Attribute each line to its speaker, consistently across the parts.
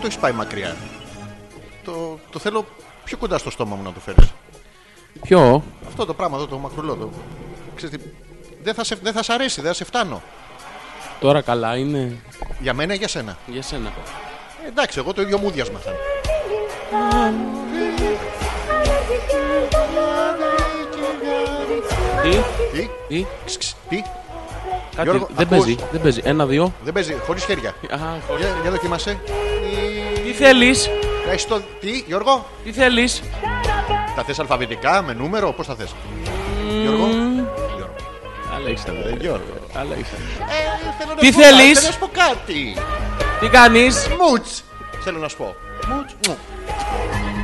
Speaker 1: το έχεις πάει μακριά. Το, το θέλω πιο κοντά στο στόμα μου να το φέρεις.
Speaker 2: Ποιο.
Speaker 1: Αυτό το πράγμα εδώ, το μακρουλό. Το... Ξέρεις τι, δεν θα, σε, δεν θα σ' αρέσει, δεν θα σε φτάνω.
Speaker 2: Τώρα καλά είναι.
Speaker 1: Για μένα ή για σένα.
Speaker 2: Για σένα.
Speaker 1: Ε, εντάξει, εγώ το ίδιο μου διάσμα θα είναι.
Speaker 2: Τι.
Speaker 1: Τι,
Speaker 2: Τι.
Speaker 1: ξ, ξ, τι,
Speaker 2: Κάτι.
Speaker 1: Γιώργο,
Speaker 2: δεν
Speaker 1: ακούς?
Speaker 2: παίζει. Δεν παίζει. Ένα, δύο.
Speaker 1: δεν παίζει, χωρίς χέρια.
Speaker 2: Α, χωρίς.
Speaker 1: Για, για δοκίμασε.
Speaker 2: Τι θέλει.
Speaker 1: Έχεις το τι, Γιώργο.
Speaker 2: Τι θέλεις.
Speaker 1: Τα θες αλφαβητικά, με νούμερο, πώς τα θες. Γιώργο. Γιώργο. Ε,
Speaker 2: Αλέξανδρε.
Speaker 1: Γιώργο.
Speaker 2: Αλέξανδρε.
Speaker 1: Ε, θέλω να
Speaker 2: Τι
Speaker 1: σου πω κάτι,
Speaker 2: θέλεις?
Speaker 1: Θέλω να σου πω κάτι.
Speaker 2: Τι κάνεις.
Speaker 1: Μουτς. Θέλω να σου πω. Μουτς. μου.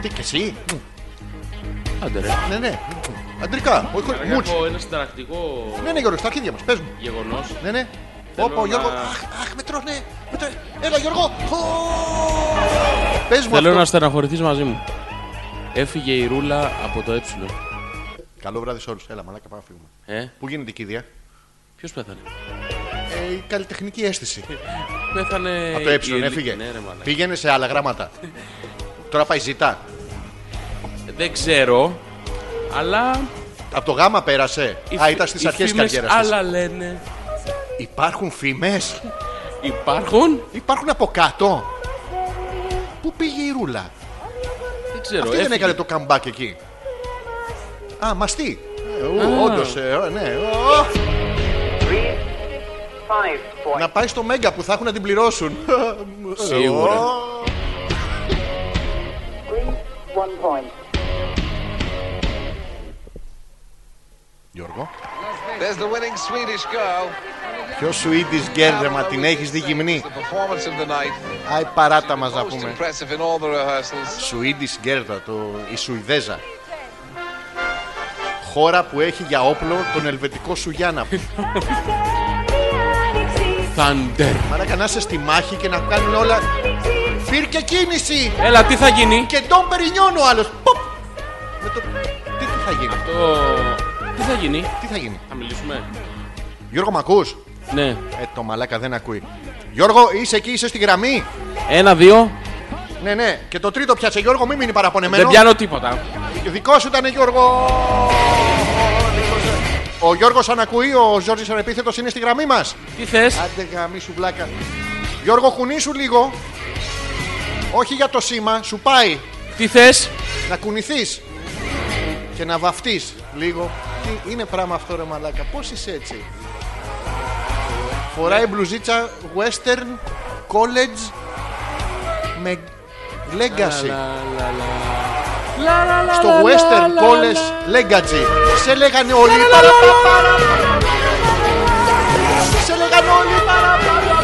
Speaker 1: Τι και εσύ. Μου.
Speaker 2: Άντε ρε.
Speaker 1: Ναι, ναι. Μου. Αντρικά. Όχι, χωρίς- Μουτς.
Speaker 3: Έχω ένα συνταρακτικό
Speaker 1: Ναι, ναι, Γιώργο, στα αρχίδια μας. Πες μου.
Speaker 3: γεγονός.
Speaker 1: Ναι, ναι.
Speaker 3: Θέλω
Speaker 1: Όπα, ο
Speaker 3: να-
Speaker 1: Γιώργο. Αχ, αχ, με τρώνε. Με τρώνε. Έλα, Γιώργο. Ω! Πες μου
Speaker 2: Θέλω
Speaker 1: αυτό.
Speaker 2: να στεναχωρηθείς μαζί μου. Έφυγε η ρούλα από το ε.
Speaker 1: Καλό βράδυ σε όλους. Έλα, μαλάκα, πάμε να φύγουμε.
Speaker 2: Ε,
Speaker 1: Πού γίνεται η κηδεία.
Speaker 2: ποιος πέθανε.
Speaker 1: Ε, η καλλιτεχνική αίσθηση.
Speaker 2: Πέθανε.
Speaker 1: Από το
Speaker 2: Ε, η
Speaker 1: ε
Speaker 2: Ελ-
Speaker 1: έφυγε.
Speaker 2: Ναι, ρε, μαλάκα.
Speaker 1: Πήγαινε σε άλλα γράμματα. Τώρα πάει ζητά.
Speaker 2: Ε, Δεν ξέρω. Αλλά
Speaker 1: Από το γάμα πέρασε.
Speaker 2: οι
Speaker 1: Α,
Speaker 2: φι-
Speaker 1: ήταν στις
Speaker 2: οι
Speaker 1: αρχές της
Speaker 2: φήμες
Speaker 1: καριέρας της.
Speaker 2: Άλλα λένε.
Speaker 1: Υπάρχουν φήμες.
Speaker 2: Υπάρχουν.
Speaker 1: Υπάρχουν από κάτω. Πού πήγε η ρούλα.
Speaker 2: Δεν ξέρω.
Speaker 1: Αυτή δεν
Speaker 2: έφυγε.
Speaker 1: έκανε το comeback εκεί. Α, μαστί. Ε, ου,
Speaker 2: Α.
Speaker 1: Όντως, ε, ε, ναι. Ω,
Speaker 4: Five point.
Speaker 1: Να πάει στο Μέγκα που θα έχουν να την πληρώσουν. Ε,
Speaker 2: Σίγουρα.
Speaker 1: Ω,
Speaker 4: Greece, one point.
Speaker 1: Γιώργο.
Speaker 5: There's the winning Swedish girl.
Speaker 1: Ποιο Σουίδης γκέρδεμα την έχεις δει γυμνή.
Speaker 5: The performance of the night.
Speaker 1: Άι παράτα μας να
Speaker 5: Most
Speaker 1: πούμε.
Speaker 5: impressive in all the rehearsals.
Speaker 1: Σουίδης Γκέρδα, το, η Σουηδέζα. Χώρα που έχει για όπλο τον ελβετικό Σουγιάννα.
Speaker 2: Thunder.
Speaker 1: Μαλάκα να είσαι στη μάχη και να κάνουν όλα. Πήρκε κίνηση!
Speaker 2: Έλα, τι θα γίνει.
Speaker 1: Και τον περινιώνει ο άλλος. Ποπ! Με το... Τι, τι θα γίνει,
Speaker 2: Το... Τι θα γίνει.
Speaker 1: τι θα γίνει.
Speaker 2: Θα μιλήσουμε.
Speaker 1: Γιώργο, μ' ακούς?
Speaker 2: Ναι.
Speaker 1: Ε, το μαλάκα δεν ακούει. Γιώργο, είσαι εκεί, είσαι στη γραμμή.
Speaker 2: Ένα, δύο.
Speaker 1: Ναι, ναι. Και το τρίτο πιάσε, Γιώργο, μην μείνει παραπονεμένο.
Speaker 2: Δεν πιάνω τίποτα.
Speaker 1: Δικό σου ήταν, Γιώργο. Ο Γιώργος αν ακούει, ο Ζόρζης Ανεπίθετος είναι στη γραμμή μας.
Speaker 2: Τι θες.
Speaker 1: Άντε γαμί σου βλάκα. Γιώργο κουνήσου λίγο. Όχι για το σήμα, σου πάει.
Speaker 2: Τι θες.
Speaker 1: Να κουνηθείς. Και να βαφτείς λίγο. Τι είναι πράγμα αυτό ρε μαλάκα. Πώς είσαι έτσι. Φοράει μπλουζίτσα Western College με Legacy.
Speaker 2: Λα, λα, λα. Λα, λα, λα,
Speaker 1: Στο
Speaker 2: λα, λα,
Speaker 1: Western
Speaker 2: λα,
Speaker 1: College
Speaker 2: λα.
Speaker 1: Legacy. Σε λέγανε όλοι παραπάνω. Σε λέγανε όλοι παραπάνω.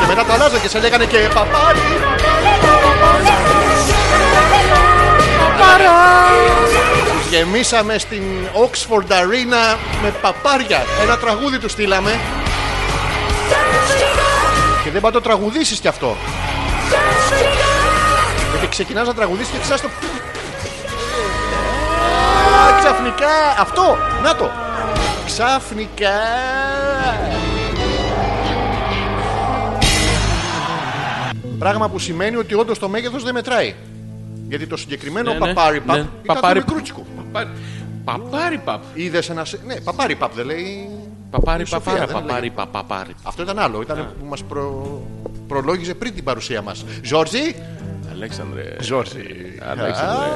Speaker 1: Και μετά το αλλάζω και σε λέγανε και παπάρι. Γεμίσαμε στην Oxford Arena με παπάρια. Ένα τραγούδι του στείλαμε. Και δεν πάει το τραγουδήσεις κι αυτό. Γιατί ξεκινάς να τραγουδήσεις και ξάς το... Α, Ξαφνικά αυτό, να το Ξαφνικά Πράγμα που σημαίνει ότι όντως το μέγεθος δεν μετράει Γιατί το συγκεκριμένο
Speaker 2: Ναι, ναι,
Speaker 1: παπάρι παπ
Speaker 2: ναι.
Speaker 1: ήταν
Speaker 2: Παπάρι-
Speaker 1: το μικρούτσικο
Speaker 2: Παπάρι- Παπάρι παπ.
Speaker 1: Είδες ένα... σε- Ναι, παπάρι παπ δεν λέει
Speaker 2: Παπάρι
Speaker 1: Η Σοφία,
Speaker 2: παπάρα
Speaker 1: δεν
Speaker 2: παπάρι πα- παπάρι.
Speaker 1: Αυτό ήταν άλλο,
Speaker 2: Ναι.
Speaker 1: ήταν που μας προ... προλόγιζε πριν την παρουσία μας Ζόρζι
Speaker 2: Αλέξανδρε.
Speaker 1: Ζόρζι
Speaker 2: Αλέξανδρε.
Speaker 1: Α,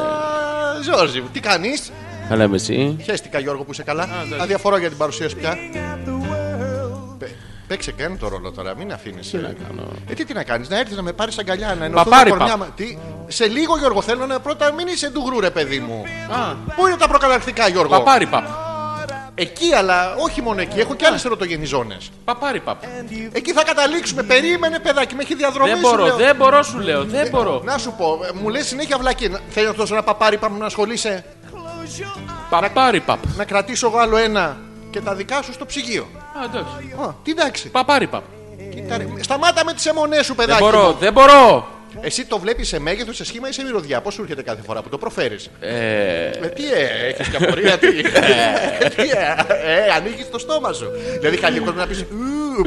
Speaker 1: Ζόρζι, τι κάνεις
Speaker 2: Καλά είμαι εσύ.
Speaker 1: Χαίστηκα Γιώργο που είσαι καλά. Αδιαφορώ για την παρουσία σου πια. Πε- Παίξε και ένα το ρόλο τώρα, μην αφήνει. Τι να
Speaker 2: κάνω.
Speaker 1: Ε, τι, τι να κάνεις, να έρθεις να με πάρεις αγκαλιά, να ενωθώ
Speaker 2: Παπάρι,
Speaker 1: τα κορμιά
Speaker 2: πα.
Speaker 1: μα- Τι, σε λίγο Γιώργο, θέλω να πρώτα μην είσαι ντουγρού, ρε παιδί μου. Πού είναι τα προκαταρκτικά, Γιώργο.
Speaker 2: Παπάρι παπ.
Speaker 1: Εκεί, αλλά όχι μόνο εκεί, έχω και άλλες ερωτογενεί ζώνες.
Speaker 2: Παπάρι παπ.
Speaker 1: Εκεί θα καταλήξουμε. Περίμενε, παιδάκι, με έχει διαδρομή.
Speaker 2: Δεν
Speaker 1: σου
Speaker 2: μπορώ,
Speaker 1: λέω.
Speaker 2: δεν μπορώ σου λέω, Ναι. δεν μπορώ.
Speaker 1: Να σου πω, ε, μου λες συνέχεια βλακή. Θέλει να σου δώσω ένα παπάρι, πάμε να ασχολείσαι.
Speaker 2: Παπάρι παπ.
Speaker 1: Να κρατήσω εγώ άλλο ένα και τα δικά σου στο ψυγείο.
Speaker 2: Α, εντάξει.
Speaker 1: Α, τι εντάξει.
Speaker 2: Παπάρι παπ.
Speaker 1: Κοίτα ρε, Σταμάτα με τις αιμονές σου,
Speaker 2: Δεν
Speaker 1: παιδάκι.
Speaker 2: μπορώ,
Speaker 1: μου.
Speaker 2: δεν μπορώ.
Speaker 1: Εσύ το βλέπεις σε μέγεθος, σε σχήμα ή σε μυρωδιά. Πώς σου έρχεται κάθε φορά που το προφέρεις. Ε, τι ε, έχεις και απορία, τι. Ε, τι, ε, ε, ανοίγεις το στόμα σου. Δηλαδή, καλή κόσμο να πεις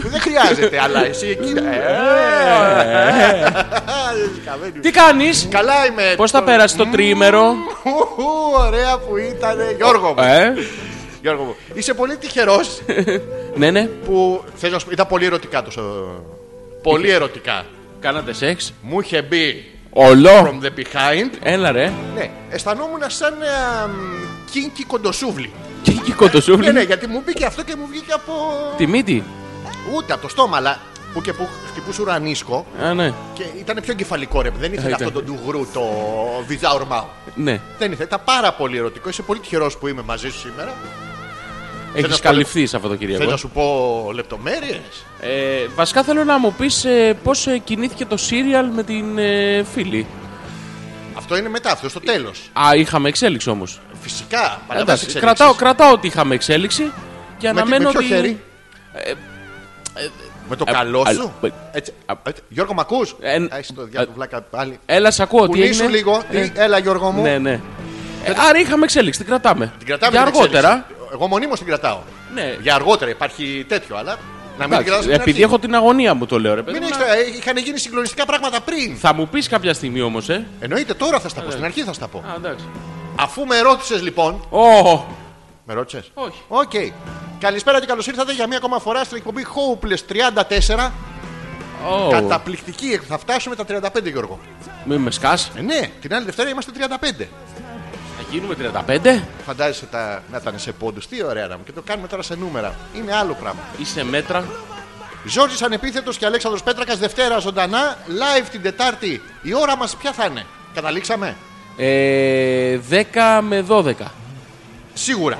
Speaker 1: που δεν χρειάζεται, αλλά εσύ εκεί. ε, ε, Καμένη.
Speaker 2: Τι κάνει,
Speaker 1: Καλά είμαι.
Speaker 2: Πώ θα πέρασε το τριήμερο,
Speaker 1: Ου, ου, Ωραία που ήταν, Γιώργο μου.
Speaker 2: ε?
Speaker 1: Γιώργο μου. Είσαι πολύ τυχερό
Speaker 2: Ναι, ναι.
Speaker 1: που. Θέλω να σου πω, ήταν πολύ ερωτικά το. σο- Πολύ ερωτικά.
Speaker 2: Κάνατε σεξ.
Speaker 1: Μου είχε μπει
Speaker 2: Ολό.
Speaker 1: from the behind.
Speaker 2: Έλα ρε.
Speaker 1: Ναι, αισθανόμουν σαν ε, μ, κίνκι κοντοσούβλι.
Speaker 2: Και εκεί κοντοσούβλι.
Speaker 1: Ναι, ναι, γιατί μου μπήκε αυτό και μου βγήκε από.
Speaker 2: Τη μύτη.
Speaker 1: Ούτε από το στόμα, αλλά που και που χτυπούσε ουρανίσκο.
Speaker 2: Α, ναι.
Speaker 1: Και ήταν πιο κεφαλικό ρε. Δεν ήθελε
Speaker 2: ήταν.
Speaker 1: αυτό το ντουγρού, το βυζά ορμάου.
Speaker 2: Ναι.
Speaker 1: Δεν ήθελε. Ήταν πάρα πολύ ερωτικό. Είσαι πολύ τυχερός που είμαι μαζί σου σήμερα. να
Speaker 2: Έχει
Speaker 1: σου
Speaker 2: καλυφθεί
Speaker 1: Θέλω
Speaker 2: σε
Speaker 1: να
Speaker 2: Σαββατοκύριακο.
Speaker 1: σου πω λεπτομέρειες.
Speaker 2: Ε, βασικά θέλω να μου πεις ε, πώς κινήθηκε το σύριαλ με την ε, φίλη.
Speaker 1: Αυτό είναι μετά, αυτό στο τέλος.
Speaker 2: Α, είχαμε εξέλιξη όμως.
Speaker 1: Φυσικά. παραβάσεις
Speaker 2: Εντάξει,
Speaker 1: εξελίξεις.
Speaker 2: κρατάω, κρατάω ότι είχαμε εξέλιξη και
Speaker 1: Με, τι-
Speaker 2: αναμένω
Speaker 1: με ποιο
Speaker 2: ότι.
Speaker 1: χέρι. Ε, με το
Speaker 2: ε,
Speaker 1: καλό
Speaker 2: α,
Speaker 1: σου.
Speaker 2: ε,
Speaker 1: Έτσι.
Speaker 2: α,
Speaker 1: έτσι. Γιώργο, μ' ακούς.
Speaker 2: Ε,
Speaker 1: Έχει το
Speaker 2: ε,
Speaker 1: διάβολο βλάκα πάλι.
Speaker 2: Έλα, σ' ακούω. τι
Speaker 1: Πουλήσου
Speaker 2: έγινε?
Speaker 1: λίγο.
Speaker 2: Ε,
Speaker 1: Τι- Έλα, Γιώργο μου.
Speaker 2: Ναι, ναι. Ε, άρα είχαμε εξέλιξη, την κρατάμε.
Speaker 1: Την κρατάμε
Speaker 2: Για
Speaker 1: την
Speaker 2: αργότερα.
Speaker 1: εξέλιξη. Εγώ μονίμως την κρατάω.
Speaker 2: Ναι.
Speaker 1: Για αργότερα υπάρχει τέτοιο, αλλά να μην την
Speaker 2: Εντάξει,
Speaker 1: κρατάω στην
Speaker 2: επειδή
Speaker 1: αρχή.
Speaker 2: έχω την αγωνία μου, το λέω ρε παιδί.
Speaker 1: Μην
Speaker 2: μου,
Speaker 1: έχεις-
Speaker 2: να-
Speaker 1: ε, είχαν γίνει συγκλονιστικά πράγματα πριν.
Speaker 2: Θα μου πεις κάποια στιγμή όμως, ε.
Speaker 1: Εννοείται τώρα θα στα πω, στην αρχή θα στα πω.
Speaker 2: Α, εντάξει.
Speaker 1: Αφού με ρώτησες λοιπόν.
Speaker 2: Ω,
Speaker 1: Με ρώτησες.
Speaker 2: Όχι.
Speaker 1: Οκ. Καλησπέρα και καλώς ήρθατε για μία ακόμα φορά στην εκπομπή Hopeless 34.
Speaker 2: ω,
Speaker 1: Καταπληκτική. Θα φτάσουμε τα 35, Γιώργο.
Speaker 2: Μη με σκάς.
Speaker 1: Ε, ναι, την άλλη Δευτέρα είμαστε 35.
Speaker 2: Θα γίνουμε 35.
Speaker 1: Φαντάζεσαι τα... να ήταν σε πόντους. Τι ωραία να μου και το κάνουμε τώρα σε νούμερα. Είναι άλλο πράγμα.
Speaker 2: Είσαι μέτρα.
Speaker 1: Ζόρζης Ανεπίθετος και Αλέξανδρος Πέτρακας Δευτέρα ζωντανά, live την Τετάρτη. Η ώρα μας ποια θα είναι, καταλήξαμε.
Speaker 2: Ε, 10 με 12.
Speaker 1: Σίγουρα.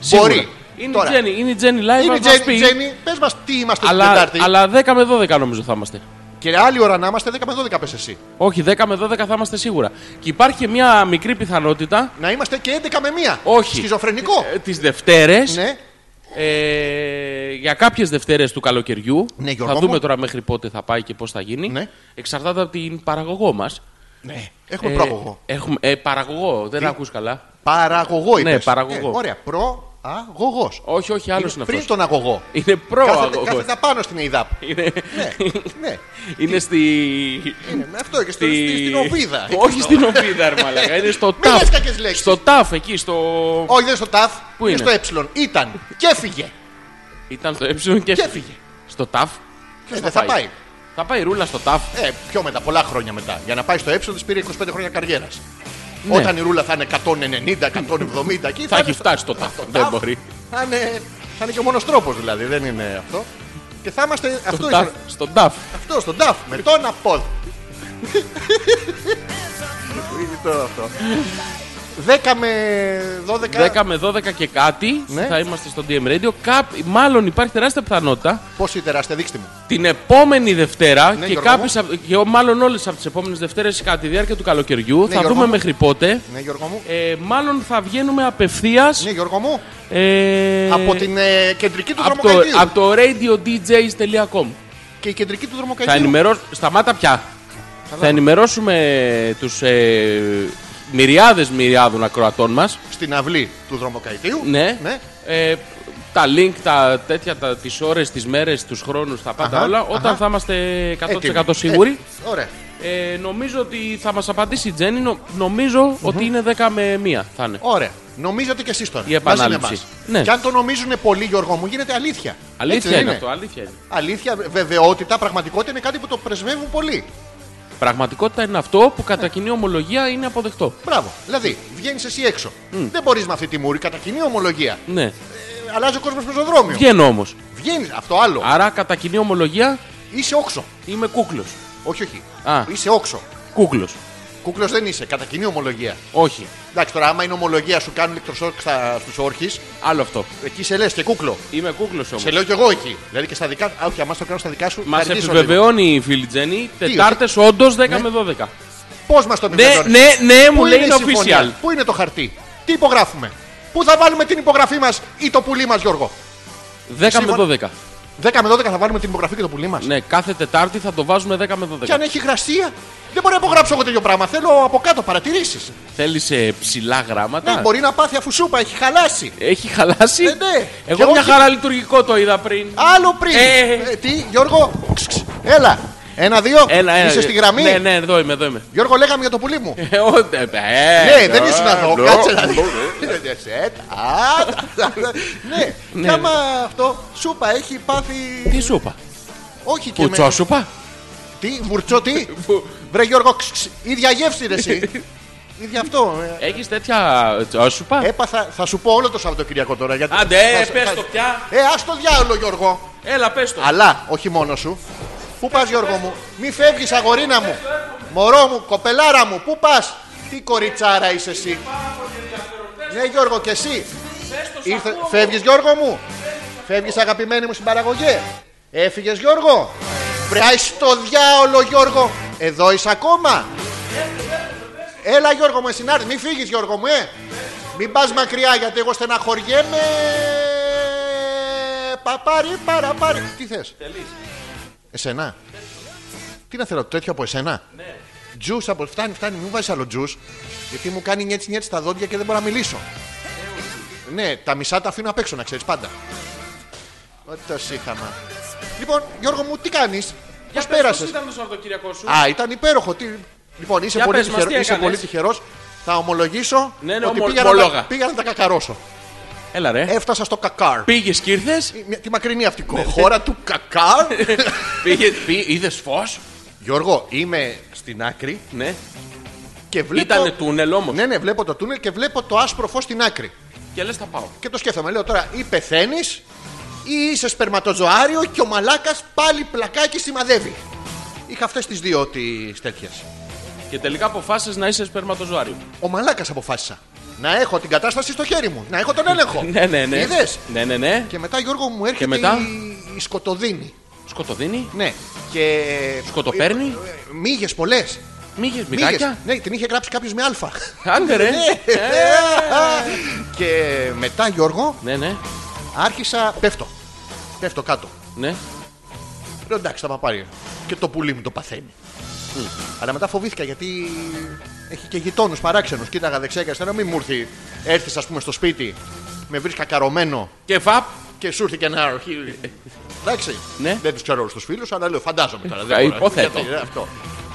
Speaker 2: Σίγουρα.
Speaker 1: Μπορεί.
Speaker 2: Είναι
Speaker 1: Τώρα.
Speaker 2: η Τζέννη, είναι η Τζέννη live.
Speaker 1: Είναι η
Speaker 2: ας μας
Speaker 1: Τζέννη,
Speaker 2: πει.
Speaker 1: Τζέννη, πες μας τι είμαστε την
Speaker 2: Αλλά,
Speaker 1: Τετάρτη.
Speaker 2: αλλά 10 με 12 νομίζω θα είμαστε.
Speaker 1: Και άλλη ώρα να είμαστε, 10 με 12 πες εσύ.
Speaker 2: Όχι, 10 με 12 θα είμαστε σίγουρα. Και υπάρχει μια μικρή πιθανότητα
Speaker 1: Να είμαστε και 11 με 1.
Speaker 2: Όχι.
Speaker 1: Σχιζοφρενικό.
Speaker 2: ε, τις Δευτέρες
Speaker 1: ναι.
Speaker 2: ε, για κάποιες Δευτέρες του καλοκαιριού.
Speaker 1: Ναι, Γιώργο
Speaker 2: θα δούμε
Speaker 1: μου.
Speaker 2: τώρα μέχρι πότε θα πάει και πώς θα γίνει.
Speaker 1: Ναι.
Speaker 2: Εξαρτάται από την παραγωγό μας. Ε,
Speaker 1: ναι. Έχουμε πρόγωγο.
Speaker 2: Έχουμε, ε, παραγωγό, δεν ακούς καλά.
Speaker 1: Παραγωγό είπες.
Speaker 2: ναι, παραγωγό.
Speaker 1: Ε, ωραία. Προαγωγό.
Speaker 2: Όχι, όχι, άλλος είναι,
Speaker 1: Πριν
Speaker 2: αυτός.
Speaker 1: τον αγωγό.
Speaker 2: Είναι
Speaker 1: Κάθεται,
Speaker 2: προαγωγό.
Speaker 1: κάθεται πάνω στην ΕΙΔΑΠ.
Speaker 2: Είναι,
Speaker 1: ναι, ναι.
Speaker 2: είναι στη.
Speaker 1: Είναι με αυτό και στο- στη- στην Οβίδα.
Speaker 2: Όχι στην Οβίδα, ρε Μαλάκα. Είναι στο
Speaker 1: Μην
Speaker 2: ΤΑΦ.
Speaker 1: λες κακές λέξεις.
Speaker 2: Στο ΤΑΦ, εκεί, στο.
Speaker 1: Όχι, δεν είναι στο ΤΑΦ.
Speaker 2: Πού
Speaker 1: είναι
Speaker 2: είναι?
Speaker 1: στο Ε. Ήταν και έφυγε.
Speaker 2: Ήταν στο Ε και
Speaker 1: Και
Speaker 2: έφυγε.
Speaker 1: έφυγε.
Speaker 2: Στο ΤΑΦ.
Speaker 1: Ε, δεν θα πάει.
Speaker 2: Θα πάει ρούλα στο ΤΑΦ.
Speaker 1: Ε, πιο μετά, πολλά χρόνια μετά. Για να πάει στο Ε της πήρε 25 χρόνια καριέρας.
Speaker 2: Ναι.
Speaker 1: Όταν η ρούλα θα είναι 190, 170 εκεί.
Speaker 2: Θα έχει
Speaker 1: είναι στο-
Speaker 2: φτάσει το ΤΑΦ. Δεν
Speaker 1: ΤΑΦ.
Speaker 2: μπορεί.
Speaker 1: Θα είναι, θα είναι και ο μόνος τρόπος δηλαδή, δεν είναι αυτό. Και θα είμαστε αυτό,
Speaker 2: Στο
Speaker 1: ήταν,
Speaker 2: ΤΑΦ. Στον ΤΑΦ.
Speaker 1: αυτό στον τάφ με τον απόδ. Είναι το αυτό. 10 με 12.
Speaker 2: 10 με 12 και κάτι
Speaker 1: Ναι.
Speaker 2: θα είμαστε στο DM Radio. Κάπ- Μάλλον υπάρχει τεράστια πιθανότητα
Speaker 1: Πόση τεράστια, δείξτε μου.
Speaker 2: την επόμενη Δευτέρα
Speaker 1: Ναι,
Speaker 2: και,
Speaker 1: Γιώργο
Speaker 2: κάποιες, απ- και ο- μάλλον όλες από τις επόμενες Δευτέρες κατά τη διάρκεια του καλοκαιριού. θα
Speaker 1: Ναι, Γιώργο
Speaker 2: δούμε
Speaker 1: μου.
Speaker 2: μέχρι πότε.
Speaker 1: Ναι, Γιώργο μου.
Speaker 2: Ε, μάλλον θα βγαίνουμε απευθείας.
Speaker 1: Ναι, Γιώργο μου.
Speaker 2: Ε,
Speaker 1: από την ε, κεντρική του
Speaker 2: από το,
Speaker 1: δρομοκαιδίου.
Speaker 2: από το radiodjs.com.
Speaker 1: Και η κεντρική του
Speaker 2: Θα
Speaker 1: δρομοκαιδίου.
Speaker 2: ενημερώσουμε. Σταμάτα πια. Θα ενημερώσουμε τους ε, μυριάδες μυριάδων ακροατών μας.
Speaker 1: Στην αυλή του δρομοκαιδίου.
Speaker 2: Ναι.
Speaker 1: ναι.
Speaker 2: Ε, τα link, τα τέτοια, τα, τις ώρες, τις μέρες, τους χρόνους, τα πάντα
Speaker 1: Αχα,
Speaker 2: όλα, όταν
Speaker 1: αχα.
Speaker 2: θα είμαστε 100%
Speaker 1: Έτοιμοι.
Speaker 2: σίγουροι.
Speaker 1: Ε, ωραία.
Speaker 2: Ε, νομίζω ότι θα μας απαντήσει η Τζέννη, νο- νομιζω ότι είναι 10 με 1 θα είναι.
Speaker 1: Ωραία. Νομίζετε κι εσεί τώρα.
Speaker 2: Η επανάληψη. Ναι.
Speaker 1: Και αν το νομίζουν πολλοί, Γιώργο μου, γίνεται αλήθεια. Έτσι
Speaker 2: Αλήθεια
Speaker 1: δεν
Speaker 2: είναι αυτό, αλήθεια είναι.
Speaker 1: Αλήθεια, βεβαιότητα, πραγματικότητα είναι κάτι που το πρεσβεύουν πολλοί.
Speaker 2: Πραγματικότητα είναι αυτό που
Speaker 1: Ναι.
Speaker 2: κατά κοινή ομολογία είναι αποδεκτό.
Speaker 1: Μπράβο. Δηλαδή, βγαίνεις εσύ έξω. Δεν μπορείς με αυτή τη μούρη, κατά κοινή ομολογία.
Speaker 2: Ναι.
Speaker 1: Ε, αλλάζει ο κόσμος πεζοδρόμιο.
Speaker 2: Βγαίνω όμως.
Speaker 1: Βγαίνεις, αυτό άλλο.
Speaker 2: Άρα κατά κοινή ομολογία
Speaker 1: Είσαι όξο.
Speaker 2: είμαι κούκλος.
Speaker 1: Όχι, όχι.
Speaker 2: Α.
Speaker 1: Είσαι όξο.
Speaker 2: Κούκλος.
Speaker 1: Κούκλος δεν είσαι, κατά κοινή ομολογία.
Speaker 2: Όχι.
Speaker 1: Εντάξει, τώρα άμα είναι ομολογία σου κάνουν ηλεκτροσόκ στου όρχε,
Speaker 2: Άλλο αυτό.
Speaker 1: εκεί σε λες και κούκλο.
Speaker 2: Είμαι κούκλος όμως.
Speaker 1: Σε λέω κι εγώ εκεί. Δηλαδή και στα δικά. Α, όχι, άμα στο κάνω στα δικά σου.
Speaker 2: Μας επιβεβαιώνει η φίλη Τζέννη Τετάρτε όντω 10 με 12.
Speaker 1: Πώς μας το
Speaker 2: Ναι,
Speaker 1: επιβεβαιώνεις.
Speaker 2: ναι, ναι,
Speaker 1: Ναι. Πού
Speaker 2: μου λέει
Speaker 1: η
Speaker 2: είναι
Speaker 1: συμφωνία?
Speaker 2: official.
Speaker 1: Πού είναι το χαρτί. Τι υπογράφουμε. Πού θα βάλουμε την υπογραφή μας ή το πουλί μας, Γιώργο.
Speaker 2: 10 με
Speaker 1: Συμφωνία.
Speaker 2: 12.
Speaker 1: 10 με 12 θα βάλουμε την υπογραφή και το πουλί μας.
Speaker 2: Ναι, κάθε Τετάρτη θα το βάζουμε 10 με 12.
Speaker 1: Και αν έχει γρασία, δεν μπορώ να υπογράψω εγώ τέτοιο πράγμα. Θέλω από κάτω παρατηρήσεις.
Speaker 2: Θέλεις ε, ψηλά
Speaker 1: Ναι,
Speaker 2: γράμματα.
Speaker 1: μπορεί να πάθει αφουσούπα, έχει χαλάσει.
Speaker 2: Έχει χαλάσει.
Speaker 1: Ναι, ναι.
Speaker 2: Εγώ
Speaker 1: Και
Speaker 2: μια
Speaker 1: όχι-
Speaker 2: χαρά λειτουργικό το είδα πριν.
Speaker 1: Άλλο πριν.
Speaker 2: Ε.
Speaker 1: Ε, τι, Γιώργο. Ξ, ξ, Έλα. Ένα-δύο.
Speaker 2: Έλα, έλα.
Speaker 1: Είσαι στη γραμμή.
Speaker 2: Ναι, ναι, εδώ είμαι, εδώ είμαι.
Speaker 1: Γιώργο, λέγαμε για το πουλί μου.
Speaker 2: Ε, ο- ε, ε,
Speaker 1: Ναι, δεν ήσουν εδώ.
Speaker 2: ναι.
Speaker 1: Κάτσε να δεις. Σετ, α, Ναι,
Speaker 2: Ναι.
Speaker 1: κι άμα αυτό σούπα έχει πάθει.
Speaker 2: Τι σούπα.
Speaker 1: Όχι και με.
Speaker 2: Πουτσό σούπα.
Speaker 1: Τι, βουρτσό, τι. Βρε Γιώργο, ξ, ξ, ίδια γεύση ρε εσύ. Ίδια αυτό. ε.
Speaker 2: Έχει τέτοια ε, τσόσουπα.
Speaker 1: Έπαθα, θα σου πω όλο το Σαββατοκύριακο τώρα. Γιατί
Speaker 2: Άντε, ε,
Speaker 1: θα-
Speaker 2: πες
Speaker 1: θα-
Speaker 2: το πια.
Speaker 1: Ε, α το διάολο, Γιώργο.
Speaker 2: Έλα, πες το.
Speaker 1: Αλλά, όχι μόνο σου. Πού πας, Γιώργο μου, μη φεύγεις, αγορίνα μου. Μωρό μου, κοπελάρα μου, πού πας. Τι κοριτσάρα είσαι εσύ. Ναι, Γιώργο, και εσύ. Ήρθε... Φεύγεις, Γιώργο μου. Φεύγεις, αγαπημένη μου συμπαραγωγέ. Έφυγες, Γιώργο. Βράει στο διάολο, Γιώργο. Εδώ είσαι ακόμα. Έλα, Γιώργο μου, εσύ να έρθεις. Μην φύγεις, Γιώργο μου, ε. Μην πας μακριά, γιατί εγώ στεναχωριέμαι. Παπάρι, παραπάρι. Τι θες. Εσένα. Τι να θέλω, τέτοιο από εσένα. Ναι. Τζους από. Φτάνει, φτάνει, μην μου βάζει άλλο τζους. Γιατί μου κάνει νιέτσι νιέτσι τα δόντια και δεν μπορώ να μιλήσω. ναι, τα μισά τα αφήνω απ' έξω, να ξέρεις πάντα. Ό,τι το σύχαμα. Λοιπόν, Γιώργο μου, τι κάνεις. Πώ πέρασε.
Speaker 2: Τι ήταν το Σαββατοκύριακο σου.
Speaker 1: Α, ήταν υπέροχο. Τι... Λοιπόν, είσαι,
Speaker 2: Για
Speaker 1: πολύ,
Speaker 2: πες μας,
Speaker 1: τυχερό,
Speaker 2: τι
Speaker 1: είσαι πολύ
Speaker 2: έκανες?
Speaker 1: τυχερός. Θα ομολογήσω
Speaker 2: Ναι, ναι,
Speaker 1: ότι
Speaker 2: ομο-
Speaker 1: πήγα, να
Speaker 2: ομολόγα.
Speaker 1: τα, πήγα να τα κακαρώσω.
Speaker 2: Έλα, ρε.
Speaker 1: Έφτασα στο κακάρ.
Speaker 2: Πήγες Ε, και ήρθες.
Speaker 1: Μια- Τη μακρινή αυτή
Speaker 2: Ναι.
Speaker 1: χώρα του κακάρ.
Speaker 2: Είδες φως.
Speaker 1: Γιώργο, είμαι στην άκρη
Speaker 2: Ναι. Λοιπόν-
Speaker 1: και βλέπω.
Speaker 2: Ήτανε τούνελ όμως.
Speaker 1: Ναι, ναι, βλέπω το τούνελ και βλέπω το άσπρο φως στην άκρη.
Speaker 2: Και λες, θα πάω.
Speaker 1: Και το σκέφτομαι, λέω τώρα ή πεθαίνεις ή είσαι σπερματοζωάριο και ο μαλάκας πάλι πλακάκι σημαδεύει. Είχα αυτές τις δύο τι τέτοιες.
Speaker 2: Και τελικά αποφάσισες να είσαι σπερματοζωάριο.
Speaker 1: Ο μαλάκας αποφάσισα. Να έχω την κατάσταση στο χέρι μου. Να έχω τον έλεγχο.
Speaker 2: Ναι, ναι, ναι.
Speaker 1: Είδες?
Speaker 2: Ναι, ναι, ναι.
Speaker 1: Και μετά Γιώργο μου έρχεται
Speaker 2: μετά?
Speaker 1: η- η σκοτοδίνη.
Speaker 2: Σκοτοδίνη.
Speaker 1: Ναι. Και...
Speaker 2: Σκοτοπέρνη.
Speaker 1: Μύγες πολλές.
Speaker 2: Μύγες, μυγάκια.
Speaker 1: Ναι, την είχε γράψει κάποιος με αλφα.
Speaker 2: Άντε, ρε.
Speaker 1: και μετά Γιώργο
Speaker 2: Ναι, ναι.
Speaker 1: άρχισα. Πέφτω. Πέφτω κάτω.
Speaker 2: Ναι.
Speaker 1: Λέω εντάξει, θα με πάρει. Και το πουλί μου το παθαίνει. Αλλά μετά φοβήθηκα γιατί έχει και γειτόνους παράξενους. Κοίταγα δεξιά και αριστερά, μην μου έρθει. Έρθεις, ας πούμε, στο σπίτι, με βρεις κακαρωμένο
Speaker 2: Και βαπ.
Speaker 1: και σου έρθει και ένα αρχείο. Εντάξει.
Speaker 2: Ναι.
Speaker 1: Δεν τους ξέρω όλους τους φίλους, αλλά λέω φαντάζομαι τώρα.
Speaker 2: Ε,
Speaker 1: δεν μπορώ.
Speaker 2: υποθέτω.
Speaker 1: Γιατί, ε, Αυτό.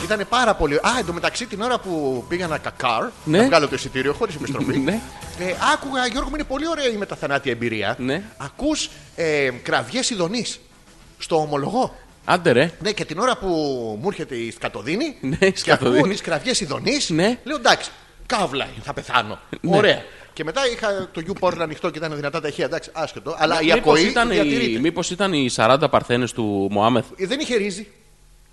Speaker 1: Ήταν πάρα πολύ. Α, εντωμεταξύ την ώρα που πήγα κακάρ,
Speaker 2: Ναι.
Speaker 1: να βγάλω το εισιτήριο χωρίς επιστροφή.
Speaker 2: Ναι.
Speaker 1: Ε, άκουγα, Γιώργο, μου είναι πολύ ωραία η μεταθανάτια εμπειρία.
Speaker 2: Ναι.
Speaker 1: Ακούς ε, κραυγές ειδονής στο ομολογό.
Speaker 2: Άντε, ρε.
Speaker 1: Ναι, και την ώρα που μου έρχεται η σκατοδίνη
Speaker 2: Ναι, η
Speaker 1: και ακούω
Speaker 2: σκατοδίνη.
Speaker 1: τις κραυγές ειδονής,
Speaker 2: Ναι.
Speaker 1: λέω εντάξει, καύλα είναι, θα πεθάνω.
Speaker 2: Ναι.
Speaker 1: Ωραία. Και μετά είχα το γιου πόρν ανοιχτό και ήταν δυνατά τα ηχεία, εντάξει, άσχετο. Αλλά η
Speaker 2: Ναι, Μήπως
Speaker 1: ακοή
Speaker 2: ήταν,
Speaker 1: διατηρείται.
Speaker 2: οι, μήπως ήταν οι 40 παρθένες του Μωάμεθ.
Speaker 1: Ε, Δεν είχε ρύζι.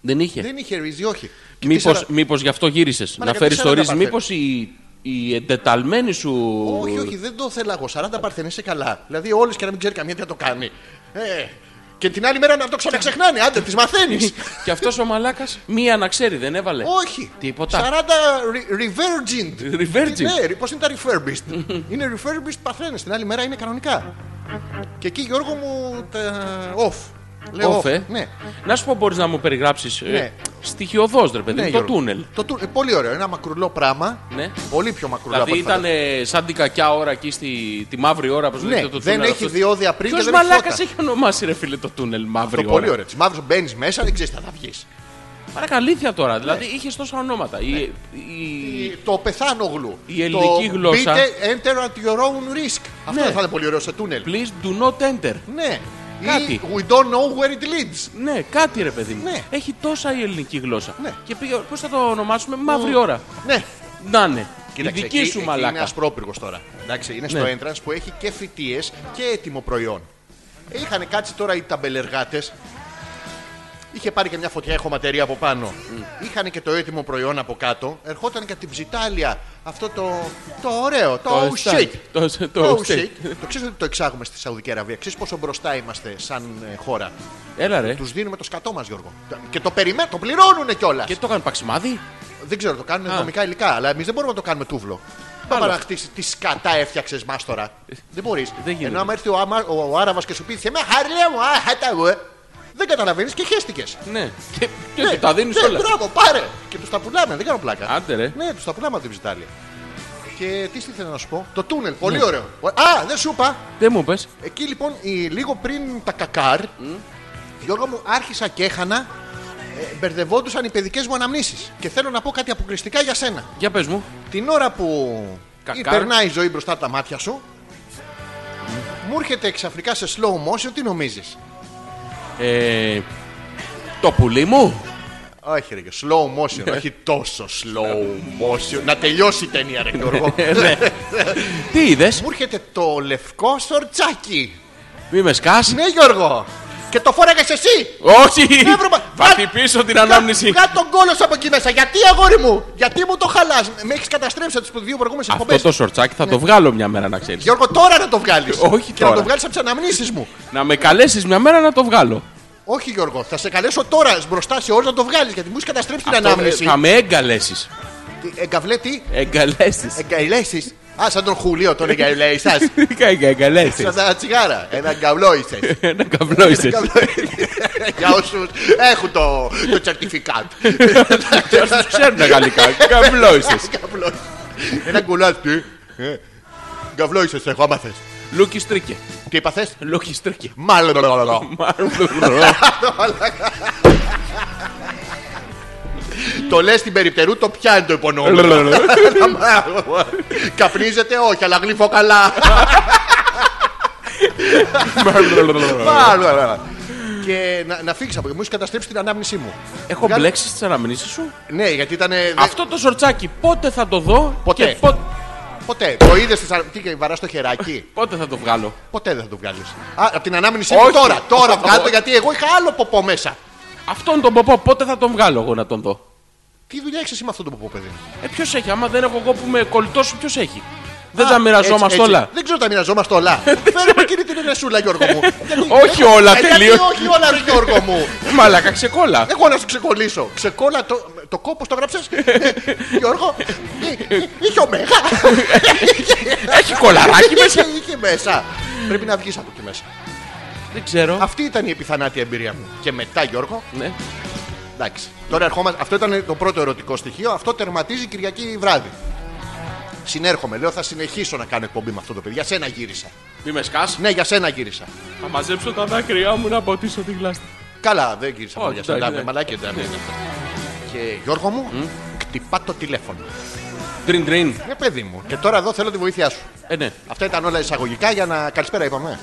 Speaker 2: Δεν είχε.
Speaker 1: Δεν είχε ρύζι, όχι. Και
Speaker 2: Ε. Μήπως,
Speaker 1: τέσσερα-
Speaker 2: μήπως γι' αυτό γύρισες.
Speaker 1: Μα
Speaker 2: να
Speaker 1: ρε,
Speaker 2: φέρεις το
Speaker 1: 40
Speaker 2: ρύζι.
Speaker 1: παρθένες.
Speaker 2: Μήπως η, η εντεταλμένη σου...
Speaker 1: Όχι, όχι, δεν το θέλω εγώ. 40 παρθενέ είσαι καλά. Δηλαδή, όλες και να μην ξέρει καμία τι θα το κάνει. Ε, και την άλλη μέρα να το ξαναξεχνάνε. Άντε, τις μαθαίνεις.
Speaker 2: Και αυτός ο μαλάκας μία να ξέρει δεν έβαλε.
Speaker 1: όχι.
Speaker 2: Τίποτα.
Speaker 1: 40 re- revergent.
Speaker 2: Revergent.
Speaker 1: Ναι, πώς είναι τα refurbished. είναι refurbished παρθένε. Την άλλη μέρα είναι κανονικά. Και εκεί Γιώργο μου τα off. Λέω
Speaker 2: Off, ε.
Speaker 1: Ναι.
Speaker 2: Να σου πω μπορείς να μου περιγράψεις ε,
Speaker 1: Ναι.
Speaker 2: στοιχειοδός ρε παιδί,
Speaker 1: Ναι,
Speaker 2: μου, το
Speaker 1: Γιώργο.
Speaker 2: τούνελ.
Speaker 1: Το του- ε, πολύ ωραίο. Ένα μακρουλό πράγμα.
Speaker 2: Ναι.
Speaker 1: Πολύ πιο μακρουλό
Speaker 2: Δηλαδή
Speaker 1: από ό,τι
Speaker 2: ήταν ε, σαν την κακιά ώρα εκεί στη, τη μαύρη ώρα που σου
Speaker 1: Ναι,
Speaker 2: λέγεται το
Speaker 1: δεν
Speaker 2: τούνελ.
Speaker 1: έχει διόδια πριν και
Speaker 2: Ποιο
Speaker 1: δεν έχει
Speaker 2: μαλάκας
Speaker 1: φώτα.
Speaker 2: έχει ονομάσει ρε φίλε το τούνελ μαύρη
Speaker 1: Το
Speaker 2: ώρα.
Speaker 1: πολύ ωραίο. Τη μαύρη μπαίνεις μέσα, δεν ξέρεις τι θα βγει.
Speaker 2: Μαλάκα, αλήθεια τώρα. Δηλαδή
Speaker 1: Ναι.
Speaker 2: είχες τόσα ονόματα. Η, η-
Speaker 1: Το πεθάνογλου.
Speaker 2: Η ελληνική
Speaker 1: το
Speaker 2: γλώσσα.
Speaker 1: Μπείτε enter at your own risk. Αυτό
Speaker 2: Ναι.
Speaker 1: θα είναι πολύ ωραίο σε τούνελ.
Speaker 2: Please do not enter.
Speaker 1: Ναι.
Speaker 2: Κάτι.
Speaker 1: Ή we don't know where it leads.
Speaker 2: Ναι, κάτι ρε παιδί μου.
Speaker 1: Ναι.
Speaker 2: Έχει τόσα η ελληνική γλώσσα.
Speaker 1: Ναι.
Speaker 2: Και πήγε, πώς θα το ονομάσουμε, μαύρη ώρα.
Speaker 1: Ναι.
Speaker 2: Να είναι. Η
Speaker 1: Κοίταξε,
Speaker 2: δική
Speaker 1: εκεί-
Speaker 2: σου
Speaker 1: εκεί Είναι
Speaker 2: μαλάκα.
Speaker 1: ασπρόπυργος τώρα. Εντάξει, είναι στο
Speaker 2: Ναι.
Speaker 1: entrance που έχει και φοιτίες και έτοιμο προϊόν. Είχαν κάτσει τώρα οι ταμπελεργάτες. Είχε πάρει και μια φωτιά εχωματερία από πάνω.
Speaker 2: Mm.
Speaker 1: Είχαν και το έτοιμο προϊόν από κάτω. Ερχόταν και από την ψιτάλια αυτό το, το ωραίο, το,
Speaker 2: Το
Speaker 1: oh shit.
Speaker 2: steak. Το-
Speaker 1: Το,
Speaker 2: Το
Speaker 1: oh
Speaker 2: steak.
Speaker 1: shit. το ξέρεις ότι το εξάγουμε στη Σαουδική Αραβία. Ξέρεις πόσο μπροστά είμαστε σαν ε, χώρα.
Speaker 2: Έλα ρε.
Speaker 1: Τους δίνουμε το σκατό μας Γιώργο. Και το περιμέ... το πληρώνουνε κιόλας.
Speaker 2: Και το έκανε παξιμάδι.
Speaker 1: Δεν ξέρω, το κάνουν
Speaker 2: Α.
Speaker 1: δομικά υλικά, αλλά εμείς δεν μπορούμε να το κάνουμε τούβλο. Πάμε
Speaker 2: Άλλο.
Speaker 1: να χτίσει τι σκατά έφτιαξες μάστορα. δεν μπορείς.
Speaker 2: Δεν γίνεται.
Speaker 1: Ενώ άμα έρθει ο, άμα, ο Άραβας και σου πει Θεμέ, χαριλέ μου, α, χατά, ε». Δεν καταλαβαίνεις και χέστηκε.
Speaker 2: Ναι. Και, και του τα
Speaker 1: Ναι,
Speaker 2: δίνει όλα.
Speaker 1: Μπράβο, πάρε! Και τους τα πουλάμε, δεν κάνω πλάκα.
Speaker 2: Άντε, ρε.
Speaker 1: Ναι, τους τα πουλάμε από την Ιταλία. Και τι ήθελα να σου πω. Το τούνελ,
Speaker 2: Ναι.
Speaker 1: πολύ ωραίο. Α, δεν σου είπα.
Speaker 2: Δεν μου πε.
Speaker 1: Εκεί λοιπόν, η- λίγο πριν τα κακάρ, Γιώργο μου, άρχισα και έχανα Ε, μπερδευόντουσαν οι παιδικές μου αναμνήσεις. Και θέλω να πω κάτι αποκριστικά για σένα.
Speaker 2: Για πες μου.
Speaker 1: Την ώρα που
Speaker 2: Κακάρ.
Speaker 1: ή περνάει η ζωή μπροστά από τα μάτια σου, μου έρχεται ξαφνικά σε slow motion τι νομίζεις.
Speaker 2: Ε, το πουλί μου.
Speaker 1: Όχι, ρε, slow motion, όχι τόσο slow motion. Να τελειώσει η ταινία, ρε, Γιώργο.
Speaker 2: ναι. Τι είδες.
Speaker 1: Μου έρχεται το λευκό σορτσάκι.
Speaker 2: Μη με σκάς.
Speaker 1: Ναι, Γιώργο. Και το φόραγες εσύ.
Speaker 2: Όχι.
Speaker 1: Ναι, βρε, μα-
Speaker 2: Θα χτυπήσω την ανάμνηση.
Speaker 1: Βγά τον κόλος σου από εκεί μέσα. Γιατί, αγόρι μου, γιατί μου το χαλάς. Με έχεις καταστρέψει από τις δύο προηγούμενες εκπομπέ.
Speaker 2: Αυτό το σορτσάκι θα
Speaker 1: Ναι.
Speaker 2: το βγάλω μια μέρα να ξέρεις.
Speaker 1: Γιώργο, τώρα να το βγάλεις.
Speaker 2: Όχι
Speaker 1: Και
Speaker 2: τώρα.
Speaker 1: να το βγάλεις από τις αναμνήσεις μου.
Speaker 2: Να με καλέσεις μια μέρα να το βγάλω.
Speaker 1: Όχι, Γιώργο, θα σε καλέσω τώρα μπροστά σε όλους να το βγάλεις γιατί μου έχεις καταστρέψει την
Speaker 2: Αυτό,
Speaker 1: ανάμνηση. Ε,
Speaker 2: ε, Θα με εγκαλέσεις.
Speaker 1: Τι, Εγκαβλέτη, Ε-
Speaker 2: Εγκαλέσεις.
Speaker 1: εγκαηλέσεις. Α, σαν τον Χουλίο τον εγκαηλέησα.
Speaker 2: Τι κάνει εγκαλέσεις.
Speaker 1: Σαν τα τσιγάρα. Ένα γκαβλόησε.
Speaker 2: Ένα καβλό είσαι.
Speaker 1: Για όσους έχουν το, το certificate.
Speaker 2: Τους ξέρουν γαλλικά. Καβλό είσαι.
Speaker 1: Γκαβλόησες. Ένα γκουλάκι. τι, ε, Γκαβλόησες έχω, άμα θες.
Speaker 2: Λούκι στρίκε.
Speaker 1: Τι είπα θες.
Speaker 2: Λούκι στρίκε.
Speaker 1: Μάλλον. Το λες στην περιπτερού, το πιάνει το υπονόμιο. Καπνίζεται, όχι, αλλά γλύφω καλά. Και να, να φύγεις από εκεί. Μου έχεις καταστρέψει την ανάμνησή μου.
Speaker 2: Έχω
Speaker 1: Βγάλε-
Speaker 2: μπλέξει στις αναμνήσεις σου.
Speaker 1: Ναι, γιατί ήταν.
Speaker 2: Αυτό το σορτσάκι πότε θα το δω.
Speaker 1: Ποτέ.
Speaker 2: και πο-
Speaker 1: Ποτέ. Το είδες στις... ανα- Τι και βαράς το χεράκι.
Speaker 2: Πότε θα το βγάλω.
Speaker 1: Ποτέ δεν θα το βγάλεις. Από την ανάμνησή
Speaker 2: Όχι.
Speaker 1: μου τώρα. Τώρα βγάλω γιατί εγώ είχα άλλο ποπό μέσα.
Speaker 2: Αυτόν τον ποπό πότε θα τον βγάλω εγώ να τον δω.
Speaker 1: Τι δουλειά έχεις εσύ με αυτό το ποπό, παιδί.
Speaker 2: Ε, ποιος έχει, άμα δεν έχω εγώ που είμαι κολλητό σου, ποιος έχει. Δεν
Speaker 1: Α,
Speaker 2: τα
Speaker 1: έτσι,
Speaker 2: μοιραζόμαστε
Speaker 1: έτσι.
Speaker 2: όλα.
Speaker 1: Δεν ξέρω τα μοιραζόμαστε όλα. Φέρε εκείνη την ρεσούλα, Γιώργο μου. Γιατί-
Speaker 2: Όχι όλα,
Speaker 1: Ε, γιατί
Speaker 2: τελείως.
Speaker 1: Όχι όλα, ρε Γιώργο μου.
Speaker 2: Μαλάκα, ξεκόλα.
Speaker 1: Εγώ να σου ξεκολλήσω. Ξεκόλα το, το κόπο το γράψε. Γιώργο, ε, ε, είχε ωμέγα.
Speaker 2: Έχει κολαράκι μέσα.
Speaker 1: Είχε- Είχε μέσα. Πρέπει να βγεις από εκεί μέσα.
Speaker 2: Δεν ξέρω.
Speaker 1: Αυτή ήταν η επιθανάτη εμπειρία μου. Και μετά, Γιώργο,
Speaker 2: Ναι.
Speaker 1: εντάξει. Τώρα ερχόμαστε. Αυτό ήταν το πρώτο ερωτικό στοιχείο. Αυτό τερματίζει Κυριακή βράδυ. Συνέρχομαι, λέω, θα συνεχίσω να κάνω εκπομπή με αυτό το παιδί. Για σένα γύρισα.
Speaker 2: Μη με σκάς.
Speaker 1: Ναι, για σένα γύρισα.
Speaker 2: Θα μαζέψω τα δάκρυά μου να ποτίσω τη γλάστα.
Speaker 1: Καλά, δεν γύρισα
Speaker 2: Όχι,
Speaker 1: μόνο για σένα.
Speaker 2: εντάξει, Ναι,
Speaker 1: Τα-
Speaker 2: εντάξει.
Speaker 1: μαλάκια ήταν. Και Γιώργο μου, κτυπά το τηλέφωνο.
Speaker 2: Τριν τριν.
Speaker 1: Ναι, παιδί μου. Και τώρα εδώ θέλω τη βοήθειά σου.
Speaker 2: Ε, ναι.
Speaker 1: Αυτά ήταν όλα εισαγωγικά για να. Καλησπέρα, είπαμε.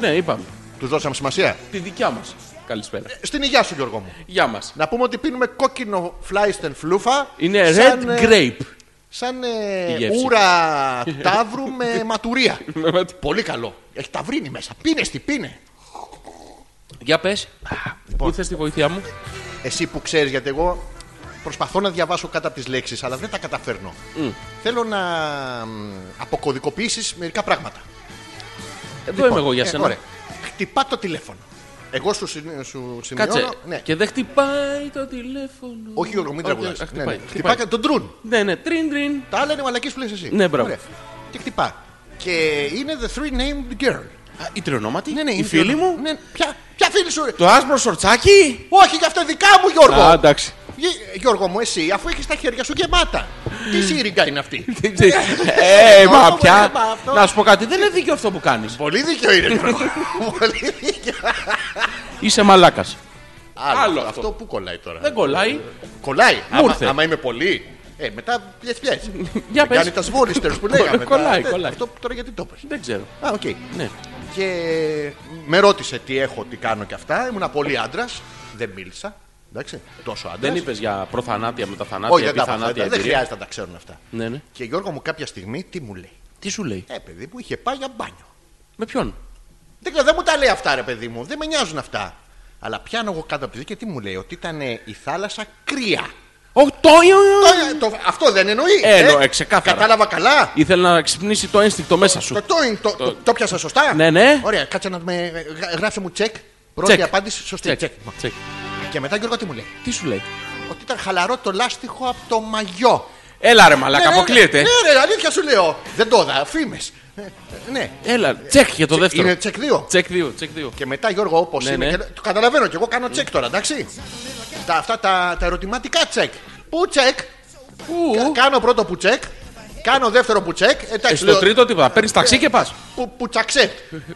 Speaker 2: Ναι, είπαμε.
Speaker 1: Τους δώσαμε σημασία. Ε,
Speaker 2: Τη δικιά μας. Καλησπέρα.
Speaker 1: Στην υγεία σου, Γιώργο μου.
Speaker 2: Γεια μας.
Speaker 1: Να πούμε ότι πίνουμε κόκκινο φλάιστεν φλούφα.
Speaker 2: Είναι
Speaker 1: σαν,
Speaker 2: red
Speaker 1: ε,
Speaker 2: grape.
Speaker 1: Σαν ε,
Speaker 2: Η γεύση.
Speaker 1: ούρα ταύρου με ματουρία. Πολύ καλό. Έχει ταυρίνη μέσα. Πίνε τι πίνε.
Speaker 2: Για πες.
Speaker 1: λοιπόν.
Speaker 2: Πού θες τη βοήθειά μου.
Speaker 1: Εσύ που ξέρεις, γιατί εγώ προσπαθώ να διαβάσω κάτω από τις λέξεις, αλλά δεν τα καταφέρνω. Θέλω να αποκωδικοποιήσεις μερικά πράγματα.
Speaker 2: Εδώ είμαι εγώ για
Speaker 1: Ε,
Speaker 2: σένα.
Speaker 1: ωραία. Χτυπά το τηλέφωνο. Εγώ σου, συν- σου σημειώνω.
Speaker 2: Κάτσε.
Speaker 1: Ναι.
Speaker 2: Και δεν χτυπάει το τηλέφωνο.
Speaker 1: Όχι, Γιώργο, μην
Speaker 2: Α,
Speaker 1: τραγουδά.
Speaker 2: α, Χτυπάει.
Speaker 1: Χτυπά
Speaker 2: χτυπάει.
Speaker 1: και Ναι, τον τρουν.
Speaker 2: Ναι, ναι, τριν τριν.
Speaker 1: Τα άλλα είναι μαλακή που λες εσύ.
Speaker 2: Ναι, μπράβο.
Speaker 1: Ωραία. Και χτυπά. Και είναι the three named girl.
Speaker 2: Η τρενόματη.
Speaker 1: Ναι, ναι,
Speaker 2: η
Speaker 1: είναι
Speaker 2: φίλη
Speaker 1: Γιώργο.
Speaker 2: μου.
Speaker 1: Ναι, ποια, ποια φίλη σου. ρε?
Speaker 2: Το άσπρο σορτσάκι.
Speaker 1: Όχι, για αυτό δικά μου Γιώργο.
Speaker 2: Α, εντάξει.
Speaker 1: Γι- Γιώργο μου, εσύ, αφού έχεις τα χέρια σου γεμάτα. Τι σύριγγα είναι αυτή.
Speaker 2: Ε, μα
Speaker 1: Γιώργο,
Speaker 2: πια.
Speaker 1: ε, Ναι. μα αυτό.
Speaker 2: Να σου πω κάτι, δεν είναι δίκιο αυτό που κάνεις.
Speaker 1: Πολύ δίκιο είναι, Γιώργο. Πολύ δίκιο.
Speaker 2: Είσαι μαλάκας.
Speaker 1: Άλλο,
Speaker 2: Άλλο
Speaker 1: αυτό.
Speaker 2: αυτό.
Speaker 1: που κολλάει τώρα.
Speaker 2: Δεν κολλάει.
Speaker 1: Κολλάει. άμα,
Speaker 2: ήρθε.
Speaker 1: άμα είμαι πολύ. Ε, μετά πιες πιες.
Speaker 2: Για πες.
Speaker 1: Κάνει τα σβόλιστερς που λέγαμε.
Speaker 2: Κολλάει,
Speaker 1: Τα-
Speaker 2: κολλάει.
Speaker 1: Αυτό τώρα γιατί το είπες.
Speaker 2: Δεν ξέρω.
Speaker 1: Α, οκ.
Speaker 2: Ναι.
Speaker 1: Και με ρώτησε τι έχω, τι κάνω και αυτά. Ήμουν πολύ άντρας. Δεν μίλησα. Εντάξει, τόσο άντρας.
Speaker 2: Δεν είπες για προθανάτια,
Speaker 1: Όχι,
Speaker 2: μεταθανάτια,
Speaker 1: δεν τα είπα αυτά.
Speaker 2: επιθανάτια
Speaker 1: Δεν
Speaker 2: εμπειρία.
Speaker 1: χρειάζεται να τα ξέρουν αυτά.
Speaker 2: Ναι, ναι.
Speaker 1: Και Γιώργο μου κάποια στιγμή τι μου λέει.
Speaker 2: Τι σου λέει.
Speaker 1: Ε, παιδί μου, είχε πάει για μπάνιο.
Speaker 2: Με ποιον.
Speaker 1: Δεν, ξέρω, δεν μου τα λέει αυτά, ρε παιδί μου. Δεν με νοιάζουν αυτά. Αλλά πιάνω εγώ κάτω από τη ζωή και τι μου λέει, ότι ήταν ε, η θάλασσα κρύα.
Speaker 2: Ω, το.
Speaker 1: Το- το- αυτό δεν εννοεί.
Speaker 2: Ε, εννοώ, ε, ξεκάθαρα.
Speaker 1: Κατάλαβα καλά.
Speaker 2: Ήθελε να ξυπνήσει το ένστικτο μέσα σου.
Speaker 1: Το, το, το, το, το πιάσα σωστά.
Speaker 2: Ναι, ναι.
Speaker 1: Ωραία, κάτσε να με. γρα- Γράψε μου τσεκ. Πρώτη
Speaker 2: Τσεκ.
Speaker 1: απάντηση, σωστή.
Speaker 2: Τσεκ,
Speaker 1: Τσεκ.
Speaker 2: τσεκ.
Speaker 1: Και μετά Γιώργο τι μου λέει.
Speaker 2: Τι σου λέει.
Speaker 1: Ότι ήταν χαλαρό το λάστιχο από το μαγιό.
Speaker 2: Έλα ρε μαλάκα, αποκλείεται.
Speaker 1: Ναι, ναι, ναι, αλήθεια σου λέω. Δεν το είδα, φήμες. Ναι,
Speaker 2: Έλα, τσεκ για το δεύτερο.
Speaker 1: είναι τσεκ 2.
Speaker 2: Τσεκ 2, τσεκ 2.
Speaker 1: Και μετά Γιώργο, όπως
Speaker 2: Ναι,
Speaker 1: είναι.
Speaker 2: ναι. Mm.
Speaker 1: Και, το καταλαβαίνω και εγώ κάνω τσεκ τώρα, εντάξει. Τα, αυτά τα, τα ερωτηματικά τσεκ. Πού τσεκ. Κα- Κάνω πρώτο που τσεκ. Κάνω
Speaker 2: Ε,
Speaker 1: δεύτερο που τσεκ. Ε, Εντάξει,
Speaker 2: Στο τρίτο τίποτα. Παίρνεις ταξί και πας.
Speaker 1: ε, Που, τσαξέ.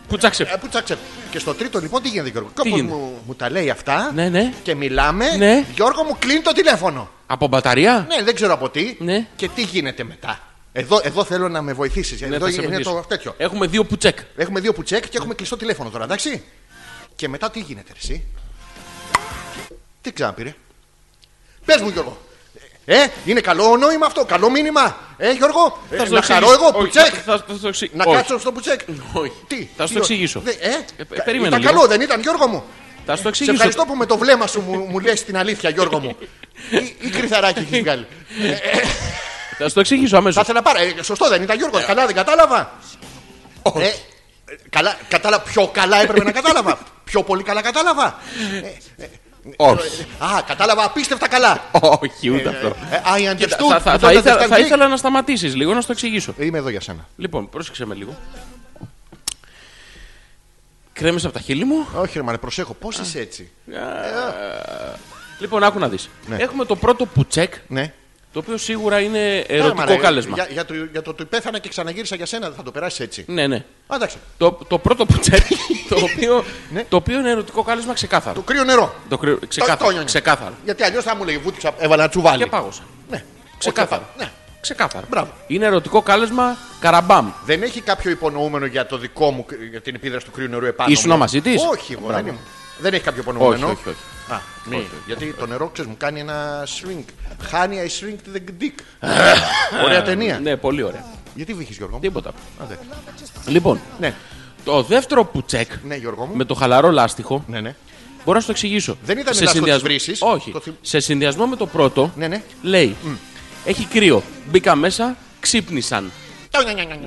Speaker 2: Πουτσάξε.
Speaker 1: Που τσαξέ. Και στο τρίτο λοιπόν τι γίνεται Γιώργο. Κάπως
Speaker 2: γίνεται?
Speaker 1: μου, μου τα λέει αυτά
Speaker 2: Ναι, ναι.
Speaker 1: και μιλάμε.
Speaker 2: Ναι.
Speaker 1: Γιώργο μου κλείνει το τηλέφωνο.
Speaker 2: Από μπαταρία.
Speaker 1: Ναι, δεν ξέρω από τι.
Speaker 2: Ναι.
Speaker 1: Και τι γίνεται μετά. Εδώ, εδώ θέλω να με βοηθήσεις.
Speaker 2: Ναι,
Speaker 1: εδώ
Speaker 2: θα σε
Speaker 1: είναι
Speaker 2: βοηθήσω.
Speaker 1: το τέτοιο. Ε,
Speaker 2: Έχουμε δύο πουτσέκ.
Speaker 1: Έχουμε δύο πουτσέκ και έχουμε κλειστό τηλέφωνο τώρα, εντάξει. Και μετά τι γίνεται, ρε, εσύ. Τι ξαναπήρε. Πες μου, Γιώργο. Ε, είναι καλό νόημα αυτό, καλό μήνυμα. Ε, Γιώργο, ε,
Speaker 2: Θα σου το
Speaker 1: να χαρώ
Speaker 2: εξηγήσω.
Speaker 1: εγώ,
Speaker 2: Όχι,
Speaker 1: πουτσέκ.
Speaker 2: θα- θα- θα σου το εξηγήσω.
Speaker 1: Να
Speaker 2: Όχι.
Speaker 1: κάτσω στο πουτσέκ.
Speaker 2: Όχι.
Speaker 1: Τι,
Speaker 2: Θα
Speaker 1: τι
Speaker 2: σου το
Speaker 1: ω-
Speaker 2: εξηγήσω.
Speaker 1: Δε- ε,
Speaker 2: Ε, πε- περίμενε
Speaker 1: Ήταν
Speaker 2: λίγο.
Speaker 1: καλό, δεν ήταν, Γιώργο μου.
Speaker 2: Θα σου το
Speaker 1: Σε
Speaker 2: εξηγήσω.
Speaker 1: ευχαριστώ που με το βλέμμα σου μου, μου λες την αλήθεια, Γιώργο μου. Ή, ή κρυθαράκι έχεις βγάλει.
Speaker 2: Θα σου το εξηγήσω
Speaker 1: Θα
Speaker 2: αμέσω.
Speaker 1: ήθελα πάρα. Ε, σωστό δεν ήταν, Γιώργο. Καλά δεν κατάλαβα. Ε, ε, καλά, κατάλα, πιο καλά έπρεπε να κατάλαβα. Πιο πολύ καλά κατάλαβα. Ε,
Speaker 2: Όχι.
Speaker 1: Α, κατάλαβα απίστευτα καλά.
Speaker 2: Όχι, ούτε αυτό.
Speaker 1: Ε, I
Speaker 2: Κοίτα,
Speaker 1: understood.
Speaker 2: θα- θα-
Speaker 1: You
Speaker 2: Θα
Speaker 1: don't
Speaker 2: ήθελα-
Speaker 1: understand
Speaker 2: θα
Speaker 1: Greek.
Speaker 2: ήθελα να σταματήσεις λίγο να σου το εξηγήσω.
Speaker 1: Ε, Είμαι εδώ για σένα.
Speaker 2: Λοιπόν, πρόσεξε με λίγο. Κρέμεσαι από τα χείλη μου.
Speaker 1: Όχι, ρε, μαρε, προσέχω. Πώς είσαι έτσι.
Speaker 2: Λοιπόν, άκου να δεις.
Speaker 1: Ναι.
Speaker 2: Έχουμε το πρώτο πουτσέκ,
Speaker 1: Ναι.
Speaker 2: το οποίο σίγουρα είναι
Speaker 1: Άρα, μαρε,
Speaker 2: ερωτικό κάλεσμα.
Speaker 1: Για, για το, για το ότι πέθανα και ξαναγύρισα για σένα, δεν θα το περάσεις έτσι.
Speaker 2: Ναι, ναι.
Speaker 1: Α, εντάξει.
Speaker 2: Το, το πρώτο πουτσέκ, το, οποίο,
Speaker 1: Ναι.
Speaker 2: το οποίο είναι ερωτικό κάλεσμα ξεκάθαρο.
Speaker 1: Το κρύο νερό.
Speaker 2: Το κρυ- ξεκάθαρο.
Speaker 1: νιώνει.
Speaker 2: ξεκάθαρο.
Speaker 1: Γιατί αλλιώς θα μου λέει βούτυξα, έβαλα τσουβάλι.
Speaker 2: Και πάγωσα.
Speaker 1: Ναι.
Speaker 2: Ξεκάθαρο.
Speaker 1: Όχι, Ναι.
Speaker 2: Ξεκάθαρο.
Speaker 1: Μπράβο.
Speaker 2: Είναι ερωτικό κάλεσμα καραμπάμ.
Speaker 1: Δεν έχει κάποιο υπονοούμενο για το δικό μου, για την επίδραση του κρύου νερού επάνω.
Speaker 2: Ήσουν
Speaker 1: μου.
Speaker 2: μαζί της?
Speaker 1: Όχι, εγώ δεν
Speaker 2: Μπράβο.
Speaker 1: ήμουν. Δεν έχει κάποιο υπονοούμενο.
Speaker 2: Όχι, όχι, όχι.
Speaker 1: Α, μη. γιατί το νερό, ξέρεις, μου κάνει ένα shrink. Χάνει, I shrink to the dick. Ωραία ταινία.
Speaker 2: Ναι, πολύ ωραία.
Speaker 1: Γιατί βύχει, Γιώργο. μου?
Speaker 2: Τίποτα.
Speaker 1: Α, δεν.
Speaker 2: Λοιπόν,
Speaker 1: Ναι,
Speaker 2: το δεύτερο πουτσέκ
Speaker 1: ναι, Γιώργο μου.
Speaker 2: με το χαλαρό λάστιχο
Speaker 1: Ναι, ναι.
Speaker 2: Μπορώ να σου το εξηγήσω.
Speaker 1: Δεν ήταν λάθος
Speaker 2: συνδυασμό-
Speaker 1: της βρύσης.
Speaker 2: Όχι.
Speaker 1: Το θυμ-
Speaker 2: Σε συνδυασμό με το πρώτο,
Speaker 1: Ναι, ναι.
Speaker 2: λέει: Έχει κρύο. Μπήκα μέσα, ξύπνησαν.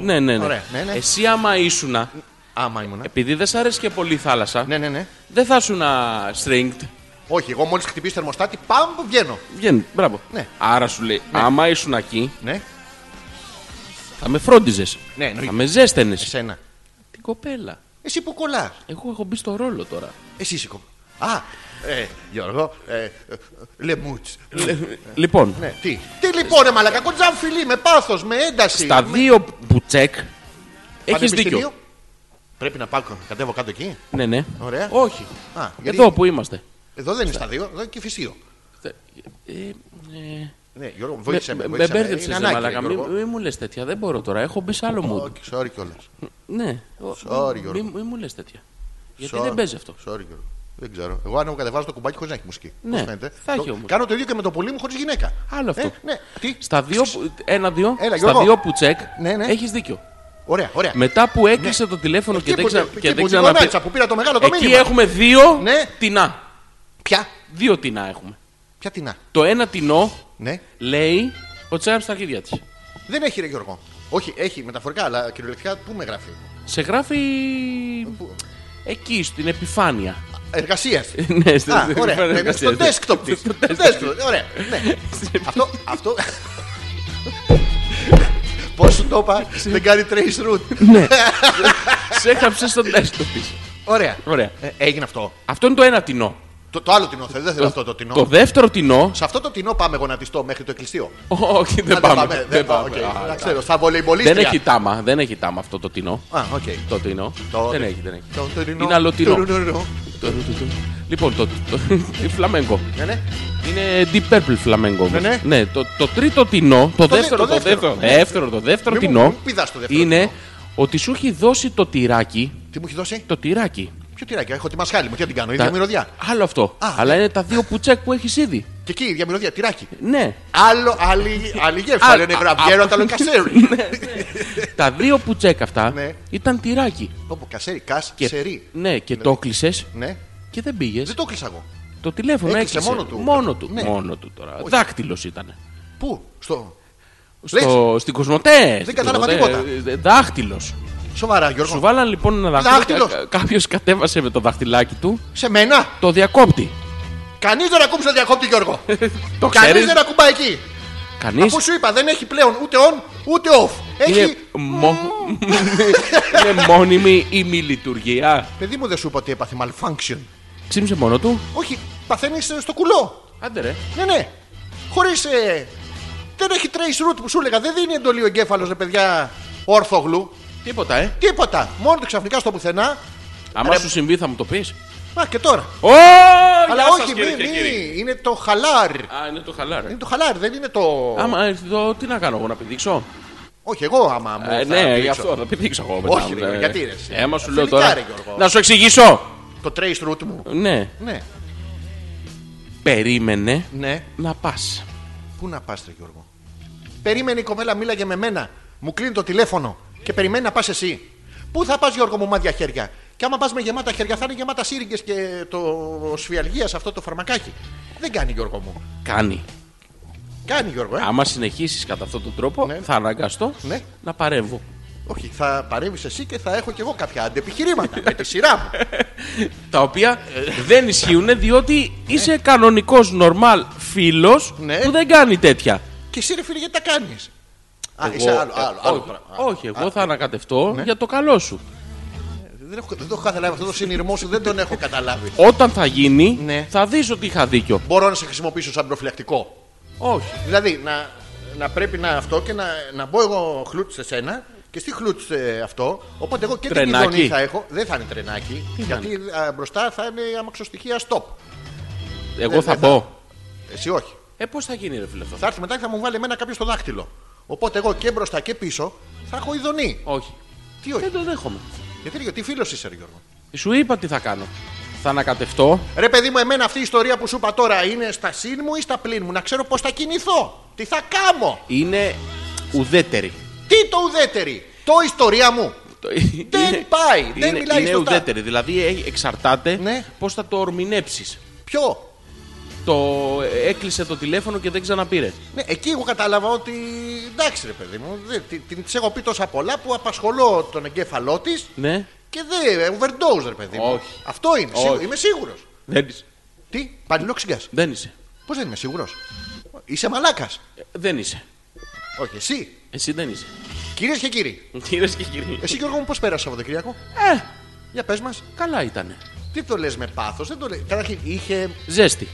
Speaker 2: Ναι, ναι, ναι.
Speaker 1: Ωραία. Ναι, ναι.
Speaker 2: Εσύ, άμα ήσουνα,
Speaker 1: Άμα ήμουνα.
Speaker 2: επειδή δεν σ' αρέσει και πολύ η θάλασσα,
Speaker 1: Ναι, ναι, ναι.
Speaker 2: δεν θα ήσουνα stringed.
Speaker 1: Όχι, εγώ μόλις χτυπήσει θερμοστάτη, παμπ βγαίνω.
Speaker 2: Βγαίνει, μπράβο.
Speaker 1: Ναι.
Speaker 2: Άρα σου λέει: Άμα ήσουν εκεί,
Speaker 1: Ναι,
Speaker 2: θα με φρόντιζες.
Speaker 1: Ναι, εννοείται.
Speaker 2: θα με ζέστενε.
Speaker 1: εσένα.
Speaker 2: Την κοπέλα.
Speaker 1: Εσύ που κολλάς.
Speaker 2: Εγώ έχω μπει στο ρόλο τώρα.
Speaker 1: Εσύ είσαι κολλά. Α, ε, Γιώργο, ε, ε, λεμούτς.
Speaker 2: λοιπόν,
Speaker 1: Ναι, τι. Τι λοιπόν, ρε Μαλακά, κοντζάν φιλί, με πάθος, με ένταση.
Speaker 2: στα
Speaker 1: με...
Speaker 2: δύο πουτσέκ έχει
Speaker 1: πανεπιστημίου.
Speaker 2: δίκιο.
Speaker 1: Πρέπει να πάω, κατέβω κάτω εκεί.
Speaker 2: Ναι, ναι.
Speaker 1: Ωραία.
Speaker 2: Όχι.
Speaker 1: Α, γιατί-
Speaker 2: Ε, Εδώ που είμαστε.
Speaker 1: Εδώ δεν είναι στα δύο, εδώ είναι και φυσίο.
Speaker 2: Ε, ε, ε,
Speaker 1: Ναι, Γιώργο, βοήθησε με.
Speaker 2: με- Με
Speaker 1: βοήθησε με.
Speaker 2: μπέρδεψες,
Speaker 1: Είναι
Speaker 2: ρε
Speaker 1: ανάγκη,
Speaker 2: μαλάκα.
Speaker 1: ρε, Γιώργο.
Speaker 2: Μην μου λες τέτοια. Δεν μπορώ τώρα. Έχω μπει σε άλλο mood.
Speaker 1: Όχι, sorry κιόλας.
Speaker 2: Ναι. Ο-
Speaker 1: Sorry,
Speaker 2: μη-
Speaker 1: Γιώργο.
Speaker 2: Μη μου λες τέτοια. Γιατί δεν παίζει αυτό.
Speaker 1: Sorry, Γιώργο. Δεν ξέρω. Εγώ αν έχω κατεβάζω το κουμπάκι χωρίς να έχει μουσική.
Speaker 2: Ναι,
Speaker 1: Πώς φαίνεται.
Speaker 2: θα
Speaker 1: Το-
Speaker 2: έχει όμως.
Speaker 1: Κάνω το ίδιο και με το πολύ μου χωρίς γυναίκα.
Speaker 2: Άλλο αυτό.
Speaker 1: Ε, ναι, τι.
Speaker 2: Στα δύο, που- ένα-δύο,
Speaker 1: Έλα,
Speaker 2: στα
Speaker 1: Γιώργο.
Speaker 2: δύο που τσεκ
Speaker 1: Ναι, ναι.
Speaker 2: έχεις δίκιο.
Speaker 1: Ωραία, ωραία.
Speaker 2: Μετά που έκλεισε το τηλέφωνο
Speaker 1: Εκεί
Speaker 2: και δεν
Speaker 1: που-
Speaker 2: ξα-
Speaker 1: εκεί
Speaker 2: και
Speaker 1: που
Speaker 2: δεν
Speaker 1: την
Speaker 2: ξαναπήρε.
Speaker 1: γονάτισα που πήρα το μεγάλο το
Speaker 2: Εκεί
Speaker 1: μήνυμα.
Speaker 2: έχουμε δύο
Speaker 1: Ναι.
Speaker 2: τεινά.
Speaker 1: Ποια,
Speaker 2: Δύο τεινά έχουμε.
Speaker 1: ποια την α.
Speaker 2: Το ένα τεινό
Speaker 1: Ναι.
Speaker 2: λέει ότι τσέραψε τα αρχίδια της.
Speaker 1: Δεν έχει, ρε Γιώργο. Όχι, έχει μεταφορικά, αλλά κυριολεκτικά πού με γράφει.
Speaker 2: Σε γράφει. Εκεί, στην επιφάνεια.
Speaker 1: Εργασίας.
Speaker 2: Ναι, στην
Speaker 1: Α, ωραία.
Speaker 2: επιφάνεια
Speaker 1: Ναι, Στο
Speaker 2: εργασίας.
Speaker 1: desktop της.
Speaker 2: Στο
Speaker 1: Ωραία. ναι. Αυτό. αυτό... Πώς σου το είπα, δεν κάνει trace route.
Speaker 2: Ναι. Σε έγραψε στον desktop της.
Speaker 1: Ωραία.
Speaker 2: Ωραία.
Speaker 1: Ε, Έγινε αυτό.
Speaker 2: Αυτό είναι το ένα τεινό.
Speaker 1: Το, το άλλο τεινό θέλω, δεν θέλω αυτό το
Speaker 2: Το
Speaker 1: τεινό.
Speaker 2: δεύτερο τεινό.
Speaker 1: Σε αυτό το τεινό πάμε γονατιστό μέχρι το εκκληστήριο.
Speaker 2: Όχι,
Speaker 1: Α,
Speaker 2: δεν πάμε.
Speaker 1: Δεν πάμε.
Speaker 2: πάμε.
Speaker 1: οκ.
Speaker 2: Α,
Speaker 1: Να
Speaker 2: α,
Speaker 1: ξέρω, στα βολεϊμπολίστρια.
Speaker 2: Δεν έχει τάμα, δεν έχει τάμα αυτό το τεινό.
Speaker 1: Α, οκ.
Speaker 2: Το τεινό.
Speaker 1: Το-
Speaker 2: Δεν έχει, δεν έχει.
Speaker 1: Το τεινό.
Speaker 2: Είναι άλλο τεινό.
Speaker 1: Του- του- του- του.
Speaker 2: Το- το- το- Λοιπόν, το. το- η Φλαμέγκο.
Speaker 1: Ναι, ναι.
Speaker 2: Είναι deep purple φλαμέγκο.
Speaker 1: Ναι, ναι.
Speaker 2: Ναι, το, το τρίτο τεινό, το,
Speaker 1: δε-
Speaker 2: δεύτερο,
Speaker 1: το
Speaker 2: το δεύτερο,
Speaker 1: δεύτερο.
Speaker 2: το δεύτερο, το δεύτερο
Speaker 1: Μη μου-
Speaker 2: τεινό
Speaker 1: μη πηδάς το δεύτερο
Speaker 2: είναι
Speaker 1: τεινό.
Speaker 2: ότι σου έχει δώσει το τυράκι.
Speaker 1: Τι μου έχει δώσει,
Speaker 2: Το τυράκι.
Speaker 1: Ποιο τυράκι, έχω τη μασχάλη μου, τι να την κάνω, η
Speaker 2: Τα-
Speaker 1: διαμυρωδιά.
Speaker 2: Άλλο αυτό.
Speaker 1: Α,
Speaker 2: Αλλά είναι τα δύο πουτσέκ που έχεις ήδη.
Speaker 1: Και εκεί η διαμυρωδιά, τυράκι.
Speaker 2: Ναι.
Speaker 1: Άλλο, άλλη, άλλη γεύση.
Speaker 2: Α,
Speaker 1: Άλλο είναι
Speaker 2: α,
Speaker 1: γραβιέρο,
Speaker 2: α. Ναι.
Speaker 1: το άλλο είναι κασέρι.
Speaker 2: τα δύο πουτσέκ αυτά
Speaker 1: Ναι.
Speaker 2: ήταν τυράκι.
Speaker 1: Όπου κασέρι, κασέρι.
Speaker 2: Ναι, και το κλείσε
Speaker 1: Ναι.
Speaker 2: και δεν πήγες.
Speaker 1: Δεν το κλείσα εγώ.
Speaker 2: Το τηλέφωνο
Speaker 1: Έκλεισε
Speaker 2: έκλεισε.
Speaker 1: μόνο του.
Speaker 2: Μόνο του,
Speaker 1: Ναι.
Speaker 2: μόνο του τώρα. Δάκτυλο ήταν.
Speaker 1: Πού, στο.
Speaker 2: Στο, στην Κοσμοτέ. στην
Speaker 1: κατάλαβα
Speaker 2: Κοσμοτέ.
Speaker 1: τίποτα.
Speaker 2: Ε, Δάχτυλο.
Speaker 1: Σοβαρά, Γιώργο.
Speaker 2: Σου βάλαν λοιπόν ένα δάχτυλο.
Speaker 1: Δάχτυλος.
Speaker 2: Κάποιος κατέβασε με το δαχτυλάκι του
Speaker 1: Σε μένα.
Speaker 2: το διακόπτη.
Speaker 1: Κανείς δεν ακούμπησε το διακόπτη, Γιώργο.
Speaker 2: Το
Speaker 1: Κανείς
Speaker 2: ξέρεις.
Speaker 1: δεν ακουμπάει εκεί.
Speaker 2: Κανείς.
Speaker 1: Αφού σου είπα, δεν έχει πλέον ούτε on ούτε off.
Speaker 2: Είναι,
Speaker 1: Έχει.
Speaker 2: μο... είναι μόνιμη η μη λειτουργία.
Speaker 1: Παιδί μου, δεν σου είπα ότι έπαθε malfunction.
Speaker 2: Ξύμισε μόνο του.
Speaker 1: Όχι, παθαίνει στο κουλό.
Speaker 2: Άντε ρε.
Speaker 1: Ναι, ναι. Χωρίς. δεν έχει trace route που σου έλεγα. Δεν δίνει εντολή ο εγκέφαλος, ρε παιδιά, όρθογλου.
Speaker 2: Τίποτα, ε.
Speaker 1: Τίποτα. Μόνο του ξαφνικά στο πουθενά.
Speaker 2: Άμα σου συμβεί θα μου το πεις.
Speaker 1: Α, και τώρα.
Speaker 2: Ω,
Speaker 1: Αλλά
Speaker 2: γεια σας,
Speaker 1: όχι,
Speaker 2: κύριε
Speaker 1: μη,
Speaker 2: και
Speaker 1: μη.
Speaker 2: κύριοι.
Speaker 1: Είναι το χαλάρ.
Speaker 2: Α, είναι το χαλάρι.
Speaker 1: Είναι το χαλάρ, δεν είναι το.
Speaker 2: Άμα έρθει το, τι να κάνω εγώ να πηδήξω.
Speaker 1: Όχι, εγώ άμα μου.
Speaker 2: Ε,
Speaker 1: θα
Speaker 2: ναι,
Speaker 1: πηδήξω.
Speaker 2: γι' αυτό θα πηδήξω εγώ μετά.
Speaker 1: Όχι, ρε,
Speaker 2: Ε,
Speaker 1: γιατί, ρε, εσύ.
Speaker 2: Ε, μα σου λέω
Speaker 1: Φιλικά,
Speaker 2: τώρα.
Speaker 1: ρε, Γιώργο.
Speaker 2: Να σου εξηγήσω.
Speaker 1: Το trace route μου.
Speaker 2: Ναι,
Speaker 1: Ναι,
Speaker 2: περίμενε
Speaker 1: ναι.
Speaker 2: να πας.
Speaker 1: Πού να πας, ρε Γιώργο. Περίμενε η κοπέλα, μίλαγε με μένα. Μου κλείνει το τηλέφωνο και περιμένει να πας εσύ. Πού θα πας, Γιώργο μου, μάτια χέρια. Και άμα πας με γεμάτα χέρια, θα είναι γεμάτα σύριγγες και το σφιαλγίας σε αυτό το φαρμακάκι. Δεν κάνει, Γιώργο μου.
Speaker 2: Κάνει.
Speaker 1: Κάνει, Γιώργο, ε.
Speaker 2: Άμα συνεχίσεις κατά αυτόν τον τρόπο,
Speaker 1: Ναι.
Speaker 2: θα αναγκαστώ
Speaker 1: Ναι.
Speaker 2: να παρέμβω.
Speaker 1: Όχι, θα παρέμβεις εσύ και θα έχω κι εγώ κάποια αντεπιχειρήματα με τη σειρά μου.
Speaker 2: Τα οποία ε, δεν ισχύουν διότι είσαι κανονικός, νορμάλ φίλος
Speaker 1: Ναι.
Speaker 2: που δεν κάνει τέτοια.
Speaker 1: και εσύ, ρε φίλε, γιατί τα κάνεις. Α,
Speaker 2: Εγώ- ε,
Speaker 1: είσαι άλλο, άλλο, άλλο
Speaker 2: όχι,
Speaker 1: πράγμα. ναι.
Speaker 2: όχι, εγώ θα ανακατευτώ για το καλό σου.
Speaker 1: Δεν, έχω, δεν το έχω καταλάβει αυτό το συνειρμό σου, δεν τον έχω καταλάβει.
Speaker 2: Όταν θα γίνει,
Speaker 1: Ναι.
Speaker 2: θα δεις ότι είχα δίκιο.
Speaker 1: Μπορώ να σε χρησιμοποιήσω σαν προφυλακτικό.
Speaker 2: Όχι.
Speaker 1: Δηλαδή να, να πρέπει να αυτό και να, να μπω εγώ χλούτ σε σένα και στη χλούτ σε αυτό. Οπότε εγώ και
Speaker 2: Τρενάκι.
Speaker 1: την ειδονή θα έχω. Δεν θα είναι τρενάκι. γιατί α, μπροστά θα είναι αμαξοστοιχεία stop.
Speaker 2: Εγώ
Speaker 1: Δεν-
Speaker 2: θα
Speaker 1: δεν
Speaker 2: πω.
Speaker 1: Εσύ όχι.
Speaker 2: Ε, πώς θα γίνει, ρε φίλε αυτό.
Speaker 1: Θα έρθει μετά και θα μου βάλει εμένα κάποιο στο δάχτυλο. Οπότε εγώ και μπροστά και πίσω θα έχω ειδονή.
Speaker 2: Όχι.
Speaker 1: Τι όχι.
Speaker 2: Δεν το δέχομαι.
Speaker 1: Γιατί ρε, τι φίλος είσαι, ρε, Γιώργο.
Speaker 2: Σου είπα τι θα κάνω. Θα ανακατευτώ.
Speaker 1: Ρε παιδί μου, εμένα αυτή η ιστορία που σου είπα τώρα είναι στα συν μου ή στα πλήν μου. Να ξέρω πώς θα κινηθώ. Τι θα κάνω.
Speaker 2: Είναι ουδέτερη.
Speaker 1: Τι το ουδέτερη. Το ιστορία μου.
Speaker 2: Το-
Speaker 1: Δεν πάει, δεν
Speaker 2: είναι,
Speaker 1: μιλάει
Speaker 2: είναι
Speaker 1: σωστά.
Speaker 2: ουδέτερη. Δηλαδή ε, εξαρτάται
Speaker 1: Ναι.
Speaker 2: πώς θα το ορμηνέψεις.
Speaker 1: Ποιο.
Speaker 2: Το έκλεισε το τηλέφωνο και δεν ξαναπήρε.
Speaker 1: Ναι, εκεί εγώ κατάλαβα ότι εντάξει ρε παιδί μου, δεν- τη- την της έχω πει τόσα πολλά που απασχολώ τον εγκέφαλό της
Speaker 2: Ναι.
Speaker 1: και δεν overdose ρε παιδί μου.
Speaker 2: Όχι.
Speaker 1: Αυτό είναι, σίγου-
Speaker 2: Όχι.
Speaker 1: είμαι σίγουρος.
Speaker 2: Δεν είσαι.
Speaker 1: Τι, πανηλόξιγκα.
Speaker 2: Δεν είσαι.
Speaker 1: Πώς δεν είμαι σίγουρος. Είσαι μαλάκας.
Speaker 2: Ε, Δεν είσαι.
Speaker 1: Όχι, εσύ.
Speaker 2: Εσύ δεν είσαι.
Speaker 1: Κυρίες και κύριοι,
Speaker 2: Κυρίες και κύριοι.
Speaker 1: εσύ Γιώργο μου πώς πέρασε το Σαββατοκύριακο.
Speaker 2: Ε,
Speaker 1: Για πες μας,
Speaker 2: καλά ήταν.
Speaker 1: τι το λες με πάθος, δεν το λες. Καταρχήν είχε.
Speaker 2: Ζέστη.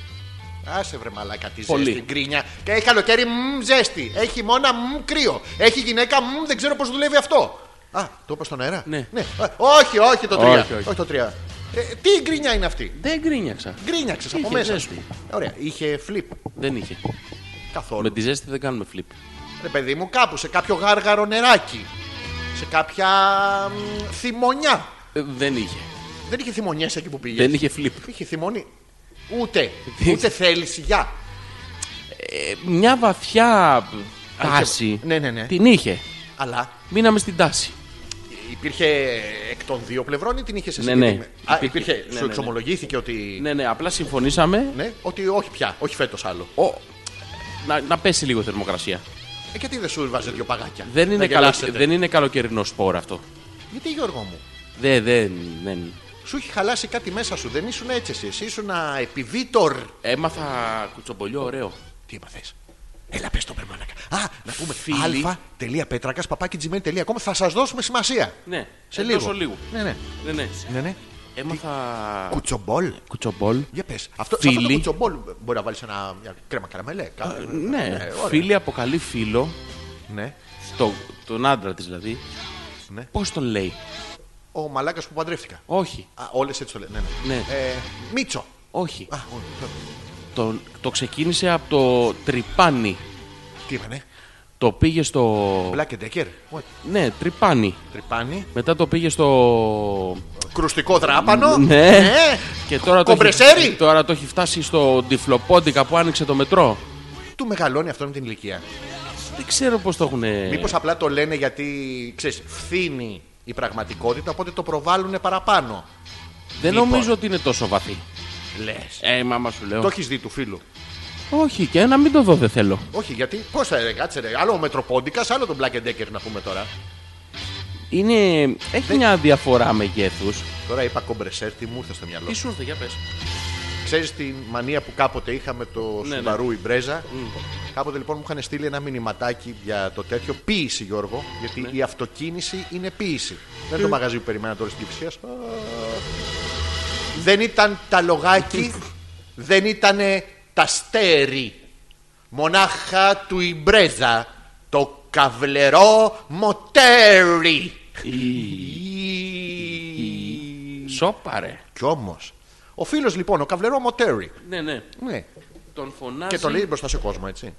Speaker 1: Άσε βρε μαλάκα τη
Speaker 2: Πολύ.
Speaker 1: ζέστη, γκρίνια. Και έχει καλοκαίρι, μ, ζέστη. Έχει χειμώνα, μ, κρύο. Έχει γυναίκα, μ, δεν ξέρω πώς δουλεύει αυτό. Α, το είπα στον αέρα.
Speaker 2: Ναι.
Speaker 1: Α, Όχι, όχι το 3.
Speaker 2: Όχι,
Speaker 1: Όχι,
Speaker 2: όχι.
Speaker 1: το 3. Ε, τι γκρίνια είναι αυτή.
Speaker 2: Δεν γκρίνιαξα.
Speaker 1: Γκρίνιαξες από
Speaker 2: Είχε
Speaker 1: μέσα.
Speaker 2: ζέστη.
Speaker 1: σου. Ωραία, είχε φλιπ.
Speaker 2: Δεν είχε.
Speaker 1: Καθόλου.
Speaker 2: Με τη ζέστη δεν κάνουμε flip.
Speaker 1: Ρε παιδί μου, κάπου σε κάποιο γάργαρο νεράκι. Σε κάποια μ, θυμονιά.
Speaker 2: Ε, δεν είχε.
Speaker 1: Δεν είχε θυμονιές εκεί που πήγες.
Speaker 2: Δεν είχε flip.
Speaker 1: Είχε θυμονή. Ούτε. Ούτε θέληση. Γεια.
Speaker 2: Ε, μια βαθιά τάση
Speaker 1: Ναι, ναι, ναι.
Speaker 2: την είχε.
Speaker 1: Αλλά
Speaker 2: Μείναμε στην τάση.
Speaker 1: Υπήρχε εκ των δύο πλευρών ή την είχε σε
Speaker 2: Ναι,
Speaker 1: συγκεκριμένη-
Speaker 2: ναι.
Speaker 1: Α,
Speaker 2: Υπήρχε.
Speaker 1: υπήρχε.
Speaker 2: Ναι,
Speaker 1: Σου
Speaker 2: ναι, ναι.
Speaker 1: εξομολογήθηκε ότι. Ναι.
Speaker 2: Ναι, ναι, απλά συμφωνήσαμε
Speaker 1: ότι όχι πια, όχι φέτος άλλο.
Speaker 2: ο, να, να πέσει λίγο η θερμοκρασία.
Speaker 1: Ε, γιατί δεν σου βάζει δύο παγάκια.
Speaker 2: Δεν
Speaker 1: να
Speaker 2: είναι, καλο,
Speaker 1: γελάσετε.
Speaker 2: δεν είναι καλοκαιρινό σπόρο αυτό.
Speaker 1: Γιατί Γιώργο μου,
Speaker 2: Δεν, δεν, δεν.
Speaker 1: σου έχει χαλάσει κάτι μέσα σου. Δεν ήσουν έτσι εσύ. Εσύ ήσουν επιβίτορ.
Speaker 2: Έμαθα κουτσομπολιό ωραίο.
Speaker 1: Τι έπαθε. Έλα, πες το περμανάκα. Α, να πούμε.
Speaker 2: Φίλοι.
Speaker 1: αλφα.πέτρακα παπάκι.gmail.com Θα σας δώσουμε σημασία.
Speaker 2: Ναι,
Speaker 1: Σε
Speaker 2: εντός
Speaker 1: λίγο.
Speaker 2: ολίγου.
Speaker 1: Ναι, ναι.
Speaker 2: Ναι, ναι.
Speaker 1: ναι, ναι.
Speaker 2: Έμαθα
Speaker 1: Κουτσομπόλ.
Speaker 2: κουτσομπολ.
Speaker 1: Για πες. Αυτό, σε
Speaker 2: Φίλοι.
Speaker 1: αυτό το κουτσομπόλ μπορεί να βάλεις ένα μια κρέμα καραμελέ. κάτι.
Speaker 2: Ναι,
Speaker 1: ωραία.
Speaker 2: φίλη αποκαλεί φίλο,
Speaker 1: Ναι.
Speaker 2: το, τον άντρα της δηλαδή.
Speaker 1: Ναι.
Speaker 2: Πώς τον λέει.
Speaker 1: Ο μαλάκας που παντρεύτηκα.
Speaker 2: Όχι,
Speaker 1: Α, όλες έτσι το λένε. Ναι, ναι.
Speaker 2: ναι,
Speaker 1: Ε, Μίτσο.
Speaker 2: όχι.
Speaker 1: Α, ο-
Speaker 2: Το, το ξεκίνησε από το τρυπάνι.
Speaker 1: τι είπανε.
Speaker 2: Το πήγε στο.
Speaker 1: Black and Decker. What?
Speaker 2: Ναι, τρυπάνι.
Speaker 1: Τρυπάνι.
Speaker 2: Μετά το πήγε στο.
Speaker 1: Κρουστικό δράπανο.
Speaker 2: Ναι. Και τώρα το,
Speaker 1: Κομπρεσέρι.
Speaker 2: έχει, τώρα το έχει φτάσει στο τυφλοπόντικα που άνοιξε το μετρό.
Speaker 1: Του μεγαλώνει αυτό με την ηλικία.
Speaker 2: Δεν ξέρω πώς το έχουν.
Speaker 1: Μήπως απλά το λένε γιατί ξέρεις, φθήνει η πραγματικότητα, οπότε το προβάλλουν παραπάνω.
Speaker 2: Δεν
Speaker 1: λοιπόν.
Speaker 2: νομίζω ότι είναι τόσο βαθύ.
Speaker 1: Λες.
Speaker 2: Ε, μάμα σου λέω.
Speaker 1: Το έχεις δει του φίλου.
Speaker 2: Όχι, και να μην το δω δεν θέλω.
Speaker 1: Όχι, γιατί. Πώς θα ρε, κάτσε ρε. Άλλο ο Μετροπόντικας, άλλο τον Black and Decker να πούμε τώρα.
Speaker 2: Είναι... Έχει
Speaker 1: Ε-
Speaker 2: μια διαφορά μεγέθους.
Speaker 1: Τώρα είπα κομπρεσέρ, τι μου Ε, ήρθε στο μυαλό.
Speaker 2: Τι σου ήρθε, για πες.
Speaker 1: Ξέρεις την μανία που κάποτε είχαμε το
Speaker 2: Ναι,
Speaker 1: Σουβαρού η Μπρέζα. Κάποτε λοιπόν μου είχαν στείλει ένα μηνυματάκι για το τέτοιο ποίηση, Γιώργο. Γιατί
Speaker 2: Ναι.
Speaker 1: η αυτοκίνηση είναι ποίηση. Δεν είναι το μαγαζί που περιμένα τώρα στην Κυψία. Δεν ήταν τα λογάκι, δεν ήταν τα στέρι. Μονάχα του η Μπρέζα. Το καβλερό μοτέρι. Ή-
Speaker 2: Σόπαρε.
Speaker 1: Κι όμως. Ο φίλος λοιπόν, ο καβλερό Μοτέρι.
Speaker 2: Ναι, ναι.
Speaker 1: Ναι.
Speaker 2: Τον φωνάζει.
Speaker 1: Και το λέει μπροστά σε κόσμο, έτσι.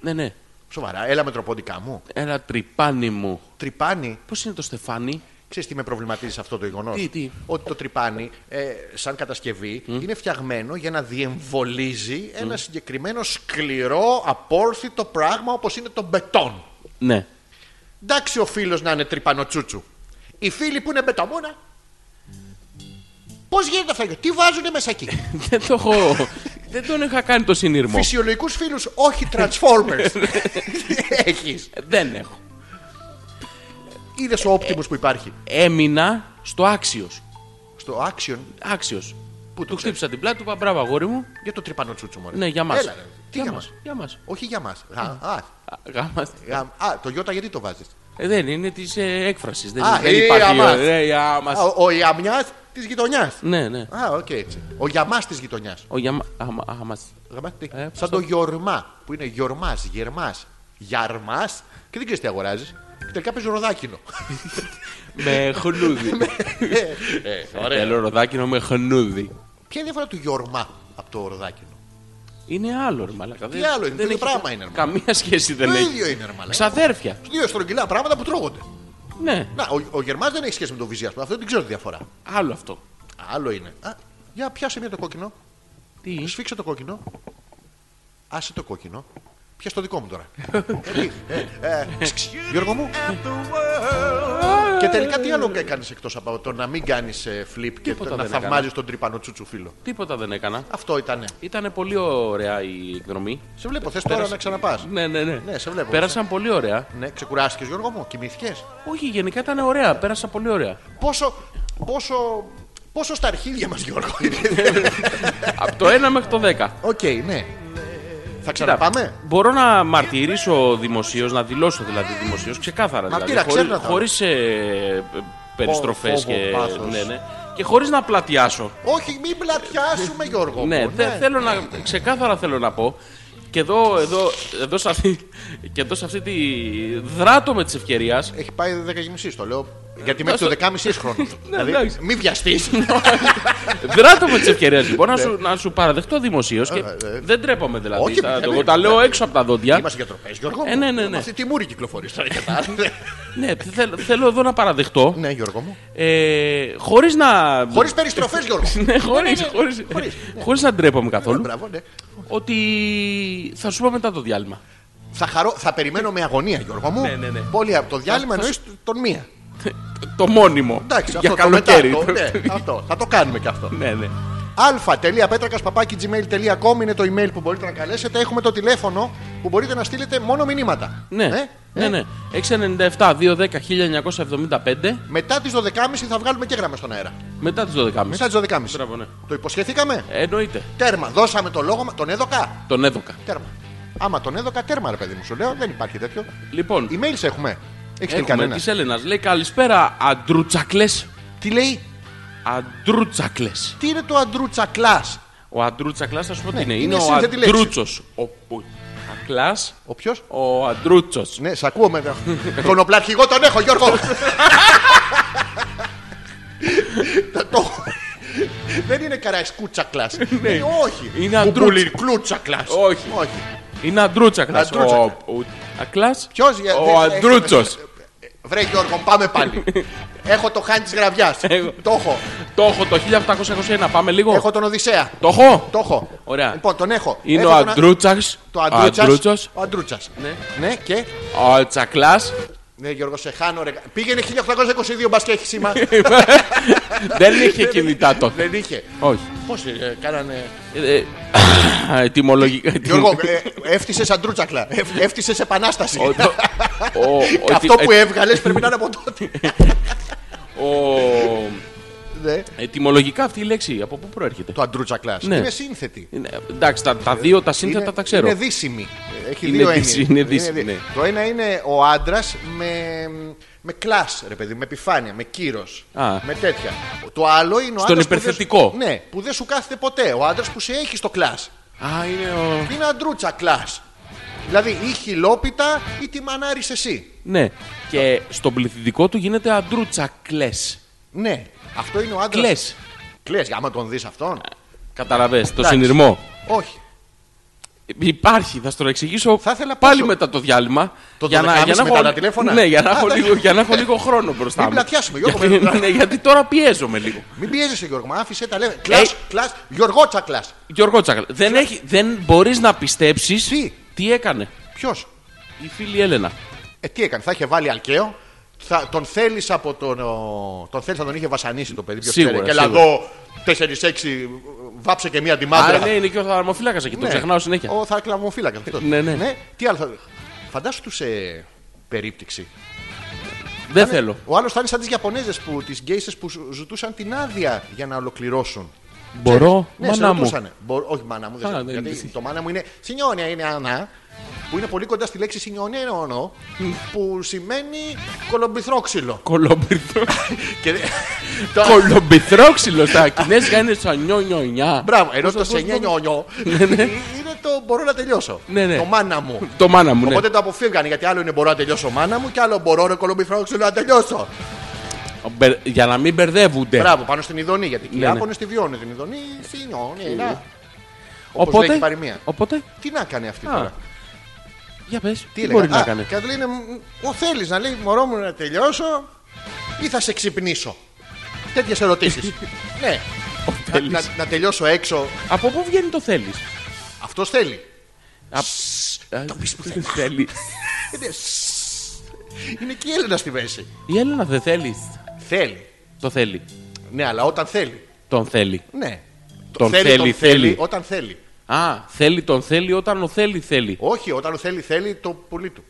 Speaker 2: Ναι, ναι.
Speaker 1: Σοβαρά, έλα με τροποντικά μου.
Speaker 2: Ένα τρυπάνι μου.
Speaker 1: Τρυπάνι.
Speaker 2: Πώς είναι το Στεφάνι.
Speaker 1: Ξέρεις τι με προβληματίζει σε αυτό το γεγονός.
Speaker 2: Τι, τι?
Speaker 1: Ότι το τρυπάνι, ε, σαν κατασκευή, είναι φτιαγμένο για να διεμβολίζει ένα συγκεκριμένο σκληρό, απόρθητο πράγμα όπως είναι το μπετόν.
Speaker 2: Ναι.
Speaker 1: Εντάξει ο φίλος να είναι τρυπανοτσούτσου. Οι φίλοι που είναι μπεταμούνα. Πώς γίνεται αυτό, τι βάζουνε μέσα εκεί.
Speaker 2: Δεν το έχω. Δεν τον είχα κάνει το συνειρμό.
Speaker 1: Φυσιολογικούς φίλους, όχι Transformers. Έχεις.
Speaker 2: Δεν έχω.
Speaker 1: Είδες ο Optimus που υπάρχει.
Speaker 2: Έμεινα στο άξιος.
Speaker 1: Στο Action
Speaker 2: Άξιος.
Speaker 1: Πού το
Speaker 2: Του
Speaker 1: ξέρεις?
Speaker 2: χτύπησα την πλάτη του, είπα μπράβο αγόρι μου.
Speaker 1: για το τρυπανοτσούτσου μωρέ.
Speaker 2: Ναι, για Ναι. μας.
Speaker 1: Έλα, ρε. Τι για μας.
Speaker 2: Για μας.
Speaker 1: Όχι για μας. Α,
Speaker 2: Γάμα.
Speaker 1: γαμ- α, το Ιώτα γιατί το βάζεις.
Speaker 2: Ε, δεν είναι της ε, έκφρασης. Δεν,
Speaker 1: Α,
Speaker 2: δεν
Speaker 1: ε,
Speaker 2: υπάρχει.
Speaker 1: αμάς.
Speaker 2: ε, ε, αμάς.
Speaker 1: Ο Ιαμιάς της γειτονιάς.
Speaker 2: Ναι, ναι.
Speaker 1: Α, οκ, έτσι. Ο γιαμάς της γειτονιάς.
Speaker 2: Ο γιαμα... αμα- αμάς. Ε, πώς
Speaker 1: Σαν το
Speaker 2: το-
Speaker 1: γιορμά που είναι γιορμάς, γερμάς, γιαρμάς και δεν ξέρεις τι αγοράζεις. Τελικά παίζει ροδάκινο.
Speaker 2: με χνούδι. Ε,
Speaker 1: Ε,
Speaker 2: Θέλω ροδάκινο με χνούδι.
Speaker 1: Ποια είναι η διαφορά του γιορμά από το ροδάκινο.
Speaker 2: Ε, Είναι άλλο, ρε μαλάκα.
Speaker 1: Τι άλλο είναι, το ίδιο πράγμα είναι, ρε μαλάκα.
Speaker 2: Καμία σχέση
Speaker 1: Το
Speaker 2: δεν έχει.
Speaker 1: ίδιο είναι, ρε μαλάκα.
Speaker 2: Ξαδέρφια.
Speaker 1: Δύο στρογγυλά πράγματα που τρώγονται.
Speaker 2: Ναι,
Speaker 1: Να, ο, ο Γερμάς δεν έχει σχέση με τον Βυζιά, ας πούμε. αυτό δεν ξέρω τη διαφορά.
Speaker 2: άλλο αυτό.
Speaker 1: Άλλο είναι. Α, για πιάσε μια το κόκκινο.
Speaker 2: Τι.
Speaker 1: Σφίξε το κόκκινο. Άσε το κόκκινο. Πιάσε το δικό μου τώρα. Ε, ε, ε, Γιώργο μου. και τελικά τι άλλο έκανες εκτός από το να μην κάνεις flip και
Speaker 2: Τίποτα
Speaker 1: το- να
Speaker 2: δεν έκανα.
Speaker 1: θαυμάζεις τον τρυπανό τσούτσου φίλο.
Speaker 2: Τίποτα δεν έκανα.
Speaker 1: Αυτό ήταν.
Speaker 2: Ήταν πολύ ωραία η εκδρομή.
Speaker 1: Σε βλέπω. Θες τώρα να ξαναπάς.
Speaker 2: Ναι, ναι, ναι.
Speaker 1: Ναι, σε βλέπω.
Speaker 2: Πέρασαν πολύ ωραία.
Speaker 1: Ναι, ξεκουράστηκες Γιώργο μου, κοιμήθηκες.
Speaker 2: Όχι, γενικά ήταν ωραία. Πέρασα πολύ ωραία.
Speaker 1: Πόσο. πόσο... Πόσο στα αρχίδια μας, Γιώργο.
Speaker 2: Από το 1 μέχρι το 10.
Speaker 1: Οκ, ναι. Θα ξαναπάμε.
Speaker 2: Μπορώ να μαρτυρήσω δημοσίως, να δηλώσω δηλαδή δημοσίως, ξεκάθαρα.
Speaker 1: Μαρτύρα,
Speaker 2: δηλαδή,
Speaker 1: ξέρνα τα.
Speaker 2: χωρίς ε, περιστροφές
Speaker 1: Φόβο,
Speaker 2: και.
Speaker 1: πάθος.
Speaker 2: Ναι, ναι. Και χωρίς να πλατιάσω.
Speaker 1: Όχι, μην πλατιάσουμε, Γιώργο. μου,
Speaker 2: ναι, θε- θέλω να. Ξεκάθαρα θέλω να πω. Και εδώ, εδώ, εδώ, σε αυτή, και εδώ σε αυτή τη. Δράτω με της ευκαιρίας.
Speaker 1: Έχει πάει 10.30 το λέω. Γιατί μέχρι το 10.30 έχει χρόνο. δηλαδή,
Speaker 2: Ε, Ναι, εντάξει. Ναι.
Speaker 1: μην βιαστεί.
Speaker 2: Δράτω με της ευκαιρίας λοιπόν να, σου, να σου παραδεχτώ δημοσίως. Και
Speaker 1: Ναι. Ε, ε.
Speaker 2: δεν τρέπομαι δηλαδή.
Speaker 1: Όχι,
Speaker 2: τα,
Speaker 1: δεν
Speaker 2: το-
Speaker 1: είναι.
Speaker 2: τα λέω έξω από τα δόντια.
Speaker 1: Είμαστε γιατροπέ, Γιώργο. μου.
Speaker 2: Ε, ναι, ναι,
Speaker 1: Με
Speaker 2: ναι.
Speaker 1: Αυτή τη μούρη κυκλοφορεί τώρα και τα άλλα.
Speaker 2: Ναι, θέλ- θέλω εδώ να παραδεχτώ.
Speaker 1: Ναι, Γιώργο μου.
Speaker 2: Ε, χωρίς να.
Speaker 1: Χωρίς περιστροφές, Γιώργο.
Speaker 2: Ναι, χωρίς, χωρίς, χωρίς να ντρέπομαι καθόλου.
Speaker 1: Μπράβο, ναι.
Speaker 2: ότι θα σου πω μετά το διάλειμμα.
Speaker 1: Θα, χαρώ, θα περιμένω με αγωνία, Γιώργο μου.
Speaker 2: Ναι, ναι, ναι.
Speaker 1: Πολύ από το διάλειμμα εννοεί τον μία.
Speaker 2: Το μόνιμο.
Speaker 1: Εντάξει,
Speaker 2: για
Speaker 1: αυτό το
Speaker 2: καλοκαίρι.
Speaker 1: μετά. το- ναι, αυτό. Θα το κάνουμε και αυτό.
Speaker 2: ναι, ναι.
Speaker 1: αλφα.πέτρακα.gmail.com είναι το email που μπορείτε να καλέσετε. Έχουμε το τηλέφωνο που μπορείτε να στείλετε μόνο μηνύματα.
Speaker 2: Ναι,
Speaker 1: Ε,
Speaker 2: ναι,
Speaker 1: ε.
Speaker 2: ναι. 697-210-1975
Speaker 1: Μετά τις 12.30 θα βγάλουμε και γραμμές στον αέρα.
Speaker 2: μετά τις 12.30.
Speaker 1: Μετά τις 12.30.
Speaker 2: Ναι. Μπράβο, ναι.
Speaker 1: Το υποσχεθήκαμε.
Speaker 2: Εννοείται.
Speaker 1: Τέρμα. Δώσαμε το λόγο. μα- Τον έδωκα.
Speaker 2: Τον έδωκα.
Speaker 1: Τέρμα. Άμα τον έδωκα, τέρμα, ρε παιδί μου, σου λέω. Δεν υπάρχει τέτοιο.
Speaker 2: Λοιπόν,
Speaker 1: Emails έχουμε. Έχεις στείλει
Speaker 2: έχουμε
Speaker 1: κανένα.
Speaker 2: της Έλενας. Λέει καλησπέρα αντρούτσακλες.
Speaker 1: Τι λέει,
Speaker 2: Αντρούτσακλες.
Speaker 1: τι είναι το αντρούτσακλά.
Speaker 2: Ο αντρούτσακλας θα σου πω τι
Speaker 1: Ναι,
Speaker 2: είναι.
Speaker 1: είναι
Speaker 2: Είναι ο
Speaker 1: σύνθετη λέξη.
Speaker 2: αντρούτσος. Ο που- Ακλάς,
Speaker 1: Ο ποιος.
Speaker 2: ο αντρούτσος.
Speaker 1: Ναι, σ' ακούω μετά. τον οπλαρχηγό τον έχω, Γιώργο. Τα- το- Δεν είναι καραϊσκούτσακλά. Όχι.
Speaker 2: Ναι. Είναι αντρούτσα.
Speaker 1: Κουμπουλιρκλούτσακλά.
Speaker 2: Όχι. Είναι αντρούτσακλας.
Speaker 1: Αντρούτσακλας.
Speaker 2: Ο- ο- Ακλάς,
Speaker 1: Ποιος, ε,
Speaker 2: ο
Speaker 1: δεν-
Speaker 2: αντρούτσος.
Speaker 1: Βρε Γιώργο, πάμε πάλι. έχω το χάνι της γραβιάς.
Speaker 2: Έχω.
Speaker 1: το έχω.
Speaker 2: Το έχω το 1821, πάμε λίγο.
Speaker 1: Έχω τον Οδυσσέα.
Speaker 2: Το έχω.
Speaker 1: Το έχω.
Speaker 2: Ωραία.
Speaker 1: Λοιπόν, τον έχω.
Speaker 2: Είναι
Speaker 1: έχω
Speaker 2: ο
Speaker 1: τον α-
Speaker 2: Αντρούτσας,
Speaker 1: Το
Speaker 2: ο
Speaker 1: Αντρούτσας.
Speaker 2: Αντρούτσος,
Speaker 1: Ο Αντρούτσας.
Speaker 2: Ναι.
Speaker 1: ναι, και.
Speaker 2: ο Τσακλάς.
Speaker 1: Ναι, Γιώργο, σε χάνω. Ρε. Πήγαινε 1822 μπας και έχεις σήμα.
Speaker 2: Ναι. Δεν είχε κινητά τότε.
Speaker 1: Δεν είχε.
Speaker 2: Όχι.
Speaker 1: Πώς κάνανε.
Speaker 2: Ε, ε, α, Ετοιμολογικά.
Speaker 1: Γιώργο, έφτιασε αντρούτσακλα. Έφτιασε επανάσταση.
Speaker 2: Ο- το- ο- ο-
Speaker 1: Αυτό που
Speaker 2: ε,
Speaker 1: έβγαλες πρέπει να είναι από τότε.
Speaker 2: ο-
Speaker 1: Ναι.
Speaker 2: Ετοιμολογικά αυτή η λέξη από πού προέρχεται.
Speaker 1: Το αντρούτσακλα.
Speaker 2: Ναι.
Speaker 1: Είναι σύνθετη.
Speaker 2: Είναι- Εντάξει, τα, τα δύο τα σύνθετα
Speaker 1: είναι,
Speaker 2: τα ξέρω.
Speaker 1: Είναι δύσιμη. Έχει
Speaker 2: Είναι
Speaker 1: δύο
Speaker 2: δύση-
Speaker 1: έννοιες.
Speaker 2: είναι δύση,
Speaker 1: δύ-
Speaker 2: ναι.
Speaker 1: Το ένα είναι ο άντρας με, με κλάσ, ρε παιδί, με επιφάνεια, με κύρος.
Speaker 2: Α.
Speaker 1: Με τέτοια. Το άλλο είναι ο
Speaker 2: Στον
Speaker 1: άντρας που δεν σου-
Speaker 2: υπερθετικό.
Speaker 1: ναι, που δεν σου κάθεται ποτέ. Ο άντρας που σε έχει στο κλάσ.
Speaker 2: Α, είναι ο.
Speaker 1: Είναι αντρούτσα κλάσ. Δηλαδή ή χιλόπιτα ή τη μανάρις εσύ.
Speaker 2: Ναι. Και στον πληθυντικό του γίνεται αντρούτσακλές.
Speaker 1: Ναι, αυτό είναι ο άντρας.
Speaker 2: Κλε.
Speaker 1: Κλε, άμα τον δεις αυτόν.
Speaker 2: Καταλαβέ το
Speaker 1: Εντάξει.
Speaker 2: συνειρμό.
Speaker 1: Όχι.
Speaker 2: Υπάρχει, θα σου το εξηγήσω
Speaker 1: Θα ήθελα
Speaker 2: πάλι
Speaker 1: πόσο-
Speaker 2: μετά το διάλειμμα.
Speaker 1: Το 12.30 μετά τα τηλέφωνα.
Speaker 2: Ναι, για να,
Speaker 1: Α,
Speaker 2: έχω
Speaker 1: εντάξει.
Speaker 2: λίγο, για να έχω λίγο χρόνο μπροστά
Speaker 1: Μην
Speaker 2: μου.
Speaker 1: πλατιάσουμε, Γιώργο,
Speaker 2: Γιατί,
Speaker 1: μην-
Speaker 2: ναι, γιατί τώρα πιέζομαι λίγο.
Speaker 1: Μην πιέζεσαι, Γιώργο, μα άφησε τα
Speaker 2: Ε.
Speaker 1: λέμε. Κλα, κλα, Γιώργο Τσακλά.
Speaker 2: Γιώργο Τσάκαλα, δεν, έχει, δεν μπορείς να πιστέψεις
Speaker 1: Τι?
Speaker 2: έκανε
Speaker 1: Ποιος.
Speaker 2: η φίλη Έλενα.
Speaker 1: Ε, τι έκανε, θα είχε βάλει αλκαίο. Θα, τον θέλεις από τον. ο, τον θέλεις, θα τον είχε βασανίσει το παιδί. Ποιος
Speaker 2: Σίγουρα,
Speaker 1: ξέρει. Και
Speaker 2: σίγουρα.
Speaker 1: λαδό 4-6 βάψε και μία
Speaker 2: Α,
Speaker 1: τιμάντρα.
Speaker 2: ναι, είναι και ο θαλαμοφύλακας εκεί, το
Speaker 1: Ναι.
Speaker 2: ξεχνάω συνέχεια.
Speaker 1: Ο θακλαμοφύλακα.
Speaker 2: Ναι, ναι.
Speaker 1: Τι άλλο θα. Φαντάσου τους σε περίπτυξη.
Speaker 2: Δεν θέλω.
Speaker 1: Ο άλλος θα είναι σαν τις Ιαπωνέζες που τις γκέισε που σου- ζητούσαν την άδεια για να ολοκληρώσουν.
Speaker 2: Μπορώ,
Speaker 1: Ναι, σε
Speaker 2: μάνα μου.
Speaker 1: ρωτούσανε. Μπο- όχι, μάνα μου. Δεν
Speaker 2: Α,
Speaker 1: σε-
Speaker 2: δεν
Speaker 1: γιατί
Speaker 2: είναι εσύ.
Speaker 1: το μάνα μου είναι σινιόνια, είναι ανά. Που είναι πολύ κοντά στη λέξη σινιόνια, που σημαίνει κολομπιθρόξυλο.
Speaker 2: Κολομπιθρό...
Speaker 1: Και δε- το-
Speaker 2: Κολομπιθρόξυλο στα κινέζικα είναι σαν νιό νιό νιά.
Speaker 1: Μπράβο, ενώ
Speaker 2: Πώς-
Speaker 1: το
Speaker 2: πώς-
Speaker 1: σε
Speaker 2: πώς-
Speaker 1: νιόνιο είναι το μπορώ να τελειώσω.
Speaker 2: Ναι, ναι.
Speaker 1: Το μάνα μου.
Speaker 2: Το μάνα μου, ναι.
Speaker 1: Οπότε το αποφύγανε γιατί άλλο είναι μπορώ να τελειώσω μάνα μου και άλλο μπορώ ρε κολομπιθρόξυλο να τελειώσω.
Speaker 2: Μπερ- Για να μην μπερδεύονται.
Speaker 1: Μπράβο, πάνω στην Ιδονή γιατί και οι
Speaker 2: Ναι, ναι.
Speaker 1: Άπωνες τη βιώνουν την Ιδονή. Σινιόνια. Όπως λέει και η
Speaker 2: Οπότε,
Speaker 1: παροιμία.
Speaker 2: οπότε,
Speaker 1: Τι να κάνει αυτή
Speaker 2: Α,
Speaker 1: τώρα.
Speaker 2: για πες, τι,
Speaker 1: έλεγα.
Speaker 2: μπορείς να
Speaker 1: Α,
Speaker 2: κάνεις.
Speaker 1: Και του λένε, «Μ, ο θέλεις να λέει μωρό μου να τελειώσω ή θα σε ξυπνήσω. Τέτοιες ερωτήσεις. ναι. Να,
Speaker 2: Θέλεις.
Speaker 1: να- να τελειώσω έξω.
Speaker 2: Από πού βγαίνει το θέλεις.
Speaker 1: Αυτός θέλει.
Speaker 2: Α, θέλεις.
Speaker 1: Είναι, είναι και η Έλληνα στη μέση.
Speaker 2: Η Έλενα δεν θέλει.
Speaker 1: Θέλει.
Speaker 2: Το θέλει.
Speaker 1: Ναι, αλλά όταν θέλει.
Speaker 2: Τον θέλει.
Speaker 1: Ναι.
Speaker 2: Τον θέλει, θέλει.
Speaker 1: Όταν θέλει.
Speaker 2: Α, θέλει τον θέλει όταν ο θέλει θέλεις.
Speaker 1: Όχι, όταν ο θέλεις, θέλει το πουλί του.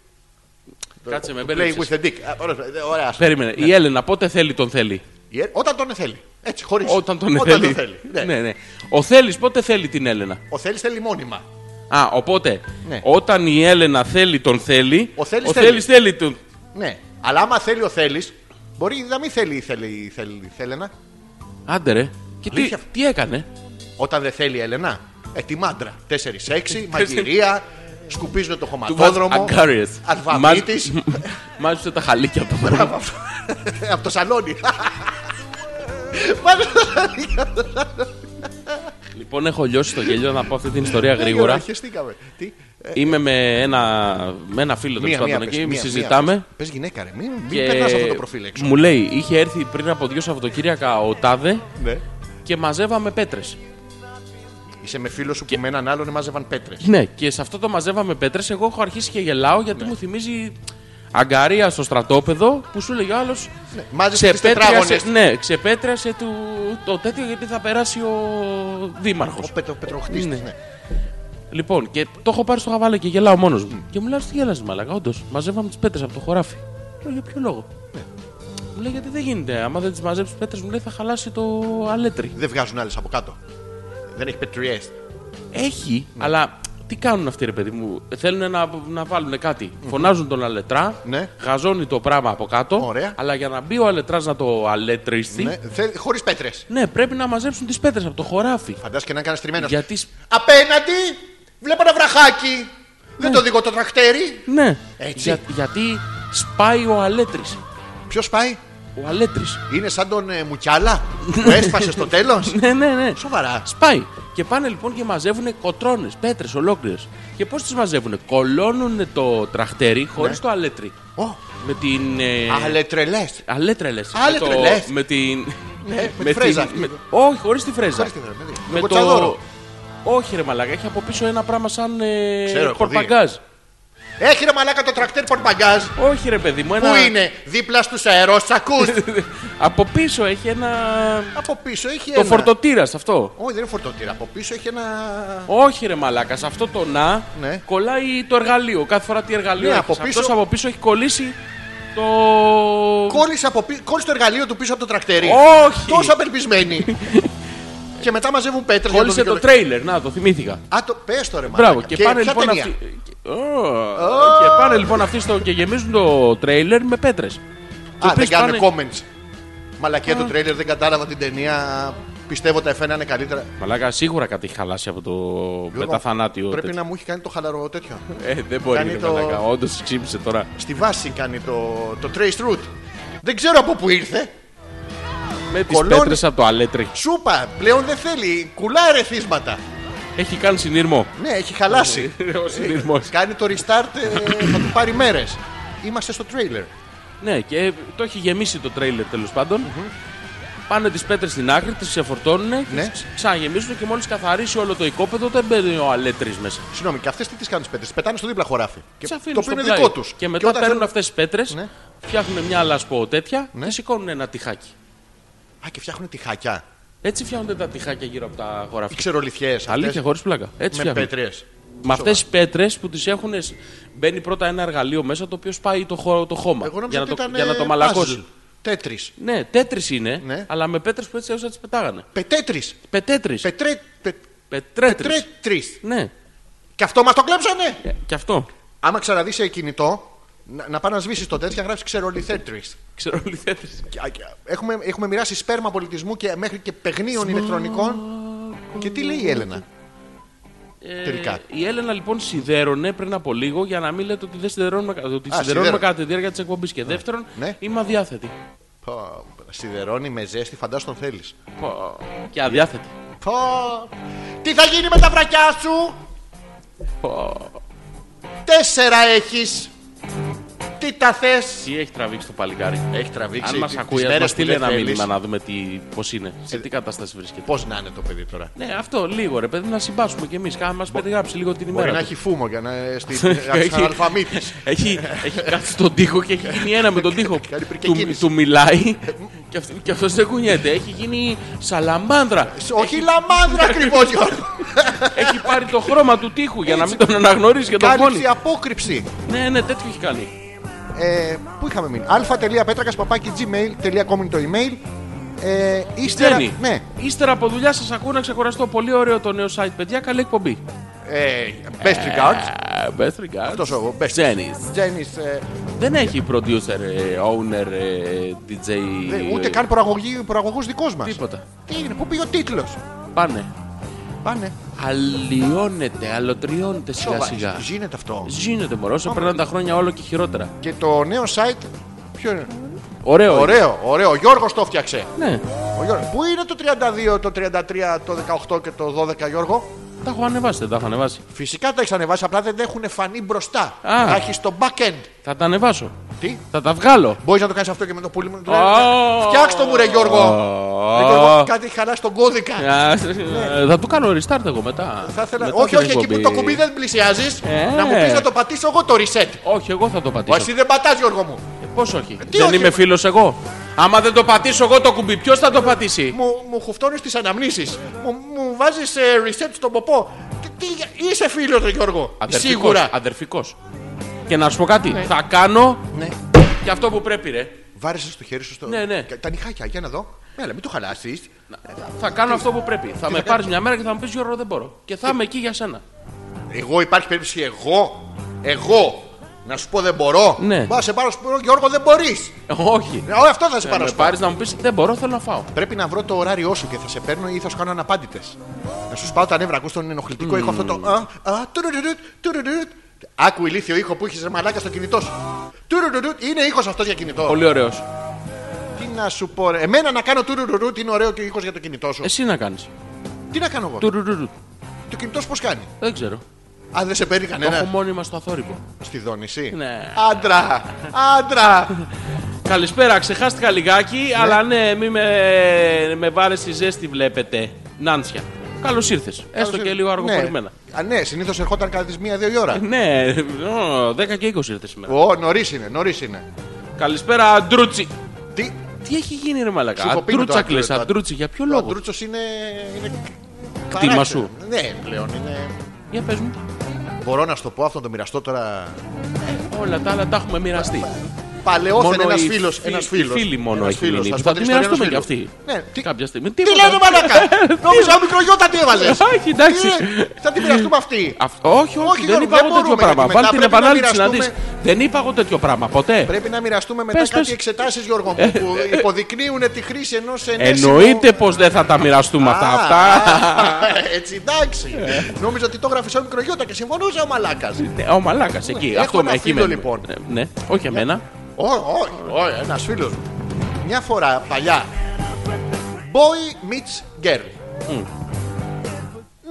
Speaker 2: Κάτσε με,
Speaker 1: Το Play
Speaker 2: μπέλεξες.
Speaker 1: with the dick. Α, ωραία, Ωραία. ας το.
Speaker 2: Περίμενε. Η Έλενα πότε θέλει τον θέλει.
Speaker 1: Η Έ- Όταν τον θέλει. Έτσι, χωρίς.
Speaker 2: Όταν τον θέλει.
Speaker 1: Ναι.
Speaker 2: ναι, ναι. Ο θέλεις πότε θέλει την Έλενα.
Speaker 1: Ο θέλεις θέλει μόνιμα.
Speaker 2: Α, οπότε
Speaker 1: Ναι.
Speaker 2: όταν η Έλενα θέλει τον θέλει.
Speaker 1: Ο Θέλης θέλει.
Speaker 2: θέλεις θέλει τον.
Speaker 1: Ναι. Αλλά άμα θέλει ο θέλεις, μπορεί να μην θέλει η θέλει, η θέλει, η Θέλενα.
Speaker 2: Άντε ρε. Και τι,
Speaker 1: Αλήθεια.
Speaker 2: τι έκανε.
Speaker 1: Όταν δεν θέλει η Έλενα, ε, τη μάντρα. 4-6, μαγειρία, σκουπίζουν το χωματόδρομο.
Speaker 2: Αγκάριες.
Speaker 1: Αλφαβήτης.
Speaker 2: Μάζεψε τα χαλίκια από το δρόμο.
Speaker 1: Μπράβο. Από το σαλόνι. Πάνω στο σαλόνι.
Speaker 2: Λοιπόν, έχω λιώσει το γέλιο να πω αυτή την ιστορία γρήγορα.
Speaker 1: Χεστήκαμε. Τι. ε,
Speaker 2: Είμαι με ένα, με ένα φίλο τέλο πάντων εκεί. Συζητάμε.
Speaker 1: Πες γυναίκα, ρε. Μην, μην
Speaker 2: και
Speaker 1: περνάς αυτό το προφίλ έξω.
Speaker 2: Μου λέει, είχε έρθει πριν από δύο Σαββατοκύριακα ο Τάδε
Speaker 1: Ναι.
Speaker 2: και μαζεύαμε πέτρες.
Speaker 1: Είσαι με φίλο σου που με έναν άλλον μάζευαν πέτρες.
Speaker 2: Ναι, και σε αυτό το μαζεύαμε πέτρες, εγώ έχω αρχίσει και γελάω γιατί
Speaker 1: Ναι.
Speaker 2: μου θυμίζει αγκαρία στο στρατόπεδο που σου λέει ο άλλος.
Speaker 1: Ναι, μάζεψε τις τετράγωνες.
Speaker 2: ναι, ξεπέτριασε του, το τέτοιο γιατί θα περάσει ο δήμαρχος.
Speaker 1: Ο πετρο, πετροχτής,
Speaker 2: Ναι.
Speaker 1: ναι.
Speaker 2: Λοιπόν, και το έχω πάρει στο χαβάλα και γελάω μόνος μου. Και μου λέει, τι γελάζει, μαλακά. Όντως, μαζεύαμε τις πέτρες από το χωράφι. Λέω, για ποιο λόγο. Ναι. Μου λέει, γιατί δεν γίνεται. Άμα δεν τις μαζέψεις πέτρες, μου λέει, θα χαλάσει το αλέτρι.
Speaker 1: Δεν βγάζουν άλλες από κάτω. Δεν έχει πετριές.
Speaker 2: Έχει, Ναι. αλλά τι κάνουν αυτοί, ρε παιδί μου. Θέλουν να, να βάλουν κάτι. Φωνάζουν τον αλετρά,
Speaker 1: Ναι.
Speaker 2: γαζώνει το πράγμα από κάτω.
Speaker 1: Ωραία.
Speaker 2: Αλλά για να μπει ο αλετράς να το αλετρίσει, ναι.
Speaker 1: Ναι, Χωρίς πέτρες.
Speaker 2: πρέπει να μαζέψουν τις πέτρες από το χωράφι.
Speaker 1: Φαντάζεσαι και να έκανε τριμμένο.
Speaker 2: Γιατί. σ-
Speaker 1: Απέναντι βλέπω ένα βραχάκι. Δεν το δικό το τρακτέρι.
Speaker 2: Ναι,
Speaker 1: Έτσι.
Speaker 2: γιατί σπάει ο αλέτρης.
Speaker 1: Ποιος πάει,
Speaker 2: Ο αλέτρης.
Speaker 1: Είναι σαν τον ε, Μουκιάλα που έσπασε στο τέλος.
Speaker 2: Ναι, ναι, ναι.
Speaker 1: Σοβαρά.
Speaker 2: Σπάει. Και πάνε λοιπόν και μαζεύουν κοτρώνες, πέτρες ολόκληρες. Και πώς τις μαζεύουν, κολώνουν το τραχτέρι χωρίς
Speaker 1: Ναι.
Speaker 2: το αλέτρι.
Speaker 1: Ω,
Speaker 2: Με την. ε,
Speaker 1: αλετρελές.
Speaker 2: Αλέτρα λε.
Speaker 1: Αλέτρα, λες. Ναι,
Speaker 2: Με την.
Speaker 1: με τη φρέζα αυτή.
Speaker 2: Όχι, χωρίς τη φρέζα.
Speaker 1: Χωρίς τη φρέζα, με τη- με κοτσαδόρο.
Speaker 2: Όχι, ρε Μαλάκα, έχει από πίσω ένα πράγμα σαν. ε,
Speaker 1: Ξέρω, έχω δει.
Speaker 2: πορπαγκάζ.
Speaker 1: Έχει ρε μαλάκα το τρακτέρ πορπαγκάζ.
Speaker 2: Όχι, ρε παιδί μου, ένα.
Speaker 1: Πού είναι, δίπλα στους αερόσακου.
Speaker 2: από πίσω έχει ένα.
Speaker 1: από πίσω έχει
Speaker 2: Το
Speaker 1: ένα.
Speaker 2: φορτοτήρας αυτό.
Speaker 1: Όχι, δεν είναι φορτωτήρα. Από πίσω έχει ένα.
Speaker 2: Όχι, ρε Μαλάκα, σε αυτό το να
Speaker 1: Ναι.
Speaker 2: κολλάει το εργαλείο. Κάθε φορά τι εργαλείο.
Speaker 1: Ναι,
Speaker 2: έχεις.
Speaker 1: από
Speaker 2: Σε
Speaker 1: πίσω-
Speaker 2: αυτός από πίσω έχει κολλήσει το.
Speaker 1: Κόλλησε, από πι- κόλλησε το εργαλείο του πίσω από το τρακτέρι.
Speaker 2: Όχι.
Speaker 1: Τόσο απελπισμένοι. και μετά μαζεύουν πέτρες.
Speaker 2: Κόλλησε το τρέιλερ, να το θυμήθηκα.
Speaker 1: Α, το πες το ρε μαλάκα.
Speaker 2: Μπράβο, και, πάνε
Speaker 1: ποια
Speaker 2: λοιπόν
Speaker 1: ταινία?
Speaker 2: αυτοί. και- Ω, Και πάνε λοιπόν αυτοί στο... και γεμίζουν το τρέιλερ με πέτρες.
Speaker 1: Α, δεν κάνουν comments. Μαλακία του τρέιλερ, δεν κατάλαβα την ταινία. Πιστεύω τα εφένα είναι καλύτερα.
Speaker 2: Μαλάκα, σίγουρα κάτι έχει χαλάσει από το
Speaker 1: Γιώργο,
Speaker 2: μεταθανάτιο.
Speaker 1: Πρέπει
Speaker 2: τέτοιο.
Speaker 1: να μου έχει κάνει το χαλαρό τέτοιο.
Speaker 2: Ε, δεν μπορεί,
Speaker 1: κάνει
Speaker 2: ρε
Speaker 1: το-
Speaker 2: μαλάκα. Όντως ξύπνησε τώρα.
Speaker 1: Στη βάση κάνει το, το trace route. Δεν ξέρω από πού ήρθε.
Speaker 2: με τις
Speaker 1: Κολώνει-
Speaker 2: πέτρες από το αλέτρι.
Speaker 1: Σούπα, πλέον δεν θέλει. Κουλά ρεθίσματα.
Speaker 2: Έχει κάνει συνειρμό.
Speaker 1: Ναι, έχει χαλάσει.
Speaker 2: Ο συνειρμός.
Speaker 1: Κάνει το restart, ε, θα του πάρει μέρες. Είμαστε στο τρέιλερ.
Speaker 2: Ναι, και το έχει γεμίσει το τρέιλερ τέλος πάντων. Πάνε τις πέτρες στην άκρη, τις ξεφορτώνουν και
Speaker 1: Ναι.
Speaker 2: τις ξε- ξαναγεμίζουν και μόλις καθαρίσει όλο το οικόπεδο δεν μπαίνει ο αλέτρι μέσα.
Speaker 1: Συγγνώμη, και αυτές τι τις κάνουν πέτρε. Πετάνε στο δίπλα χωράφι. Και
Speaker 2: Τις
Speaker 1: το
Speaker 2: αφήνουν
Speaker 1: οποίο
Speaker 2: στο
Speaker 1: είναι
Speaker 2: πλάι.
Speaker 1: δικό τους.
Speaker 2: Και μετά παίρνουν αυτές τις πέτρες,
Speaker 1: Ναι.
Speaker 2: φτιάχνουν μια λασπό τέτοια
Speaker 1: Ναι.
Speaker 2: και σηκώνουν ένα τυχάκι.
Speaker 1: Α, και φτιάχνουν τη χακιά.
Speaker 2: Έτσι φτιάχνονται τα τυχάκια γύρω από τα
Speaker 1: Οι
Speaker 2: χωράφια.
Speaker 1: ξερολιθιέ.
Speaker 2: Αλήθεια, χωρίς πλάκα. Έτσι
Speaker 1: Με
Speaker 2: φτιάχνουν.
Speaker 1: πέτρε.
Speaker 2: Με αυτές τις πέτρες που τις έχουν. Μπαίνει πρώτα ένα εργαλείο μέσα το οποίος σπάει το, χώρο, το χώμα.
Speaker 1: Εγώ νόμιζα
Speaker 2: για, να
Speaker 1: ότι
Speaker 2: το,
Speaker 1: ήταν. ε,
Speaker 2: για να το μαλακώσει.
Speaker 1: Τέτρις.
Speaker 2: Ναι, τέτρις είναι,
Speaker 1: Ναι.
Speaker 2: αλλά με πέτρες που έτσι έω τις πετάγανε.
Speaker 1: Πετέτρις.
Speaker 2: Πετέτρις.
Speaker 1: Πετρέ. πε-
Speaker 2: Πετρέτρις.
Speaker 1: Πετρέτρις.
Speaker 2: Ναι,
Speaker 1: Και αυτό μας το κλέψανε.
Speaker 2: Ε, και αυτό.
Speaker 1: Άμα ξαναδείς σε κινητό, να, να πάει να σβήσει το τέτοιο και να γράψει ξερολιθέτρι.
Speaker 2: Ξέρω όλοι τέτρι.
Speaker 1: Έχουμε, έχουμε μοιράσει σπέρμα πολιτισμού και μέχρι και παιγνίων ηλεκτρονικών. Και τι λέει η Έλενα.
Speaker 2: Ε,
Speaker 1: Ε, Τελικά.
Speaker 2: Η Έλενα λοιπόν σιδέρωνε πριν από λίγο για να μην λέτε ότι δεν σιδερώνουμε, κα- ότι
Speaker 1: Α,
Speaker 2: σιδερώνουμε
Speaker 1: σιδέρω.
Speaker 2: κατά τη διάρκεια της εκπομπής. Και δεύτερον,
Speaker 1: Ναι.
Speaker 2: είμαι αδιάθετη.
Speaker 1: Πω, Σιδερώνει με ζέστη, φαντάσου τον θέλεις.
Speaker 2: Πω, Και αδιάθετη.
Speaker 1: Τι θα γίνει με τα βρακιά σου. Τέσσερα έχεις. Τι τα θες.
Speaker 2: Τι έχει τραβήξει το παλικάρι.
Speaker 1: Έχει τραβήξει.
Speaker 2: Αν μας ακούει, α μα στείλει ένα μήνυμα να δούμε πώς είναι,
Speaker 1: Ε,
Speaker 2: σε τι κατάσταση βρίσκεται.
Speaker 1: Πώς να είναι το παιδί τώρα.
Speaker 2: Ναι, αυτό λίγο ρε παιδί, να συμπάσουμε κι εμείς. Κάνε μας περιγράψει λίγο την
Speaker 1: Μπορεί
Speaker 2: ημέρα.
Speaker 1: να
Speaker 2: του.
Speaker 1: έχει φούμο για να ε, στην αλφαμίτη.
Speaker 2: έχει, έχει κάτσει στον τοίχο και έχει γίνει ένα με τον τοίχο.
Speaker 1: Κάνει πριν και
Speaker 2: του,
Speaker 1: κίνηση.
Speaker 2: του μιλάει και, αυτό, και αυτός δεν κουνιέται. Έχει γίνει σαλαμάνδρα.
Speaker 1: Όχι λαμάνδρα ακριβώς, Γιώργο.
Speaker 2: έχει πάρει το χρώμα του τοίχου για να μην τον αναγνωρίσει και τον πόνι.
Speaker 1: Κάλυψη, απόκρυψη.
Speaker 2: Ναι, ναι, τέτοιο έχει κάνει.
Speaker 1: Ε, Πού είχαμε μείνει. αλφα.πέτρακα.gmail.com είναι το email. Ε, ύστερα.
Speaker 2: Τζένι,
Speaker 1: Ναι.
Speaker 2: ύστερα από δουλειά σας ακούω να ξεκουραστώ. Πολύ ωραίο το νέο site, παιδιά. Καλή εκπομπή.
Speaker 1: Ε, Best regards.
Speaker 2: Α, Best regards.
Speaker 1: Αυτός ο best.
Speaker 2: Τζένις.
Speaker 1: Τζένις, ε,
Speaker 2: Δεν έχει producer, ε, owner, ε, DJ.
Speaker 1: δε- ούτε
Speaker 2: ε,
Speaker 1: καν προαγωγός δικός μας.
Speaker 2: Τίποτα.
Speaker 1: Τι είναι, πού πήγε ο τίτλος.
Speaker 2: Πάνε.
Speaker 1: Πάνε.
Speaker 2: Αλλοιώνεται, αλλοτριώνεται σιγά
Speaker 1: Σοβα-
Speaker 2: σιγά.
Speaker 1: Γίνεται αυτό.
Speaker 2: Γίνεται μωρό, όσο περνάνε τα χρόνια όλο και χειρότερα.
Speaker 1: Και το νέο site. Ποιο είναι.
Speaker 2: Ωραίο. είναι.
Speaker 1: Ωραίο, ωραίο. Ο Γιώργος το φτιάξε.
Speaker 2: Ναι,
Speaker 1: Ο Γιώργος. Πού είναι το 32, το 33, το 18 και το 12, Γιώργο.
Speaker 2: τα έχω ανεβάσει, δεν τα έχω ανεβάσει.
Speaker 1: Φυσικά τα έχεις ανεβάσει, απλά δεν έχουν φανεί μπροστά.
Speaker 2: Α.
Speaker 1: Τα έχεις στο backend.
Speaker 2: Θα τα ανεβάσω.
Speaker 1: Τι.
Speaker 2: Θα τα βγάλω.
Speaker 1: Μπορείς να το κάνεις αυτό και με το πουλί μου.
Speaker 2: Α.
Speaker 1: Φτιάξτε Ναι, το μου, ρε Γιώργο.
Speaker 2: Α,
Speaker 1: Ρε, Γιώργο, Κάτι έχει χαλάσει τον κώδικα.
Speaker 2: α, ε, Θα του κάνω restart εγώ μετά.
Speaker 1: Θα ήθελα...
Speaker 2: Μετά
Speaker 1: Όχι,
Speaker 2: την
Speaker 1: όχι, εκεί που
Speaker 2: εκπομπή.
Speaker 1: το κουμπί δεν πλησιάζεις,
Speaker 2: Ε.
Speaker 1: να μου πεις να το πατήσω εγώ το reset.
Speaker 2: Όχι, εγώ θα το
Speaker 1: Μα
Speaker 2: πατήσω.
Speaker 1: εσύ δεν πατάς, Γιώργο μου.
Speaker 2: Ε, Πώς όχι.
Speaker 1: τι
Speaker 2: Δεν
Speaker 1: όχι,
Speaker 2: είμαι
Speaker 1: μα-
Speaker 2: φίλος εγώ. Άμα δεν το πατήσω εγώ το κουμπί, ποιος θα το πατήσει.
Speaker 1: Μου, μου χουφτώνεις τις αναμνήσεις. Μου, μου βάζεις reset στον ποπό. Τι, τι- είσαι φίλος, ρε Γιώργο. Σίγουρα.
Speaker 2: Αδερφικός. Και να σου πω κάτι. Θα κάνω
Speaker 1: Ναι.
Speaker 2: και αυτό που πρέπει, ρε.
Speaker 1: Βάρισε στο χέρι σου στο.
Speaker 2: Ναι, ναι.
Speaker 1: Τα νυχάκια, για να δω. Ναι, αλλά μην το χαλάσεις.
Speaker 2: Θα κάνω αυτό που πρέπει. Θα με πάρεις μια μέρα και θα μου πεις Γιώργο δεν μπορώ. Και θα είμαι εκεί για σένα.
Speaker 1: Εγώ υπάρχει περίπτωση εγώ. Εγώ. Να σου πω δεν μπορώ.
Speaker 2: Ναι.
Speaker 1: Μπα σε πάρω σου πω, Γιώργο δεν μπορείς.
Speaker 2: Ε, Όχι.
Speaker 1: Αυτό θα σε
Speaker 2: Θα
Speaker 1: πάρω
Speaker 2: με
Speaker 1: σου πω.
Speaker 2: πάρεις να μου πεις δεν μπορώ, θέλω να φάω.
Speaker 1: Πρέπει να βρω το ωράριό σου και θα σε παίρνω ή θα σου κάνω αναπάντητες. Να σου σπάω τα νεύρα, ακούς τον ενοχλητικό ήχο αυτό το. Α, α, τουρουρουρουρ, τουρουρουρουρ. Άκου ηλίθιο ήχο που είχε μαλάκα στο κινητό σου. Τουρουρουρουρ, είναι ήχος αυτός για κινητό.
Speaker 2: Πολύ ωραίος.
Speaker 1: Τι να σου πω, ρε. Εμένα να κάνω τουρουρουρουρ είναι ωραίο και ήχος για το κινητό σου.
Speaker 2: Εσύ να κάνεις.
Speaker 1: Τι να κάνω εγώ. Το κινητό πώς κάνει.
Speaker 2: Δεν ξέρω.
Speaker 1: Α, δεν σε παίρνει
Speaker 2: Το έχω
Speaker 1: κανένα.
Speaker 2: μόνιμα στο αθόρυβο.
Speaker 1: Στη δόνηση.
Speaker 2: Ναι.
Speaker 1: Άντρα, άντρα.
Speaker 2: Καλησπέρα, ξεχάστηκα λιγάκι, αλλά ναι, μην με, με βάρες στη ζέστη βλέπετε. Νάντσια. Καλώς ήρθες. Έστω και λίγο αργοπορημένα.
Speaker 1: Ναι, Α, ναι συνήθως ερχόταν κατά τι μία-δύο η ώρα.
Speaker 2: Ναι, ω, 10 και 20 ήρθες σήμερα.
Speaker 1: Ω, νωρίς είναι, νωρίς είναι.
Speaker 2: Καλησπέρα, Αντρούτσι.
Speaker 1: Τι,
Speaker 2: Τι έχει γίνει, ρε Μαλακά.
Speaker 1: Σου το πίνει το Αντρούτσα.
Speaker 2: Αντρούτσα κλε, Αντρούτσι. Για ποιο
Speaker 1: ο
Speaker 2: λόγο.
Speaker 1: Αντρούτσο είναι. είναι
Speaker 2: Κτήμα
Speaker 1: παράξενο.
Speaker 2: σου.
Speaker 1: Ναι, πλέον είναι.
Speaker 2: Για πες μου.
Speaker 1: Μπορώ να σου το πω αυτό, να το μοιραστώ τώρα.
Speaker 2: Όλα τα άλλα τα έχουμε μοιραστεί.
Speaker 1: Παλαιόθεν ένας
Speaker 2: οι
Speaker 1: φίλος.
Speaker 2: φι-
Speaker 1: Ένας φίλο.
Speaker 2: οι φίλοι μόνο έχει μείνει.
Speaker 1: Θα,
Speaker 2: Θα,
Speaker 1: σου πω
Speaker 2: τη
Speaker 1: την ιστορία ενός
Speaker 2: μοιραστούμε κι
Speaker 1: φίλου.
Speaker 2: αυτή.
Speaker 1: Ναι, τι,
Speaker 2: Κάποια στιγμή.
Speaker 1: τι
Speaker 2: Τίποτα.
Speaker 1: λένε μαλακά. Νόμιζα ο μικρογιώτα τι έβαλες.
Speaker 2: Όχι, εντάξει.
Speaker 1: Θα την μοιραστούμε αυτή.
Speaker 2: Αυτό, όχι, όχι,
Speaker 1: Ε, Όχι,
Speaker 2: δεν
Speaker 1: Γιώργο,
Speaker 2: είπα
Speaker 1: δεν
Speaker 2: εγώ τέτοιο
Speaker 1: μπορούμε,
Speaker 2: πράγμα.
Speaker 1: γιατί
Speaker 2: Βάλει
Speaker 1: μετά
Speaker 2: την
Speaker 1: πρέπει να
Speaker 2: επανάληψη να δει.
Speaker 1: μοιραστούμε-
Speaker 2: Δεν είπα εγώ τέτοιο πράγμα ποτέ.
Speaker 1: Πρέπει να μοιραστούμε μετά
Speaker 2: Πες,
Speaker 1: κάτι
Speaker 2: πες.
Speaker 1: εξετάσεις, Γιώργο μου, που υποδεικνύουν τη χρήση ενός ενέσιμου.
Speaker 2: Ε, Εννοείται πως δεν θα τα μοιραστούμε
Speaker 1: Α,
Speaker 2: αυτά. αυτά. Ε.
Speaker 1: α, Έτσι, εντάξει. Νόμιζα ότι το γράφει ο μικρογιώτα και συμφωνούσε ο μαλάκας.
Speaker 2: Ναι, Ο μαλάκας εκεί.
Speaker 1: Έχω
Speaker 2: Αυτό
Speaker 1: ένα
Speaker 2: με εκεί
Speaker 1: φίλο,
Speaker 2: μένουμε.
Speaker 1: λοιπόν.
Speaker 2: Ε, Ναι, όχι εμένα.
Speaker 1: Όχι, όχι, ένας φίλος. Μια φορά παλιά Boy meets girl.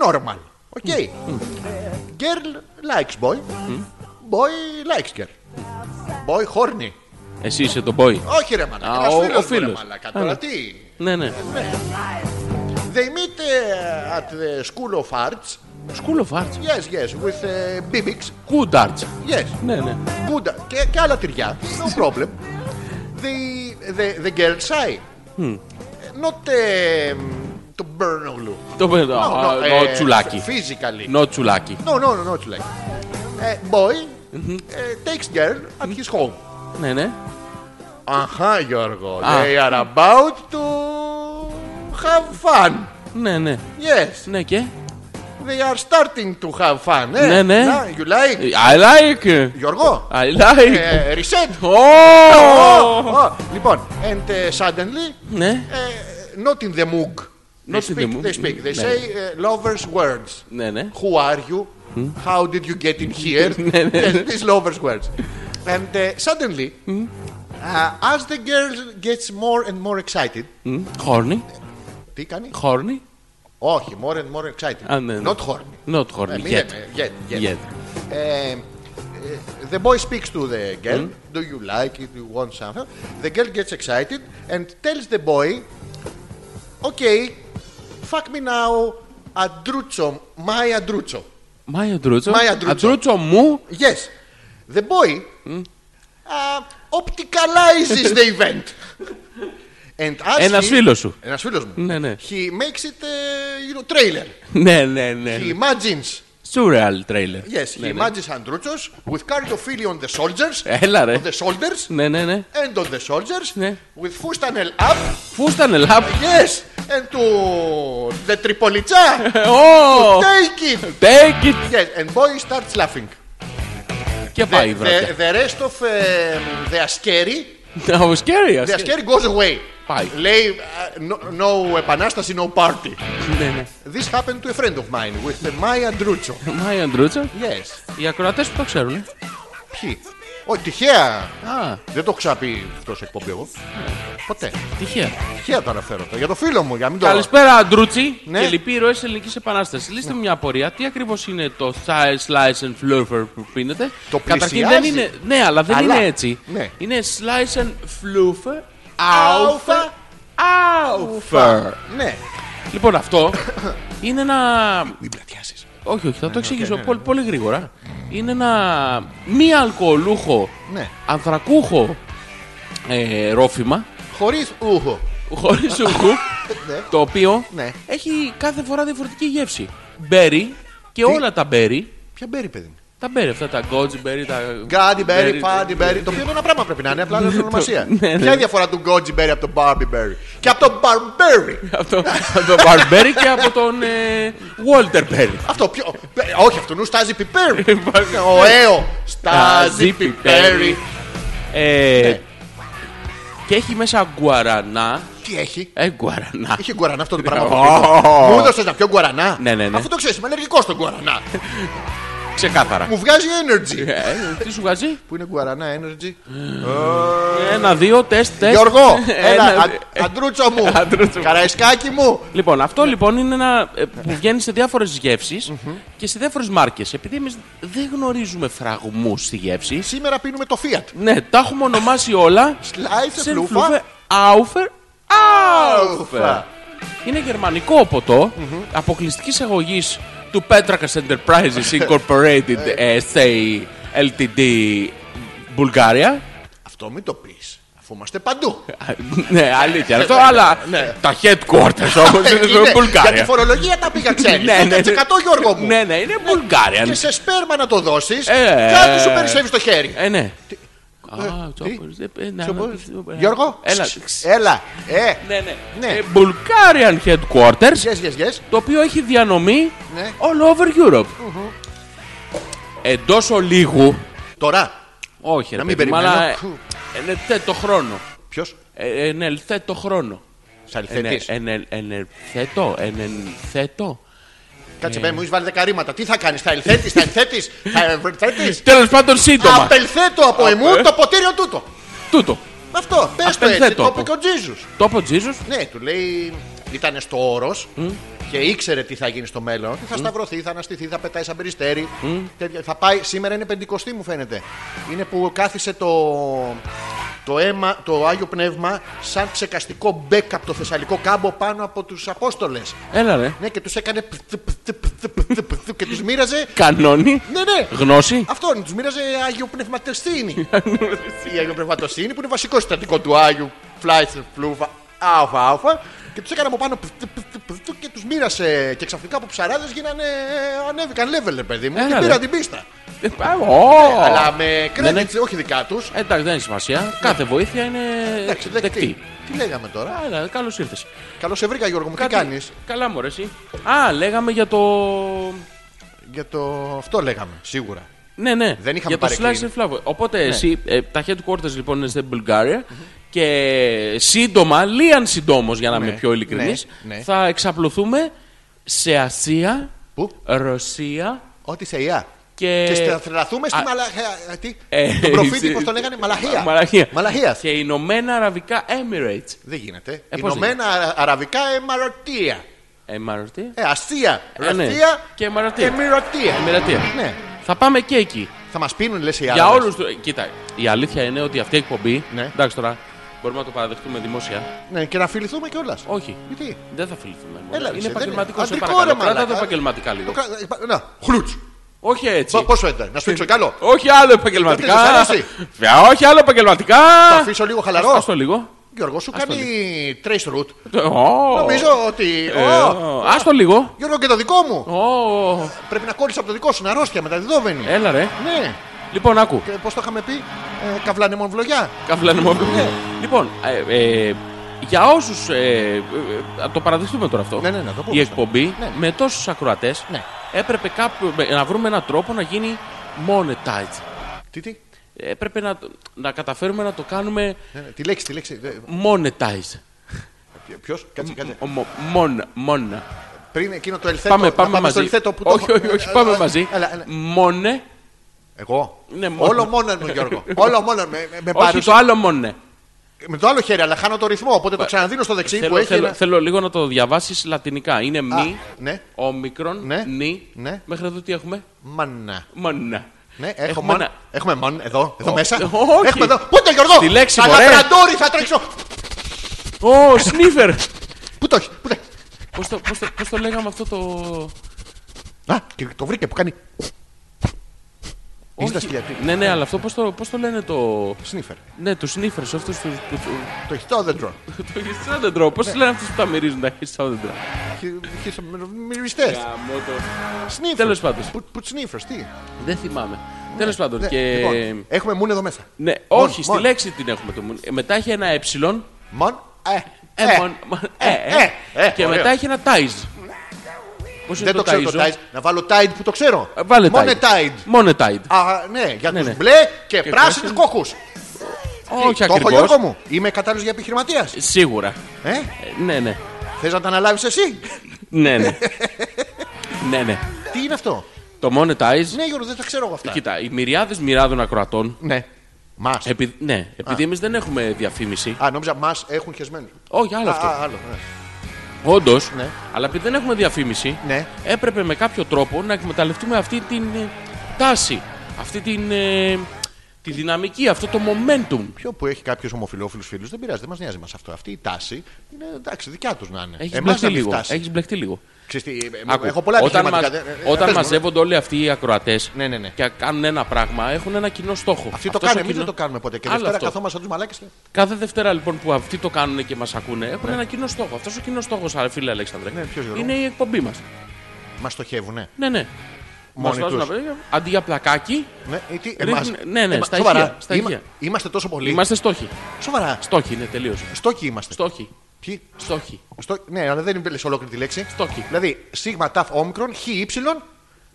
Speaker 1: Normal. Okay. Girl likes boy. Boy likes girl. Boy horny.
Speaker 2: Εσύ είσαι το boy.
Speaker 1: Όχι ρε μαλάκα. ένας
Speaker 2: Α, ο-
Speaker 1: φίλος
Speaker 2: ο
Speaker 1: μου, ρε
Speaker 2: φίλος.
Speaker 1: μαλάκα.
Speaker 2: Α,
Speaker 1: Τώρα
Speaker 2: ναι.
Speaker 1: τι.
Speaker 2: Ναι, ναι.
Speaker 1: They meet uh, at the school of arts.
Speaker 2: School of Arts.
Speaker 1: Yes, yes, with uh, bibics.
Speaker 2: Good Arts.
Speaker 1: Yes.
Speaker 2: Ναι, ναι.
Speaker 1: Good. Και, και άλλα τυριά. No problem. the, the, the girl shy. Not um, το Bernoglu.
Speaker 2: Το παιδί.
Speaker 1: No,
Speaker 2: α,
Speaker 1: no,
Speaker 2: Το
Speaker 1: ε,
Speaker 2: τσουλάκι.
Speaker 1: Physically.
Speaker 2: No τσουλάκι.
Speaker 1: No, no, no, not like. Uh, boy uh, takes girl at his home.
Speaker 2: Ναι, ναι.
Speaker 1: Αχα, Γιώργο.
Speaker 2: Α.
Speaker 1: They are about to have fun.
Speaker 2: Ναι, ναι.
Speaker 1: Yes,
Speaker 2: Ναι και.
Speaker 1: they are starting to have fun. Ε.
Speaker 2: Ναι, ναι.
Speaker 1: Να, you like.
Speaker 2: I like.
Speaker 1: Γιώργο.
Speaker 2: I like.
Speaker 1: Ε, reset.
Speaker 2: Oh!
Speaker 1: Ω, Λοιπόν, and uh, suddenly,
Speaker 2: Ναι.
Speaker 1: uh, not in the moog. They
Speaker 2: Not in the
Speaker 1: speak,
Speaker 2: moog.
Speaker 1: They speak. They
Speaker 2: Ναι.
Speaker 1: say uh, lovers' words.
Speaker 2: Ναι, ναι.
Speaker 1: Who are you? How did you get in here?
Speaker 2: ναι.
Speaker 1: Yes, These lovers' words. And uh, suddenly, uh, as the girl gets more and more excited,
Speaker 2: Μμ, Horny.
Speaker 1: τι κάνει?
Speaker 2: Horny.
Speaker 1: Όχι, more and more excited.
Speaker 2: Α, ναι, ναι.
Speaker 1: Not horny.
Speaker 2: Not
Speaker 1: Ε,
Speaker 2: horny.
Speaker 1: μην
Speaker 2: Yet.
Speaker 1: λέμε, Yet, yet.
Speaker 2: Yet.
Speaker 1: Ε, ε, the boy speaks to the girl.
Speaker 2: Mm.
Speaker 1: Do you like it? Do you want something? The girl gets excited and tells the boy, Okay, fuck me now, Andrucho, my Andrucho.
Speaker 2: Μάια Ντρούτσο.
Speaker 1: Μάια Ντρούτσο.
Speaker 2: Αντρούτσο μου.
Speaker 1: Yes. The boy
Speaker 2: Mm.
Speaker 1: uh, opticalizes the event. And as
Speaker 2: Ένας
Speaker 1: he-
Speaker 2: φίλος σου.
Speaker 1: Ένας φίλος μου.
Speaker 2: Ναι, ναι.
Speaker 1: He makes it, uh, you know, trailer.
Speaker 2: Ναι, ναι, ναι.
Speaker 1: He imagines.
Speaker 2: Surreal trailer.
Speaker 1: Yes, he
Speaker 2: Ναι, Ε, ναι.
Speaker 1: imagines Andruchos with Cardiophilia on the soldiers.
Speaker 2: Έλα ρε.
Speaker 1: On the shoulders.
Speaker 2: Ναι, ναι, ναι.
Speaker 1: and on the soldiers
Speaker 2: Ναι.
Speaker 1: with fustanel up,
Speaker 2: Φούσταν ελάπ.
Speaker 1: Ε, yes, and to the Tripolitsa.
Speaker 2: Ε, Ω!
Speaker 1: Take it!
Speaker 2: Take it.
Speaker 1: Yes, and boy starts laughing.
Speaker 2: Και
Speaker 1: The,
Speaker 2: πάει η
Speaker 1: the,
Speaker 2: βραδιά.
Speaker 1: the rest of um, the Askeri,
Speaker 2: I was scary.
Speaker 1: the Askeri goes away.
Speaker 2: Πάει.
Speaker 1: Λέει, uh, no, no επανάσταση, no party.
Speaker 2: Ναι, ναι.
Speaker 1: This happened to a friend of mine with the Maya Drucho.
Speaker 2: Μάια Ντρούτσο.
Speaker 1: Yes.
Speaker 2: Οι ακροατές που το ξέρουν.
Speaker 1: Ποιοι. Ω, τυχαία.
Speaker 2: Α,
Speaker 1: Δεν το έχω ξαπεί αυτό σε εκπομπή εγώ. Ποτέ.
Speaker 2: τυχαία.
Speaker 1: Τυχαία το αναφέρω. Για το φίλο μου, για μην το.
Speaker 2: Καλησπέρα, Αντρούτσι.
Speaker 1: Ναι.
Speaker 2: Και λοιποί ηρωέ Ελληνικής Επανάστασης. Λύστε μου μια απορία. Τι ακριβώς είναι το slice, slice and fluffer που πίνετε.
Speaker 1: Το
Speaker 2: δεν
Speaker 1: πλησιάζει.
Speaker 2: είναι. Ναι, αλλά δεν
Speaker 1: Αλλά,
Speaker 2: είναι έτσι.
Speaker 1: ναι.
Speaker 2: Είναι slice and fluffer.
Speaker 1: Alpha.
Speaker 2: Alpha. Alpha.
Speaker 1: Ναι.
Speaker 2: Λοιπόν, αυτό είναι ένα
Speaker 1: Μην πλατιάσεις. Ναι,
Speaker 2: Όχι, όχι, θα το εξηγήσω πολύ, πολύ γρήγορα. Είναι ένα μη αλκοολούχο,
Speaker 1: Ναι.
Speaker 2: ανθρακούχο ε, ρόφημα,
Speaker 1: Χωρίς ούχο.
Speaker 2: χωρίς ούχου,
Speaker 1: Ναι.
Speaker 2: το οποίο
Speaker 1: Ναι.
Speaker 2: έχει κάθε φορά διαφορετική γεύση. Μπέρι και όλα τα μπέρι,
Speaker 1: Ποια μπέρι, παιδί μου.
Speaker 2: τα μπέρι αυτά, τα γκότζι μπέρι, τα...
Speaker 1: Γκάντι μπέρι,
Speaker 2: μπέρι,
Speaker 1: φάντι μπέρι. Το οποίο είναι ένα πράγμα πρέπει να είναι, απλά δεν έχει ονομασία.
Speaker 2: Ναι, ναι.
Speaker 1: Ποια είναι η διαφορά του γκότζι μπέρι από τον μπάρμπι μπέρι. Και από τον μπαρμπέρι.
Speaker 2: από το- από τον Μπαρμπέρι και από τον ε, Walter Berry.
Speaker 1: Αυτό πιο. ε, Όχι, αυτού νου στάζει πιπέρι. Ο Έο. Στάζει
Speaker 2: Ε, Στάζει
Speaker 1: πιπέρι.
Speaker 2: πιπέρι. Ε,
Speaker 1: Ναι.
Speaker 2: Και έχει μέσα γκουαρανά.
Speaker 1: Τι έχει.
Speaker 2: Ε, γκουαρανά.
Speaker 1: Είχε γκουαρανά αυτό το πράγμα.
Speaker 2: Ω.
Speaker 1: Μου έδωσες να πιω γκουαρανά.
Speaker 2: Ναι, ναι, ναι.
Speaker 1: Αφού το ξέρεις, είμαι αλλεργικός στον γκουαρανά.
Speaker 2: Ξεκάθαρα.
Speaker 1: Μου βγάζει energy.
Speaker 2: Ε, τι σου βγάζει?
Speaker 1: Πού είναι γκουαρανά, energy.
Speaker 2: Ένα, δύο, τεστ, τεστ.
Speaker 1: Γιώργο, έλα,
Speaker 2: Ένα, δύο.
Speaker 1: αν- αντρούτσο μου.
Speaker 2: Ε, ναι. Αντρούτσο μου.
Speaker 1: Καραϊσκάκι μου.
Speaker 2: Λοιπόν, αυτό λοιπόν είναι ένα ε, που βγαίνει σε διάφορες γεύσεις και σε διάφορες μάρκες. Επειδή εμείς δεν γνωρίζουμε φραγμούς στη γεύση,
Speaker 1: Σήμερα πίνουμε το Fiat.
Speaker 2: ναι, τα έχουμε ονομάσει όλα.
Speaker 1: Slice and
Speaker 2: Sen
Speaker 1: Lufa.
Speaker 2: Fluffe, Aufer, Aufer. Είναι γερμανικό ποτό αποκλειστικής αγωγής του Petrakas Enterprises Incorporated
Speaker 1: Ε.
Speaker 2: ε, SA Ltd. Bulgaria.
Speaker 1: Αυτό μην το πεις. Αφού είμαστε παντού.
Speaker 2: Α, ναι, αλήθεια. Αυτό, αλλά τα headquarters όμω
Speaker 1: Ε, Ναι.
Speaker 2: είναι
Speaker 1: είναι.
Speaker 2: στην
Speaker 1: Για τη
Speaker 2: Βουλγαρία.
Speaker 1: φορολογία τα πήγα ξένοι.
Speaker 2: Ναι, ναι, ναι.
Speaker 1: 10% Γιώργο μου.
Speaker 2: Ναι, ναι, είναι
Speaker 1: Και
Speaker 2: Bulgarian.
Speaker 1: σε σπέρμα να το δώσεις,
Speaker 2: Ε,
Speaker 1: κάτι σου
Speaker 2: ε,
Speaker 1: περισσεύει στο χέρι.
Speaker 2: Ε, ναι.
Speaker 1: ε,
Speaker 2: Α,
Speaker 1: τι?
Speaker 2: τσόπερς, ε, ε, να-
Speaker 1: Τσοπολ-
Speaker 2: ε,
Speaker 1: Γιώργο,
Speaker 2: Έλα.
Speaker 1: ξ, έλα. Ε,
Speaker 2: Ναι, ναι.
Speaker 1: Ναι.
Speaker 2: Ε, Bulgarian headquarters.
Speaker 1: yes, yes, yes.
Speaker 2: το οποίο έχει διανομή
Speaker 1: Ναι.
Speaker 2: all over Europe. Εντός ολίγου.
Speaker 1: Τώρα,
Speaker 2: Όχι,
Speaker 1: να
Speaker 2: ρε
Speaker 1: μην
Speaker 2: παιδί μου,
Speaker 1: περιμένω.
Speaker 2: αλλά. ε, Εν ελθέτω χρόνο.
Speaker 1: Ποιος,
Speaker 2: Ε, Εν ελθέτω χρόνο. Ε, ναι,
Speaker 1: σα
Speaker 2: Εν-
Speaker 1: αληθετή.
Speaker 2: εν- εν- Εν ελθέτω, εν ελθέτω. ε,
Speaker 1: Κάτσε,
Speaker 2: ναι.
Speaker 1: παιδί μου, έχεις βάλει δεκαρήματα. Τι θα κάνεις, θα ελθέτεις, θα ελθέτεις, θα ελθέτεις.
Speaker 2: Τέλος πάντων, σύντομα.
Speaker 1: Απελθέτω από εμού το ποτήριο τούτο.
Speaker 2: Τούτο.
Speaker 1: Αυτό, πες το έτσι.
Speaker 2: Απενθέτω
Speaker 1: Το
Speaker 2: από.
Speaker 1: είπε και ο Τζίζους.
Speaker 2: Το είπε ο Τζίζος.
Speaker 1: Ναι, του λέει. Ήταν στο όρος και ήξερε τι θα γίνει στο μέλλον. Ότι θα σταυρωθεί, θα αναστηθεί, θα πετάει σαν περιστέρι. τέτοια. Θα πάει. Σήμερα είναι πεντηκοστή, μου φαίνεται. Είναι που κάθισε το, το, αίμα, το άγιο πνεύμα σαν ψεκαστικό μπέκ από το Θεσσαλικό κάμπο πάνω από τους Απόστολες.
Speaker 2: Έλα ρε.
Speaker 1: Ναι, και τους έκανε. πτ, πτ, πτ, πτ, πτ, πτ, πτ, και τους μοίραζε.
Speaker 2: Κανόνι.
Speaker 1: Ναι, ναι.
Speaker 2: Γνώση.
Speaker 1: Αυτό τους μοίραζε Άγιο Πνευματοστήνη. η Άγιο Πνευματοστήνη που είναι βασικό συστατικό του Άγιου Φλάιτσερ Φλούβα Αλφα Αλφα. Και τους έκανε από πάνω πτ, πτ, πτ, πτ, πτ, και τους μοίρασε. Και ξαφνικά από ψαράδες γίνανε. ε, ανέβηκαν level, ρε παιδί μου.
Speaker 2: Έλα,
Speaker 1: και
Speaker 2: ρε.
Speaker 1: πήραν την πίστα.
Speaker 2: Ε, α, ω.
Speaker 1: Αλλά με
Speaker 2: Δεν
Speaker 1: credits,
Speaker 2: έχει-
Speaker 1: όχι δικά τους.
Speaker 2: Ε, Εντάξει, δεν έχει σημασία. Κάθε βοήθεια είναι
Speaker 1: Εντάξει, δεκτή.
Speaker 2: δεκτή.
Speaker 1: Τι λέγαμε τώρα.
Speaker 2: Άρα, καλώς ήρθες.
Speaker 1: Καλώς σε βρήκα, Γιώργο μου. Τι κάνεις.
Speaker 2: Καλά, μου εσύ. Α, λέγαμε για το.
Speaker 1: Για το. Αυτό λέγαμε, σίγουρα.
Speaker 2: Ναι, ναι.
Speaker 1: Δεν είχαμε Ναι.
Speaker 2: για το
Speaker 1: παρεκκλίνει.
Speaker 2: slice and flavor. Οπότε εσύ, ε, τα headquarters λοιπόν είναι στην Bulgaria και σύντομα, λίαν συντόμως για να είμαι πιο ειλικρινής,
Speaker 1: ναι, ναι.
Speaker 2: θα εξαπλωθούμε σε Ασία,
Speaker 1: Πού?
Speaker 2: Ρωσία
Speaker 1: Ό,τι σε ΙΑ.
Speaker 2: και.
Speaker 1: Και θα τρελαθούμε στη
Speaker 2: Ε, Α,
Speaker 1: Μαλαχία. Τι.
Speaker 2: ε,
Speaker 1: Τον προφήτη,
Speaker 2: σε-
Speaker 1: πώς τον λέγανε, Μαλαχία.
Speaker 2: Μαλαχία.
Speaker 1: Μαλαχίας.
Speaker 2: Και Ηνωμένα Αραβικά Emirates.
Speaker 1: Δεν γίνεται.
Speaker 2: Ε, πώς
Speaker 1: Ηνωμένα Αρα- Αραβικά Εμαρωτία.
Speaker 2: Ε, Μαρωτή.
Speaker 1: Ε, αστεία.
Speaker 2: Ε, ναι.
Speaker 1: Αστεία
Speaker 2: Και Εμαρωτία.
Speaker 1: Εμιρωτία.
Speaker 2: Εμμυρατία.
Speaker 1: Ναι.
Speaker 2: Θα πάμε και εκεί.
Speaker 1: Θα μας πίνουν, λες οι άλλοι.
Speaker 2: Για όλου του. Κοίτα, η αλήθεια είναι ότι αυτή η εκπομπή.
Speaker 1: Ναι.
Speaker 2: Εντάξει τώρα, μπορούμε να το παραδεχτούμε δημόσια.
Speaker 1: Ναι, και να φιληθούμε κιόλας.
Speaker 2: Όχι.
Speaker 1: Γιατί.
Speaker 2: Δεν θα φιληθούμε. μόνο.
Speaker 1: Έλα, ρε,
Speaker 2: είναι
Speaker 1: σε,
Speaker 2: επαγγελματικό.
Speaker 1: δεν
Speaker 2: Σε
Speaker 1: είναι.
Speaker 2: παρακαλώ.
Speaker 1: Αντρικό, ρε,
Speaker 2: Κράτα το
Speaker 1: μαλάκα.
Speaker 2: επαγγελματικά λίγο.
Speaker 1: Το κρα- ε, Να, χλουτ.
Speaker 2: Όχι έτσι.
Speaker 1: Πόσο ήταν, να σου πήξω κι άλλο.
Speaker 2: Όχι άλλο επαγγελματικά.
Speaker 1: Δεν σας αρέσει.
Speaker 2: Βε, Όχι άλλο επαγγελματικά.
Speaker 1: Θα αφήσω λίγο χαλαρό.
Speaker 2: Ας το λίγο.
Speaker 1: Γιώργο, σου
Speaker 2: Ας το
Speaker 1: κάνει trace route.
Speaker 2: Ω.
Speaker 1: Νομίζω ότι.
Speaker 2: Ε,
Speaker 1: Ω,
Speaker 2: ω. Ας το λίγο.
Speaker 1: Γιώργο και το δικό μου.
Speaker 2: Ω.
Speaker 1: Πρέπει να κόλλεις από το δικό σου, είναι αρρώστια μεταδιδόμενη.
Speaker 2: Έλα ρε.
Speaker 1: Ναι.
Speaker 2: Λοιπόν, άκου.
Speaker 1: Και πώς το είχαμε πει, ε, καβλάνε μόνο βλογιά.
Speaker 2: Καφλάνε μόνο. Λοιπόν, ε, ε, για όσους. το παραδεχτούμε τώρα αυτό.
Speaker 1: Ναι, ναι, ναι, το πούμε
Speaker 2: Η
Speaker 1: αυτό.
Speaker 2: εκπομπή
Speaker 1: Ναι.
Speaker 2: με τόσους ακροατές
Speaker 1: Ναι.
Speaker 2: έπρεπε κάπου, με- να βρούμε έναν τρόπο να γίνει monetized.
Speaker 1: Τι, τι.
Speaker 2: Έπρεπε να, το- να καταφέρουμε να το κάνουμε
Speaker 1: Ναι, ναι, Τη λέξη, τη λέξη.
Speaker 2: monetize.
Speaker 1: Ποιο, κάτσε, κάτσε.
Speaker 2: Ο- μο- Μον, μον.
Speaker 1: Πριν εκείνο το ελθέτο.
Speaker 2: Πάμε,
Speaker 1: να
Speaker 2: πάμε
Speaker 1: στο
Speaker 2: μαζί.
Speaker 1: ελθέτο που το
Speaker 2: Όχι,
Speaker 1: έχω-
Speaker 2: όχι, όχι,
Speaker 1: Ε,
Speaker 2: πάμε
Speaker 1: ε,
Speaker 2: μαζί.
Speaker 1: έλα, έλα.
Speaker 2: Μόνε.
Speaker 1: Εγώ.
Speaker 2: Ναι, μόνο.
Speaker 1: Όλο μόνο μου, Γιώργο. Όλο μόνο με, με, με,
Speaker 2: Όχι,
Speaker 1: παρουσ-
Speaker 2: το άλλο μόνε.
Speaker 1: με το άλλο χέρι, αλλά χάνω το ρυθμό. Οπότε το ξαναδίνω στο δεξί που
Speaker 2: Θέλω,
Speaker 1: έχει.
Speaker 2: θέλω,
Speaker 1: ένα-
Speaker 2: θέλω λίγο να το διαβάσεις λατινικά. Είναι
Speaker 1: Α,
Speaker 2: μη,
Speaker 1: ναι,
Speaker 2: όμικρον,
Speaker 1: Ναι.
Speaker 2: νη.
Speaker 1: Ναι.
Speaker 2: Μέχρι εδώ τι έχουμε.
Speaker 1: μάνα.
Speaker 2: Μόνα.
Speaker 1: Ναι, έχω μαν,
Speaker 2: ένα-
Speaker 1: Έχουμε μαν εδώ, εδώ
Speaker 2: Ω,
Speaker 1: μέσα.
Speaker 2: ε, όχι.
Speaker 1: Έχουμε εδώ. Πού το Γιώργο!
Speaker 2: Στη λέξη,
Speaker 1: Αλλά
Speaker 2: μωρέ.
Speaker 1: τραντόρι θα τρέξω.
Speaker 2: Ω, σνίφερ!
Speaker 1: Πού το έχει, πού το έχει.
Speaker 2: Πώς το, πώς το, πώς το λέγαμε αυτό το.
Speaker 1: Α, και το βρήκε που κάνει. Είσαι τα
Speaker 2: Όχι.
Speaker 1: σκυλιά, τι-
Speaker 2: Ναι, ναι, αλλά αυτό πώς το, πώς το λένε το.
Speaker 1: Σνίφερ.
Speaker 2: Ναι, του σνίφερ, αυτούς τους. που-
Speaker 1: Το χιστόδεντρο.
Speaker 2: Το χιστόδεντρο. Πώ λένε αυτούς που τα μυρίζουν τα χιστόδεντρα.
Speaker 1: Μυριστέ. Σνίφερ.
Speaker 2: Τέλος πάντων.
Speaker 1: Πού σνίφερ, τι.
Speaker 2: Δεν θυμάμαι. Τέλος πάντων.
Speaker 1: Ναι,
Speaker 2: Και...
Speaker 1: λοιπόν, Έχουμε μουν εδώ μέσα.
Speaker 2: Ναι,
Speaker 1: Μον,
Speaker 2: όχι, στη
Speaker 1: μον.
Speaker 2: λέξη την έχουμε το μουν. Ε, Μετά έχει ένα εψιλον.
Speaker 1: Μον. Ε,
Speaker 2: Ε,
Speaker 1: ε.
Speaker 2: μον- μον- ε, ε.
Speaker 1: ε, ε,
Speaker 2: Και
Speaker 1: ωραίος.
Speaker 2: μετά έχει ένα τάιζ. Πώς είναι
Speaker 1: Δεν το
Speaker 2: το
Speaker 1: ξέρω το
Speaker 2: τάιζο.
Speaker 1: Tide. Να βάλω Tide που το ξέρω.
Speaker 2: Ε, Βάλε
Speaker 1: Μόνε Tide.
Speaker 2: Monetide.
Speaker 1: Α, ναι, για
Speaker 2: Ναι,
Speaker 1: τους
Speaker 2: ναι.
Speaker 1: μπλε και,
Speaker 2: Και
Speaker 1: πράσινους
Speaker 2: πράσινους.
Speaker 1: κόχους.
Speaker 2: Όχι
Speaker 1: Το έχω Γιώργο
Speaker 2: ακριβώ.
Speaker 1: μου. Είμαι κατάλληλος για επιχειρηματίας.
Speaker 2: Σίγουρα.
Speaker 1: Ε,
Speaker 2: Ε, Ναι, ναι.
Speaker 1: θες να τα αναλάβεις εσύ.
Speaker 2: Ναι, ναι. ναι, ναι.
Speaker 1: Τι είναι αυτό.
Speaker 2: Το monetize.
Speaker 1: Ναι Γιώργο δεν τα ξέρω εγώ αυτά.
Speaker 2: Ε, Κοίτα, οι μυριάδες μοιράδων ακροατών.
Speaker 1: Ναι. Μας.
Speaker 2: Επει... Ναι, επειδή εμείς δεν έχουμε διαφήμιση.
Speaker 1: Α, νόμιζα μας έχουν χεσμένους.
Speaker 2: Όχι, άλλο
Speaker 1: Α,
Speaker 2: αυτό.
Speaker 1: α, άλλο. ναι.
Speaker 2: Όντως.
Speaker 1: Ναι.
Speaker 2: Αλλά επειδή δεν έχουμε διαφήμιση,
Speaker 1: Ναι.
Speaker 2: έπρεπε με κάποιο τρόπο να εκμεταλλευτούμε αυτή την ε, τάση. Αυτή την. ε, τη δυναμική, αυτό το momentum.
Speaker 1: Ποιο που έχει κάποιου ομοφυλόφιλους φίλους δεν πειράζει, δεν μας νοιάζει μας αυτό. Αυτή η τάση είναι εντάξει, δικιά τους να είναι.
Speaker 2: Έχεις
Speaker 1: Εμάς
Speaker 2: μπλεχτεί
Speaker 1: να μην
Speaker 2: λίγο.
Speaker 1: φτάσει.
Speaker 2: Έχεις μπλεχτεί λίγο.
Speaker 1: Ξέρεις τι, ε, ε,
Speaker 2: Άκου,
Speaker 1: έχω πολλά
Speaker 2: όταν
Speaker 1: επιχειρηματικά.
Speaker 2: μαζε-
Speaker 1: δεν- ε, ε,
Speaker 2: όταν
Speaker 1: πες μου, ναι.
Speaker 2: μαζεύονται όλοι αυτοί οι ακροατές
Speaker 1: Ναι, ναι, ναι.
Speaker 2: και κάνουν ένα πράγμα, έχουν ένα κοινό στόχο.
Speaker 1: Αυτοί το
Speaker 2: Αυτός ο
Speaker 1: κάνουν, εμεί
Speaker 2: κοινό-
Speaker 1: δεν το κάνουμε ποτέ. Και
Speaker 2: Άλλο
Speaker 1: Δευτέρα
Speaker 2: αυτό.
Speaker 1: καθόμαστε σαν τους μαλάκες. και-
Speaker 2: Κάθε Δευτέρα λοιπόν που αυτοί το κάνουν και μας ακούνε, έχουν ένα κοινό στόχο. Αυτός ο κοινός στόχος, φίλε Αλέξανδρε,
Speaker 1: Ναι, ποιος, Γιώργο?
Speaker 2: είναι η εκπομπή μας.
Speaker 1: Μας στοχεύουνε.
Speaker 2: Ναι, ναι. Μας
Speaker 1: Μόνοι
Speaker 2: βάζουν
Speaker 1: τους.
Speaker 2: να παιδιά, Αντί για πλακάκι,
Speaker 1: Ναι, ε, τι,
Speaker 2: Ρίχνουν-
Speaker 1: εμάς.
Speaker 2: ναι, ναι,
Speaker 1: Εμάς,
Speaker 2: στα
Speaker 1: σοβαρά.
Speaker 2: ηχεία, στα
Speaker 1: Είμα-
Speaker 2: ηχεία.
Speaker 1: Είμαστε τόσο πολλοί.
Speaker 2: είμαστε στόχοι.
Speaker 1: Σοβαρά.
Speaker 2: Στόχοι, ναι, τελείως.
Speaker 1: Στόχοι είμαστε.
Speaker 2: Στόχοι.
Speaker 1: Ποιοι?
Speaker 2: Στόχοι.
Speaker 1: Στό... Ναι, αλλά δεν λες ολόκληρη τη λέξη.
Speaker 2: Στόχοι.
Speaker 1: Δηλαδή, σίγμα ταφ όμικρον, χ ύψιλον,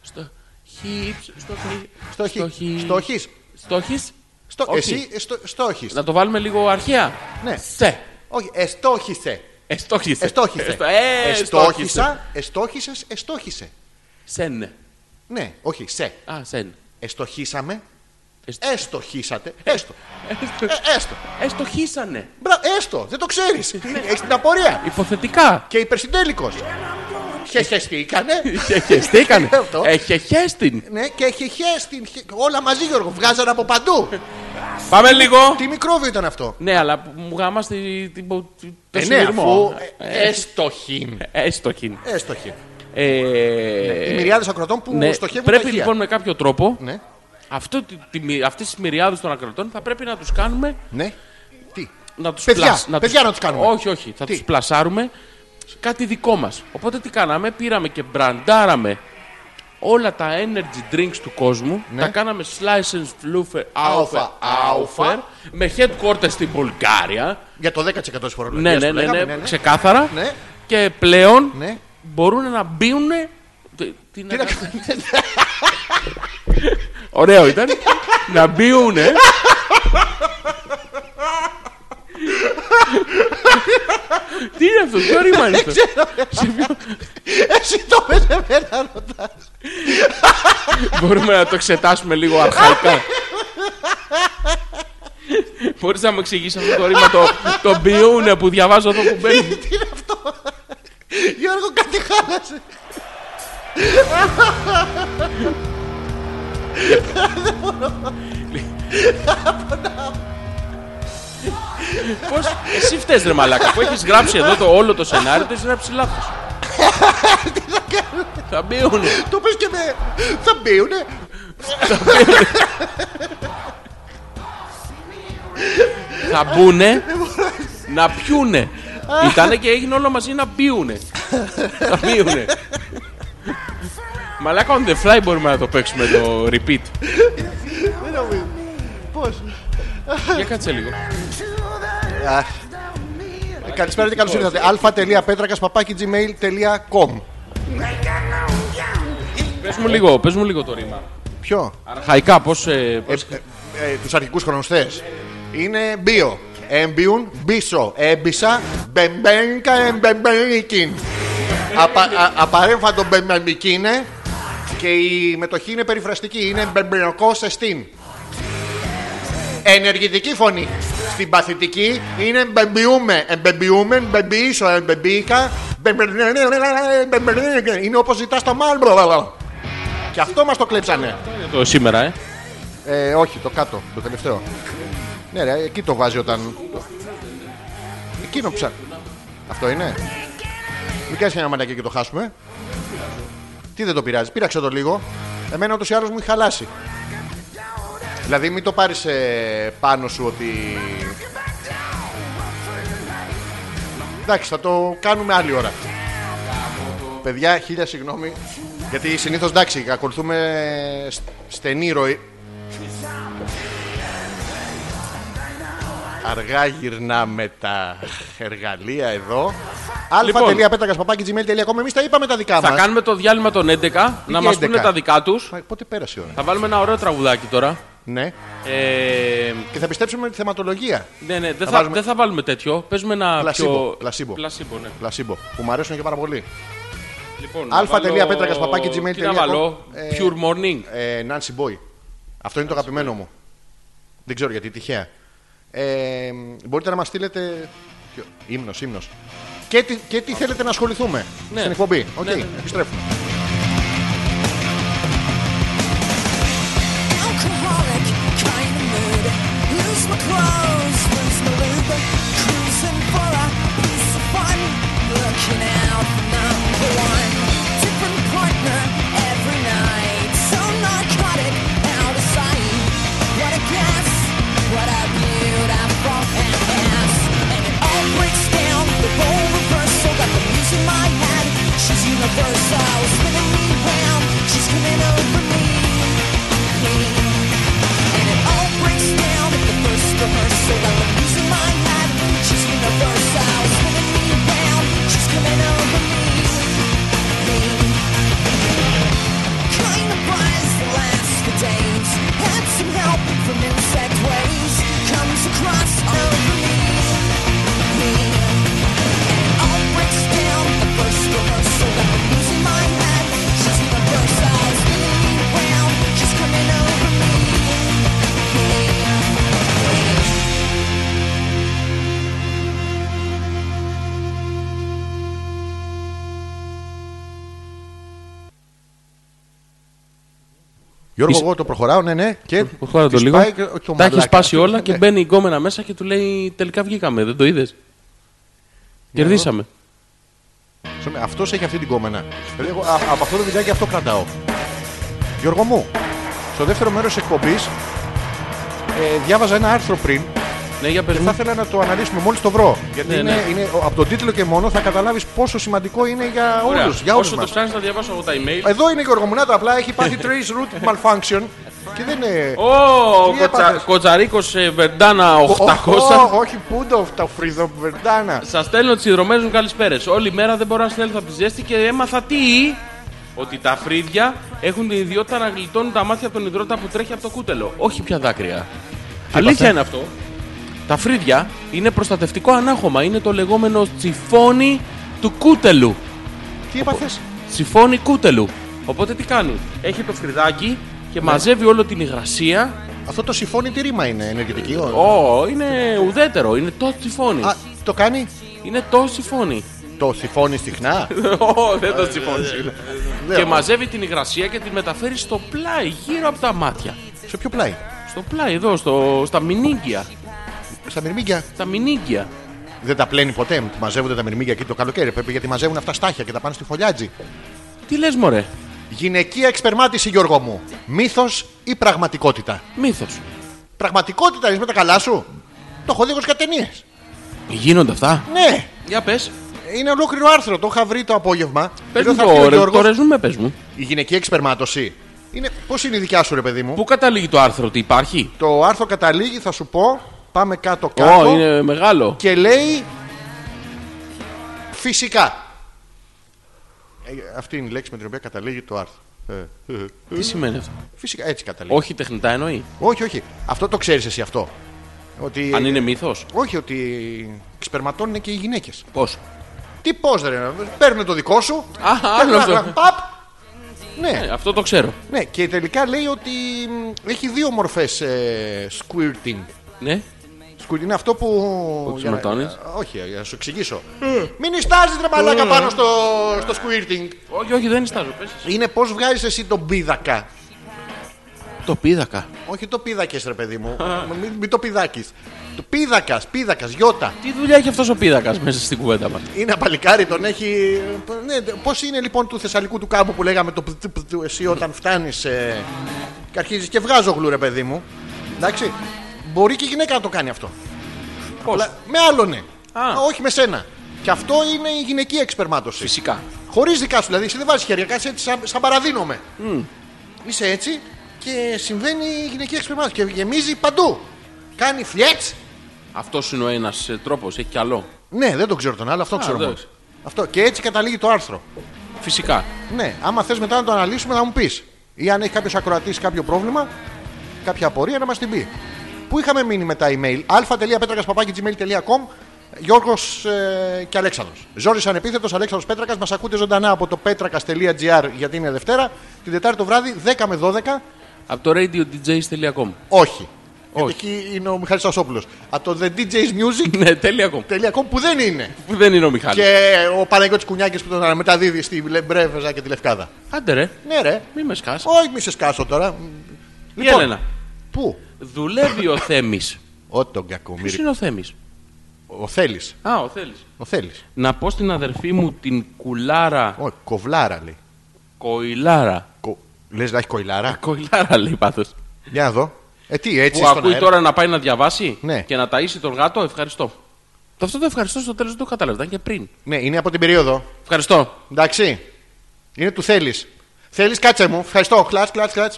Speaker 2: Στο- χι- Στόχοι.
Speaker 1: στόχοι.
Speaker 2: Στόχοι.
Speaker 1: Στόχοι.
Speaker 2: Στόχοι.
Speaker 1: Στο...
Speaker 2: Όχι.
Speaker 1: Εσύ ε, στο... στόχεις.
Speaker 2: Να το βάλουμε λίγο αρχαία.
Speaker 1: Ναι.
Speaker 2: Σε.
Speaker 1: Όχι, εστόχισε.
Speaker 2: Εστόχισε.
Speaker 1: Εστόχισε.
Speaker 2: Εστο- Ε, εστόχισε.
Speaker 1: Εστόχισα, εστόχισες, εστόχισε.
Speaker 2: Σεν.
Speaker 1: Ναι, όχι, σε.
Speaker 2: Α, σεν.
Speaker 1: Εστόχισαμε, Έστω χύσατε. Έστω. Ε, έστω.
Speaker 2: Έστω χύσανε.
Speaker 1: Μπρα, έστω. Δεν το ξέρεις. Έχεις την απορία.
Speaker 2: Υποθετικά.
Speaker 1: Και υπερσυντέλικος. Χεχεστήκανε.
Speaker 2: Ε, Χεχεστήκανε.
Speaker 1: Αυτό.
Speaker 2: Εχεχέστην.
Speaker 1: Ναι, και χεχέστην. Όλα μαζί, Γιώργο. Βγάζανε από παντού.
Speaker 2: Πάμε λίγο.
Speaker 1: Τι μικρόβιο ήταν αυτό.
Speaker 2: Ναι, αλλά μου γάμα στη- την πο- τη- το Ε,
Speaker 1: Ε, ναι, αφού.
Speaker 2: συνειρμό.
Speaker 1: Έστω χιν.
Speaker 2: Έστω χιν.
Speaker 1: Έστω χιν. Οι
Speaker 2: Ε,
Speaker 1: μυριάδες ακροτών Ναι, που
Speaker 2: ναι,
Speaker 1: στοχεύουν τα
Speaker 2: πρέπει
Speaker 1: χεία.
Speaker 2: λοιπόν με κάποιο τρόπο
Speaker 1: Ναι,
Speaker 2: αυτό, τη, τη, μυ- αυτές τις μυριάδες των ακροτών θα πρέπει να τους κάνουμε
Speaker 1: ναι. Τι.
Speaker 2: να τους
Speaker 1: Παιδιά,
Speaker 2: πλασ-
Speaker 1: παιδιά να τους κάνουμε.
Speaker 2: Όχι, όχι. Θα
Speaker 1: Τι?
Speaker 2: τους πλασάρουμε κάτι δικό μας. Οπότε τι κάναμε, πήραμε και μπραντάραμε όλα τα energy drinks του κόσμου.
Speaker 1: Ναι.
Speaker 2: Τα κάναμε slice and fluffer,
Speaker 1: Alpha,
Speaker 2: alpha, alpha,
Speaker 1: alpha.
Speaker 2: με headquarters στη Βουλγαρία.
Speaker 1: Για το 10% τη φορολογία.
Speaker 2: Ναι, ναι, ναι, ναι, ξεκάθαρα.
Speaker 1: Ναι.
Speaker 2: Και πλέον
Speaker 1: Ναι.
Speaker 2: μπορούν να μπουν. Τι
Speaker 1: Τι να
Speaker 2: να
Speaker 1: κάνουμε. ναι.
Speaker 2: Ωραίο ήταν. να μπουν. Τι είναι αυτό, ποιο ρήμα είναι αυτό. Σε ποιο-
Speaker 1: Εσύ το πες με εμένα ρωτάς.
Speaker 2: Μπορούμε να το εξετάσουμε λίγο αρχαϊκά. Μπορείς να μου εξηγήσει αυτό το ρήμα το, το μπιούνε που διαβάζω εδώ που μπαίνει.
Speaker 1: Τι είναι αυτό. Γιώργο κάτι χάλασε.
Speaker 2: Πώς... Εσύ φταίς ρε μαλάκα που έχεις γράψει εδώ το όλο το σενάριο, το έχεις γράψει λάθος. Θα μπουν.
Speaker 1: Το πες και με. Θα μπείουνε.
Speaker 2: Θα μπουνε να πιούνε. Ήτανε και έγινε όλο μαζί να μπιούνε. Να μπιούνε. Μαλάκα on the fly μπορούμε να το παίξουμε το repeat.
Speaker 1: Δεν νομίζω. Πώς.
Speaker 2: Για κάτσε λίγο.
Speaker 1: Ε, Καλησπέρα και καλώς ήρθατε. αλφα.πέτρακας παπάκι gmail.com
Speaker 2: Πες μου λίγο, πες μου λίγο το ρήμα.
Speaker 1: Ποιο.
Speaker 2: Αρχαϊκά πώς... ε, πώς-
Speaker 1: Ε, τους αρχικούς χρονωστές. Είναι μπίο. Έμπιουν, μπίσω, έμπισα, μπεμπέγκα, εμπεμπέγικιν. Απα, α- απαρέμφατο μπεμπέμπικίνε και η μετοχή είναι περιφραστική. Είναι μπεμπενοκό σε στην. Ενεργητική φωνή. Στην παθητική είναι μπεμπιούμε, εμπεμπιούμε, μπεμπίσο, εμπεμπίκα. Είναι όπως ζητάς το μάλμπρο. Και αυτό μας το κλέψανε.
Speaker 2: Το σήμερα, ε.
Speaker 1: Ε, όχι, το κάτω, το τελευταίο. Ναι, ρε, εκεί το βάζει όταν. Εκείνο ψάχνει. Αυτό είναι. Μην κάνει ένα μαντάκι και το χάσουμε. Τι δεν το πειράζει, πήραξε το λίγο. Εμένα ούτως ή άλλως μου έχει χαλάσει. Δηλαδή, μην το πάρεις πάνω σου ότι. Εντάξει, θα το κάνουμε άλλη ώρα. Παιδιά, χίλια συγγνώμη. Γιατί συνήθως εντάξει, ακολουθούμε σ- στενή ροή. Αργά γυρνάμε τα εργαλεία εδώ.
Speaker 2: Λοιπόν.
Speaker 1: αλφα.πέτρακα.gmail.com Εμείς τα είπαμε τα δικά
Speaker 2: Θα
Speaker 1: μας.
Speaker 2: κάνουμε το διάλειμμα των 11, να μας
Speaker 1: 11.
Speaker 2: πούνε τα δικά τους.
Speaker 1: Πότε πέρασε η ώρα.
Speaker 2: Θα βάλουμε ένα ωραίο τραγουδάκι τώρα.
Speaker 1: Ναι.
Speaker 2: Ε,
Speaker 1: Και θα πιστέψουμε τη θεματολογία.
Speaker 2: ναι, ναι, δεν θα,
Speaker 1: βάλουμε-
Speaker 2: δεν θα βάλουμε τέτοιο. Παίζουμε ένα
Speaker 1: Πλασίμπο,
Speaker 2: πιο...
Speaker 1: πλασίμπο.
Speaker 2: Πλασίμπο, ναι.
Speaker 1: Πλασίμπο. Που μου αρέσουν και πάρα πολύ.
Speaker 2: Λοιπόν,
Speaker 1: Αλφα
Speaker 2: να
Speaker 1: τελεία
Speaker 2: βάλω-
Speaker 1: πέτρακας παπάκι gmail
Speaker 2: Τι να
Speaker 1: τελεία com.
Speaker 2: βάλω,
Speaker 1: Ε,
Speaker 2: Pure Morning.
Speaker 1: Ε, Nancy Boy. Αυτό είναι το αγαπημένο μου. Δεν ξέρω γιατί, τυχαία. Ε, μπορείτε να μας στείλετε. ύμνος, ύμνος. Και, τι- και τι θέλετε να ασχοληθούμε
Speaker 2: Ναι.
Speaker 1: στην εκπομπή. Οκ,
Speaker 2: Ναι, ναι, ναι.
Speaker 1: επιστρέφουμε.
Speaker 3: alcoholic kind of mood. Lose my clothes, lose my lube. Cruising for a piece of fun. Looking out for number one. Different partner every night. So narcotic, out of sight. What a guess, what a beautiful pass. And it all breaks down, the role reversal. Got the music in my head, she's universal.
Speaker 1: Γιώργο,
Speaker 2: Είσαι-
Speaker 1: εγώ το προχωράω, ναι, ναι. Και
Speaker 2: Προχώρα το
Speaker 1: της
Speaker 2: λίγο.
Speaker 1: πάει και- όχι το
Speaker 2: Τα έχει
Speaker 1: μαλάκας.
Speaker 2: σπάσει όλα και
Speaker 1: Ναι.
Speaker 2: μπαίνει η γκόμενα μέσα και του λέει Τελικά βγήκαμε, δεν το είδες. Κερδίσαμε.
Speaker 1: Αυτός έχει αυτή την κόμενα. Δηλαδή, εγώ, α- από αυτό το βιντεάκι αυτό κρατάω. Γιώργο μου, στο δεύτερο μέρος εκπομπής ε, διάβαζα ένα άρθρο πριν
Speaker 2: Ναι, για πες
Speaker 1: και θα
Speaker 2: μου.
Speaker 1: ήθελα να το αναλύσουμε μόλις το βρω. Γιατί
Speaker 2: Ναι,
Speaker 1: είναι,
Speaker 2: ναι.
Speaker 1: είναι- από τον τίτλο και μόνο θα καταλάβεις πόσο σημαντικό είναι για
Speaker 2: Ωραία.
Speaker 1: όλους. Για όλους
Speaker 2: Όσο το
Speaker 1: μας. Ε,
Speaker 2: ψάχνεις, θα διαβάσω εγώ τα email.
Speaker 1: Εδώ είναι Γιώργο Μουνάτο, απλά έχει πάθει trace root malfunction και δεν είναι.
Speaker 2: Ω, ε,
Speaker 1: Τι έπαθες?
Speaker 2: Κοτσαρίκο Βερντάνα 800.
Speaker 1: Οχ, όχι, πού το τα φρυδοβερντάνα.
Speaker 2: Σας στέλνω τι συνδρομένε μου καλησπέρες. Όλη μέρα δεν μπορώ να συνέλθω από τη ζέστη και έμαθα τι. Ότι τα φρύδια έχουν την ιδιότητα να γλιτώνουν τα μάτια από τον υδρότα που τρέχει από το κούτελο. Όχι πια δάκρυα. Αλήθεια είναι αυτό. Τα φρύδια είναι προστατευτικό ανάχωμα. Είναι το λεγόμενο τσιφόνι του κούτελου.
Speaker 1: Τι έπαθες.
Speaker 2: Τσιφώνει κούτελου. Οπότε τι κάνει. Έχει το φρυδάκι και μαζεύει όλο την υγρασία.
Speaker 1: Αυτό το συμφώνει τι ρήμα είναι, ενεργητική. ο-
Speaker 2: Ω, είναι ουδέτερο. Είναι το τσιφώνι.
Speaker 1: Α, το κάνει.
Speaker 2: Είναι το τσιφώνι.
Speaker 1: Το συμφώνει συχνά.
Speaker 2: Ω, δεν το τσιφώνει.
Speaker 1: Λέω,
Speaker 2: Και μαζεύει την υγρασία και την μεταφέρει στο πλάι, γύρω από τα μάτια.
Speaker 1: Σε ποιο πλάι.
Speaker 2: Στο πλάι εδώ, στο, στα μηνύγκια.
Speaker 1: Στα μυρμήγκια.
Speaker 2: Στα μηνύγκια.
Speaker 1: Δεν τα πλένει ποτέ. Μαζεύονται τα μυρμήγκια εκεί το καλοκαίρι. Πρέπει γιατί μαζεύουν αυτά στάχια και τα πάνε στη φωλιάτζη.
Speaker 2: Τι λες μωρέ,
Speaker 1: Γυναικεία εξπερμάτιση, Γιώργο μου. Μύθος ή πραγματικότητα.
Speaker 2: μύθος.
Speaker 1: Πραγματικότητα είναι με τα καλά σου. Το έχω δει εγώ σε ταινίε.
Speaker 2: Γίνονται αυτά.
Speaker 1: Ναι,
Speaker 2: Για πες,
Speaker 1: είναι ολόκληρο άρθρο. Το είχα βρει το απόγευμα.
Speaker 2: πες
Speaker 1: Λέω,
Speaker 2: μου
Speaker 1: θα βγει ο
Speaker 2: το, ρε,
Speaker 1: Γιώργος.
Speaker 2: το ρεζούμε πες μου.
Speaker 1: Η γυναικεία εξπερμάτωση. Είναι... Πώς είναι η δικιά σου, ρε παιδί μου.
Speaker 2: Πού καταλήγει το άρθρο, ότι υπάρχει.
Speaker 1: Το άρθρο καταλήγει, θα σου πω. Πάμε κάτω-κάτω.
Speaker 2: Ω, είναι μεγάλο.
Speaker 1: και λέει φυσικά. Ε, αυτή είναι η λέξη με την οποία καταλήγει το άρθρο. Ε, ε, ε,
Speaker 2: Τι σημαίνει αυτό.
Speaker 1: φυσικά έτσι καταλήγει.
Speaker 2: Όχι τεχνητά εννοεί.
Speaker 1: όχι, όχι. Αυτό το ξέρεις εσύ αυτό. Ότι,
Speaker 2: Αν είναι μύθος.
Speaker 1: Όχι, ότι σπερματώνουν και οι γυναίκες.
Speaker 2: Πώς.
Speaker 1: Τι πώς ρε, παίρνουν το δικό σου.
Speaker 2: Α,
Speaker 1: κλακ,
Speaker 2: άλλο αυτό.
Speaker 1: κλακ, παπ. Ναι,
Speaker 2: Ε, αυτό το ξέρω.
Speaker 1: ναι, και τελικά λέει ότι μ, έχει δύο μορφές ε, squirting.
Speaker 2: Ναι.
Speaker 1: Σκουλ είναι αυτό που. για να-
Speaker 2: ξεματώνεις.
Speaker 1: Όχι, για να σου εξηγήσω. Μην ιστάζει ρε μαλάκα πάνω στο, στο squirting.
Speaker 2: Όχι, όχι, δεν ιστάζω. Πες. εσύ.
Speaker 1: Είναι πώς βγάζεις εσύ τον πίδακα.
Speaker 2: Το πίδακα.
Speaker 1: Όχι το πίδακες, ρε παιδί μου. μην, μην το πιδάκι. Το πίδακας, πίδακας, γιώτα.
Speaker 2: Τι δουλειά έχει αυτός ο πίδακας μέσα στην κουβέντα μας.
Speaker 1: Είναι απαλικάρι, τον έχει. Ναι, πώς είναι λοιπόν του Θεσσαλικού του κάμπου που λέγαμε το πτ- πτ- του εσύ όταν φτάνεις. Ε, και αρχίζεις και βγάζω γλου, ρε παιδί μου. Εντάξει. Μπορεί και η γυναίκα να το κάνει αυτό.
Speaker 2: Πώς.
Speaker 1: Αλλά με άλλον ναι.
Speaker 2: Α.
Speaker 1: Α, όχι με σένα. Και αυτό είναι η γυναικεία εξπερμάτωση.
Speaker 2: Φυσικά.
Speaker 1: Χωρίς δικά σου, δηλαδή εσύ δεν βάζεις χέρια, κάτσε έτσι σαν, σαν παραδίνομαι. Είσαι έτσι και συμβαίνει η γυναικεία εξπερμάτωση και γεμίζει παντού. Κάνει φλιέτ.
Speaker 2: Αυτός είναι ο ένας τρόπος, έχει κι άλλο.
Speaker 1: Ναι, δεν το ξέρω τον άλλο, αυτό
Speaker 2: Α,
Speaker 1: ξέρω μόνο.
Speaker 2: εντάξει.
Speaker 1: Αυτό. Και έτσι καταλήγει το άρθρο.
Speaker 2: Φυσικά.
Speaker 1: Ναι, άμα θες μετά να το αναλύσουμε, να μου πεις. Ή αν έχει κάποιος ακροατής κάποιο πρόβλημα, κάποια απορία να μας την πει. Πού είχαμε μείνει με τα email, α.πέτρακα.gmail.com Γιώργος ε, και Αλέξανδρος. Ζόρι ανεπίθετος, Αλέξανδρος Πέτρακας. Μας ακούτε ζωντανά από το πέτρακα.gr γιατί είναι Δευτέρα. Την Τετάρτη το βράδυ, 10 με 12.
Speaker 2: Από το radiodjs.com.
Speaker 1: Όχι. Γιατί
Speaker 2: Όχι.
Speaker 1: εκεί είναι ο Μιχάλης Τασόπουλο. Από το The DJ's Music.
Speaker 2: ναι, τέλεια.com.
Speaker 1: .com που δεν είναι.
Speaker 2: Που δεν είναι ο Μιχάλης.
Speaker 1: Και ο Παναγιώτης Κουνιάκης που τον μεταδίδει στη Λε- Μπρέβεζα και τη Λευκάδα.
Speaker 2: Άντε ρε,
Speaker 1: Ναι, ρε.
Speaker 2: μη με σκάς.
Speaker 1: Όχι, μη σε σκάσω τώρα. Λοιπόν,
Speaker 2: Η Έλενα.
Speaker 1: Πού?
Speaker 2: Δουλεύει ο Θέμης.
Speaker 1: Ό, τον
Speaker 2: Ποιος
Speaker 1: κακομίρι.
Speaker 2: είναι ο Θέμης.
Speaker 1: Ο Θέλει.
Speaker 2: Α, ο Θέλης.
Speaker 1: Ο Θέλης.
Speaker 2: Να πω στην αδερφή μου την Κουλάρα
Speaker 1: Όχι, κοβλάρα λέει.
Speaker 2: Κοϊλάρα.
Speaker 1: Κο... Λες να έχει κοηλάρα.
Speaker 2: Κοϊλάρα λέει πάθος.
Speaker 1: Για να δω. Ε, τι, έτσι
Speaker 2: Που
Speaker 1: στον
Speaker 2: ακούει
Speaker 1: αέρα.
Speaker 2: τώρα να πάει να διαβάσει
Speaker 1: Ναι.
Speaker 2: και να ταΐσει τον γάτο, ευχαριστώ. Το αυτό το ευχαριστώ στο τέλος δεν το κατάλαβα, ήταν και πριν.
Speaker 1: Ναι, είναι από την περίοδο.
Speaker 2: Ευχαριστώ.
Speaker 1: Εντάξει. Είναι του Θέλει. Θέλει, κάτσε μου. Ευχαριστώ. Κλατ, κλατ, κλατ.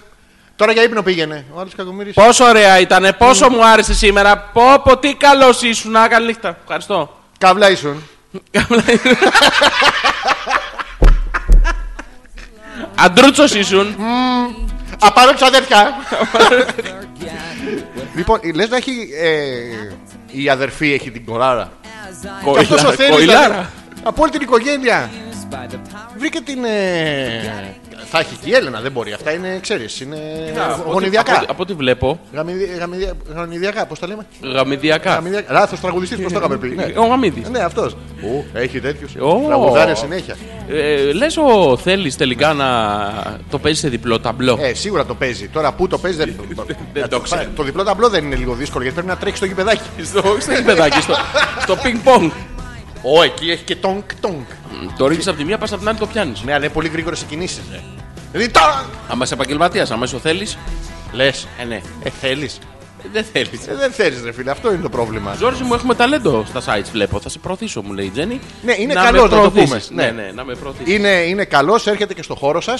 Speaker 1: Τώρα για ύπνο πήγαινε. Ο άλλος κακομίρι.
Speaker 2: Πόσο ωραία ήταν, πόσο μου άρεσε σήμερα. Πω, πω, τι καλός ήσουν, α, καλή νύχτα. Ευχαριστώ.
Speaker 1: Καύλα ήσουν.
Speaker 2: Αντρούτσος ήσουν.
Speaker 1: Απαρώ αδέρφια. λοιπόν, λες να έχει. ε, η αδερφή έχει την κοράρα. Και
Speaker 2: Κοϊλάρα,
Speaker 1: αυτός ο Θέλης,
Speaker 2: κοϊλάρα.
Speaker 1: δηλαδή, Από όλη την οικογένεια. Βρήκε την. ε, Θα έχει και η Έλενα, δεν μπορεί. Αυτά είναι, ξέρεις, είναι
Speaker 2: Να, από ό,τι- από ό,τι-
Speaker 1: γονιδιακά.
Speaker 2: Από ό,τι βλέπω,
Speaker 1: Γαμιδι- γαμιδια- Γονιδιακά, πώς τα λέμε.
Speaker 2: γαμιδιακά.
Speaker 1: Λάθος τραγουδιστής, πώς το έκαμε
Speaker 2: Ναι,
Speaker 1: πριν.
Speaker 2: Ο Γαμίδης.
Speaker 1: Ναι, αυτός. Έχει τέτοιους.
Speaker 2: Ω.
Speaker 1: Τραγουδάρε συνέχεια.
Speaker 2: Ε, Λες ο θέλεις τελικά να το παίζεις σε διπλό ταμπλό.
Speaker 1: Ε, σίγουρα το παίζει. Τώρα που το παίζει δεν. Ε,
Speaker 2: Δεν το ξέρω.
Speaker 1: Το διπλό ταμπλό δεν είναι λίγο δύσκολο γιατί πρέπει να τρέξει το γηπεδάκι.
Speaker 2: Στο ξέρεις, παιδάκι, στο, στο πινκ πονγκ.
Speaker 1: Ω, εκεί έχει και τόνκ τόνκ.
Speaker 2: Το ρίχνει από τη μία, πας από την άλλη το πιάνεις.
Speaker 1: Ναι, αλλά είναι πολύ γρήγορες οι κινήσεις. Δηλαδή τώρα.
Speaker 2: Άμα είσαι επαγγελματίας, άμα είσαι ο θέλεις.
Speaker 1: Λες.
Speaker 2: Ε, ναι.
Speaker 1: Ε, θέλεις.
Speaker 2: Ε, Δεν θέλεις.
Speaker 1: Δεν θέλεις, ρε φίλε, αυτό είναι το πρόβλημα.
Speaker 2: Ζόρζι μου, έχουμε ταλέντο στα sites, βλέπω. Θα σε προωθήσω, μου λέει η Τζέννη.
Speaker 1: Ναι, είναι
Speaker 2: Να με
Speaker 1: καλό, να το
Speaker 2: προωθήσεις.
Speaker 1: πούμε.
Speaker 2: Ναι,
Speaker 1: Ναι.
Speaker 2: ναι, να με προωθήσεις.
Speaker 1: Είναι, είναι καλός, έρχεται και στο χώρο σας.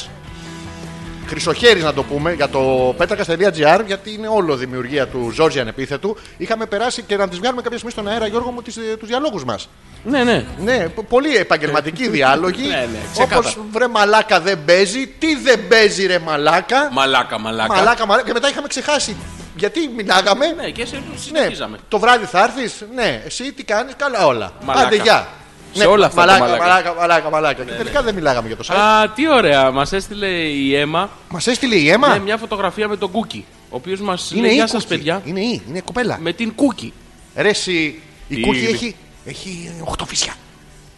Speaker 1: Χρυσοχέρι να το πούμε για το πέτρακα.gr γιατί είναι όλο δημιουργία του Ζόρζι ανεπίθετου. Είχαμε περάσει και να τις βγάλουμε κάποια στιγμή στον αέρα, Γιώργο μου, ε, τους διαλόγους μας.
Speaker 2: Ναι, ναι.
Speaker 1: Ναι, πο- πολύ επαγγελματικοί διάλογοι.
Speaker 2: Ναι, ναι, ξεκάθαρα.
Speaker 1: Όπως βρε μαλάκα δεν παίζει, τι δεν παίζει ρε μαλάκα.
Speaker 2: Μαλάκα, μαλάκα.
Speaker 1: Μαλάκα, μαλάκα. Και μετά είχαμε ξεχάσει γιατί μιλάγαμε.
Speaker 2: Ναι, και σε
Speaker 1: Ναι,
Speaker 2: συνεχίζαμε.
Speaker 1: το βράδυ θα έρθεις. Ναι, εσύ τι κάνεις, καλά όλα.
Speaker 2: Μαλάκα.
Speaker 1: Άντε, γεια. Ναι,
Speaker 2: Σε όλα αυτά τα
Speaker 1: μαλάκα,
Speaker 2: μαλάκα. Ναι,
Speaker 1: μαλάκα, μαλάκα, μαλάκα. και τελικά δεν μιλάγαμε για το site.
Speaker 2: Α, τι ωραία. Μας έστειλε η Έμα
Speaker 1: Μας έστειλε η αίμα.
Speaker 2: ναι, μια φωτογραφία με τον Κούκι. Ο οποίος μας λέει: Γεια σας,
Speaker 1: Cookie.
Speaker 2: παιδιά.
Speaker 1: Είναι η, είναι κοπέλα.
Speaker 2: Με την Κούκι.
Speaker 1: Ρε, εσύ, η
Speaker 2: Τι
Speaker 1: κούκι
Speaker 2: είναι.
Speaker 1: έχει, έχει 8 φυσιά.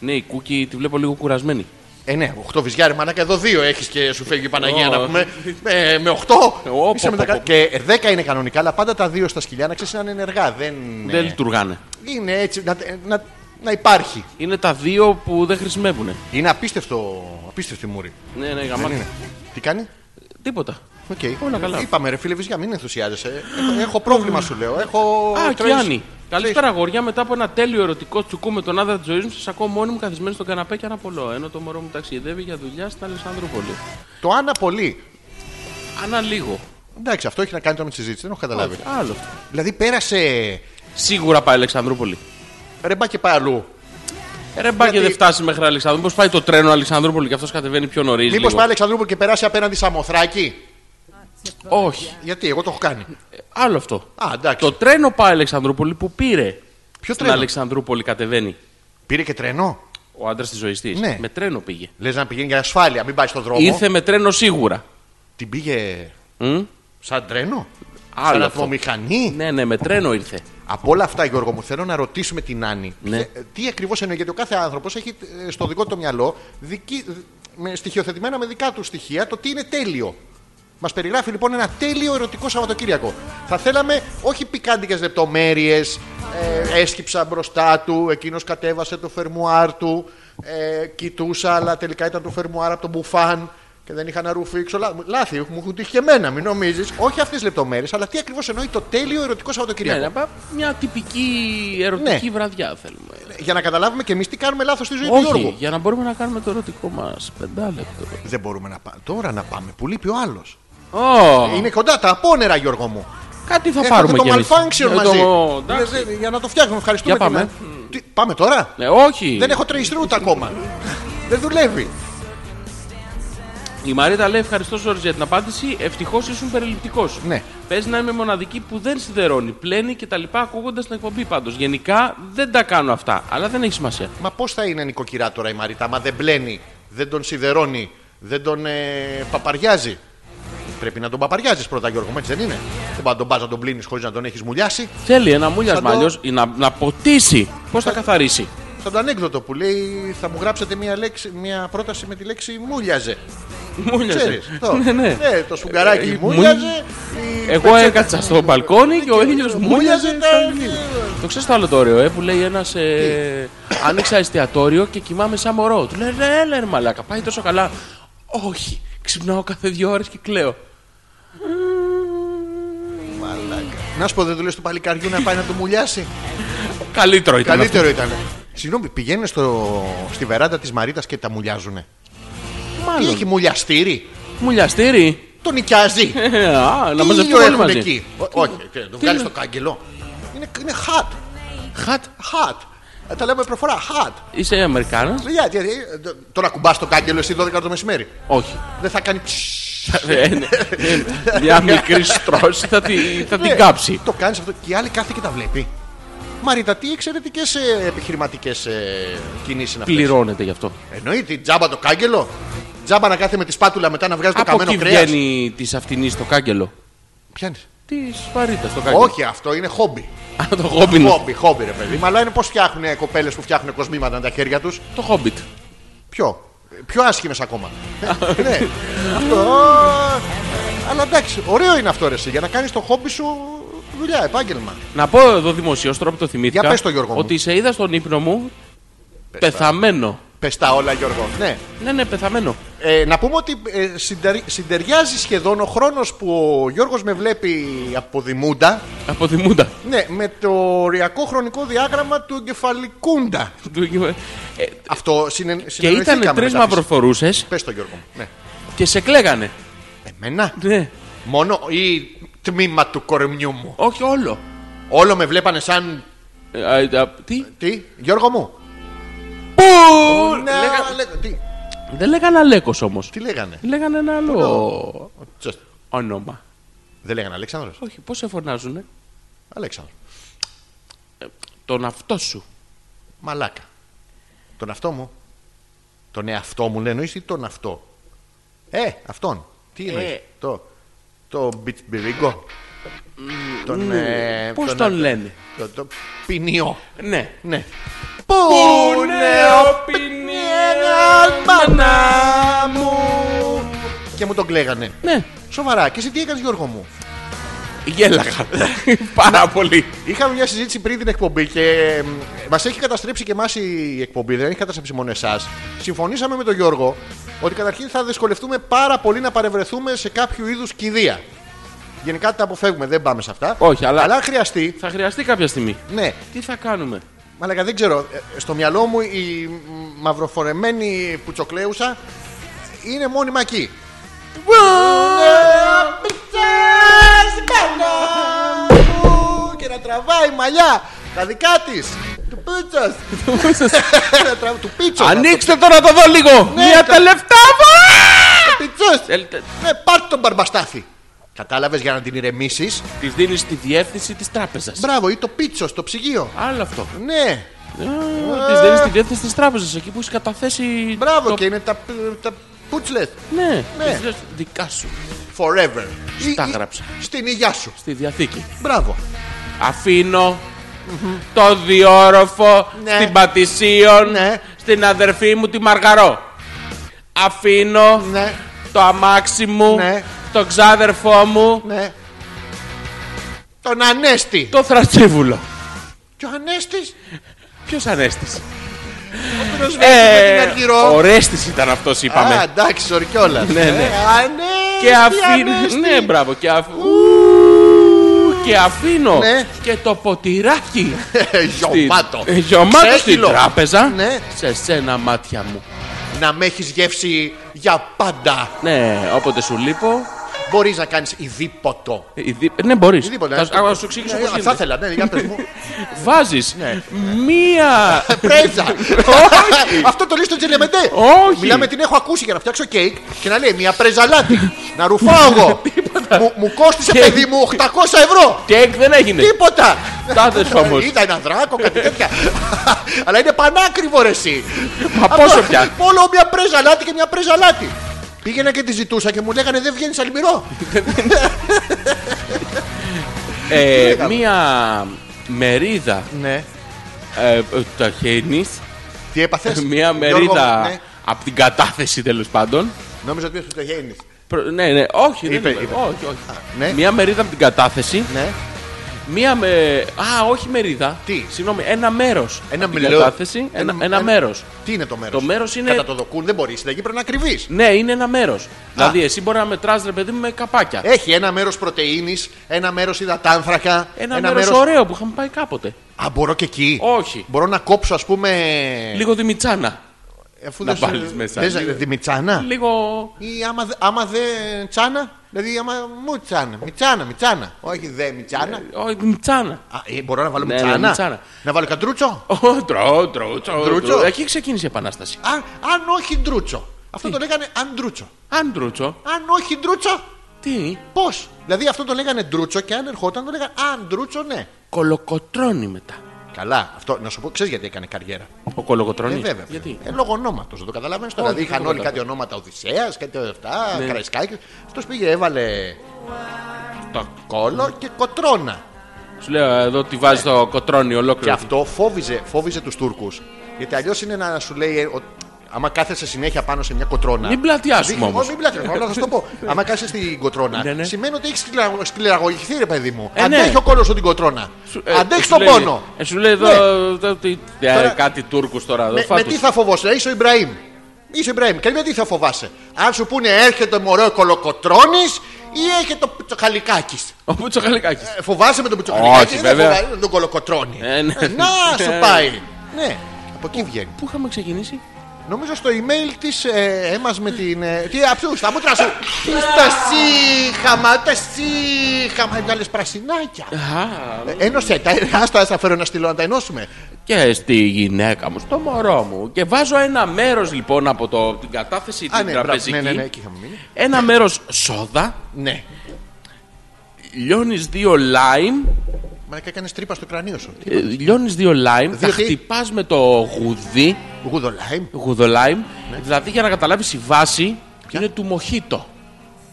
Speaker 2: Ναι, η Κούκι τη βλέπω λίγο κουρασμένη.
Speaker 1: Ε, ναι, 8 βυζιά, ρε μαλάκα, εδώ δύο έχεις και σου φεύγει η Παναγία
Speaker 2: Ω.
Speaker 1: να πούμε. Ε, με 8
Speaker 2: Ω,
Speaker 1: είσαι με
Speaker 2: πω,
Speaker 1: τα
Speaker 2: πω,
Speaker 1: κα-
Speaker 2: πω.
Speaker 1: Και 10 είναι κανονικά, αλλά πάντα τα δύο στα σκυλιά να ξέρεις να είναι ενεργά. Δεν,
Speaker 2: Δεν λειτουργάνε.
Speaker 1: είναι έτσι, να, να, να υπάρχει.
Speaker 2: Είναι τα δύο που δεν χρησιμεύουν.
Speaker 1: Είναι απίστευτο, απίστευτη μούρη.
Speaker 2: Ναι, ναι,
Speaker 1: Δεν
Speaker 2: γαμάτι.
Speaker 1: είναι. Τι κάνει.
Speaker 2: Τίποτα.
Speaker 1: Οκ.
Speaker 2: Όλα καλά.
Speaker 1: Είπαμε ρε φίλε βυζιά, μην ενθουσιάζεσαι. Έχω- Έχω πρόβλημα σου λέω. Έχω.
Speaker 2: Α,
Speaker 1: τρεις-
Speaker 2: Κιάννη. Καλησπέρα, αγόρια. Μετά από ένα τέλειο ερωτικό τσουκού με τον άντρα της ζωής μου, σας ακούω μόνη μου καθισμένη στον καναπέ και αναπολώ. Ενώ το μωρό μου ταξιδεύει για δουλειά στην Αλεσανδρούπολη.
Speaker 1: Το Άννα πολύ.
Speaker 2: Ανά λίγο.
Speaker 1: Εντάξει, αυτό έχει να κάνει τώρα με τη συζήτηση, δεν έχω καταλάβει.
Speaker 2: Άλλο.
Speaker 1: Δηλαδή πέρασε.
Speaker 2: Σίγουρα πάει Αλεξανδρούπολη.
Speaker 1: Ρε μπα και πάει αλλού.
Speaker 2: Ε, Ρε μπα και
Speaker 1: Γιατί-
Speaker 2: δεν φτάσεις μέχρι Αλεξανδρούπολη. Μήπω πάει το τρένο Αλεξανδρούπολη και αυτός κατεβαίνει πιο νωρίς.
Speaker 1: Μήπως πάει Αλεξανδρούπολη και περάσει απέναντι Σαμοθράκη.
Speaker 2: Όχι.
Speaker 1: Γιατί εγώ το έχω κάνει.
Speaker 2: Ε, Άλλο αυτό.
Speaker 1: Α, εντάξει.
Speaker 2: Το τρένο πάει Αλεξανδρούπολη που πήρε.
Speaker 1: Ποιο
Speaker 2: στην
Speaker 1: τρένο?
Speaker 2: Αλεξανδρούπολη κατεβαίνει.
Speaker 1: Πήρε και τρένο.
Speaker 2: Ο άντρας της ζωής της.
Speaker 1: Ναι.
Speaker 2: Με τρένο πήγε.
Speaker 1: Λες να πηγαίνει για ασφάλεια, μην πάει στον δρόμο.
Speaker 2: Ήρθε με τρένο σίγουρα.
Speaker 1: Την πήγε
Speaker 2: Μμ.
Speaker 1: σαν τρένο.
Speaker 2: Άλλο
Speaker 1: σαν
Speaker 2: αυτό.
Speaker 1: ατμομηχανή.
Speaker 2: Ναι, ναι, με τρένο ήρθε.
Speaker 1: Από όλα αυτά, Γιώργο μου, θέλω να ρωτήσουμε την Άννη.
Speaker 2: Ναι.
Speaker 1: ποια- Τι ακριβώς εννοεί, γιατί ο κάθε άνθρωπος έχει ε, στο δικό του το μυαλό δική, με, στοιχειοθετημένα με δικά του στοιχεία το τι είναι τέλειο. Μας περιγράφει λοιπόν ένα τέλειο ερωτικό Σαββατοκύριακο. Θα θέλαμε όχι πικάντικες λεπτομέρειες. Ε, έσκυψα μπροστά του, εκείνος κατέβασε το φερμουάρ του. Ε, κοιτούσα, αλλά τελικά ήταν το φερμουάρ από τον μπουφάν και δεν είχα να ρουφήξω. Λά- Λάθη, μου έχουν τύχει και εμένα, μην νομίζεις. Όχι αυτές τις λεπτομέρειες, αλλά τι ακριβώς εννοεί το τέλειο ερωτικό Σαββατοκύριακο.
Speaker 2: Ναι, να πά- μια τυπική
Speaker 1: Ναι.
Speaker 2: ερωτική βραδιά θέλουμε.
Speaker 1: Για να καταλάβουμε και εμείς τι κάνουμε λάθος στη ζωή του
Speaker 2: Όχι,
Speaker 1: Γιώργου.
Speaker 2: για να μπορούμε να κάνουμε το ερωτικό μας πεντάλεπτο.
Speaker 1: Δεν μπορούμε να πάμε. Τώρα να πάμε. Που λείπει ο άλλος.
Speaker 2: Ω,
Speaker 1: Είναι κοντά τα απόνερα, Γιώργο μου.
Speaker 2: Κάτι θα
Speaker 1: Έχουμε
Speaker 2: πάρουμε
Speaker 1: το
Speaker 2: κι εμείς.
Speaker 1: malfunction
Speaker 2: Ε,
Speaker 1: μαζί.
Speaker 2: το- εντάξει.
Speaker 1: Ε, δε- για να το φτιάχνουμε. Ευχαριστούμε.
Speaker 2: Για
Speaker 1: την-
Speaker 2: πάμε.
Speaker 1: Τι- πάμε τώρα.
Speaker 2: Ναι, όχι.
Speaker 1: Δεν έχω trace route ακόμα. Δεν δουλεύει.
Speaker 2: Η Μαρίτα λέει ευχαριστώ Ζόρζ για την απάντηση. Ευτυχώς ήσουν περιληπτικός.
Speaker 1: Ναι.
Speaker 2: Πες να είμαι μοναδική που δεν σιδερώνει, πλένει και τα λοιπά ακούγοντας την εκπομπή πάντως. Γενικά δεν τα κάνω αυτά, αλλά δεν έχει σημασία.
Speaker 1: Μα πώς θα είναι νοικοκυρά τώρα η Μαρίτα, άμα δεν μπλένει, δεν τον σιδερώνει, δεν τον ε, παπαριάζει. Πρέπει να τον παπαριάζεις πρώτα, Γιώργο μου, έτσι δεν είναι. Δεν πάει να τον πας να τον πλύνεις χωρίς να τον έχεις μουλιάσει.
Speaker 2: Θέλει ένα μούλιασμα,
Speaker 1: Σαν το-
Speaker 2: αλλιώς, ή να, να ποτίσει. Πώς θα καθαρίσει.
Speaker 1: Σαν το ανέκδοτο που λέει, θα μου γράψετε μια, λέξη, μια πρόταση με τη λέξη μούλιαζε. Ε,
Speaker 2: Μούλιαζε.
Speaker 1: Ξέρεις, το,
Speaker 2: ναι, ναι.
Speaker 1: Ε, το σφουγγαράκι
Speaker 2: Ε,
Speaker 1: μούλιαζε. η
Speaker 2: Εγώ
Speaker 1: πετσέτα-
Speaker 2: έκατσα στο μπαλκόνι και ο
Speaker 1: Ε,
Speaker 2: ήλιος μούλιαζε.
Speaker 1: τα-
Speaker 2: στα βιβλία. Το ξέρεις το άλλο το ωραίο, ε, που λέει ένας. Ε, άνοιξα εστιατόριο και κοιμάμαι σαν μωρό. Του λέει ρε, έλα, ρε, μαλάκα, πάει τόσο καλά. Όχι, ξυπνάω κάθε δύο ώρες και κλαίω.
Speaker 1: Να σου πω, δεν το λες του παλικαριού να πάει να το μουλιάσει.
Speaker 2: Καλύτερο ήταν. αυτό.
Speaker 1: Καλύτερο ήταν. Συγγνώμη, πηγαίνουν στο, στη βεράντα της Μαρίτας και τα μουλιάζουνε. Τι
Speaker 2: Μάλλον.
Speaker 1: έχει μουλιαστήρι,
Speaker 2: Μουλιαστήρι.
Speaker 1: το νοικιάζει.
Speaker 2: Ε, α, να
Speaker 1: Τι
Speaker 2: μαζευτούμε όλοι
Speaker 1: έχουν
Speaker 2: μαζί.
Speaker 1: εκεί. Ο- Όχι, ε, το βγάλει στο κάγκελο. Είναι, είναι hot.
Speaker 2: Χατ,
Speaker 1: Hot. Ε, Τα λέμε προφορά. Hot.
Speaker 2: είσαι Αμερικάνα.
Speaker 1: Παιδιά, τι- ε, το- Τώρα κουμπάς το κάγκελο εσύ 12 το μεσημέρι.
Speaker 2: Όχι.
Speaker 1: Δεν θα κάνει. ψσσ.
Speaker 2: Ε, ναι, ναι. Μια μικρή στρώση θα, τη- θα
Speaker 1: Ναι.
Speaker 2: την κάψει.
Speaker 1: Ε, Το κάνεις αυτό και η άλλη κάθε και τα βλέπει. Μαρίτα, τι ε, εξαιρετικέ επιχειρηματικέ κινήσει να πει.
Speaker 2: Πληρώνεται γι' αυτό.
Speaker 1: Εννοείται, τζάμπα το κάγκελο. Τζάμπα να κάθεται με τη σπάτουλα μετά να βγάζει το
Speaker 2: Από
Speaker 1: καμένο
Speaker 2: εκεί
Speaker 1: κρέας.
Speaker 2: βγαίνει της αυτινής στο κάγκελο.
Speaker 1: Πιάνεις.
Speaker 2: Της βαρύτητα στο κάγκελο.
Speaker 1: Όχι, αυτό είναι χόμπι.
Speaker 2: Α, το χόμπι.
Speaker 1: Χόμπι, χόμπι, ρε παιδί. Μα αλλά είναι πώς φτιάχνουν κοπέλες που φτιάχνουν κοσμήματα με τα χέρια τους.
Speaker 2: Το χόμπιτ.
Speaker 1: Πιο. Πιο άσχημες ακόμα. ναι. Αυτό. Αλλά εντάξει, ωραίο είναι αυτό ρε, εσύ, για να κάνεις το χόμπι σου δουλειά, επάγγελμα.
Speaker 2: Να πω εδώ δημοσίως, τώρα που το θυμήθηκα.
Speaker 1: Για πες το, Γιώργο μου.
Speaker 2: Ότι σε είδα στον ύπνο μου πεθαμένο.
Speaker 1: Πες τα όλα, Γιώργο. Ναι.
Speaker 2: Ναι, ναι, πεθαμένο.
Speaker 1: Ε, να πούμε ότι ε, συντερ- συντεριάζει σχεδόν ο χρόνος που ο Γιώργος με βλέπει από Δημούντα
Speaker 2: Από τη μούντα.
Speaker 1: ναι, με το οριακό χρονικό διάγραμμα του εγκεφαλικούντα.
Speaker 2: Του- Ε,
Speaker 1: Αυτό συνεν,
Speaker 2: Και ήταν τρει μαυροφορούσες
Speaker 1: Πες το Γιώργο μου. Ναι.
Speaker 2: και σε κλαίγανε.
Speaker 1: Εμένα.
Speaker 2: Ναι.
Speaker 1: Μόνο ή τμήμα του κορμιού μου.
Speaker 2: Όχι όλο.
Speaker 1: Όλο με βλέπανε σαν.
Speaker 2: Ε, α, α, Τι.
Speaker 1: Τι, Γιώργο μου.
Speaker 2: Πού!
Speaker 1: Ναι,
Speaker 2: Λέγα-
Speaker 1: αλλά λέγα- τι,
Speaker 2: Δεν λέγανε Αλέκος όμως.
Speaker 1: τι λέγανε.
Speaker 2: Λέγανε ένα άλλο
Speaker 1: Τσες,
Speaker 2: όνομα.
Speaker 1: Δεν λέγανε Αλέξανδρος.
Speaker 2: Όχι, πώς σε φωνάζουνε.
Speaker 1: Αλέξανδρος.
Speaker 2: Τον αυτό σου.
Speaker 1: Μαλάκα. Τον αυτό μου. Τον εαυτό μου λένε, ή τον αυτό. Ε, αυτόν. Τι εννοείς. Το, το μπιτσμπυρίγκο. Τον, ε,
Speaker 2: Πώς τον λένε.
Speaker 1: Το, το ποινιό.
Speaker 2: Ναι.
Speaker 1: Ναι.
Speaker 2: Πού νεοπινιέρα μανά μου.
Speaker 1: Και μου τον κλαίγανε.
Speaker 2: Ναι,
Speaker 1: Σοβαρά. Και εσύ τι έκανες Γιώργο μου.
Speaker 2: γέλαγα. Πάρα πολύ.
Speaker 1: Είχαμε μια συζήτηση πριν την εκπομπή και μας έχει καταστρέψει και εμάς η εκπομπή, δεν έχει καταστρέψει μόνο εσάς. Συμφωνήσαμε με τον Γιώργο ότι καταρχήν θα δυσκολευτούμε πάρα πολύ να παρευρεθούμε σε κάποιο είδους κηδεία. Γενικά τα αποφεύγουμε, δεν πάμε σε αυτά.
Speaker 2: Όχι, αλλά-
Speaker 1: Αλλά αν χρειαστεί,
Speaker 2: Θα χρειαστεί κάποια στιγμή.
Speaker 1: ναι.
Speaker 2: Τι θα κάνουμε.
Speaker 1: Μαλακα, δεν ξέρω. ε, Στο μυαλό μου η μ, μαυροφορεμένη πουτσοκλέουσα είναι μόνιμα εκεί. Ναι, Και να τραβάει μαλλιά τα δικά τη. Του πίτσο. Του πίτσο.
Speaker 2: Ανοίξτε τώρα το δω λίγο. Μια
Speaker 1: το-
Speaker 2: τελευταία φορά.
Speaker 1: Πίτσο.
Speaker 2: Θέλετε-
Speaker 1: Ναι, πάρ τον μπαρμπαστάθι. Κατάλαβες για να την ηρεμήσεις.
Speaker 2: Της δίνεις τη διεύθυνση της τράπεζας.
Speaker 1: Μπράβο, ή το πίτσος στο ψυγείο.
Speaker 2: Άλλο αυτό. Ε,
Speaker 1: Ναι,
Speaker 2: Της δίνεις τη διεύθυνση της τράπεζας εκεί που έχεις καταθέσει.
Speaker 1: μπράβο
Speaker 2: το-
Speaker 1: και είναι τα, π- τα πούτσλες.
Speaker 2: Ναι,
Speaker 1: Ναι.
Speaker 2: της λες, δικά σου.
Speaker 1: Forever.
Speaker 2: Στα
Speaker 1: Ή- ή-
Speaker 2: γράψα.
Speaker 1: Στην υγειά σου.
Speaker 2: Στη διαθήκη.
Speaker 1: Μπράβο.
Speaker 2: Αφήνω το διόροφο
Speaker 1: Ναι.
Speaker 2: στην Πατησίων
Speaker 1: Ναι.
Speaker 2: στην αδερφή μου τη Μαργαρό. Αφήνω
Speaker 1: Ναι,
Speaker 2: το αμάξι μου,
Speaker 1: Ναι.
Speaker 2: το ξάδερφό μου,
Speaker 1: ναι. Τον Ανέστη.
Speaker 2: το θρατσίβουλο.
Speaker 1: Και ο Ανέστης
Speaker 2: Ποιος ανέστης. Ε,
Speaker 1: προσβέθηκε Ναι, την Αργυρό.
Speaker 2: Ορέστης ήταν αυτός είπαμε.
Speaker 1: Α, εντάξει, ορκιόλα.
Speaker 2: Ναι, ναι.
Speaker 1: Ε, Ανέστη,
Speaker 2: και αφήνω...
Speaker 1: Ανέστη.
Speaker 2: Ναι, μπράβο. Και, αφ... και αφήνω
Speaker 1: Ναι.
Speaker 2: και το ποτηράκι.
Speaker 1: Ε, Γιωμάτο.
Speaker 2: Στη- Γεωμάτο στην
Speaker 1: Ξέχυλο.
Speaker 2: τράπεζα.
Speaker 1: Ναι.
Speaker 2: Σε σένα μάτια μου.
Speaker 1: Να με έχεις γεύσει για πάντα.
Speaker 2: Ναι, όποτε σου λείπω.
Speaker 1: Μπορείς να κάνεις ειδήποτο.
Speaker 2: η δι- Ναι, μπορείς.
Speaker 1: Ειδήποτε,
Speaker 2: Θα,
Speaker 1: ε.
Speaker 2: α, σου εξηγήσω
Speaker 1: Ναι,
Speaker 2: πώς
Speaker 1: α, Θα Ναι.
Speaker 2: γίνεται.
Speaker 1: ήθελα, ναι, για πες μου.
Speaker 2: Βάζεις μία...
Speaker 1: Πρέζα. Αυτό το λέει στο Τζελεμεντέ.
Speaker 2: Όχι.
Speaker 1: Μιλάμε την έχω ακούσει για να φτιάξω κέικ και να λέει μια πρέζα λάτι. να ρουφάω εγώ. μου, μου κόστησε
Speaker 2: Και-
Speaker 1: παιδί μου 800 ευρώ.
Speaker 2: Κέικ δεν έγινε.
Speaker 1: Τίποτα. Ε,
Speaker 2: Τάδες όμως.
Speaker 1: Είδα ένα δράκο, κάτι τέτοια. Αλλά είναι πανάκριβο ρε εσύ.
Speaker 2: Μα
Speaker 1: Αυτό-
Speaker 2: πόσο πια?
Speaker 1: Μόνο μια πρέζα λάτι και μια πρέζα λάτι. Πήγαινα και τη ζητούσα και μου λέγανε δεν βγαίνεις αλμυρό.
Speaker 2: Ε,
Speaker 1: λέγαμε.
Speaker 2: μία μερίδα
Speaker 1: ναι.
Speaker 2: ε, ε, τα χαίνεις.
Speaker 1: Τι έπαθες.
Speaker 2: Μία
Speaker 1: ναι.
Speaker 2: μερίδα από την κατάθεση τέλος πάντων.
Speaker 1: Νόμιζα ότι το γέννη.
Speaker 2: Προ- Ναι, ναι, όχι, δεν
Speaker 1: Είπε,
Speaker 2: είμαι.
Speaker 1: είπε.
Speaker 2: όχι, όχι.
Speaker 1: ναι.
Speaker 2: Μία μερίδα από την κατάθεση.
Speaker 1: Ναι.
Speaker 2: Μία με. Α, όχι μερίδα.
Speaker 1: Τι?
Speaker 2: Συγγνώμη, ένα μέρος.
Speaker 1: Ένα
Speaker 2: την
Speaker 1: μιλό.
Speaker 2: κατάθεση, ένα, ένα, μέρος.
Speaker 1: Τι είναι το μέρος.
Speaker 2: Το μέρος είναι-
Speaker 1: Κατά το δοκούν δεν μπορείς. Συνταγή πρέπει να κρυβείς.
Speaker 2: Ναι, είναι ένα μέρος. Δηλαδή, εσύ μπορεί να μετράς ρε παιδί μου με καπάκια.
Speaker 1: Έχει ένα μέρος πρωτενη, ένα μέρος υδατάνθρακα.
Speaker 2: ένα μέρο ωραίο που είχαμε πάει κάποτε.
Speaker 1: Α, μπορώ και εκεί.
Speaker 2: Όχι.
Speaker 1: Μπορώ να κόψω, ας πούμε. Ε.
Speaker 2: Λίγο δημητσάνα.
Speaker 1: Αφού
Speaker 2: να
Speaker 1: δεν σου-
Speaker 2: βάλεις μέσα.
Speaker 1: Δεν
Speaker 2: Λίγο.
Speaker 1: σε- Δημητσάνα.
Speaker 2: Λίγο.
Speaker 1: Ή άμα, δε- άμα δεν τσάνα. Δηλαδή άμα μου τσάνα. Μιτσάνα, μιτσάνα. Όχι δε μιτσάνα.
Speaker 2: Όχι, δημητσάνα.
Speaker 1: Α, ε, μπορώ να βάλω
Speaker 2: Ε- Ναι, ναι,
Speaker 1: μιτσάνα.
Speaker 2: μιτσάνα.
Speaker 1: Να βάλω καντρούτσο.
Speaker 2: Ω, Τρώω, τρώω, τρώω.
Speaker 1: Ντρούτσο.
Speaker 2: τρώω. Εκεί ξεκίνησε η επανάσταση.
Speaker 1: Αν, αν όχι ντρούτσο. Αυτό το λέγανε αντρούτσο.
Speaker 2: Αν τρούτσο,
Speaker 1: Αν όχι ντρούτσο,
Speaker 2: τι.
Speaker 1: πώς. Δηλαδή αυτό το λέγανε ντρούτσο και αν ερχόταν το λέγανε αν ντρούτσο, ναι.
Speaker 2: Κολοκοτρώνει μετά.
Speaker 1: Καλά, αυτό να σου πω, ξέρεις γιατί έκανε καριέρα.
Speaker 2: Ο κολογοτρονή.
Speaker 1: Ε, βέβαια.
Speaker 2: Γιατί.
Speaker 1: Ε, λόγω ονόματος, δεν το καταλαβαίνεις τώρα. Δηλαδή
Speaker 2: Όχι, δεν
Speaker 1: είχαν
Speaker 2: το
Speaker 1: όλοι κάτι
Speaker 2: καταλαβαίνω.
Speaker 1: ονόματα Οδυσσέας, κάτι αυτά,
Speaker 2: Ναι.
Speaker 1: ναι. Αυτός πήγε, έβαλε. Το κόλο και κοτρόνα.
Speaker 2: Ε. Σου λέω εδώ τι βάζει το κοτρόνι
Speaker 1: Ε. Και
Speaker 2: ολόκληρο.
Speaker 1: αυτό φόβιζε, φόβιζε τους Τούρκους. Γιατί αλλιώς είναι να σου λέει. ε, ο- Άμα κάθεσαι συνέχεια πάνω σε μια κοτρόνα.
Speaker 2: Μην πλατιάσουμε
Speaker 1: Δείχνει-
Speaker 2: όμως.
Speaker 1: Ω, Μην πλατιάσουμε, αλλά θα σου το πω. Άμα κάθεσαι στην κοτρόνα,
Speaker 2: Ναι, ναι.
Speaker 1: σημαίνει ότι έχεις σκληραγωγηθεί, ρε παιδί μου.
Speaker 2: Ε, ναι.
Speaker 1: Αντέχει ο κόλος σου την κοτρόνα.
Speaker 2: Ε,
Speaker 1: Αντέχει
Speaker 2: σου
Speaker 1: τον
Speaker 2: λέει-
Speaker 1: πόνο.
Speaker 2: ε, Σου λέει εδώ
Speaker 1: Ναι.
Speaker 2: εδώ ότι- ε,
Speaker 1: Τώρα-
Speaker 2: κάτι Τούρκους τώρα. εδώ,
Speaker 1: Με, με
Speaker 2: φάτους.
Speaker 1: τι θα φοβόσαι, είσαι ο Ιμπραήμ. Είσαι ο Ιμπραήμ. Και με τι θα φοβάσαι. Αν σου πούνε έρχεται μωρέ ο κολοκοτρόνη ή έρχεται ο Πιτσοχαλικάκη.
Speaker 2: Ο Μητσοχαλικάκης.
Speaker 1: Φοβάσαι με τον Πιτσοχαλικάκη,
Speaker 2: Όχι,
Speaker 1: δεν
Speaker 2: βέβαια.
Speaker 1: φοβάσαι με τον κολοκοτρόνη.
Speaker 2: Ε, ναι.
Speaker 1: Να σου
Speaker 2: Ε.
Speaker 1: πάει. ναι, από εκεί βγαίνει.
Speaker 2: Πού είχαμε ξεκινήσει.
Speaker 1: Νομίζω στο email της ε, έμας με την. Ε, τι αψού, στα μούτρα σου. Στα σύχαμα, τα σύχαμα. Έβγαλε πρασινάκια.
Speaker 2: Α,
Speaker 1: Ε, Ένωσε τα. Άστα, ας τα φέρω να στείλω να τα ενώσουμε.
Speaker 2: και στη γυναίκα μου, στο μωρό μου. Και βάζω ένα μέρος λοιπόν από το, την κατάθεση
Speaker 1: Α,
Speaker 2: την
Speaker 1: ναι, μπράβο,
Speaker 2: τραπεζική.
Speaker 1: ναι, ναι, ναι, εκεί είχαμε μείνει.
Speaker 2: Ένα μέρος σόδα.
Speaker 1: Ναι.
Speaker 2: Λιώνεις δύο lime.
Speaker 1: Μα έκανες τρύπα στο κρανίο σου. Τι-
Speaker 2: ε, Λιώνεις δύο lime. Τα
Speaker 1: τι?
Speaker 2: χτυπάς με το γουδί.
Speaker 1: Γουδολάιμ.
Speaker 2: Γουδολάιμ.
Speaker 1: Ναι.
Speaker 2: Δηλαδή για να καταλάβεις η βάση είναι του μοχίτο.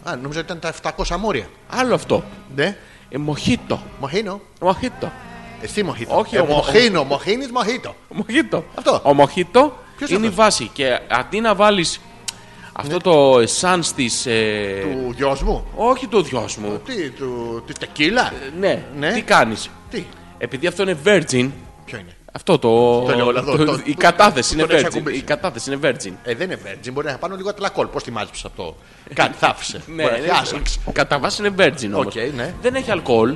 Speaker 1: Α, νομίζω ότι ήταν τα 700 μόρια.
Speaker 2: Άλλο αυτό.
Speaker 1: Ναι.
Speaker 2: Ε, μοχίτο.
Speaker 1: Μοχίνο.
Speaker 2: Μοχίτο.
Speaker 1: Εσύ μοχίτο.
Speaker 2: Όχι,
Speaker 1: ε,
Speaker 2: ο-
Speaker 1: μοχίνο. Μοχίνης μοχίτο.
Speaker 2: Μοχίτο.
Speaker 1: Αυτό.
Speaker 2: Ο μοχίτο
Speaker 1: Ποιος
Speaker 2: είναι η
Speaker 1: αυτός?
Speaker 2: βάση. Και αντί να βάλεις αυτό το εσάν τη. Ε...
Speaker 1: Του γιος μου.
Speaker 2: Όχι το δυο μου.
Speaker 1: Τι, του. Τη τεκίλα.
Speaker 2: Ναι.
Speaker 1: Ναι.
Speaker 2: Τι κάνεις.
Speaker 1: Τι.
Speaker 2: Επειδή αυτό είναι virgin.
Speaker 1: Ποιο είναι.
Speaker 2: Αυτό το.
Speaker 1: Το ελαιόλαδο, το-
Speaker 2: η κατάθεση
Speaker 1: που
Speaker 2: είναι
Speaker 1: τον έχεις
Speaker 2: virgin.
Speaker 1: ακουμπήσει.
Speaker 2: Η κατάθεση είναι virgin.
Speaker 1: Ε, δεν είναι virgin, μπορεί να πάνω λίγο ατλακόλ. Πώς τη μάζεψες αυτό. Κάτι Ε, θα άφησε.
Speaker 2: Ναι,
Speaker 1: Μπορεί να
Speaker 2: ναι.
Speaker 1: έχει άσαξ.
Speaker 2: κατά βάση είναι virgin όμως.
Speaker 1: Οκ, ναι.
Speaker 2: Δεν έχει αλκοόλ.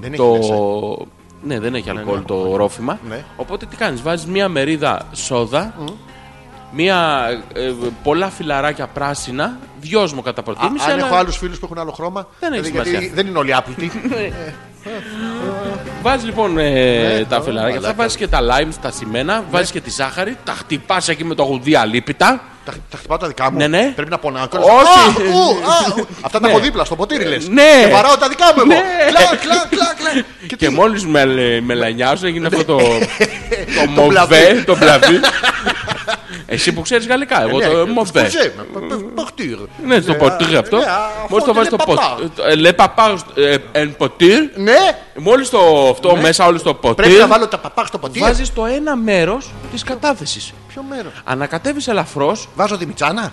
Speaker 1: Δεν έχει μέσα.
Speaker 2: το... Ναι, δεν έχει αλκοόλ το ρόφημα.
Speaker 1: Ναι.
Speaker 2: Οπότε τι κάνεις, βάζεις μία μερίδα σόδα, μία, ε, πολλά φιλαράκια πράσινα, δυόσμο κατά
Speaker 1: Α,
Speaker 2: προτίμηση.
Speaker 1: Αν
Speaker 2: αλλά
Speaker 1: έχω άλλους φίλους που έχουν άλλο χρώμα.
Speaker 2: Δεν έχει
Speaker 1: δηλαδή, γιατί
Speaker 2: σημασία.
Speaker 1: Δεν είναι όλοι άπλητοι.
Speaker 2: Βάζεις λοιπόν ε,
Speaker 1: Ναι,
Speaker 2: τα
Speaker 1: ω,
Speaker 2: φιλαράκια αυτά,
Speaker 1: μαλάκα. Ναι.
Speaker 2: βάζεις και τα lime, τα σημένα, βάζεις και τη σάχαρη, τα χτυπάς εκεί με το γουδί αλίπητα.
Speaker 1: τα, τα χτυπάω τα δικά μου.
Speaker 2: Ναι, ναι.
Speaker 1: Πρέπει να πονάω.
Speaker 2: Όχι.
Speaker 1: Α, ου, α, ου. Αυτά τα έχω δίπλα στο ποτήρι λες.
Speaker 2: Ναι.
Speaker 1: Και βαράω τα δικά μου εγώ.
Speaker 2: Ναι.
Speaker 1: Κλα, κλα, κλα, κλα.
Speaker 2: Και,
Speaker 1: τι- Ναι.
Speaker 2: μόλις με, μελανιάζουν έγινε αυτό το, το
Speaker 1: Το
Speaker 2: μοβέ,
Speaker 1: μπλαβί.
Speaker 2: το μπλαβί. Εσύ που ξέρεις γαλλικά, εγώ
Speaker 1: Ναι,
Speaker 2: το
Speaker 1: ναι,
Speaker 2: μοβέ.
Speaker 1: σκουζέ, με, με, με, πορτήρ.
Speaker 2: Ναι, στο
Speaker 1: Ε,
Speaker 2: ποτήρ
Speaker 1: α,
Speaker 2: αυτό.
Speaker 1: ναι, α,
Speaker 2: Μόλις το
Speaker 1: αυτό
Speaker 2: βάζει το
Speaker 1: είναι παπά.
Speaker 2: ποτήρ. Ε, Λε παπά ε, εν ποτήρ.
Speaker 1: Ναι,
Speaker 2: Μόλις το αυτό μέσα, όλο το ποτήρ.
Speaker 1: πρέπει να βάλω τα παπά στο ποτήρι.
Speaker 2: Βάζεις το ένα μέρος της κατάθεσης.
Speaker 1: Ποιο μέρος.
Speaker 2: Ανακατεύεις ελαφρώς,
Speaker 1: Βάζω δημητσάνα.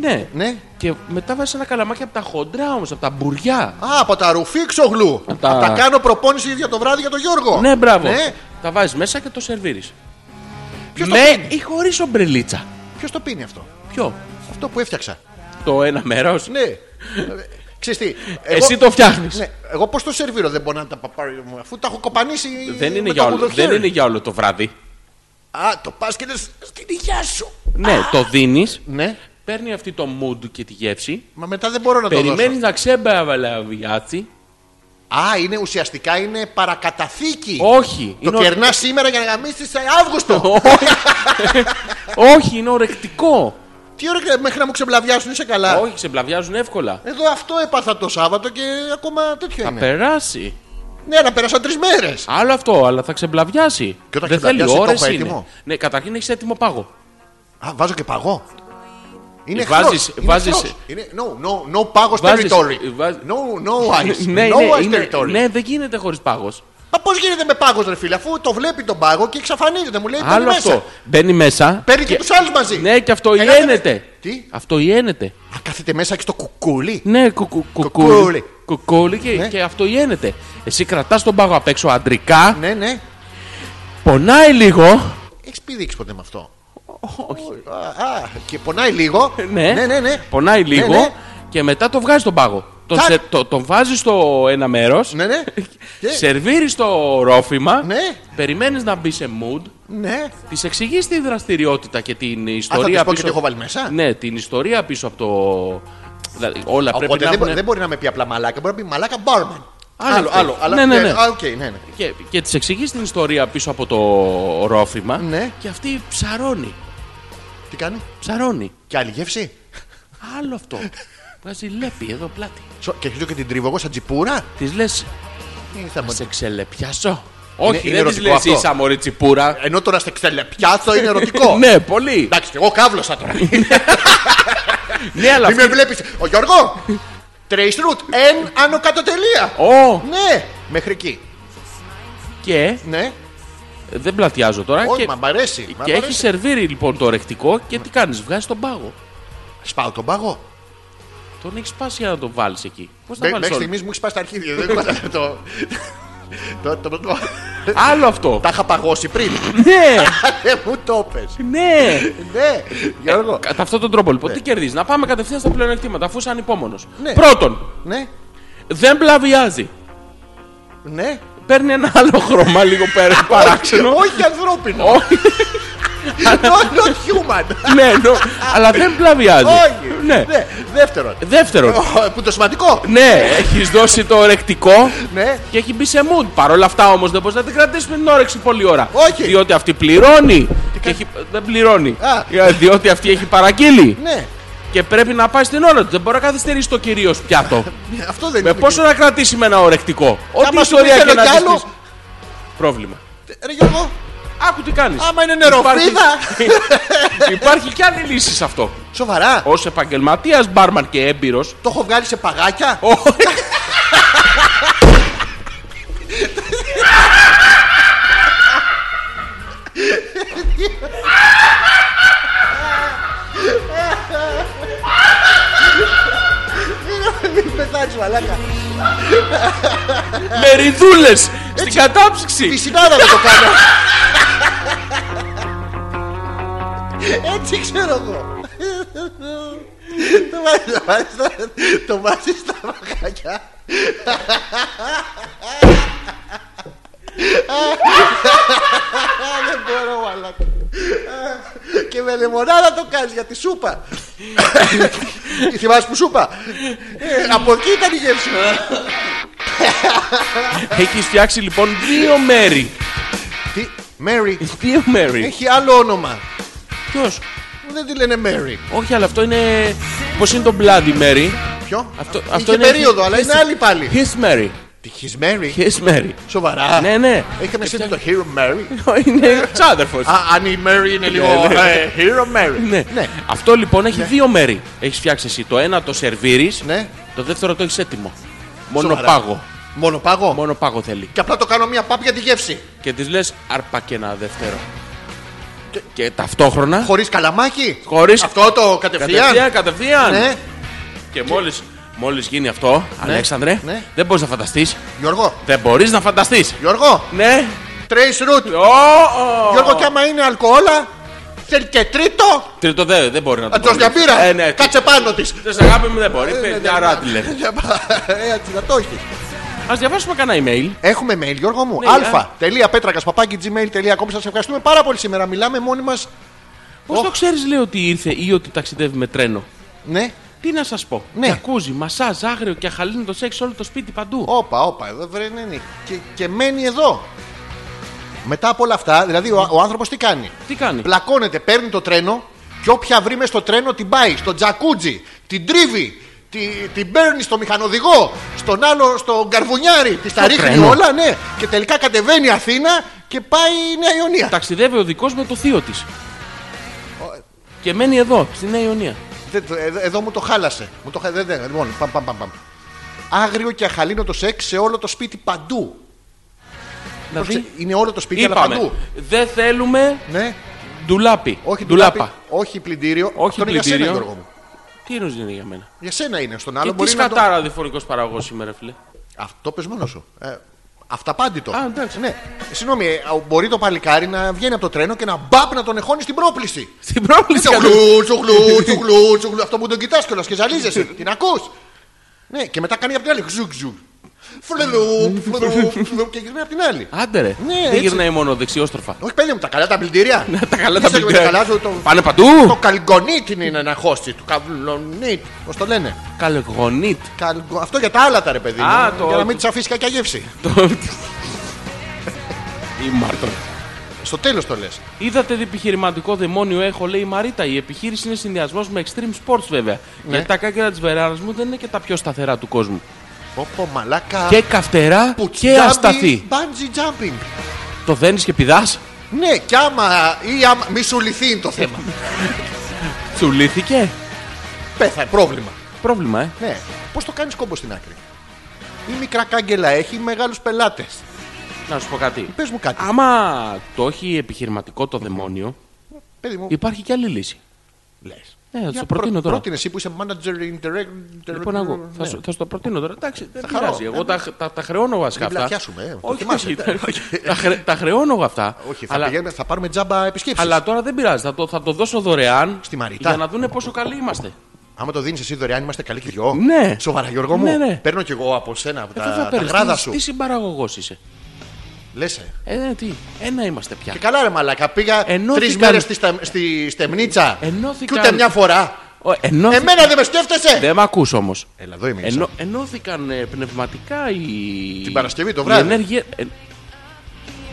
Speaker 2: ναι.
Speaker 1: Ναι.
Speaker 2: Και μετά βάζεις ένα καλαμάκι από τα χοντρά όμως, από τα μπουριά.
Speaker 1: Α, από τα ρουφίξογλου.
Speaker 2: Από τα-
Speaker 1: Τα... τα κάνω προπόνηση για το βράδυ για τον Γιώργο.
Speaker 2: Ναι, μπράβο.
Speaker 1: Ναι.
Speaker 2: Τα βάζεις μέσα και το σερβίρεις.
Speaker 1: Ποιος το
Speaker 2: Με ή χωρίς ομπρελίτσα.
Speaker 1: Ποιος το πίνει αυτό.
Speaker 2: Ποιο.
Speaker 1: Αυτό που έφτιαξα.
Speaker 2: Το ένα μέρος.
Speaker 1: Ναι. Ξέρεις τι.
Speaker 2: Εσύ το φτιάχνεις.
Speaker 1: Ναι, εγώ πώς το σερβίρω δεν μπορώ να τα παπάρια μου αφού τα έχω κοπανίσει.
Speaker 2: Δεν, είναι
Speaker 1: με
Speaker 2: για
Speaker 1: Ε, το
Speaker 2: όλο,
Speaker 1: γουδοχέρι.
Speaker 2: δεν είναι για όλο το βράδυ.
Speaker 1: Α, το πας και λες στην υγειά σου.
Speaker 2: Ναι, το δίνεις.
Speaker 1: Ναι,
Speaker 2: Παίρνει αυτή το mood και τη γεύση.
Speaker 1: μα μετά δεν μπορώ να το
Speaker 2: Περιμένεις
Speaker 1: δώσω.
Speaker 2: να ξεμπαβαλαβιάσει.
Speaker 1: Α, είναι ουσιαστικά είναι παρακαταθήκη.
Speaker 2: Όχι.
Speaker 1: Το
Speaker 2: είναι ο-
Speaker 1: κερνά σήμερα για να γαμίσεις σε Αύγουστο.
Speaker 2: Όχι, είναι ορεκτικό.
Speaker 1: Τι ωραία, μέχρι να μου ξεμπλαβιάσουν, είσαι καλά.
Speaker 2: Όχι, ξεμπλαβιάζουν εύκολα.
Speaker 1: Εδώ αυτό έπαθα το Σάββατο και ακόμα τέτοιο
Speaker 2: Θα
Speaker 1: είναι.
Speaker 2: περάσει.
Speaker 1: Ναι, αλλά πέρασαν τρεις μέρες.
Speaker 2: Άλλο αυτό, αλλά θα ξεμπλαβιάσει.
Speaker 1: Και όταν
Speaker 2: Δεν θέλει
Speaker 1: ξεμπλαβιάσει, το
Speaker 2: ώρες
Speaker 1: έχω
Speaker 2: είναι.
Speaker 1: έτοιμο.
Speaker 2: Ναι, καταρχήν έχεις έτοιμο πάγο.
Speaker 1: Α, βάζω και παγό. Είναι
Speaker 2: Βάζεις-
Speaker 1: εχθρός, είναι
Speaker 2: βάζεις-
Speaker 1: εχθρός. Είναι no, no, no πάγος
Speaker 2: Βάζεις-
Speaker 1: territory.
Speaker 2: βάζ-
Speaker 1: No, no ice.
Speaker 2: ναι,
Speaker 1: no
Speaker 2: ναι,
Speaker 1: ice
Speaker 2: είναι-
Speaker 1: territory. Ε,
Speaker 2: ναι, δεν γίνεται χωρίς πάγος.
Speaker 1: Μα πώς γίνεται με πάγος ρε φίλε, αφού το βλέπει τον πάγο και εξαφανίζεται. Μου λέει μπαίνει
Speaker 2: Άλλο
Speaker 1: μέσα.
Speaker 2: αυτό. Μπαίνει μέσα.
Speaker 1: Παίρνει και, τους άλλους μαζί.
Speaker 2: Ναι, και αυτό
Speaker 1: Ένα δεν-
Speaker 2: ιένεται.
Speaker 1: Τι,
Speaker 2: Αυτό ιένεται.
Speaker 1: α, κάθεται μέσα και στο κουκούλι.
Speaker 2: Ναι, κου- κου-
Speaker 1: Κουκούλι.
Speaker 2: κουκούλι. Κουκούλι και,
Speaker 1: Ναι.
Speaker 2: και αυτό ιένεται. Εσύ κρατάς τον πάγο απ' έξω αντρικά,
Speaker 1: Ναι, ναι.
Speaker 2: πονάει λίγο.
Speaker 1: Έχεις πηδήξει ποτέ με αυτό. Όχι. Α, και πονάει λίγο.
Speaker 2: Ναι,
Speaker 1: ναι, ναι. ναι.
Speaker 2: Πονάει λίγο
Speaker 1: Ναι, ναι.
Speaker 2: και μετά το βγάζει τον πάγο. Τον,
Speaker 1: Τσακ.
Speaker 2: σε, το, τον βάζει στο ένα μέρος.
Speaker 1: Ναι, ναι. Και-
Speaker 2: Σερβίρει το ρόφημα.
Speaker 1: Ναι.
Speaker 2: Περιμένεις να μπει σε mood.
Speaker 1: Ναι.
Speaker 2: Της εξηγείς τη δραστηριότητα και την
Speaker 1: Α, θα
Speaker 2: ιστορία
Speaker 1: της πω και
Speaker 2: πίσω.
Speaker 1: τι έχω βάλει μέσα.
Speaker 2: Ναι, την ιστορία πίσω από το. Δηλαδή, όλα
Speaker 1: Οπότε
Speaker 2: πρέπει
Speaker 1: δεν,
Speaker 2: να
Speaker 1: μπο-
Speaker 2: έχουν-
Speaker 1: δεν μπορεί να με πει απλά μαλάκα, μπορεί να πει μαλάκα μπάρμαν.
Speaker 2: Άλλο
Speaker 1: Άλλο,
Speaker 2: αυτό.
Speaker 1: άλλο. Αλλά,
Speaker 2: Ναι, ναι, ναι.
Speaker 1: Α, οκ, ναι, ναι.
Speaker 2: Και, και της εξηγείς την ιστορία πίσω από το ρόφημα.
Speaker 1: Ναι.
Speaker 2: Και αυτή ψαρώνει.
Speaker 1: Τι κάνει,
Speaker 2: Ψαρώνει.
Speaker 1: και άλλη γεύση.
Speaker 2: Άλλο αυτό. Βγάζει λέπη εδώ πλάτη.
Speaker 1: Σο- Και έχεις και την τρίβω εγώ σαν τσιπούρα.
Speaker 2: Της λες,
Speaker 1: Τι Ε, θα μου
Speaker 2: σε ξελεπιάσω. Όχι,
Speaker 1: είναι
Speaker 2: δεν της
Speaker 1: ερωτικό
Speaker 2: λες
Speaker 1: αυτό.
Speaker 2: η Σαμορή Τσιπούρα.
Speaker 1: Ενώ το να σε ξελεπιάσω είναι ερωτικό.
Speaker 2: Ναι, πολύ.
Speaker 1: Εντάξει, και εγώ κάβλωσα τώρα.
Speaker 2: Ναι, αλλά.
Speaker 1: Μη με βλέπεις. Ο Γιώργο! Trace route. Εν άνω κάτω τελεία.
Speaker 2: Ω,
Speaker 1: Ναι, μέχρι εκεί.
Speaker 2: και
Speaker 1: Ναι,
Speaker 2: δεν πλατιάζω τώρα.
Speaker 1: όχι,
Speaker 2: και-
Speaker 1: μα μ' αρέσει. μ'
Speaker 2: Και
Speaker 1: αρέσει.
Speaker 2: έχει σερβίρει λοιπόν το ρεκτικό και τι κάνεις, βγάζεις τον πάγο.
Speaker 1: Σπάω τον πάγο.
Speaker 2: Τον έχεις σπάσει για να τον βάλεις εκεί. Πώς θα
Speaker 1: Μέ-
Speaker 2: βάλει
Speaker 1: Μέχρι
Speaker 2: όλο.
Speaker 1: στιγμής μου έχεις πάει στα αρχίδια. Δεν κατάλαβα το. το- το- το-
Speaker 2: Άλλο αυτό.
Speaker 1: Τα είχα παγώσει πριν.
Speaker 2: Ναι,
Speaker 1: Δεν μου το πες.
Speaker 2: ναι.
Speaker 1: Ναι, Γιώργο.
Speaker 2: Κατά αυτόν τον τρόπο λοιπόν, τι κερδίζεις. Να πάμε κατευθείαν στα πλεονεκτήματα αφού είσαι ανυπόμονος.
Speaker 1: Ναι.
Speaker 2: Πρώτον,
Speaker 1: Ναι,
Speaker 2: δεν πλαβιάζει.
Speaker 1: ναι.
Speaker 2: Παίρνει ένα άλλο χρώμα λίγο πέρα, παράξενο.
Speaker 1: Όχι ανθρώπινο.
Speaker 2: Όχι.
Speaker 1: Not not human.
Speaker 2: ναι, νο, αλλά δεν πλαβιάζει.
Speaker 1: Όχι.
Speaker 2: Ναι.
Speaker 1: Ναι. Δεύτερον.
Speaker 2: Δεύτερον,
Speaker 1: Ω, Που το σημαντικό.
Speaker 2: ναι, έχεις δώσει το ρεκτικό
Speaker 1: Ναι.
Speaker 2: και έχει μπει σε mood. Παρ' όλα αυτά όμως δεν μπορείς να την κρατήσεις με την όρεξη πολλή ώρα.
Speaker 1: Όχι.
Speaker 2: Διότι αυτή πληρώνει. Και έχει... Δεν πληρώνει.
Speaker 1: Α.
Speaker 2: Διότι αυτή έχει παραγγείλει.
Speaker 1: Ναι.
Speaker 2: Και πρέπει να πάει στην ώρα του. Δεν μπορεί να καθυστερήσει το κυρίως πιάτο.
Speaker 1: Αυτό δεν
Speaker 2: με
Speaker 1: είναι.
Speaker 2: πόσο να κρατήσει με ένα ορεκτικό. Ό,τι
Speaker 1: μας
Speaker 2: ιστορία
Speaker 1: πει
Speaker 2: και
Speaker 1: θέλω
Speaker 2: να
Speaker 1: κι
Speaker 2: της
Speaker 1: άλλο.
Speaker 2: πεις. Πρόβλημα.
Speaker 1: Ρε Γιώργο,
Speaker 2: Άκου τι κάνεις.
Speaker 1: άμα είναι νεροφίδα.
Speaker 2: Υπάρχει κι άλλη λύση σε αυτό.
Speaker 1: Σοβαρά.
Speaker 2: Ως επαγγελματίας μπάρμαν και έμπειρος.
Speaker 1: Το έχω βγάλει σε παγάκια. Μην πεθάνεις μαλάκα. Ε.
Speaker 2: με ριδούλες στην
Speaker 1: Τη
Speaker 2: κατάψυξη.
Speaker 1: συνάδα δεν το κάνω. Έτσι ξέρω εγώ. Το βάζεις- το βάζεις στα- Το βάζεις στα παγάκια. Δεν μπορώ μαλάκα. Και με λεμονάδα το κάνεις για τη σούπα. Θυμάσαι που σούπα. Ε, Από εκεί ήταν η γεύση.
Speaker 2: Έχει φτιάξει λοιπόν δύο μέρη.
Speaker 1: Τι, Μέρι.
Speaker 2: Δύο μέρη.
Speaker 1: Έχει άλλο όνομα.
Speaker 2: Ποιος.
Speaker 1: Δεν τη λένε Μέρι.
Speaker 2: Όχι, αλλά αυτό είναι. Πώς είναι το Bloody Mary.
Speaker 1: Ποιο?
Speaker 2: Αυτό,
Speaker 1: Είχε
Speaker 2: αυτό είναι.
Speaker 1: περίοδο, αλλά είναι άλλη πάλι.
Speaker 2: His Mary.
Speaker 1: His Mary.
Speaker 2: His Mary.
Speaker 1: Σοβαρά.
Speaker 2: Ναι, ναι.
Speaker 1: Είχαμε σκεφτεί το Hero Mary.
Speaker 2: είναι ξάδερφο.
Speaker 1: Ε, Α, αν η Mary είναι λίγο. ε, Hero Mary.
Speaker 2: Ναι.
Speaker 1: Ναι.
Speaker 2: Αυτό λοιπόν έχει δύο μέρη. Έχεις φτιάξει εσύ. Το ένα το σερβίρεις.
Speaker 1: Ναι.
Speaker 2: Το δεύτερο το έχεις έτοιμο. Μόνο
Speaker 1: Σοβαρά.
Speaker 2: πάγο.
Speaker 1: Μόνο πάγο.
Speaker 2: Μόνο πάγο θέλει.
Speaker 1: Και απλά το κάνω μια παπ για τη γεύση.
Speaker 2: Και της λες αρπά και ένα δεύτερο. Και, ταυτόχρονα.
Speaker 1: Χωρίς καλαμάκι.
Speaker 2: Χωρίς-
Speaker 1: Αυτό το κατευθείαν.
Speaker 2: Κατευθείαν, κατευθείαν.
Speaker 1: Ναι.
Speaker 2: Και μόλις μόλις γίνει αυτό, Αλέξανδρε,
Speaker 1: Ναι.
Speaker 2: δεν μπορείς να φανταστείς.
Speaker 1: Γιώργο.
Speaker 2: Δεν μπορείς να φανταστείς.
Speaker 1: Γιώργο.
Speaker 2: Ναι.
Speaker 1: Trace route.
Speaker 2: Ω, ω.
Speaker 1: Γιώργο, κι άμα είναι αλκοόλα, θέλει και τρίτο.
Speaker 2: Τρίτο δε, δεν μπορεί να το
Speaker 1: Να τρως μια
Speaker 2: προβλέψεις.
Speaker 1: πύρα.
Speaker 2: Ε, ναι.
Speaker 1: Κάτσε Ε, ναι, πάνω της.
Speaker 2: Τε αγάπη μου δεν μπορεί. Παιδιά, ράτλε.
Speaker 1: ε, Έτσι να το έχεις.
Speaker 2: Ας διαβάσουμε κανένα email.
Speaker 1: Έχουμε mail, Γιώργο μου.
Speaker 2: Ναι,
Speaker 1: αλφα.πέτρακα.gmail.com Σας ευχαριστούμε πάρα πολύ σήμερα. Μιλάμε μόνοι μας.
Speaker 2: Πώς το ξέρεις, λέει ότι ήρθε ή ότι ταξιδεύει με τρένο.
Speaker 1: Ναι.
Speaker 2: Τι να σας πω.
Speaker 1: Ναι.
Speaker 2: Γιακούζι, μασάζ, άγριο και αχαλίνο το σεξ όλο το σπίτι παντού.
Speaker 1: Όπα, όπα, εδώ βρε, ναι, ναι. Και, και μένει εδώ. Μετά από όλα αυτά, δηλαδή ο, ο άνθρωπος τι κάνει.
Speaker 2: Τι κάνει.
Speaker 1: Πλακώνεται, παίρνει το τρένο και όποια βρει μες στο τρένο την πάει. Στον τζακούτζι, την τρίβει, τη- την παίρνει στο μηχανοδηγό, στον άλλο, στον καρβουνιάρι. Της τα ρίχνει
Speaker 2: τρένο.
Speaker 1: όλα, ναι. Και τελικά κατεβαίνει Αθήνα και πάει η Νέα Ιωνία.
Speaker 2: Ταξιδεύει ο δικός με το θείο της. Και μένει εδώ, στη Νέα Ιωνία.
Speaker 1: Δεν το- εδώ- Εδώ μου το χάλασε. Μου το χα- δεν- δεν- Λοιπόν, παμ, παμ, παμ, παμ. Άγριο και αχαλήνο το σεξ σε όλο το σπίτι παντού.
Speaker 2: Δηλαδή,
Speaker 1: Πρόσεξε, Είναι όλο το σπίτι, αλλά παντού.
Speaker 2: είπαμε, δεν θέλουμε
Speaker 1: Ναι,
Speaker 2: ντουλάπι.
Speaker 1: όχι
Speaker 2: ντουλάπα.
Speaker 1: ντουλάπι, όχι πλυντήριο.
Speaker 2: Όχι
Speaker 1: Αυτό είναι για σένα,
Speaker 2: πλυντήριο.
Speaker 1: Γιώργο μου.
Speaker 2: Τι είναι είναι για μένα.
Speaker 1: Για σένα είναι. Στον άλλο
Speaker 2: και τι
Speaker 1: μπορεί να. Το...
Speaker 2: σκατάρα διφωνικό παραγωγός σήμερα, φίλε.
Speaker 1: Αυτό πες μόνος σου. Ε, αυταπάντητο.
Speaker 2: Α, εντάξει.
Speaker 1: Ναι. Συγγνώμη, ε, μπορεί το παλικάρι να βγαίνει από το τρένο και να μπαπ να τον εχώνει στην πρόκληση.
Speaker 2: Στην πρόβληση κατ'
Speaker 1: Τσουχλού, τσουχλού, τσουχλού, τσουχλού. Αυτό που τον κοιτάς κιόλας και ζαλίζεσαι. Την ακούς. Ναι, και μετά κάνει από την άλλη. Ξουκ, ξουκ. Φλελούπ, φλελούπ, φλελούπ και γυρνάει από την άλλη.
Speaker 2: Άντε ρε,
Speaker 1: Ναι,
Speaker 2: δεν
Speaker 1: έτσι.
Speaker 2: γυρνάει μόνο δεξιόστροφα.
Speaker 1: Όχι, παιδί μου, τα καλά τα πλυντήρια.
Speaker 2: Τα καλά τα
Speaker 1: Είσαι με
Speaker 2: παιδιά.
Speaker 1: σου, το-
Speaker 2: Πάνε
Speaker 1: Το
Speaker 2: παντού.
Speaker 1: καλγκονίτ είναι ένα χώστη. Το καβλονίτ. Πώς το λένε.
Speaker 2: Καλεγονίτ.
Speaker 1: Καλγκο- Αυτό για τα άλλα ρε παιδί.
Speaker 2: Α,
Speaker 1: μου,
Speaker 2: το-
Speaker 1: Για να μην τις αφήσεις κακιά γεύση.
Speaker 2: Η Μάρτον.
Speaker 1: Στο τέλος το λες.
Speaker 2: Είδατε τι επιχειρηματικό δαιμόνιο έχω, λέει η Μαρίτα. Η επιχείρηση είναι συνδυασμός με extreme sports βέβαια. Γιατί τα κάκερα της βεράνας μου δεν είναι και τα πιο σταθερά του κόσμου.
Speaker 1: Πόπο μαλάκα.
Speaker 2: Και καυτερά
Speaker 1: Πουτζάμπι,
Speaker 2: και ασταθή.
Speaker 1: Bungee jumping.
Speaker 2: Το δένεις και πηδάς.
Speaker 1: Ναι, κι άμα. ή άμα. μη σου λυθεί είναι το θέμα.
Speaker 2: Σου λύθηκε.
Speaker 1: Πέθανε. Πρόβλημα.
Speaker 2: Πρόβλημα, ε.
Speaker 1: Ναι. Πώς το κάνεις κόμπο στην άκρη. Ή μικρά κάγκελα έχει μεγάλους πελάτες.
Speaker 2: Να σου πω κάτι.
Speaker 1: Πες μου κάτι.
Speaker 2: Άμα το έχει επιχειρηματικό το δαιμόνιο,
Speaker 1: Παιδί μου,
Speaker 2: υπάρχει και άλλη λύση.
Speaker 1: λες.
Speaker 2: Ε, θα
Speaker 1: Για
Speaker 2: σου προτείνω τώρα.
Speaker 1: Πρότεινες εσύ που είσαι manager ναι. direct.
Speaker 2: Λοιπόν, ακούω. Θα, σου, θα σου το προτείνω τώρα. Εντάξει, δεν
Speaker 1: χαρώ.
Speaker 2: πειράζει. Εγώ
Speaker 1: Ναι,
Speaker 2: τα, τα, τα χρεώνω βασικά
Speaker 1: Μην
Speaker 2: αυτά.
Speaker 1: πλατιάσουμε, ε. Το
Speaker 2: Όχι,
Speaker 1: θυμάσαι,
Speaker 2: όχι,
Speaker 1: εντάξει.
Speaker 2: όχι. τα, χρε- τα χρεώνω εγώ αυτά.
Speaker 1: Όχι, θα,
Speaker 2: αλλά,
Speaker 1: πηγαίνουμε, θα πάρουμε τζάμπα επισκέψεις.
Speaker 2: αλλά τώρα δεν πειράζει. Θα το, θα το δώσω δωρεάν.
Speaker 1: Στη Μαριτά.
Speaker 2: Για να δούνε πόσο καλοί είμαστε. Ε,
Speaker 1: Άμα το δίνεις εσύ δωρεάν, είμαστε καλοί και δυο.
Speaker 2: Ναι.
Speaker 1: Σοβαρά, Γιώργο μου.
Speaker 2: Ναι, ναι.
Speaker 1: Παίρνω κι εγώ από σένα, από
Speaker 2: Ε,
Speaker 1: τα,
Speaker 2: δεν
Speaker 1: τα
Speaker 2: παίρνεις.
Speaker 1: γράδα
Speaker 2: Τι-
Speaker 1: σου.
Speaker 2: Τι συμπαραγωγός είσαι.
Speaker 1: Λες, ε.
Speaker 2: Ε, ναι, τι. Ένα είμαστε πια.
Speaker 1: Και καλά, ρε Μαλάκα. Πήγα
Speaker 2: Ενώθηκαν-
Speaker 1: τρει μέρες στη, στα- στη στεμνίτσα. Και
Speaker 2: Ενώθηκαν-
Speaker 1: ούτε μια φορά.
Speaker 2: Ο, ενώθη-
Speaker 1: Εμένα δεν με σκέφτεσαι.
Speaker 2: Δεν με ακούς όμως.
Speaker 1: Έλα, εδώ είμαι.
Speaker 2: Ενώ, ενώθηκαν ε, πνευματικά οι.
Speaker 1: Την Παρασκευή το βράδυ.
Speaker 2: οι ενέργειε- ε,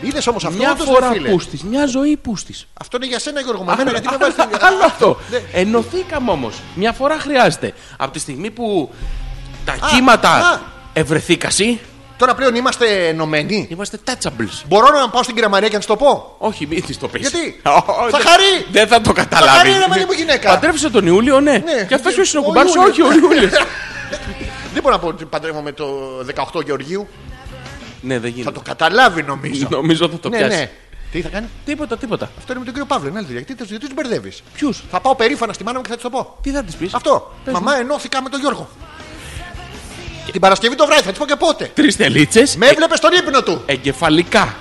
Speaker 1: Είδες όμως αυτό
Speaker 2: μια
Speaker 1: όντως, ρε
Speaker 2: φορά
Speaker 1: φίλε.
Speaker 2: πούστης, μια ζωή πούστης.
Speaker 1: Αυτό είναι για σένα, Γιώργο. Μα εμένα γιατί με βάζει.
Speaker 2: Άλλο αυτό.
Speaker 1: Ναι.
Speaker 2: Ενωθήκαμε όμως. Μια φορά χρειάζεται. Από τη στιγμή που τα
Speaker 1: α.
Speaker 2: κύματα ευρεθήκασι,
Speaker 1: Τώρα πλέον είμαστε ενωμένοι.
Speaker 2: είμαστε touchables.
Speaker 1: Μπορώ να πάω στην Κρεμανία και να σου το πω.
Speaker 2: Όχι, μην της το πεις.
Speaker 1: Γιατί? Θα χαρεί.
Speaker 2: Δεν θα το καταλάβει.
Speaker 1: Θα χαρεί, ρε παιδί μου, γυναίκα.
Speaker 2: Παντρεύσε τον Ιούλιο, ναι.
Speaker 1: Ναι.
Speaker 2: Και αυτός
Speaker 1: Ο
Speaker 2: ποιο είναι ο κουμπάρ σου,
Speaker 1: Ιούλιος.
Speaker 2: όχι ο Ιούλιος.
Speaker 1: Δεν μπορώ να πω ότι παντρεύω με το 18 Γεωργίου.
Speaker 2: ναι, δεν
Speaker 1: Θα
Speaker 2: γίνεται.
Speaker 1: το καταλάβει νομίζω.
Speaker 2: Νομίζω θα το
Speaker 1: ναι,
Speaker 2: πιάσει.
Speaker 1: ναι. Τι θα κάνει.
Speaker 2: Τίποτα, τίποτα.
Speaker 1: Αυτό είναι με τον κύριο Παύλο. Είναι άλλη δουλειά. Γιατί γιατί του μπερδεύεις.
Speaker 2: Ποιους,
Speaker 1: Θα πάω περήφανα στη μάνα μου και θα της το πω.
Speaker 2: τι θα της πεις.
Speaker 1: Αυτό. Μαμά, ενώθηκα με τον Γιώργο. Την Παρασκευή το βράδυ θα της πω και πότε.
Speaker 2: Τρεις τελίτσες.
Speaker 1: Με έβλεπε στον ύπνο του.
Speaker 2: Εγκεφαλικά.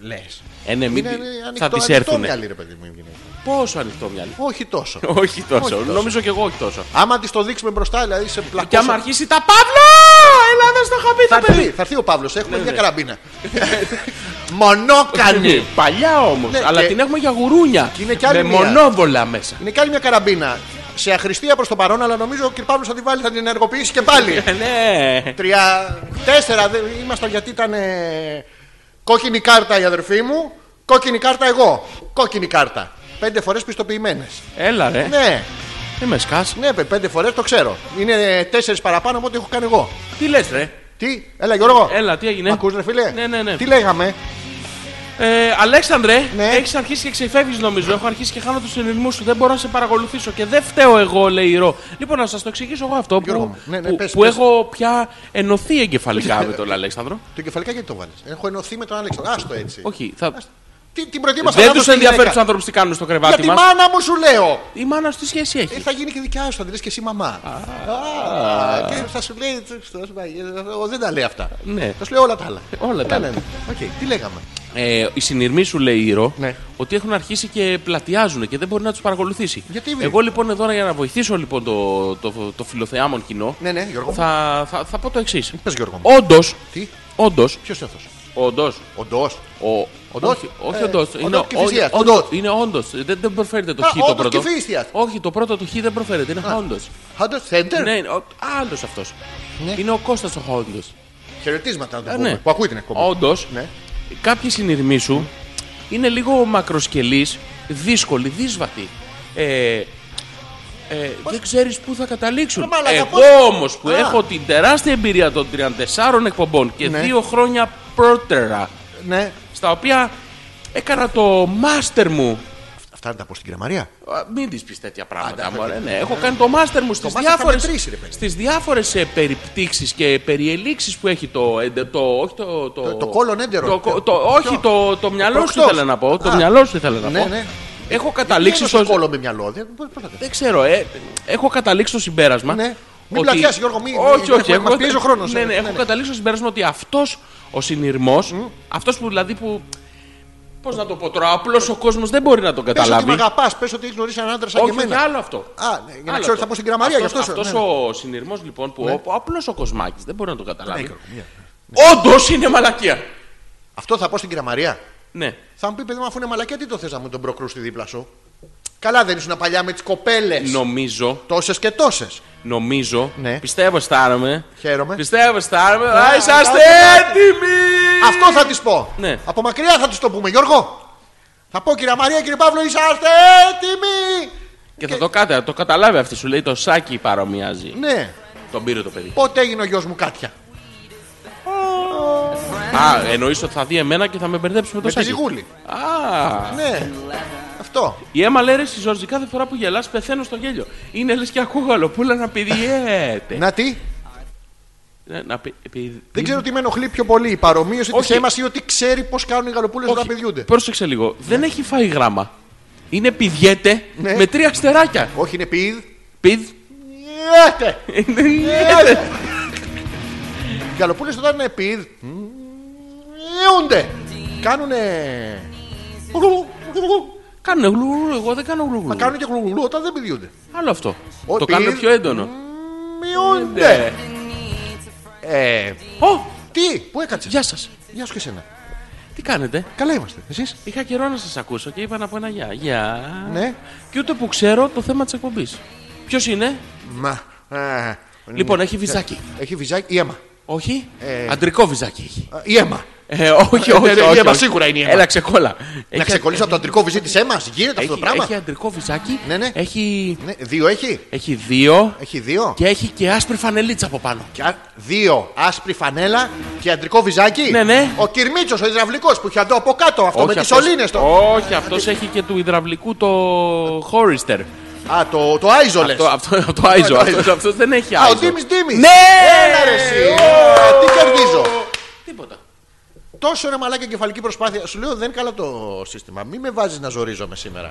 Speaker 1: Λε.
Speaker 2: Ε, ναι, μην...
Speaker 1: Είναι
Speaker 2: θα
Speaker 1: ανοιχτό,
Speaker 2: τη
Speaker 1: ανοιχτό
Speaker 2: έρθουν.
Speaker 1: μυαλί, ρε παιδί μου. η γυναίκα.
Speaker 2: Πόσο ανοιχτό μυαλί.
Speaker 1: Όχι τόσο.
Speaker 2: Όχι τόσο.
Speaker 1: τόσο.
Speaker 2: Νομίζω και εγώ όχι τόσο.
Speaker 1: Άμα της το δείξουμε μπροστά, δηλαδή σε πλακό.
Speaker 2: Και άμα αρχίσει τα Παύλα! Έλα, δεν στο είχα πει
Speaker 1: Θα
Speaker 2: το
Speaker 1: έρθει,
Speaker 2: παιδί.
Speaker 1: θα έρθει ο Παύλος, έχουμε
Speaker 2: Ναι,
Speaker 1: μια καραμπίνα. Μονόκανη.
Speaker 2: Παλιά όμως,
Speaker 1: Ναι,
Speaker 2: αλλά
Speaker 1: και-
Speaker 2: την έχουμε για γουρούνια.
Speaker 1: Και είναι κι άλλη
Speaker 2: με
Speaker 1: μία.
Speaker 2: μονόδολα μέσα.
Speaker 1: Είναι και άλλη μια καραμπίνα. Σε αχρηστία προς το παρόν, αλλά νομίζω ο κ. Παύλος θα την βάλει, θα την ενεργοποιήσει και πάλι.
Speaker 2: Ε, Ναι.
Speaker 1: Τρία, τέσσερα δεν ήμασταν γιατί ήταν ε, κόκκινη κάρτα η αδερφή μου, κόκκινη κάρτα εγώ. Κόκκινη κάρτα. Πέντε φορές πιστοποιημένες.
Speaker 2: Έλα, ρε.
Speaker 1: Ναι,
Speaker 2: Δεν με σκάς.
Speaker 1: ναι, παι- πέντε φορές το ξέρω. Είναι ε, τέσσερις παραπάνω από ό,τι έχω κάνει εγώ.
Speaker 2: Τι λες, ρε.
Speaker 1: Τι, έλα Γιώργο.
Speaker 2: Έλα, τι έγινε.
Speaker 1: Μ' ακούς ρε φίλε.
Speaker 2: Ναι, ναι, ναι.
Speaker 1: Τι λέγαμε.
Speaker 2: Ε, Αλέξανδρε,
Speaker 1: Ναι.
Speaker 2: έχεις αρχίσει και ξεφεύγεις νομίζω. Έχω αρχίσει και χάνω τους συνειρμού σου. Δεν μπορώ να σε παρακολουθήσω και δεν φταίω εγώ, λέει η Ρο. Λοιπόν, να σας το εξηγήσω εγώ αυτό
Speaker 1: Γιώργο
Speaker 2: που,
Speaker 1: μου, ναι, ναι,
Speaker 2: που,
Speaker 1: πες,
Speaker 2: που
Speaker 1: πες. Ε.
Speaker 2: έχω πια ενωθεί εγκεφαλικά με τον Αλέξανδρο.
Speaker 1: Το κεφαλικά γιατί το βάλει. Έχω ενωθεί με τον Αλέξανδρο. Άστο έτσι.
Speaker 2: Όχι, θα...
Speaker 1: Τι, την προετοίμασα να
Speaker 2: δεν
Speaker 1: δω
Speaker 2: του
Speaker 1: στη
Speaker 2: ενδιαφέρει του
Speaker 1: γυναίκα.
Speaker 2: άνθρωπου τι κάνουν στο
Speaker 1: Για
Speaker 2: κρεβάτι
Speaker 1: τη
Speaker 2: μας.
Speaker 1: μάνα μου σου λέω.
Speaker 2: Η μάνα σου τι σχέση
Speaker 1: Ε,
Speaker 2: έχει.
Speaker 1: θα γίνει και δικιά σου, θα τη λες και εσύ μαμά. Α, Και θα σου λέει. «Τσ, το σου πάει». Ο, Δεν τα λέει αυτά.
Speaker 2: Ναι.
Speaker 1: Θα σου λέει όλα τα άλλα.
Speaker 2: Όλα τα
Speaker 1: Ναι,
Speaker 2: άλλα.
Speaker 1: ναι, ναι. Οκ, τι λέγαμε.
Speaker 2: Ε, οι συνειρμοί σου λέει η Ρο
Speaker 1: Ναι.
Speaker 2: ότι έχουν αρχίσει και πλατιάζουν και δεν μπορεί να τους παρακολουθήσει.
Speaker 1: Γιατί, βρε?
Speaker 2: Εγώ λοιπόν εδώ για να βοηθήσω λοιπόν το, το, το, φιλοθεάμον κοινό
Speaker 1: Ναι, ναι, Γιώργο. Θα...
Speaker 2: θα, θα, θα πω το εξής.
Speaker 1: Πες Γιώργο μου.
Speaker 2: Όντως.
Speaker 1: Τι,
Speaker 2: Όντως.
Speaker 1: ποιος είναι αυτός.
Speaker 2: Όντως.
Speaker 1: Οντός.
Speaker 2: Ο...
Speaker 1: Οντός.
Speaker 2: Όχι, όχι
Speaker 1: Ε,
Speaker 2: όντως.
Speaker 1: οντός
Speaker 2: Είναι
Speaker 1: και θυσίας.
Speaker 2: όντως.
Speaker 1: Οντός.
Speaker 2: Είναι όντως. Δεν, δεν προφέρεται το
Speaker 1: Α,
Speaker 2: χ το
Speaker 1: όντως
Speaker 2: πρώτο.
Speaker 1: και θυσίας.
Speaker 2: Όχι, το πρώτο το χ δεν προφέρεται. Είναι όντω.
Speaker 1: Hunter Center.
Speaker 2: Ναι, είναι ο... άλλος αυτός.
Speaker 1: Ναι.
Speaker 2: Είναι ο Κώστας ο Χόντο.
Speaker 1: Χαιρετίσματα να το
Speaker 2: Ε,
Speaker 1: πούμε.
Speaker 2: ναι.
Speaker 1: Που ακούει την εκπομπή.
Speaker 2: Όντως,
Speaker 1: Ναι.
Speaker 2: κάποιοι συνειρμοί σου είναι λίγο μακροσκελής, δύσκολοι, δύσβατοι. Ε, ε, δεν ξέρεις πού θα καταλήξουν.
Speaker 1: Ρε μάλακα,
Speaker 2: Εγώ
Speaker 1: πώς-
Speaker 2: όμως που
Speaker 1: Α.
Speaker 2: έχω την τεράστια εμπειρία των 34 εκπομπών και
Speaker 1: Ναι.
Speaker 2: δύο χρόνια πρώτερα,
Speaker 1: ναι.
Speaker 2: στα οποία έκανα το μάστερ μου.
Speaker 1: Αυτά να τα πω στην κρεμαρία.
Speaker 2: Α, Μην της πεις τέτοια πράγματα.
Speaker 1: Άντε,
Speaker 2: μωρέ, ναι. Έχω κάνει το μάστερ μου στις
Speaker 1: μάστερ θα
Speaker 2: διάφορες
Speaker 1: μετρήσει, ρε παιδί.
Speaker 2: στις διάφορες ε, περιπτύξεις και περιελήξεις που έχει το. εντε- το, όχι το, το,
Speaker 1: Το- το κόλλον έντερο.
Speaker 2: το κο- το-
Speaker 1: Ποιο?
Speaker 2: όχι, το, το μυαλό σου
Speaker 1: προκτός.
Speaker 2: ήθελα να πω. Το
Speaker 1: Α.
Speaker 2: μυαλό σου ήθελα να
Speaker 1: Ναι,
Speaker 2: πω.
Speaker 1: ναι.
Speaker 2: Έχω καταλήξει
Speaker 1: στο
Speaker 2: στο.
Speaker 1: κόλλο με μυαλό. Δεν, πώς- πώς θα τα-
Speaker 2: Δεν ξέρω, ε, έχω καταλήξει στο συμπέρασμα.
Speaker 1: Ναι. Μην πλατιάσεις, Γιώργο, μην-
Speaker 2: όχι,
Speaker 1: μην-
Speaker 2: όχι.
Speaker 1: μας
Speaker 2: έχω-
Speaker 1: πιέζει ο χρόνος,
Speaker 2: Ναι,
Speaker 1: ε.
Speaker 2: ναι,
Speaker 1: Ναι,
Speaker 2: έχω
Speaker 1: ναι.
Speaker 2: καταλήξει στο συμπέρασμα ότι αυτός ο συνειρμός, αυτός που δηλαδή που. Πώς να το πω τώρα, απλός ο κόσμος δεν μπορεί να τον
Speaker 1: Πες ότι με
Speaker 2: καταλάβει.
Speaker 1: αγαπάς, πες ότι έχεις γνωρίσει έναν άντρα σαν και
Speaker 2: Όχι, όχι,
Speaker 1: εμένα.
Speaker 2: άλλο αυτό.
Speaker 1: Α, ναι, για να
Speaker 2: Άλλο
Speaker 1: ξέρω τι θα πω στην κραμαρία, γι' αυτό
Speaker 2: Αυτός,
Speaker 1: σου-
Speaker 2: αυτός
Speaker 1: ναι,
Speaker 2: ο συνειρμός λοιπόν που ο, απλός ο Κοσμάκης δεν μπορεί να τον καταλάβει.
Speaker 1: Ναι, Γιώργο, μία. ναι.
Speaker 2: Όντως είναι μαλακία.
Speaker 1: Αυτό θα πω στην κρεμαρία.
Speaker 2: Ναι.
Speaker 1: Θα μου πει παιδί μου, αφού είναι μαλακιά, τι το θες να μου τον προκρούσει δίπλα σου. Καλά δεν ήσουν παλιά με τις κοπέλες.
Speaker 2: Νομίζω,
Speaker 1: Τόσες και τόσες.
Speaker 2: νομίζω,
Speaker 1: Ναι.
Speaker 2: πιστεύω αισθάνομαι.
Speaker 1: Χαίρομαι. Ναι,
Speaker 2: Πιστεύω αισθάνομαι. Α, είσαστε
Speaker 1: καλά.
Speaker 2: έτοιμοι!
Speaker 1: Αυτό θα της πω.
Speaker 2: Ναι.
Speaker 1: Από μακριά θα της το πούμε, Γιώργο. Θα πω κυρία Μαρία, κύριε Παύλο, είσαστε έτοιμοι.
Speaker 2: Και θα το κάτε, το καταλάβει αυτή σου λέει το σάκι παρομοιάζει.
Speaker 1: Ναι.
Speaker 2: Τον πήρε το παιδί.
Speaker 1: Πότε έγινε ο γιος μου κάτια.
Speaker 2: Α, εννοείς ότι θα δει εμένα και θα με μπερδέψει με το
Speaker 1: Με τη
Speaker 2: σάκι.
Speaker 1: ζυγούλη.
Speaker 2: Α,
Speaker 1: Ναι. Αυτό.
Speaker 2: η Έμα λέει ρε στη Ζόρζη, κάθε φορά που γελάς πεθαίνω στο γέλιο. Είναι λες και ακούω γαλοπούλα να πηδιέται.
Speaker 1: Να τι.
Speaker 2: Ε, να πει- πει-
Speaker 1: Δεν ξέρω τι με ενοχλεί πιο πολύ. Η παρομοίωση της
Speaker 2: Όχι.
Speaker 1: αίμα ή ότι ξέρει πώς κάνουν οι γαλοπούλες
Speaker 2: Όχι,
Speaker 1: όταν πηδιούνται.
Speaker 2: Πρόσεξε λίγο. Δεν έχει φάει γράμμα. Είναι πηδιέται
Speaker 1: Ναι.
Speaker 2: με τρία αστεράκια.
Speaker 1: Όχι, είναι πηδ.
Speaker 2: Πηδ. Ε, ναι,
Speaker 1: Λέτε.
Speaker 2: Δεν
Speaker 1: Οι γαλοπούλες όταν είναι πηδ. Λέονται. Κάνουν.
Speaker 2: Κάνουν γλουγλου, εγώ δεν κάνω γλουγλου.
Speaker 1: Μα κάνουν και γλουγλού όταν δεν πηδιούνται.
Speaker 2: Άλλο αυτό.
Speaker 1: Ο
Speaker 2: Το κάνω
Speaker 1: πηδ.
Speaker 2: πιο έντονο.
Speaker 1: Μειούνται.
Speaker 2: Ναι.
Speaker 1: Ε,
Speaker 2: Ω,
Speaker 1: τι, πού έκατσε.
Speaker 2: γεια σας.
Speaker 1: Γεια σου και εσένα.
Speaker 2: Τι κάνετε.
Speaker 1: Καλά είμαστε. Εσείς.
Speaker 2: Είχα καιρό να σας ακούσω και είπα να πω ένα γεια. Γεια.
Speaker 1: Ναι.
Speaker 2: Και ούτε που ξέρω το θέμα της εκπομπής. Ποιος
Speaker 1: Ναι.
Speaker 2: είναι.
Speaker 1: Μα. α,
Speaker 2: Λοιπόν, έχει βυζάκι.
Speaker 1: Έχει βυζάκι ή αίμα.
Speaker 2: Όχι.
Speaker 1: Ε.
Speaker 2: Αντρικό βυζάκι έχει.
Speaker 1: Α, Η αίμα.
Speaker 2: Ε, όχι, όχι,
Speaker 1: ναι, ναι,
Speaker 2: όχι,
Speaker 1: η αίμα,
Speaker 2: όχι.
Speaker 1: σίγουρα είναι η αίμα.
Speaker 2: Έλα, ξεκόλα.
Speaker 1: Να ξεκολλήσω από το αντρικό βυζί της αίμας. Γίνεται αυτό το
Speaker 2: Έχει,
Speaker 1: πράγμα.
Speaker 2: έχει αντρικό βυζάκι.
Speaker 1: Ναι, ναι.
Speaker 2: Έχει,
Speaker 1: Ναι, δύο έχει.
Speaker 2: έχει δύο.
Speaker 1: Έχει δύο.
Speaker 2: Και έχει και άσπρη φανελίτσα από πάνω.
Speaker 1: Και α- δύο άσπρη φανέλα και αντρικό βυζάκι.
Speaker 2: Ναι, ναι.
Speaker 1: Ο Κυρμίτσος, ο υδραυλικός που είχε αντώ από κάτω αυτό με τις
Speaker 2: αυτός-
Speaker 1: σωλήνες το.
Speaker 2: Όχι, αυτός έχει και του υδραυλικού το χόριστερ.
Speaker 1: Α, το, το Άιζο λες.
Speaker 2: Αυτό, αυτό, το Άιζο.
Speaker 1: Ναι, το
Speaker 2: αυτός,
Speaker 1: Άιζο.
Speaker 2: αυτός δεν έχει
Speaker 1: Α,
Speaker 2: Άιζο.
Speaker 1: ο Ντίμη Ντίμη.
Speaker 2: Ναι!
Speaker 1: Έλα ρε, εσύ. Α, Τι κερδίζω.
Speaker 2: Τίποτα.
Speaker 1: Τόσο ρε μαλάκα κεφαλική προσπάθεια. Σου λέω δεν είναι καλά το σύστημα. Μην με βάζεις να ζορίζομαι σήμερα.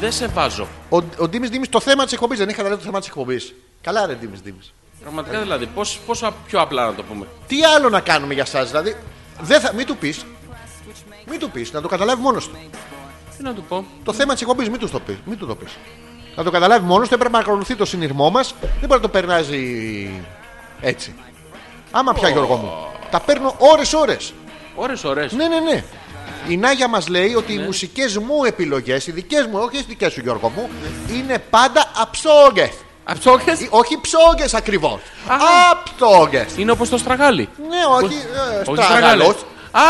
Speaker 2: Δεν σε βάζω.
Speaker 1: Ο, ο Ντίμης Ντίμης το θέμα της εκπομπής. Δεν είχα καταλάβει το θέμα της εκπομπής. Καλά, ρε Ντίμης Ντίμης.
Speaker 2: Πραγματικά δηλαδή, πώς, πόσο απ- πιο απλά να το πούμε.
Speaker 1: Τι άλλο να κάνουμε για εσά, δηλαδή. Δεν θα, μην του πεις. Μην του πεις, να το καταλάβει μόνος του.
Speaker 2: Τι να του πω.
Speaker 1: Το θέμα της εκπομπής, μην τους το πεις. Μην του το πεις. Να το καταλάβει μόνος του, έπρεπε να ακολουθεί το συνειρμό μας. Δεν μπορεί να το περνάζει έτσι. Άμα πια, Γιώργο μου. Τα παίρνω ώρε-ώρε.
Speaker 2: Ωρες, ωρες.
Speaker 1: Ναι, ναι, ναι. Η Νάγια μας λέει ότι οι μουσικές μου επιλογές, οι δικές μου, όχι οι δικές σου Γιώργο μου, είναι πάντα αψόγγε.
Speaker 2: Αψόκες
Speaker 1: Όχι ψόγγε ακριβώ.
Speaker 2: Α.
Speaker 1: Αψόγγε.
Speaker 2: είναι όπως το στραγάλι.
Speaker 1: Ναι, όχι. Στράγαλο.
Speaker 2: Όχι στραγάλες. Α,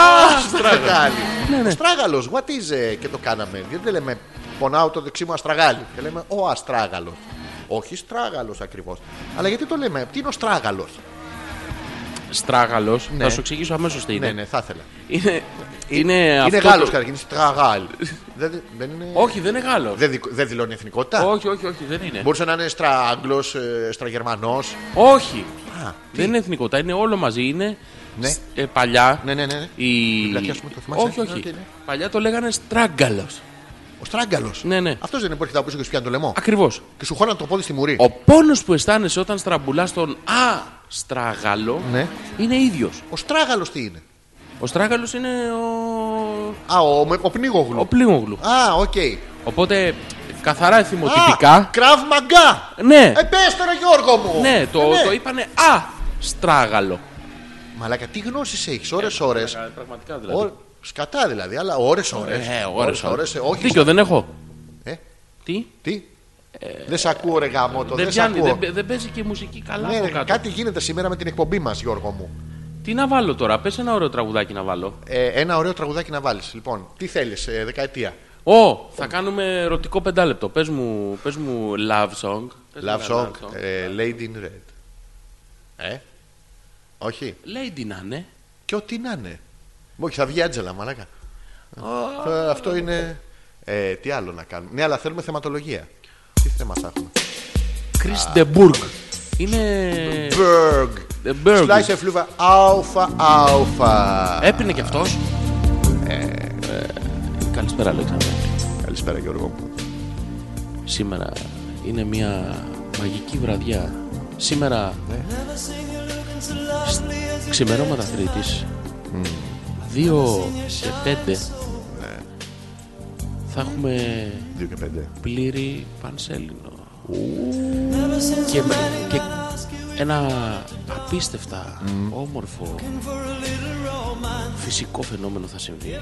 Speaker 2: στραγάλι.
Speaker 1: Στραγάλι.
Speaker 2: Ναι,
Speaker 1: Αστράγαλο, what is ε, και το κάναμε. Γιατί δεν λέμε πονάω το δεξί μου αστραγάλι. Και λέμε ο αστράγαλος. Όχι στράγαλος ακριβώς. Αλλά γιατί το λέμε, τι είναι ο στράγαλος.
Speaker 2: Στράγαλος,
Speaker 1: Ναι.
Speaker 2: θα σου εξηγήσω αμέσως τι
Speaker 1: Ναι,
Speaker 2: είναι.
Speaker 1: ναι, θα ήθελα.
Speaker 2: Είναι, είναι,
Speaker 1: Είναι
Speaker 2: αυτό το-
Speaker 1: Γάλλο καταρχήν, στραγάλι. δεν, δεν είναι.
Speaker 2: Όχι, δεν είναι Γάλλος.
Speaker 1: Δεν, δικ- δεν δηλώνει εθνικότητα.
Speaker 2: Όχι, όχι, όχι, δεν είναι.
Speaker 1: Μπορούσε να είναι στραγγλο, στραγερμανός.
Speaker 2: Όχι.
Speaker 1: Α,
Speaker 2: Δεν είναι εθνικότητα, είναι όλο μαζί. Είναι
Speaker 1: Ναι.
Speaker 2: σ- ε, παλιά.
Speaker 1: Ναι, ναι, ναι, ναι.
Speaker 2: Η...
Speaker 1: πλατεία σου με το θυμάσαι.
Speaker 2: όχι,
Speaker 1: Ναι, τι
Speaker 2: όχι.
Speaker 1: είναι.
Speaker 2: Παλιά το λέγανε στράγκαλο.
Speaker 1: Ο στράγγαλος.
Speaker 2: Ναι, ναι.
Speaker 1: Αυτός δεν είναι που έρχεται από πίσω και σου πιάνει το λαιμό.
Speaker 2: Ακριβώς.
Speaker 1: Και σου χώναν το πόδι στη μουρή.
Speaker 2: Ο πόνος που αισθάνεσαι όταν στραμπουλάς τον Α στράγαλο
Speaker 1: Ναι.
Speaker 2: είναι ίδιος.
Speaker 1: Ο στράγαλος τι είναι.
Speaker 2: Ο στράγαλος είναι ο,
Speaker 1: Α, ο, ο, ο πνίγογλου.
Speaker 2: ο πλήγογλου.
Speaker 1: Α, οκ.
Speaker 2: Οπότε καθαρά
Speaker 1: Α,
Speaker 2: θυμοτυπικά.
Speaker 1: Κραβ μαγκά.
Speaker 2: Ναι,
Speaker 1: Ε, πες τώρα Γιώργο μου. Ε,
Speaker 2: ναι, το, το είπανε Α στράγαλο.
Speaker 1: Μαλάκα, τι γνώσεις έχεις,
Speaker 2: Ε,
Speaker 1: ώρες, ώρες.
Speaker 2: Πραγματικά
Speaker 1: Ω- Σκατά δηλαδή, αλλά ώρες, ώρες.
Speaker 2: Ε, ώρες, ώρες.
Speaker 1: ε, όχι.
Speaker 2: Δίκιο δεν έχω.
Speaker 1: Ε,
Speaker 2: Τι,
Speaker 1: τι. Δεν σε ακούω ρε γάμο το,
Speaker 2: Ε,
Speaker 1: δεν
Speaker 2: δεν
Speaker 1: σε
Speaker 2: πιάνει,
Speaker 1: ακούω.
Speaker 2: δεν, παι- δεν παίζει και η μουσική καλά
Speaker 1: Ναι,
Speaker 2: από
Speaker 1: ρε,
Speaker 2: κάτω.
Speaker 1: κάτι γίνεται σήμερα με την εκπομπή μας Γιώργο μου.
Speaker 2: Τι να βάλω τώρα, πες ένα ωραίο τραγουδάκι να βάλω.
Speaker 1: Ε, ένα ωραίο τραγουδάκι να βάλεις. Λοιπόν, τι θέλεις, ε, δεκαετία.
Speaker 2: Ω, θα κάνουμε ερωτικό πεντάλεπτο. Πες μου, πες μου love song. Πες μου
Speaker 1: Love
Speaker 2: ένα
Speaker 1: song, ε, Lady in Red. Ε, όχι.
Speaker 2: Lady να είναι.
Speaker 1: Και ό,τι να είναι. Όχι, θα βγει η Άτζελα, μαλάκα. Ε, Αυτό είναι. Ε, τι άλλο να κάνουμε. Ναι, αλλά θέλουμε θεματολογία. Τι θέμα θα έχουμε.
Speaker 2: Chris de Burg. Είναι...
Speaker 1: Berg.
Speaker 2: De Burg.
Speaker 1: Slice of Luva. Alpha, Alpha.
Speaker 2: Έπινε κι αυτός. Ε, Καλησπέρα Αλέξανδρε.
Speaker 1: Καλησπέρα, Γιώργο μου.
Speaker 2: Σήμερα είναι μια μαγική βραδιά. Σήμερα σ- ξημερώματα Τρίτης 2 και 5 θα έχουμε
Speaker 1: 2 και 5.
Speaker 2: πλήρη πανσέλινο. Και, με- και ένα απίστευτα όμορφο φυσικό φαινόμενο θα συμβεί.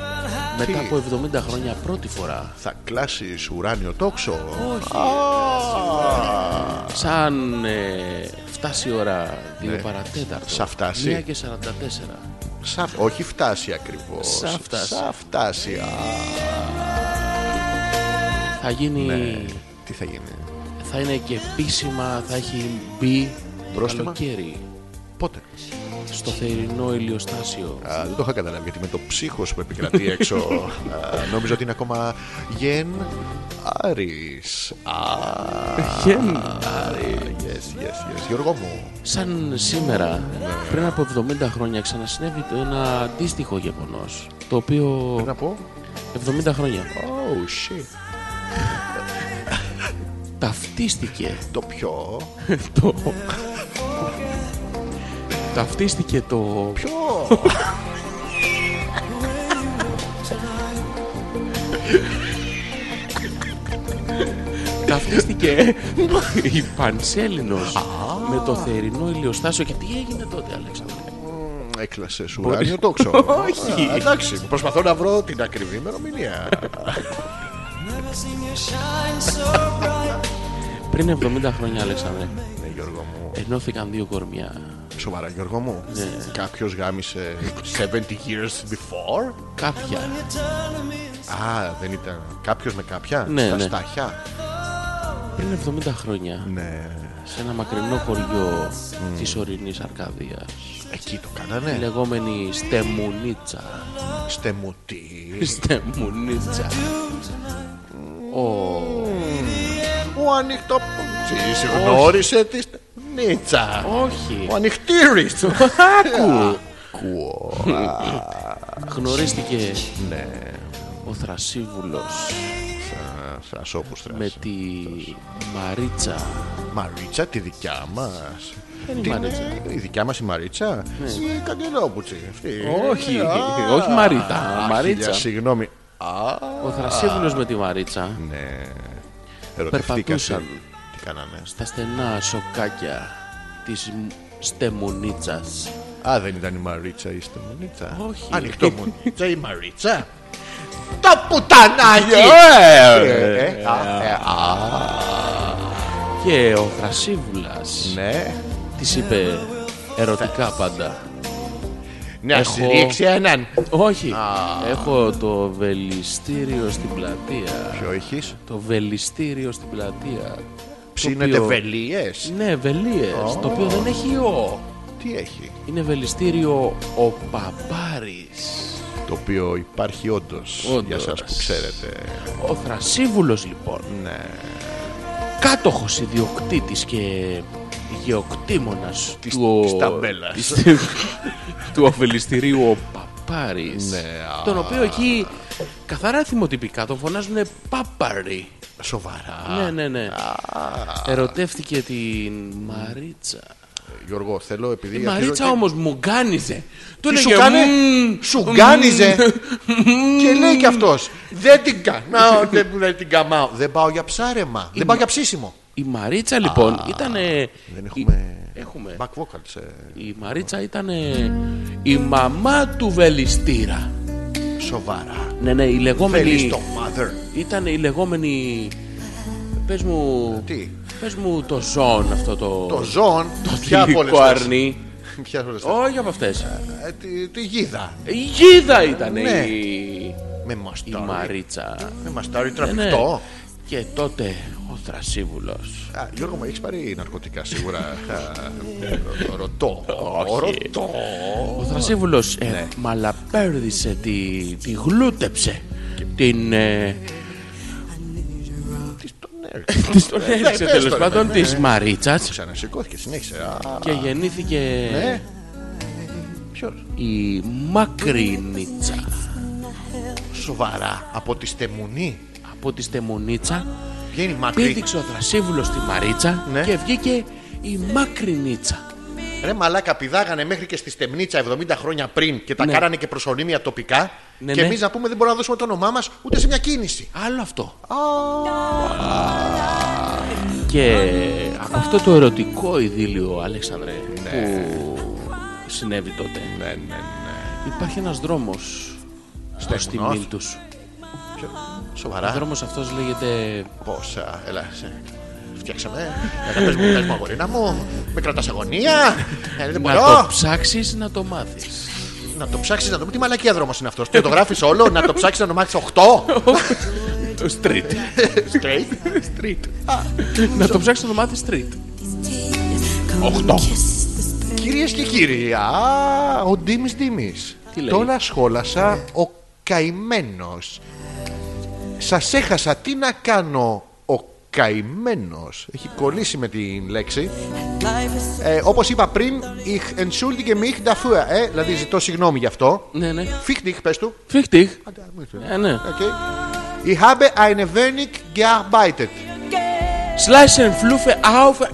Speaker 2: Μετά από 70 χρόνια πρώτη φορά
Speaker 1: Θα κλάσει ουράνιο τόξο.
Speaker 2: Όχι. Σαν ε, φτάσει η ώρα 2 παρατέταρτο.
Speaker 1: Σα Ναι. φτάσει.
Speaker 2: 1 και 44.
Speaker 1: Σα... Όχι φτάσει ακριβώς.
Speaker 2: Σα φτάσει.
Speaker 1: Σα φτάσει. Α,
Speaker 2: Θα γίνει.
Speaker 1: Ναι. τι θα γίνει.
Speaker 2: Θα είναι και επίσημα, θα έχει μπει
Speaker 1: Πρόστιμα.
Speaker 2: καλοκαίρι.
Speaker 1: Πότε.
Speaker 2: στο θερινό ηλιοστάσιο.
Speaker 1: Α, δεν το είχα καταλάβει γιατί με το ψύχος που επικρατεί έξω α, νόμιζα ότι είναι ακόμα γεν Άρης. Α,
Speaker 2: Γεν.
Speaker 1: Άρη. Yes, yes, yes. Γιώργο μου.
Speaker 2: Σαν σήμερα,
Speaker 1: Ναι.
Speaker 2: πριν από 70 χρόνια, ξανασυνέβη το ένα αντίστοιχο γεγονός. Το οποίο.
Speaker 1: Πρέπει να πω.
Speaker 2: 70 χρόνια.
Speaker 1: Oh, shit.
Speaker 2: Ταυτίστηκε
Speaker 1: Το πιο.
Speaker 2: το. Ταυτίστηκε το.
Speaker 1: Πιο.
Speaker 2: Ταυτίστηκε η Πανσέλινος με το θερινό ηλιοστάσιο. Και τι έγινε τότε, Αλέξανδρε.
Speaker 1: Μ, Έκλασε σου ουράνιο τόξο. Όχι. Εντάξει, προσπαθώ να βρω την ακριβή ημερομηνία.
Speaker 2: Πριν 70 χρόνια, Αλέξανδρε,
Speaker 1: Ναι, Γιώργο μου.
Speaker 2: ενώθηκαν δύο κορμιά.
Speaker 1: Σοβαρά, Γιώργο μου.
Speaker 2: Ναι.
Speaker 1: Κάποιος γάμισε 70 years before.
Speaker 2: Κάποια.
Speaker 1: Α, δεν ήταν. Κάποιος με κάποια.
Speaker 2: Ναι,
Speaker 1: στα
Speaker 2: ναι.
Speaker 1: στάχια.
Speaker 2: Πριν 70 χρόνια,
Speaker 1: Ναι.
Speaker 2: σε ένα μακρινό χωριό της ορεινής Αρκαδίας,
Speaker 1: Εκεί το
Speaker 2: Η
Speaker 1: κάνανε.
Speaker 2: λεγόμενη Στεμουνίτσα.
Speaker 1: Στεμουτή.
Speaker 2: Στεμουνίτσα. Ο...
Speaker 1: Ο ανοιχτό. Γνώρισε της στε- Νίτσα.
Speaker 2: Όχι.
Speaker 1: Ο ανοιχτήρης.
Speaker 2: Άκου.
Speaker 1: Ακούω.
Speaker 2: Γνωρίστηκε
Speaker 1: Ναι.
Speaker 2: ο Θρασίβουλος
Speaker 1: Σα- Σας όπου στρας.
Speaker 2: με τη Μαρίτσα.
Speaker 1: Μαρίτσα τη δικιά μας.
Speaker 2: Δεν είναι η Μαρίτσα.
Speaker 1: Η δικιά μας η Μαρίτσα. Η καγκελόπουτσι. Αυτή.
Speaker 2: Όχι,
Speaker 1: Α,
Speaker 2: όχι Μαρίτα,
Speaker 1: α, χίλια
Speaker 2: Μαρίτσα.
Speaker 1: Συγγνώμη. Α,
Speaker 2: Ο Θρασίβουλος με τη Μαρίτσα
Speaker 1: ναι. Ερωτευτήκα
Speaker 2: Περπατούσαν.
Speaker 1: σαν. Τι κάνανε.
Speaker 2: στα στενά σοκάκια της Στεμουνίτσας.
Speaker 1: Α, δεν ήταν η Μαρίτσα ή στη Μονίτσα.
Speaker 2: Όχι.
Speaker 1: Ανοιχτό Μονίτσα ή Μαρίτσα. Τα πουτανάκι! Ε, ε, ε, α, ε, α.
Speaker 2: Και ο Θρασίβουλας
Speaker 1: Ναι.
Speaker 2: της είπε ερωτικά πάντα.
Speaker 1: Να
Speaker 2: Έχω-
Speaker 1: σφυρίξει έναν.
Speaker 2: Όχι, έχω το βελιστήριο στην πλατεία.
Speaker 1: Ποιο έχεις?
Speaker 2: Το βελιστήριο στην πλατεία.
Speaker 1: Ψήνεται
Speaker 2: οποίο-
Speaker 1: βελίες.
Speaker 2: Ναι, βελίες. Το οποίο δεν έχει ο.
Speaker 1: Τι έχει.
Speaker 2: Είναι βελιστήριο ο Παπάρης.
Speaker 1: Το οποίο υπάρχει όντως
Speaker 2: Όντως.
Speaker 1: για σας που ξέρετε.
Speaker 2: Ο Θρασίβουλος λοιπόν.
Speaker 1: Ναι.
Speaker 2: Κάτοχος ιδιοκτήτης και γεωκτήμονα
Speaker 1: Της-
Speaker 2: του.
Speaker 1: της ταμπέλας.
Speaker 2: της- του βελιστηρίου ο Παπάρης.
Speaker 1: Ναι, α.
Speaker 2: Τον οποίο εκεί καθαρά θυμοτυπικά τον φωνάζουν Παπάρη.
Speaker 1: Σοβαρά.
Speaker 2: Ναι, ναι, ναι. Ερωτεύτηκε την Μαρίτσα.
Speaker 1: Γιώργο, θέλω επειδή.
Speaker 2: Η
Speaker 1: αρχίζω
Speaker 2: Ε, Μαρίτσα
Speaker 1: και-
Speaker 2: όμως μου γκάνιζε.
Speaker 1: Τι
Speaker 2: Του έλεγε,
Speaker 1: σου κάνε,
Speaker 2: «Μμμ,
Speaker 1: σου
Speaker 2: μμμ».
Speaker 1: γκάνιζε. Και λέει κι αυτός. Δεν την κάνω, δεν δεν την καμάω. Δεν πάω για ψάρεμα. Δεν πάω για ψήσιμο.
Speaker 2: Η Μαρίτσα λοιπόν ήταν.
Speaker 1: Δεν
Speaker 2: Ε,
Speaker 1: έχουμε.
Speaker 2: Έχουμε.
Speaker 1: Back vocals. ε.
Speaker 2: Η Μαρίτσα ήταν ε, η μαμά του Βελιστήρα.
Speaker 1: Σοβαρά.
Speaker 2: Ναι, ναι, η
Speaker 1: Θέλει
Speaker 2: λεγόμενη.
Speaker 1: το mother.
Speaker 2: Ήταν η λεγόμενη. Πες μου.
Speaker 1: Τι?
Speaker 2: Πες μου το ζών αυτό το.
Speaker 1: Το ζών.
Speaker 2: Το
Speaker 1: ποια από όλες
Speaker 2: θηλυκό
Speaker 1: τις-
Speaker 2: αρνί.
Speaker 1: ποια από όλες τις-
Speaker 2: Όχι από αυτές.
Speaker 1: Ε, τη- Τη γίδα.
Speaker 2: Η γίδα ήταν
Speaker 1: Ναι.
Speaker 2: η.
Speaker 1: Με
Speaker 2: Η
Speaker 1: μαστάρι.
Speaker 2: Μαρίτσα.
Speaker 1: Με μαστάρι
Speaker 2: Ναι, ναι.
Speaker 1: τραβηχτό.
Speaker 2: Και τότε ο Θρασίβουλος
Speaker 1: Α, Γιώργο, μου έχεις πάρει ναρκωτικά σίγουρα. Α, ρω- Ρωτώ.
Speaker 2: Όχι.
Speaker 1: Ρωτώ.
Speaker 2: Ο Θρασίβουλος ε,
Speaker 1: Ναι.
Speaker 2: μαλαπέρδισε, τη, τη γλούτεψε. Την.
Speaker 1: Ναι,
Speaker 2: Ε,
Speaker 1: Τι τον
Speaker 2: της τον έριξε
Speaker 1: πες
Speaker 2: τέλο
Speaker 1: τώρα,
Speaker 2: πάντων
Speaker 1: ναι,
Speaker 2: της Μαρίτσας
Speaker 1: Ξανασηκώθηκε, συνέχισε. Α,
Speaker 2: και γεννήθηκε
Speaker 1: Ναι. Ποιος.
Speaker 2: η Μακρινίτσα.
Speaker 1: Σοβαρά. Από τη στεμουνή.
Speaker 2: Από τη Στεμονίτσα
Speaker 1: Βγαίνει μακρύ.
Speaker 2: πήδηξε ο Θρασίβουλος τη Μαρίτσα
Speaker 1: Ναι.
Speaker 2: και βγήκε η Μακρινίτσα.
Speaker 1: Ρε μαλάκα, πηδάγανε μέχρι και στη στεμνίτσα 70 χρόνια πριν και τα
Speaker 2: Ναι.
Speaker 1: κάνανε και προσωνύμια τοπικά.
Speaker 2: Ναι,
Speaker 1: και
Speaker 2: ναι.
Speaker 1: εμείς να πούμε δεν μπορούμε να δώσουμε το όνομά μας ούτε σε μια κίνηση.
Speaker 2: Άλλο αυτό. Και από αυτό το ερωτικό ειδήλιο, Αλέξανδρε, που συνέβη τότε,
Speaker 1: Ναι, ναι, ναι.
Speaker 2: υπάρχει ένας δρόμος στο
Speaker 1: Στεγνός.
Speaker 2: τιμήν τους. Ο
Speaker 1: Σοβαρά.
Speaker 2: δρόμος αυτός λέγεται...
Speaker 1: Πόσα. Έλα, σε. Φτιάξαμε. Έλα, πες μου, πες μου, αγορίνα μου. Με κρατάς αγωνία. Ε, δεν μπορώ.
Speaker 2: Να το ψάξεις, να το μάθεις.
Speaker 1: Να το ψάξεις να το πει. Τι μαλακία δρόμος είναι αυτός. Το γράφεις όλο, να το ψάξεις να το μάθεις 8.
Speaker 2: Το street.
Speaker 1: Straight.
Speaker 2: street. να το ψάξεις, να το μάθεις street.
Speaker 3: Οχτώ.
Speaker 1: Κυρίες και κύριοι, α, ο Ντίμης Ντίμης.
Speaker 2: Τι λέει?
Speaker 1: Τον ασχόλασα ο καημένος. Σας έχασα, τι να κάνω, ο καημένος. Έχει κολλήσει με την λέξη.
Speaker 3: Life is
Speaker 1: Ε, Όπως είπα πριν, ich entschuldige mich dafür. Ε, δηλαδή ζητώ συγγνώμη γι' αυτό.
Speaker 2: Ναι, ναι.
Speaker 1: Fichtig, πες του.
Speaker 2: Φίχτιχ.
Speaker 1: Άντε, α, μου ήρθε.
Speaker 2: Ναι, ναι.
Speaker 1: Okay. Ich habe eine wenig gearbeitet.
Speaker 2: Slice and fluffe, aufer,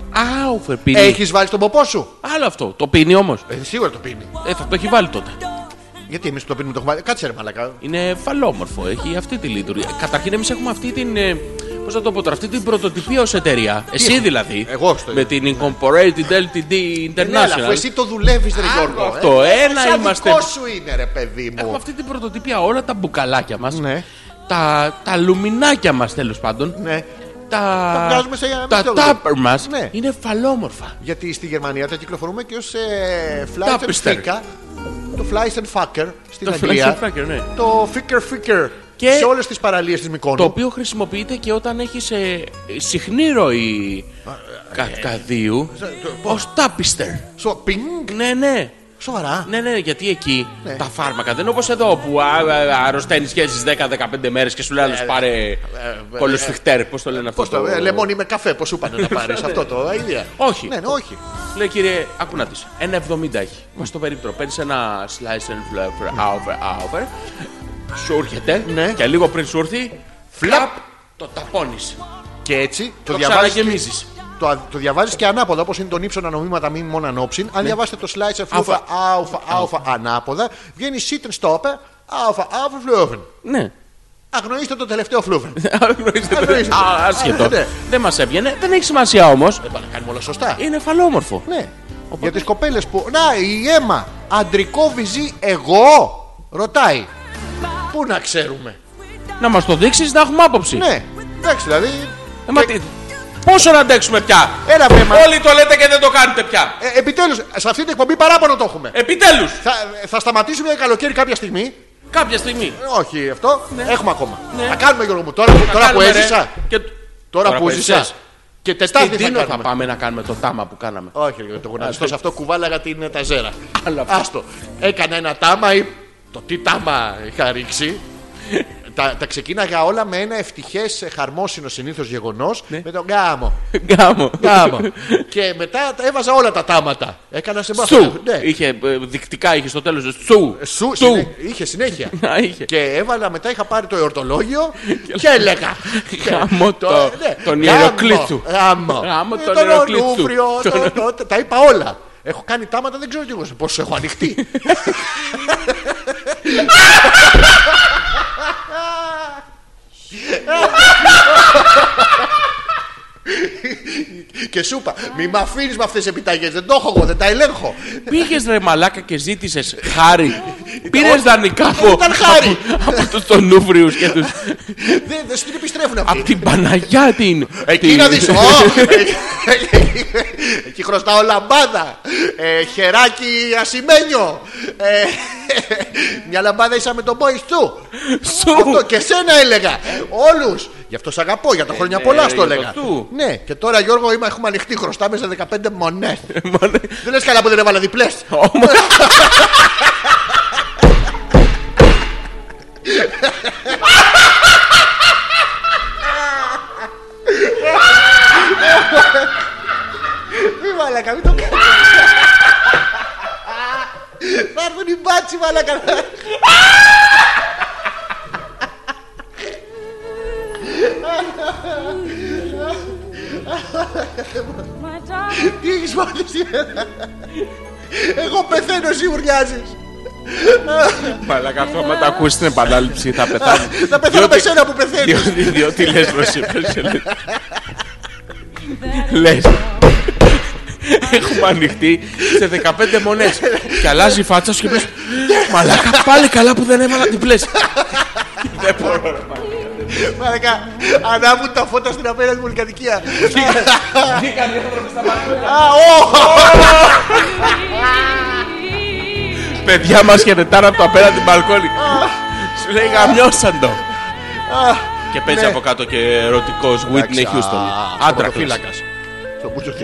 Speaker 2: aufer πίνει.
Speaker 1: Έχεις βάλει τον ποπό σου.
Speaker 2: Άλλο αυτό. Το πίνει όμως.
Speaker 1: Ε, σίγουρα το πίνει.
Speaker 2: Ε, θα το έχει βάλει τότε.
Speaker 1: Γιατί εμείς το πίνουμε το έχουμε βάλει. Κάτσε ρε μαλακά.
Speaker 2: Είναι φαλόμορφο, έχει αυτή τη λειτουργία. Καταρχήν, εμείς έχουμε αυτή την. ε, Πώς θα το πω τώρα, αυτή την πρωτοτυπία ως εταιρεία. Εσύ
Speaker 1: έχω?
Speaker 2: δηλαδή.
Speaker 1: Εγώ στο
Speaker 2: Με την Incorporated LTD
Speaker 1: Ναι, αλλά αφού
Speaker 2: International.
Speaker 1: εσύ το δουλεύεις, ρε Γιώργο. ε.
Speaker 2: αυτό, ένα
Speaker 1: σαν
Speaker 2: είμαστε.
Speaker 1: δικό σου είναι, ρε παιδί
Speaker 2: Έχουμε
Speaker 1: μου.
Speaker 2: αυτή την πρωτοτυπία όλα τα μπουκαλάκια μας.
Speaker 1: Ναι.
Speaker 2: Τα, τα λουμινάκια μας τέλος πάντων.
Speaker 1: Ναι.
Speaker 2: Τα,
Speaker 1: Τα βγάζουμε σε-
Speaker 2: τα
Speaker 1: σε-
Speaker 2: τάπερ μας
Speaker 1: Ναι.
Speaker 2: είναι φαλόμορφα.
Speaker 1: Γιατί στη Γερμανία τα κυκλοφορούμε και ε, ω Fleisch
Speaker 2: Tapster.
Speaker 1: Ficker. Το Fleisch and Fucker στην
Speaker 2: Το
Speaker 1: Αγγλία.
Speaker 2: Fleisch and Fucker, ναι.
Speaker 1: Το Ficker Ficker.
Speaker 2: Και-
Speaker 1: Σε όλες τις παραλίες της
Speaker 2: Το
Speaker 1: Μικόνου.
Speaker 2: οποίο χρησιμοποιείται και όταν έχει ε, συχνή ροή καυκαδίου ω τάπιστερ.
Speaker 1: Στο πινγκ.
Speaker 2: Ναι, ναι.
Speaker 1: Σοβαρά.
Speaker 2: Ναι, ναι, γιατί εκεί
Speaker 1: Ναι.
Speaker 2: τα φάρμακα δεν είναι όπως εδώ που α, α, αρρωσταίνει σχέσει 10-15 μέρες και σου λέει άλλος πάρε κολοσφιχτέρ. Πώς το λένε αυτό.
Speaker 1: Πώ το. ε, Λεμόνι με καφέ, πώς σου είπανε να πάρεις αυτό το ίδια.
Speaker 2: Ναι. Όχι.
Speaker 1: Ναι, ναι, όχι.
Speaker 2: Λέει κύριε, άκου να δεις, Ένα 70 έχει. Μας το περίπτωρο. Παίρνεις ένα slice and fluffer, aufer, aufer. Σου έρχεται
Speaker 1: Ναι.
Speaker 2: και λίγο πριν σου έρθει,
Speaker 1: Φλαπ.
Speaker 2: φλαπ, το ταπώνεις.
Speaker 1: Και έτσι το
Speaker 2: Το
Speaker 1: διαβάζεις.
Speaker 2: ξαναγεμίζει.
Speaker 1: Το, α- το διαβάζεις και ανάποδα, όπως είναι τον ύψονα νομίματα, μην μόνο ανόψιν. Αν διαβάσετε το slice αφούφα,
Speaker 2: Αλφα.
Speaker 1: άουφα, άουφα, ανάποδα, βγαίνει σίτεν στόπε, άουφα, άουφα, φλούβεν.
Speaker 2: Ναι.
Speaker 1: Αγνοήστε το τελευταίο φλούβεν.
Speaker 2: Αγνοείστε το.
Speaker 1: Αγνοείστε το.
Speaker 2: Α, Άσχετο.
Speaker 1: Ναι.
Speaker 2: Δεν μας έβγαινε. Δεν έχει σημασία όμως.
Speaker 1: Πάμε να κάνουμε όλα σωστά.
Speaker 2: Είναι φαλόμορφο.
Speaker 1: Ναι. Για τις κοπέλες που. Να, η αίμα. Αντρικό βυζί, εγώ. Ρωτάει. Πού να ξέρουμε.
Speaker 2: Να μας το δείξεις να έχουμε άποψη.
Speaker 1: Ναι. Εντάξει, δηλαδή.
Speaker 2: Ε, μα
Speaker 1: Και-
Speaker 2: τι- Πόσο να αντέξουμε πια.
Speaker 1: Έλα, βρε, μα-
Speaker 2: Όλοι το λέτε και δεν το κάνετε πια.
Speaker 1: Ε, Επιτέλους, σε αυτή την εκπομπή παράπονο το έχουμε.
Speaker 2: Επιτέλους.
Speaker 1: Θα, θα σταματήσουμε για καλοκαίρι κάποια στιγμή.
Speaker 2: Κάποια στιγμή.
Speaker 1: Ε, Όχι αυτό. Έχουμε ακόμα.
Speaker 2: Ναι.
Speaker 1: Θα κάνουμε Γιώργο μου. Τώρα, που-
Speaker 2: Θα
Speaker 1: τώρα που
Speaker 2: κάνουμε, ναι. ρε.
Speaker 1: έζησα.
Speaker 2: Και...
Speaker 1: Τώρα που έζησα.
Speaker 2: έζησες.
Speaker 1: Και
Speaker 2: Στην
Speaker 1: Τετάρτη θα
Speaker 2: Τίνο θα
Speaker 1: κάνουμε.
Speaker 2: πάμε να κάνουμε το τάμα που κάναμε.
Speaker 1: Όχι, ρε, το γονατιστό σε αυτό κουβάλαγα την ταζέρα.
Speaker 2: Αλλά-
Speaker 1: Άστο. Έκανα ένα τάμα ή το τι τάμα είχα ρίξει. τα, τα ξεκίναγα όλα με ένα ευτυχές χαρμόσυνο συνήθως γεγονός με τον γάμο.
Speaker 2: Γκάμο.
Speaker 1: Ναι. Γάμο. και μετά τα έβαζα όλα τα τάματα. Έκανα σε
Speaker 2: Σου.
Speaker 1: Ναι. Ε,
Speaker 2: Είχε, ε, δεικτικά είχε στο τέλος. Σου.
Speaker 1: Σου, συνέ- είχε συνέχεια.
Speaker 2: Α, είχε.
Speaker 1: Και έβαλα μετά, είχα πάρει το εορτολόγιο και έλεγα.
Speaker 2: Γάμο το-
Speaker 1: ναι,
Speaker 2: τον
Speaker 1: γάμο,
Speaker 2: Ηρακλήτου.
Speaker 1: Γάμο.
Speaker 2: Γάμο
Speaker 1: Ε,
Speaker 2: τον Ηρακλήτου.
Speaker 1: Ολούβριο, το-
Speaker 2: Τον-
Speaker 1: το- το- Τα είπα όλα. Έχω κάνει τάματα, δεν ξέρω τι πόσο έχω ανοιχτεί. και σου είπα, μη με αφήνεις με αυτές τις επιταγές. Δεν το έχω εγώ, δεν τα ελέγχω.
Speaker 2: Πήγες ρε μαλάκα και ζήτησες χάρη. Πήρε δανεικά από,
Speaker 1: Ήταν χάρη.
Speaker 2: από, από τους Τονούβριους και τους.
Speaker 1: Δεν δεν στην επιστρέφουν αυτοί.
Speaker 2: από την Παναγιά την.
Speaker 1: Εκεί
Speaker 2: την-
Speaker 1: να δεις Ω! Εκεί χρωστάω λαμπάδα ε, Χεράκι ασημένιο ε, Μια λαμπάδα ίσα με τον boys του
Speaker 2: Σου.
Speaker 1: Αυτό και σένα έλεγα Όλους Γι' αυτό σ' αγαπώ για τα χρόνια
Speaker 2: ναι,
Speaker 1: πολλά
Speaker 2: ρε,
Speaker 1: στο
Speaker 2: για
Speaker 1: έλεγα
Speaker 2: το του.
Speaker 1: Ναι και τώρα Γιώργο είμαι, έχουμε ανοιχτεί χρωστάμε σε 15 μονές
Speaker 2: Μαλάκα.
Speaker 1: Δεν λες καλά που δεν έβαλα διπλές
Speaker 2: Όμως-
Speaker 1: Μη μαλακα μην το κάνεις Θα έρθουν οι μπάτσι μαλακα Τι έχεις μάθει σήμερα Εγώ πεθαίνω εσύ ουρλιάζεις
Speaker 2: Μαλάκα αυτό άμα τα ακούσεις την επανάληψη θα πεθάνεις.
Speaker 1: Θα πεθαίνω με σένα που πεθαίνεις
Speaker 2: Διότι, διότι λες πως είπες Λες Έχουμε ανοιχτεί σε 15 μονές Και αλλάζει η φάτσα σου και πες Μαλάκα πάλι καλά που δεν έβαλα διπλές Δεν μπορώ ρε μαλάκα.
Speaker 1: Μαλακα ανάβουν τα φώτα στην απέναντι μου κατοικία
Speaker 2: Βγήκαν οι άνθρωποι στα μπαλκόνια.
Speaker 1: Α, ω!
Speaker 2: Παιδιά μας χαιρετάνε από το απέναντι μπαλκόνι Σου λέει γαμιώσαν το ναι. Και παίζει από κάτω και ερωτικός Whitney
Speaker 1: Εντάξει,
Speaker 2: Houston
Speaker 1: α,
Speaker 2: Άντρακλας
Speaker 1: χωροφύλακας. Στο μπουζούκι.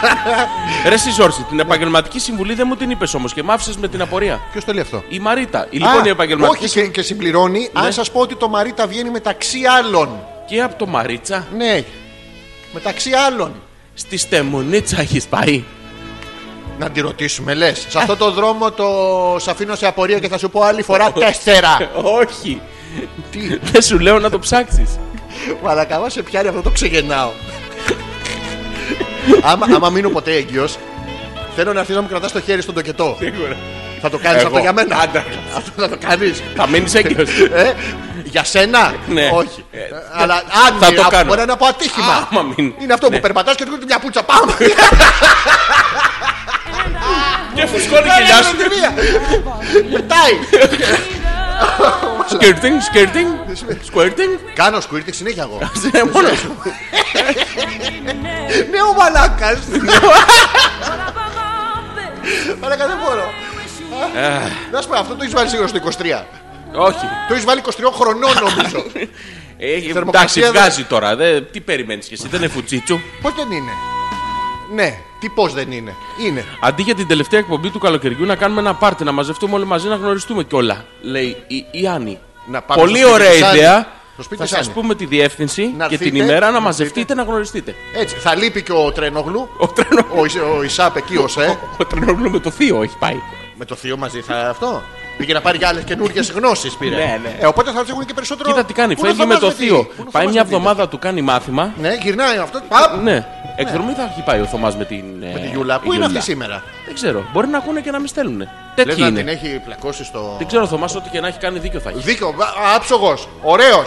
Speaker 2: Ρε εσύ Ζόρση, την επαγγελματική συμβουλή δεν μου την είπες όμως και μ' άφησες με την απορία.
Speaker 1: Ποιος το λέει αυτό.
Speaker 2: Η Μαρίτα. Η λοιπόν
Speaker 1: Α,
Speaker 2: η επαγγελματική. Ναι.
Speaker 1: Όχι και, και συμπληρώνει, αν σας πω ότι το Μαρίτα βγαίνει μεταξύ άλλων.
Speaker 2: Και από το Μαρίτσα
Speaker 1: Ναι. Μεταξύ άλλων.
Speaker 2: στη Στεμονίτσα έχεις πάει.
Speaker 1: Να τη ρωτήσουμε, λες. Σε αυτό το δρόμο το σ' αφήνω σε απορία και θα σου πω άλλη φορά τέσσερα.
Speaker 2: όχι.
Speaker 1: Τι,
Speaker 2: Δεν σου λέω να το ψάξεις.
Speaker 1: μαλακαβά σε πιάνει αυτό το ξεγεννάω. άμα, άμα μείνω ποτέ έγκυος, θέλω να έρθεις να μου κρατάς το χέρι στον τοκετό.
Speaker 2: Σίγουρα.
Speaker 1: θα το κάνεις
Speaker 2: Εγώ.
Speaker 1: αυτό για μένα.
Speaker 2: Άντε.
Speaker 1: αυτό θα το κάνεις.
Speaker 2: Θα μείνεις έγκυος.
Speaker 1: ε, για σένα,
Speaker 2: Ναι.
Speaker 1: όχι.
Speaker 2: Ε,
Speaker 1: Ε, Αλλά αν
Speaker 2: θα το
Speaker 1: από-
Speaker 2: κάνω.
Speaker 1: μπορεί να είναι από άτυχημα.
Speaker 2: Άμα Ναι. μην.
Speaker 1: Είναι αυτό που περπατάς και έρχεται μια πουτσα. Πάμε.
Speaker 2: Και φουσκώνει και γεια σου.
Speaker 1: Πετάει.
Speaker 2: Σκέρτινγκ, σκέρτινγκ, σκέρτινγκ.
Speaker 1: Κάνω squirting συνέχεια εγώ.
Speaker 2: Μόνο σου.
Speaker 1: Ναι, ο μαλάκας. Μαλάκα δεν μπορώ.
Speaker 2: Ε.
Speaker 1: Να σου πω, αυτό το έχεις βάλει σίγουρα στο 23.
Speaker 2: Όχι.
Speaker 1: Το έχεις βάλει 23 χρονών νομίζω.
Speaker 2: Ε, Εντάξει,
Speaker 1: θερμοκρασία δεν-
Speaker 2: βγάζει τώρα. δεν- Τι περιμένεις και εσύ, δεν είναι φουτσίτσου.
Speaker 1: Πώς δεν είναι. Ναι, τι πώς δεν είναι. Είναι.
Speaker 2: Αντί για την τελευταία εκπομπή του καλοκαιριού να κάνουμε ένα πάρτι, να μαζευτούμε όλοι μαζί να γνωριστούμε κιόλα. Λέει η, η Άννη.
Speaker 1: Να πάμε
Speaker 2: Πολύ
Speaker 1: στο σπίτι
Speaker 2: ωραία
Speaker 1: της Άννης.
Speaker 2: ιδέα.
Speaker 1: Στο σπίτι
Speaker 2: Θα
Speaker 1: της
Speaker 2: σας
Speaker 1: Άννης.
Speaker 2: πούμε τη διεύθυνση
Speaker 1: Να
Speaker 2: και την
Speaker 1: έρθείτε,
Speaker 2: ημέρα να
Speaker 1: να
Speaker 2: μαζευτείτε
Speaker 1: έρθετε.
Speaker 2: να γνωριστείτε.
Speaker 1: Έτσι, θα λείπει και ο Τρένογλου.
Speaker 2: Ο τρένο.
Speaker 1: Ο, Ισ- ο Ισάπ εκεί ο ΣΕ.
Speaker 2: Ο τρένο με το θείο έχει πάει.
Speaker 1: Με το θείο μαζί θα αυτό. Πήγε να πάρει για άλλες καινούργιες γνώσεις πήρε.
Speaker 2: Ναι, ναι.
Speaker 1: Ε, οπότε θα τους έχουν και περισσότερο.
Speaker 2: Κοίτα τι κάνει,
Speaker 1: Πού να
Speaker 2: φεύγει
Speaker 1: θα
Speaker 2: με το
Speaker 1: μας δει,
Speaker 2: θείο.
Speaker 1: πού να θα
Speaker 2: Πάει
Speaker 1: μας
Speaker 2: μια
Speaker 1: δει.
Speaker 2: εβδομάδα του κάνει μάθημα.
Speaker 1: Ναι, γυρνάει αυτό. Παπ,
Speaker 2: Ναι. Εκδρομή θα έχει πάει ο Θωμάς με την. ε,
Speaker 1: Με τη Γιούλα. Πού είναι αυτή σήμερα.
Speaker 2: Δεν ξέρω. Μπορεί να ακούνε και να μην στέλνουν.
Speaker 1: Λες
Speaker 2: Τέτοιοι
Speaker 1: να την
Speaker 2: είναι.
Speaker 1: έχει πλακώσει στο.
Speaker 2: Δεν ξέρω, Θωμάς, ό,τι και να έχει κάνει δίκιο θα έχει.
Speaker 1: Δίκιο, άψογος, ωραίος.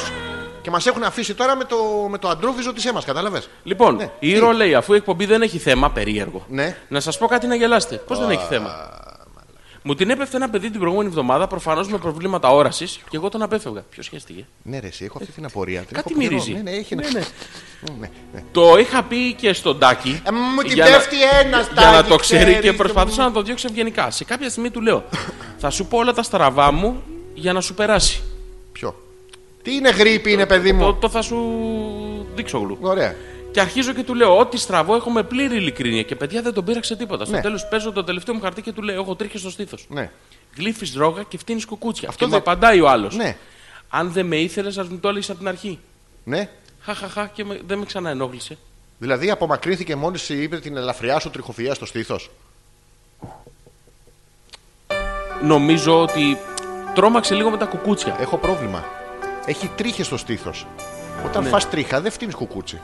Speaker 1: Και μας έχουν αφήσει τώρα με το, με το αντρούβιζο της έμα, κατάλαβες.
Speaker 2: Λοιπόν,
Speaker 1: Ναι.
Speaker 2: η Ρο λέει: Αφού η εκπομπή δεν έχει θέμα, περίεργο.
Speaker 1: Ναι.
Speaker 2: Να σας πω κάτι να γελάσετε. Πώς δεν έχει θέμα. Μου την έπεφτε ένα παιδί την προηγούμενη εβδομάδα, προφανώς με προβλήματα όρασης, και εγώ τον απέφευγα. Ποιος σχέστηκε.
Speaker 1: Ναι, ρε, εσύ, έχω αυτή την απορία. Την
Speaker 2: Κάτι
Speaker 1: έχω καιρό.
Speaker 2: μυρίζει.
Speaker 1: Ναι, ναι, έχει. Ναι, ναι. Ναι, ναι.
Speaker 2: Το είχα πει και στον Τάκη.
Speaker 1: Ε, μου την
Speaker 2: για να-
Speaker 1: πέφτει ένας,
Speaker 2: Για να
Speaker 1: Τάκη,
Speaker 2: το ξέρει
Speaker 1: ξέρεις,
Speaker 2: και
Speaker 1: και
Speaker 2: προσπαθούσα
Speaker 1: μου-
Speaker 2: να το διώξω ευγενικά. Σε κάποια στιγμή του λέω: Θα σου πω όλα τα στραβά μου για να σου περάσει.
Speaker 1: Ποιο. Τι είναι γρήπη, είναι παιδί
Speaker 2: Το,
Speaker 1: μου.
Speaker 2: το θα σου δείξω γλου.
Speaker 1: Ωραία.
Speaker 2: Και αρχίζω και του λέω: Ό,τι στραβό έχω με πλήρη ειλικρίνεια. Και παιδιά δεν τον πείραξε τίποτα. Στο
Speaker 1: Ναι.
Speaker 2: τέλος παίζω το τελευταίο μου χαρτί και του λέω: Έχω τρίχε στο στήθος.
Speaker 1: Ναι.
Speaker 2: Γλύφεις ρόγα και φτύνεις κουκούτσια.
Speaker 1: Αυτό
Speaker 2: και
Speaker 1: δεν-
Speaker 2: μου απαντάει ο άλλος.
Speaker 1: Ναι.
Speaker 2: Αν δεν με ήθελες, ας μου το έλεγες από την αρχή.
Speaker 1: ναι.
Speaker 2: Χαχαχά και με- δεν με ξαναενόχλησε.
Speaker 1: Δηλαδή απομακρύνθηκε μόλις είπε την ελαφριά σου τριχοφυα στο στήθος.
Speaker 2: Νομίζω ότι τρόμαξε λίγο με τα κουκούτσια.
Speaker 1: Έχω πρόβλημα. Έχει τρίχες στο στήθος. Όταν
Speaker 2: Ναι.
Speaker 1: φας τρίχα, δεν φτύνεις κουκούτσι.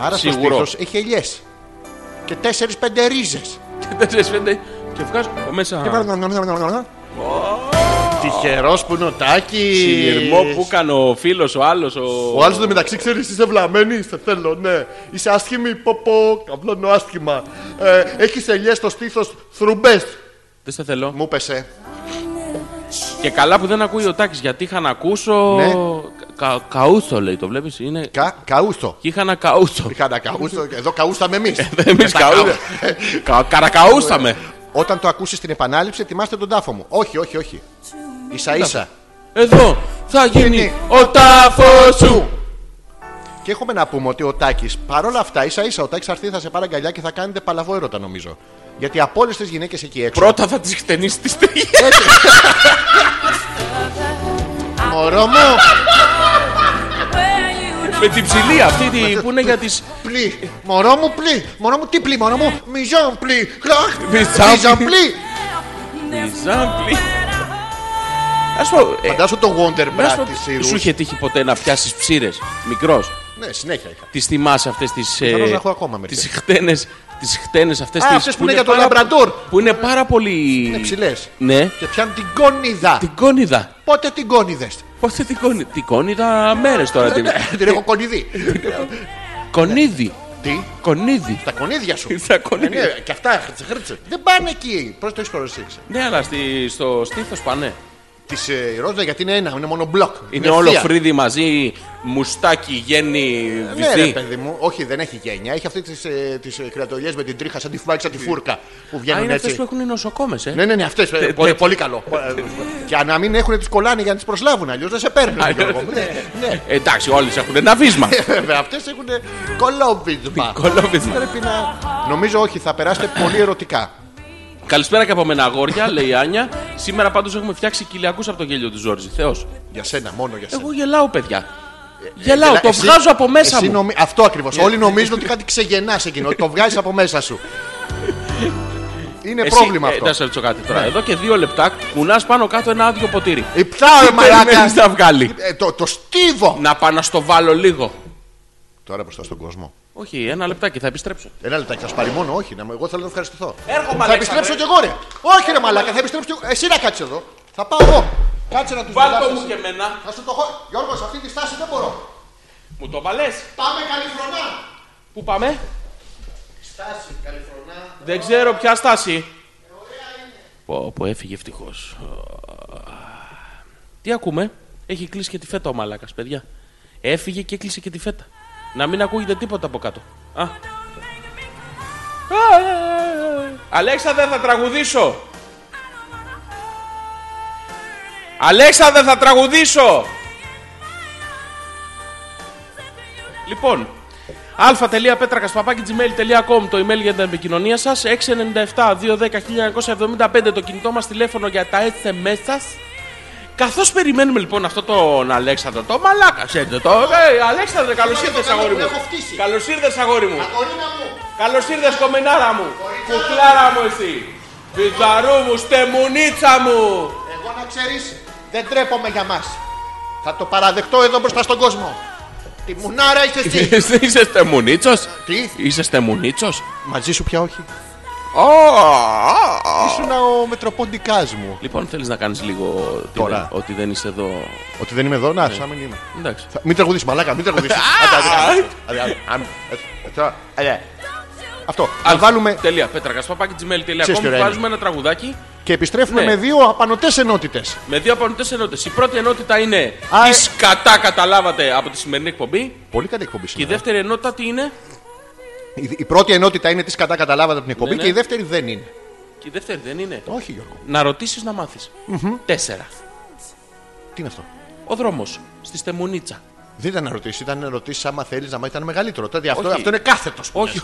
Speaker 1: Άρα
Speaker 2: Σίγουρο.
Speaker 1: στο στήθο έχει ελιές. Και τέσσερι-πέντε ρίζε. Ε.
Speaker 2: Και τέσσερις, πέντε και βγάζω μέσα.
Speaker 1: Τυχερός που είναι ο Τάκης.
Speaker 2: Συγγυρμό που έκανε ο φίλος, ο άλλος. Ο...
Speaker 1: Ο άλλος το μεταξύ ξέρεις, είσαι βλαμμένη, σε θέλω, ναι. Είσαι άσχημη, ποπό, καβλώνω άσχημα. Ε, Έχεις ελιές στο στήθος, θρουμπές.
Speaker 2: Δεν σε θέλω.
Speaker 1: Μου πεσε.
Speaker 2: Και καλά που δεν ακούει ο Τάκης γιατί είχα να ακούσω.
Speaker 1: Ναι.
Speaker 2: Κα, καούσο λέει, το βλέπεις. Είναι...
Speaker 1: Κα, καούστο.
Speaker 2: Και είχα να καούσο.
Speaker 1: Είχα να καούστο, εδώ Ε, καούσαμε εμεί.
Speaker 2: Εμεί καούσαμε. Κα, καρακαούσαμε.
Speaker 1: Όταν το ακούσεις την επανάληψη, ετοιμάστε τον τάφο μου. Όχι, όχι, όχι. σα ίσα.
Speaker 2: Εδώ θα γίνει
Speaker 1: Είναι.
Speaker 2: ο τάφος σου.
Speaker 1: Και έχουμε να πούμε ότι ο Τάκης, παρόλα αυτά, ίσα ίσα ο Τάκης θα έρθει, θα σε πάρει αγκαλιά και θα κάνετε παλαβό έρωτα, νομίζω. Γιατί από όλε τι γυναίκες εκεί έξω.
Speaker 2: Πρώτα θα τις χτενίσει τις τρίχες.
Speaker 1: Μωρό μου!
Speaker 2: Με την ψηλή αυτή τη- που είναι για τις
Speaker 1: Πλή! Μωρό μου πλή! Μωρό μου τι πλή, μωρό μου! Μιζάν πλή! Χλαχ!
Speaker 2: Μιζάν
Speaker 1: Μιζάν
Speaker 2: πλή.
Speaker 1: πλή!
Speaker 2: Ζάμπλη. Ας πω, ε,
Speaker 1: Φαντάσου το Wonder
Speaker 2: ας
Speaker 1: Bra
Speaker 2: πω,
Speaker 1: τη
Speaker 2: σου είχε τύχει ποτέ να πιάσεις ψήρες μικρός.
Speaker 1: Ναι, συνέχεια είχα.
Speaker 2: Τις θυμάσαι αυτές τις... ε,
Speaker 1: Πιθανώς να έχω ακόμα μερικές.
Speaker 2: Τις χτένες, τις χτένες αυτές
Speaker 1: Α,
Speaker 2: τις...
Speaker 1: αυτές που είναι για το
Speaker 2: πάρα-
Speaker 1: Λαμπραντόρ.
Speaker 2: Που είναι πάρα πολύ...
Speaker 1: Είναι ψηλές.
Speaker 2: Ναι.
Speaker 1: Και πιάνουν την κόνιδα.
Speaker 2: Την κόνιδα.
Speaker 1: Πότε την κόνιδες.
Speaker 2: Πώς την κόνιδα. Την κόνιδα μέρες τώρα.
Speaker 1: Ναι,
Speaker 2: την-
Speaker 1: Την έχω κονιδί.
Speaker 2: Κονίδι.
Speaker 1: Τι,
Speaker 2: Κονίδι.
Speaker 1: τα κονίδια σου.
Speaker 2: Στα κονίδια.
Speaker 1: Ε, ναι, Και αυτά χρτσε χρτσε. Δεν πάνε εκεί. Πώς το έχεις προσέξει.
Speaker 2: Ναι, αλλά στη- στο στήθος πάνε.
Speaker 1: Της ε, Ρόζα γιατί είναι ένα, είναι μόνο μπλοκ.
Speaker 2: Είναι όλο
Speaker 1: θεία.
Speaker 2: φρύδι μαζί, μουστάκι, γέννη,
Speaker 1: Ναι, ρε
Speaker 2: βυθί.
Speaker 1: παιδί μου, όχι δεν έχει γένεια. Έχει αυτέ τις ε, τις, ε, κρεατολιές με την τρίχα σαν τη φουβάκι, σαν τη φούρκα που
Speaker 2: Ε. Α,
Speaker 1: βγαίνουν
Speaker 2: είναι αυτέ
Speaker 1: έτσι.
Speaker 2: που έχουν οι νοσοκόμες, ε.
Speaker 1: Ναι, ναι, ναι, αυτές.
Speaker 2: Τε-
Speaker 1: Πολύ,
Speaker 2: τέτοια.
Speaker 1: πολύ καλό. Ε, Και να μην έχουν τις κολλάνε για να τις προσλάβουν, αλλιώς δεν σε παίρνουν. Γιώργο μου. Ναι, ναι. Ε,
Speaker 2: Ε, Εντάξει, όλες έχουν ένα βίσμα.
Speaker 1: Βέβαια, αυτές έχουν κολόμπιτζμα.
Speaker 2: Κολόβισμα.
Speaker 1: Πρέπει να. Νομίζω όχι, θα περάσετε πολύ ερωτικά.
Speaker 2: Καλησπέρα και από μένα, αγόρια, λέει η Άνια. Σήμερα πάντως έχουμε φτιάξει κοιλιακούς από το γέλιο του Ζόρζη. Θεός.
Speaker 1: Για σένα, μόνο για σένα.
Speaker 2: Εγώ γελάω, παιδιά. Γελάω, το
Speaker 1: Ε, Εσύ-
Speaker 2: βγάζω από μέσα
Speaker 1: εσύ
Speaker 2: μου.
Speaker 1: νομι- Αυτό ακριβώς. Όλοι νομίζουν ότι κάτι ξεγεννάς εκείνο. ότι Το βγάζεις από μέσα σου. Είναι
Speaker 2: Εσύ-
Speaker 1: πρόβλημα
Speaker 2: ε,
Speaker 1: αυτό. Ναι.
Speaker 2: Να σε ρωτήσω κάτι τώρα. Εδώ και δύο λεπτά κουνάς πάνω κάτω ένα άδειο ποτήρι.
Speaker 1: Η πτάω,
Speaker 2: Τι περιμένεις να βγάλει.
Speaker 1: Ε, το, το στίβο!
Speaker 2: Να πάω να στο βάλω λίγο.
Speaker 1: Τώρα μπροστά στον κόσμο.
Speaker 2: Όχι, ένα λεπτάκι, θα επιστρέψω.
Speaker 1: Ένα λεπτάκι, θα σπάρει μόνο, όχι. Να, μου- εγώ θέλω να ευχαριστηθώ.
Speaker 2: Έρχομαι,
Speaker 1: θα
Speaker 2: Αλέξανδρε.
Speaker 1: επιστρέψω κι εγώ, ρε. Όχι, ρε Μαλάκα, θα επιστρέψω κι εγώ. Εσύ να κάτσεις εδώ. Θα πάω εγώ. Κάτσε να τους
Speaker 2: Βάλτο μου και εμένα.
Speaker 1: Θα σου το χω. Γιώργος, σε αυτή τη στάση δεν μπορώ.
Speaker 2: Μου το βαλέ.
Speaker 1: Πάμε καλυφρονά.
Speaker 2: Πού πάμε.
Speaker 1: Στάση, καλυφρονά.
Speaker 2: Δεν ξέρω ποια στάση. Πω, πω, έφυγε ευτυχώς. Τι ακούμε. Έχει κλείσει και τη φέτα ο μαλάκας, παιδιά. Έφυγε και έκλεισε και τη φέτα. Να μην ακούγεται τίποτα από κάτω. Α. Α, ε, ε, ε. Αλέξανδρε, θα τραγουδήσω. Αλέξανδρε, θα τραγουδήσω. Λοιπόν, α.πέτρακα.gmail.com το email για την επικοινωνία σας. 697-210-1975 το κινητό μας τηλέφωνο για τα SMS σας. Καθώς περιμένουμε λοιπόν αυτό τον Αλέξανδρο, το μαλάκα, ξέρετε το. Ε, Αλέξανδρε, καλώ
Speaker 1: Συγγνώμη,
Speaker 2: ήρθε,
Speaker 1: το
Speaker 2: αγόρι
Speaker 1: καλό
Speaker 2: μου.
Speaker 1: που έχω φτύσει.
Speaker 2: Καλώς ήρθες, αγόρι μου.
Speaker 1: Κορίνα μου.
Speaker 2: Καλώς ήρθες, κομμενάρα μου. Κουκλάρα μου, εσύ. Πιτσαρού μου, στεμουνίτσα μου.
Speaker 1: Εγώ να ξέρεις, δεν τρέπομαι για μας. Θα το παραδεχτώ εδώ μπροστά στον κόσμο. Τη μουνάρα είσαι εσύ.
Speaker 2: Είσαι στεμουνίτσος.
Speaker 1: Τι,
Speaker 2: Είσαι στεμουνίτσος.
Speaker 1: μαζί σου πια όχι. Ήσουν ο Μετροποντικάς μου.
Speaker 2: Λοιπόν, θέλεις να κάνεις λίγο ότι
Speaker 1: Τώρα.
Speaker 2: δεν- ότι δεν είσαι εδώ.
Speaker 1: Ότι δεν είμαι εδώ, να, σαν μην είμαι.
Speaker 2: Εντάξει.
Speaker 1: Θα- Μην τραγουδήσεις, μαλάκα, μην τραγουδήσεις. Αυτό. Θα βάλουμε
Speaker 2: Τελεία. Πέτρακα, παπάκι gmail.com.
Speaker 1: Ξέρεις τι ωραία
Speaker 2: Βάζουμε ένα τραγουδάκι
Speaker 1: και επιστρέφουμε
Speaker 2: Ναι.
Speaker 1: με δύο απανοτές ενότητες.
Speaker 2: με δύο απονοτέ ενότητες. Η πρώτη ενότητα είναι
Speaker 1: Α, ε.
Speaker 2: τι κατά καταλάβατε από τη σημερινή εκπομπή.
Speaker 1: Πολύ καλή εκπομπή
Speaker 2: Και η
Speaker 1: σήμερα.
Speaker 2: δεύτερη ενότητα τι είναι.
Speaker 1: Η, η πρώτη ενότητα είναι της κατά καταλάβατε από την εκπομπή
Speaker 2: ναι.
Speaker 1: και η δεύτερη δεν είναι.
Speaker 2: Και η δεύτερη δεν είναι.
Speaker 1: Όχι, Γιώργο.
Speaker 2: Να ρωτήσεις να μάθεις. Τέσσερα.
Speaker 1: Τι είναι αυτό.
Speaker 2: Ο δρόμος στη Στεμουνίτσα.
Speaker 1: Δεν ήταν ερωτήσει, ήταν ερωτήσει άμα θέλεις να μάθει, ήταν μεγαλύτερο. Τότε αυτό,
Speaker 2: Όχι.
Speaker 1: αυτό είναι κάθετος.
Speaker 2: Όχι.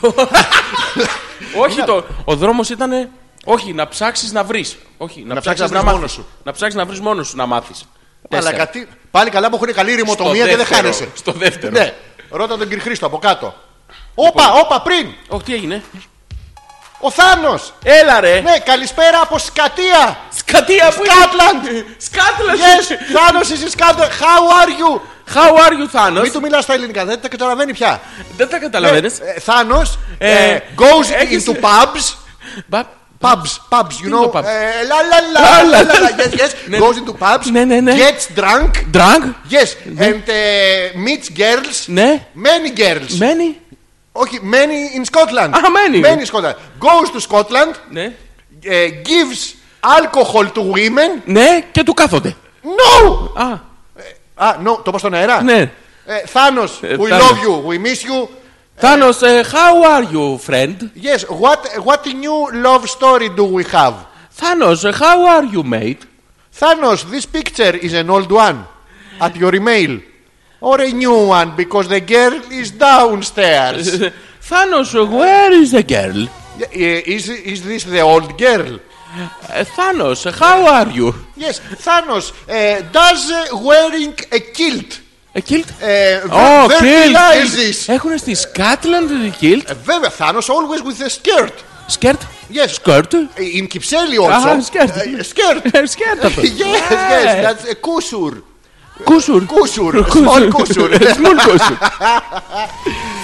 Speaker 2: όχι το. Ο δρόμος ήταν. Όχι, να ψάξεις να βρεις. Όχι, να,
Speaker 1: Να
Speaker 2: ψάξεις
Speaker 1: ψάξεις να βρεις
Speaker 2: μάθεις.
Speaker 1: μόνος σου.
Speaker 2: Να ψάξεις να βρεις μόνος σου να μάθεις.
Speaker 1: Αλλά κάτι. Πάλι καλά που έχουν καλή ρημοτομία και δεν
Speaker 2: δεύτερο,
Speaker 1: χάνεσαι.
Speaker 2: στο δεύτερο. Λοιπόν.
Speaker 1: Ναι. Ρώτα τον κύριο Χρήστο από κάτω. Όπα, όπα, πριν!
Speaker 2: Όχι, τι έγινε.
Speaker 1: Ο Θάνος!
Speaker 2: Έλα ρε!
Speaker 1: Ναι, καλησπέρα από Σκατία!
Speaker 2: Σκατία που
Speaker 1: Scotland!
Speaker 2: Σκάτλαντ!
Speaker 1: Yes! Θάνος, είσαι Σκάτλαντ! How are you?
Speaker 2: How are you, Θάνος?
Speaker 1: Μην του μιλάς στα ελληνικά, δεν τα καταλαβαίνει πια.
Speaker 2: Δεν τα καταλαβαίνεις.
Speaker 1: Θάνος
Speaker 2: Ε,
Speaker 1: goes
Speaker 2: έχεις-
Speaker 1: into pubs. Pubs, pubs, you
Speaker 2: είναι
Speaker 1: know.
Speaker 2: το pub?
Speaker 1: ε, La la la,
Speaker 2: La, la,
Speaker 1: la la,
Speaker 2: la.
Speaker 1: yes, yes.
Speaker 2: Ναι.
Speaker 1: Goes into pubs.
Speaker 2: Ναι, ναι, ναι.
Speaker 1: Gets drunk.
Speaker 2: Drunk?
Speaker 1: Yes, and ε, meets girls.
Speaker 2: Ναι.
Speaker 1: Many girls.
Speaker 2: Μένει.
Speaker 1: Όχι, many in Scotland.
Speaker 2: Α, many.
Speaker 1: Many in Scotland. Goes to Scotland.
Speaker 2: Ναι.
Speaker 1: ε, gives alcohol to women.
Speaker 2: Ναι, και του κάθονται.
Speaker 1: No!
Speaker 2: Α,
Speaker 1: Α, no, το πω στον αέρα.
Speaker 2: ναι.
Speaker 1: Ε, Thanos,
Speaker 2: Ε,
Speaker 1: we love
Speaker 2: Thanos.
Speaker 1: you, we miss you.
Speaker 2: Θάνο, ε, how are you, friend?
Speaker 1: Yes, what, what new love story do we have?
Speaker 2: Θάνος, ε, how are you, mate?
Speaker 1: Thanos, this picture is an old one at your email. Or a new one because the girl is downstairs.
Speaker 2: Θάνο, where is the girl?
Speaker 1: Ε, is, is this the old girl?
Speaker 2: Θάνο, Ε, how are you?
Speaker 1: Yes, Thanos uh, does uh, wearing a kilt.
Speaker 2: A kilt?
Speaker 1: Ε,
Speaker 2: Oh,
Speaker 1: ver-
Speaker 2: kilt.
Speaker 1: verticalizes.
Speaker 2: Έχουν στη Scotland kilt.
Speaker 1: Ε, Βέβαια, Thanos always with a skirt.
Speaker 2: Skirt.
Speaker 1: Yes. ε,
Speaker 2: Skirt.
Speaker 1: In Kypseli also.
Speaker 2: Ah, skirt.
Speaker 1: Ε, skirt.
Speaker 2: Skirt. αυτό. Ε,
Speaker 1: yes, yes, that's a kusur.
Speaker 2: Κούσουρ.
Speaker 1: Κούσουρ. Small κούσουρ.
Speaker 2: Small κούσουρ.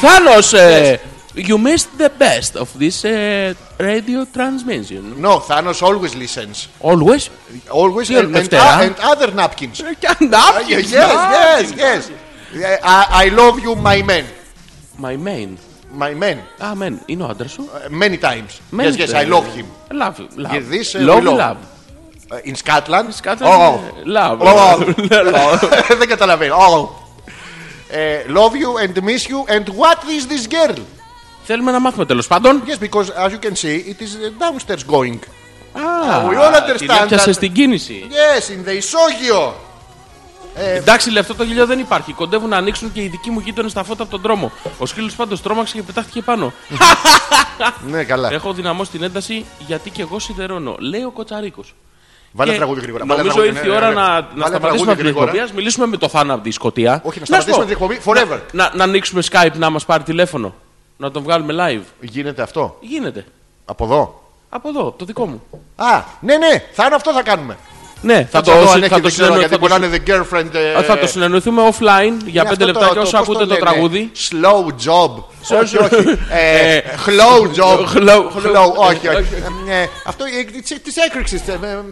Speaker 2: Θάνος, ε, you missed the best of this ε, radio transmission.
Speaker 1: No, Thanos always listens.
Speaker 2: Always.
Speaker 1: Always
Speaker 2: Τι
Speaker 1: and, and,
Speaker 2: Δευτέρα.
Speaker 1: and other napkins.
Speaker 2: Ε, και ανάπτυξη.
Speaker 1: yes, yes, yes. Ε, I, I love you, my man.
Speaker 2: My main.
Speaker 1: My man.
Speaker 2: Ah, man. Είναι ο άντρας σου.
Speaker 1: Uh, Many times.
Speaker 2: Man,
Speaker 1: Yes, yes, I
Speaker 2: ε,
Speaker 1: love him.
Speaker 2: Love, love.
Speaker 1: Give this, ε,
Speaker 2: Love,
Speaker 1: we love.
Speaker 2: love.
Speaker 1: In Scotland.
Speaker 2: Κάτσε.
Speaker 1: Oh.
Speaker 2: uh, Love.
Speaker 1: Oh.
Speaker 2: Love.
Speaker 1: Δεν καταλαβαίνω. Oh. Ε, love you and miss you and what is this girl?
Speaker 2: Θέλουμε να μάθουμε τέλος πάντων.
Speaker 1: Yes, because as you can see, it is uh, downstairs going.
Speaker 2: Α,
Speaker 1: Ah, we all understand
Speaker 2: την έπιασε
Speaker 1: that-
Speaker 2: στην κίνηση.
Speaker 1: Yes, in the ισόγειο. Ε.
Speaker 2: Εντάξει, λε, αυτό το γελίο δεν υπάρχει. Κοντεύουν να ανοίξουν και οι δικοί μου γείτονες τα φώτα από τον δρόμο. Ο σκύλος πάντως τρόμαξε και πετάχτηκε πάνω.
Speaker 1: Ναι, καλά.
Speaker 2: Έχω δυναμώσει την ένταση γιατί και εγώ σιδερώνω. Λέει ο Κοτσαρίκος.
Speaker 1: Βάλε
Speaker 2: Και
Speaker 1: τραγούδι γρήγορα. βάλε
Speaker 2: Νομίζω
Speaker 1: τραγούδι,
Speaker 2: ήρθε
Speaker 1: ναι,
Speaker 2: η
Speaker 1: ναι,
Speaker 2: ώρα
Speaker 1: ναι.
Speaker 2: να,
Speaker 1: Βάλε
Speaker 2: να σταματήσουμε
Speaker 1: τραγούδι
Speaker 2: την
Speaker 1: γρήγορα.
Speaker 2: εκπομπή. Ας μιλήσουμε με το θάνατο από τη Σκωτία.
Speaker 1: Όχι, να
Speaker 2: σου πω,
Speaker 1: σταματήσουμε την εκπομπή forever.
Speaker 2: Να, να ανοίξουμε Skype να μας πάρει τηλέφωνο. Να τον βγάλουμε live.
Speaker 1: Γίνεται αυτό.
Speaker 2: Γίνεται.
Speaker 1: Από εδώ.
Speaker 2: Από εδώ, από το δικό μου.
Speaker 1: Α, ναι, ναι, θα είναι αυτό θα κάνουμε.
Speaker 2: Ναι, θα το,
Speaker 1: Κάτσε εδώ,
Speaker 2: θα
Speaker 1: αν έχει,
Speaker 2: το
Speaker 1: δεν ξέρω,
Speaker 2: συνεννο-
Speaker 1: γιατί
Speaker 2: θα
Speaker 1: μπορεί
Speaker 2: το
Speaker 1: να είναι the girlfriend. ε,
Speaker 2: Ε, θα το συνεννοηθούμε offline
Speaker 1: είναι
Speaker 2: για 5
Speaker 1: αυτό
Speaker 2: λεπτά και όσο
Speaker 1: πώς
Speaker 2: ακούτε το,
Speaker 1: λένε,
Speaker 2: τραγούδι.
Speaker 1: Slow job. Όχι, όχι. Ε,
Speaker 2: Ε,
Speaker 1: Χλόου job.
Speaker 2: χλόου-
Speaker 1: Χλόου,
Speaker 2: ε,
Speaker 1: όχι, όχι.
Speaker 2: όχι.
Speaker 1: Ε, ε, Αυτό τη έκρηξη.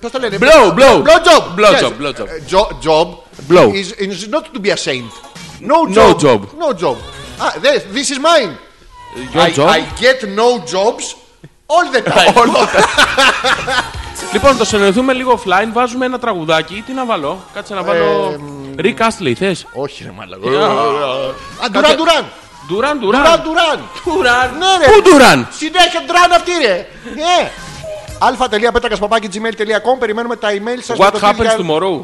Speaker 1: Πώ ε, το λένε.
Speaker 2: Blow, blow.
Speaker 1: Blow job.
Speaker 2: Blow
Speaker 1: yes.
Speaker 2: job, blow job.
Speaker 1: Ε, jo- Job.
Speaker 2: Blow.
Speaker 1: Is is not to be a saint. No
Speaker 2: No
Speaker 1: job.
Speaker 2: job.
Speaker 1: No job. Ah, this- This is mine.
Speaker 2: Your
Speaker 1: I
Speaker 2: job.
Speaker 1: I get no jobs all the time.
Speaker 2: Λοιπόν, το συνεννοηθούμε λίγο offline, βάζουμε ένα τραγουδάκι. Τι να βάλω, κάτσε να βάλω. Rick Astley, θες.
Speaker 1: Όχι, ρε μάλλον. Αντουράν, ντουράν.
Speaker 2: Ντουράν,
Speaker 1: Ντουράν,
Speaker 2: Ντουράν.
Speaker 1: ντουράν.
Speaker 2: Ντουράν.
Speaker 1: Ναι, ρε.
Speaker 2: Πού Ντουράν.
Speaker 1: Συνέχεια τραν αυτή ρε. Ναι. αλφα.πέτρακα.gmail.com Περιμένουμε τα email σας με
Speaker 2: What
Speaker 1: το
Speaker 2: happens
Speaker 1: τι δια-
Speaker 2: tomorrow.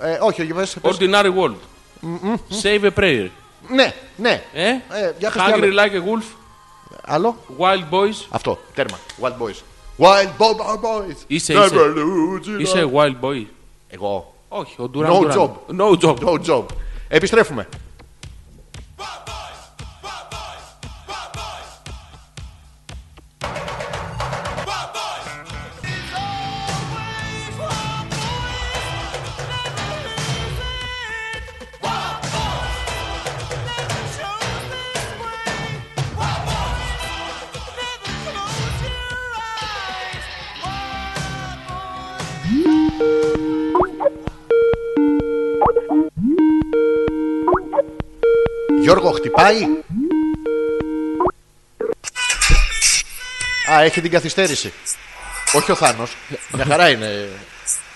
Speaker 1: Ε, όχι, όχι, πες, πες.
Speaker 2: Ordinary world. Save a prayer.
Speaker 1: Ναι, ναι.
Speaker 2: Ε,
Speaker 1: Ε, για χριστιανό.
Speaker 2: Hungry like a wolf.
Speaker 1: Άλλο.
Speaker 2: Wild boys.
Speaker 1: Αυτό, τέρμα. Wild Boys. Wild Bob- Boys.
Speaker 2: Είσαι,
Speaker 1: Never
Speaker 2: είσαι.
Speaker 1: lose you
Speaker 2: Είσαι
Speaker 1: love.
Speaker 2: wild boy.
Speaker 1: Εγώ.
Speaker 2: Όχι, ο Ντουράν.
Speaker 1: No
Speaker 2: Ντουράν.
Speaker 1: job.
Speaker 2: No job.
Speaker 1: No job. Επιστρέφουμε. Γιώργο, χτυπάει. Α, έχει την καθυστέρηση. Όχι ο Θάνος. Μια χαρά είναι.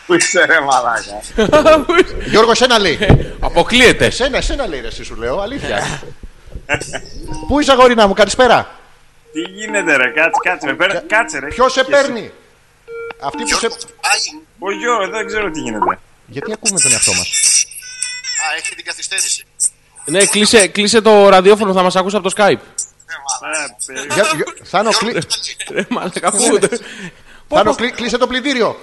Speaker 6: Πού είσαι ρε μαλάκα.
Speaker 1: Γιώργο, σένα λέει.
Speaker 2: Αποκλείεται.
Speaker 1: Σένα, σένα λέει ρε, εσύ σου λέω. Αλήθεια. Πού είσαι, αγόρινα μου, καλησπέρα.
Speaker 6: Τι γίνεται ρε, κάτσε, κάτσε, με παίρνει, κάτσε ρε.
Speaker 1: Ποιος σε
Speaker 6: Και εσύ.
Speaker 1: παίρνει. Αυτή που σε.
Speaker 6: Ο Γιώργος, δεν ξέρω τι γίνεται.
Speaker 1: Γιατί ακούμε τον εαυτό μας.
Speaker 2: Ναι, κλείσε, κλείσε το ραδιόφωνο, θα μας ακούσει από το Skype.
Speaker 6: Ε, περί-
Speaker 1: Θάνο,
Speaker 2: Ε,
Speaker 1: κλεί...
Speaker 2: Ρε μαλακα, ακούγονται.
Speaker 1: Θάνο, κλεί- κλείσε το πλυντήριο.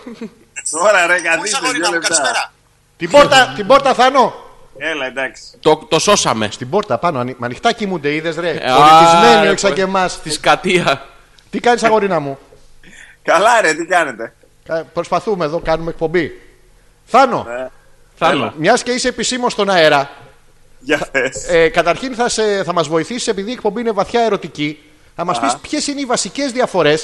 Speaker 6: Τώρα ρε, καθίστε δύο λεπτά.
Speaker 1: την,
Speaker 2: Ε.
Speaker 1: πόρτα, την πόρτα, Θάνο.
Speaker 6: Έλα, εντάξει.
Speaker 2: Το, το σώσαμε.
Speaker 1: Στην πόρτα πάνω, ανοι... με ανοιχτά κοιμούνται, είδες ρε.
Speaker 2: Ε, α,
Speaker 1: Πολιτισμένοι,
Speaker 2: ρε,
Speaker 1: όχι σαν
Speaker 2: πω.
Speaker 1: και εμάς.
Speaker 2: Της κατία.
Speaker 1: Τι κάνεις, αγόρινα μου.
Speaker 6: Καλά ρε, τι κάνετε.
Speaker 1: Ε, προσπαθούμε εδώ, κάνουμε εκπομπή. Θάνο,
Speaker 2: Ε,
Speaker 6: Ε,
Speaker 2: Θέλω.
Speaker 1: μιας και είσαι επισήμως στον αέρα,
Speaker 6: Για πες.
Speaker 1: ε, καταρχήν θα, σε, θα μας βοηθήσεις επειδή η εκπομπή είναι βαθιά ερωτική. Θα μας πεις ποιες είναι οι βασικές διαφορές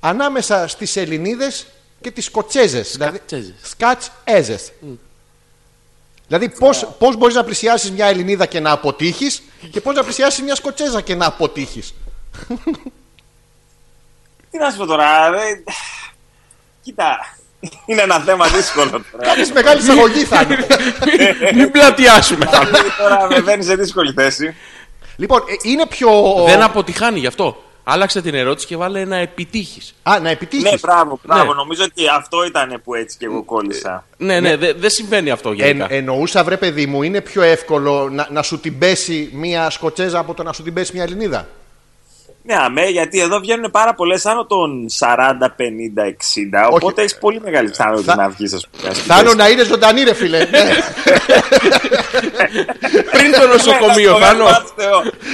Speaker 1: ανάμεσα στις Ελληνίδες και τις Σκοτσέζες.
Speaker 2: Σκατσέζες.
Speaker 1: Σκατσέζες. Δηλαδή, πώ μπορείς να πλησιάσεις μια Ελληνίδα και να αποτύχεις και πώς να πλησιάσεις μια Σκοτσέζα και να αποτύχεις.
Speaker 6: Τι να σου πω τώρα, ρε. Κοίτα, είναι ένα θέμα δύσκολο τώρα.
Speaker 1: Κάνει μεγάλη εισαγωγή, Θάνο.
Speaker 2: Μην πλατιάσουμε.
Speaker 6: Τώρα με βαίνει σε δύσκολη θέση.
Speaker 1: λοιπόν, ε, είναι πιο.
Speaker 2: Δεν αποτυχάνει γι' αυτό. Άλλαξε την ερώτηση και βάλε να επιτύχεις.
Speaker 1: Α, να επιτύχεις.
Speaker 6: Ναι, μπράβο, μπράβο.
Speaker 2: Ναι.
Speaker 6: Νομίζω ότι αυτό ήταν που έτσι
Speaker 1: Ε,
Speaker 6: και εγώ κόλλησα.
Speaker 2: Ναι, ναι, δε- δεν συμβαίνει αυτό γενικά.
Speaker 1: εννοούσα, βρε παιδί μου, είναι πιο εύκολο να, να σου την πέσει μια Σκοτσέζα από το να σου την πέσει μια Ελληνίδα.
Speaker 6: Ναι, αμέ, γιατί εδώ βγαίνουν πάρα πολλές άνω των 40, 50, 60. Οπότε έχεις πολύ μεγάλη πιθανότητα
Speaker 1: ε, Θα-
Speaker 6: να βγεις, α πούμε.
Speaker 1: Θάνο να είναι ζωντανή, ρε φίλε. Ναι.
Speaker 2: Πριν το
Speaker 6: Ναι, ε,
Speaker 2: νοσοκομείο, Θάνο.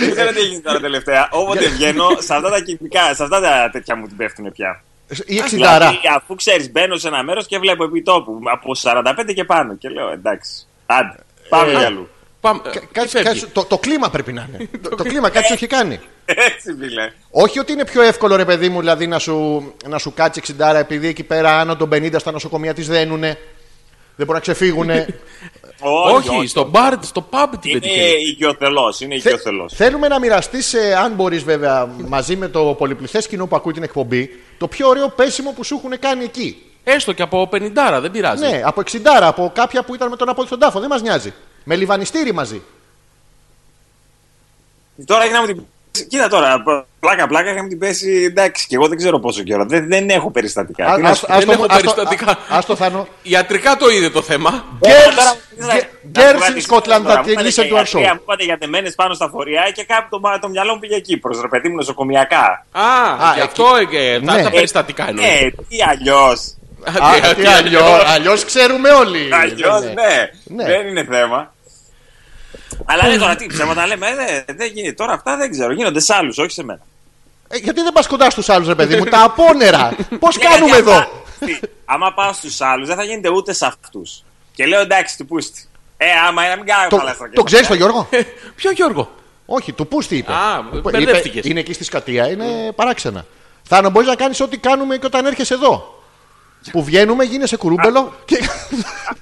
Speaker 6: Δεν ξέρω τι έγινε τώρα τελευταία. Όποτε βγαίνω, σε αυτά τα κινητικά, σε αυτά τα τέτοια μου την πέφτουν πια.
Speaker 1: Η εξιδάρα.
Speaker 6: Δηλαδή, αφού ξέρεις, μπαίνω σε ένα μέρος και βλέπω επί τόπου από 45 και πάνω. Και λέω, εντάξει, άντε, πάμε
Speaker 1: Ε,
Speaker 6: για ε, αλλού.
Speaker 2: Πάμε.
Speaker 1: Κα-
Speaker 2: ε,
Speaker 1: κάτσε-
Speaker 2: φεύγει. Ε,
Speaker 1: κάτσε- το, το κλίμα πρέπει να είναι. το, το κλίμα, κάτι σου έχει κάνει.
Speaker 6: Έτσι, φίλε.
Speaker 1: Όχι ότι είναι πιο εύκολο, ρε παιδί μου, δηλαδή να σου, να σου κάτσει εξιντάρα επειδή εκεί πέρα άνω των 50 στα νοσοκομεία τι δένουνε. Δεν μπορούν να ξεφύγουνε.
Speaker 2: Όχι, στο μπαρ, στο pub την
Speaker 6: Είναι
Speaker 2: πετυχαίνει.
Speaker 6: οικειοθελό, είναι
Speaker 1: Θε-
Speaker 6: οικειοθελό.
Speaker 1: Θέλουμε να μοιραστείς, αν μπορείς βέβαια, μαζί με το πολυπληθές κοινό που ακούει την εκπομπή, το πιο ωραίο πέσιμο που σου έχουν κάνει εκεί.
Speaker 2: Έστω και από 50, δεν πειράζει.
Speaker 1: Ναι, από 60, από κάποια που ήταν με τον Απόλυτο στον τάφο. Δεν μας νοιάζει. Με λιβανιστήρι μαζί.
Speaker 6: Τώρα έχει να μου την. Κοίτα τώρα, πλάκα-πλάκα είχαμε την πέσει. Εντάξει, και εγώ δεν ξέρω πόσο καιρό. Δεν, δεν έχω περιστατικά. Τι να σου πω.
Speaker 2: δεν έχω περιστατικά.
Speaker 1: Α το θανώ.
Speaker 2: Ιατρικά το είδε το θέμα.
Speaker 1: Girls-
Speaker 6: Ε, Τώρα
Speaker 1: Ge-
Speaker 6: μου πεις, να-
Speaker 1: Girls
Speaker 6: να μου
Speaker 1: in
Speaker 6: πεις,
Speaker 1: Scotland
Speaker 6: τώρα,
Speaker 1: that
Speaker 6: μου είπατε
Speaker 1: listen
Speaker 6: για
Speaker 1: to our
Speaker 6: ιατρία,
Speaker 1: show.
Speaker 6: Μου είπατε για δεμένες πάνω στα φορεία και κάπου το, το μυαλό μου πήγε εκεί προ ρε παιδί μου νοσοκομιακά.
Speaker 2: Α, γι'
Speaker 1: εκεί.
Speaker 2: αυτό ε, ε, τα
Speaker 1: Ναι.
Speaker 2: τα περιστατικά εννοείς.
Speaker 6: Ε, τι αλλιώς.
Speaker 2: Α, τι- τι αλλιώς.
Speaker 1: Αλλιώς ξέρουμε όλοι.
Speaker 6: Αλλιώς,
Speaker 1: Ναι.
Speaker 6: ναι.
Speaker 1: Ναι.
Speaker 6: Δεν είναι θέμα. Αλλά ναι, τώρα τι ψέματα λέμε, ε, δεν- δεν γίνεται. Τώρα αυτά δεν ξέρω. Γίνονται σε άλλους, όχι σε μένα.
Speaker 1: Ε, γιατί δεν πας κοντά στους άλλους, ρε παιδί μου, τα απόνερα. Πώς
Speaker 2: Ε,
Speaker 6: Ναι,
Speaker 1: κάνουμε
Speaker 6: γιατί άμα-
Speaker 1: εδώ.
Speaker 6: τι, Άμα πάω στους άλλους, δεν θα γίνεται ούτε σε αυτούς. Και λέω εντάξει, του πούστη. Ε, άμα είναι, μην κάνω
Speaker 1: Το,
Speaker 6: χαλάστρα και
Speaker 1: το
Speaker 6: εγώ.
Speaker 1: ξέρεις τον Γιώργο.
Speaker 2: Ποιο Γιώργο.
Speaker 1: Όχι, του Πούστη είπε.
Speaker 2: Α,
Speaker 1: Είπε-
Speaker 2: μπερδεύτηκες.
Speaker 1: Είναι εκεί στη Σκατία, είναι παράξενα. Θάνο, μπορείς να κάνεις ό,τι κάνουμε και όταν έρχεσαι εδώ. Που βγαίνουμε, γίνεσαι κουρούμπελο και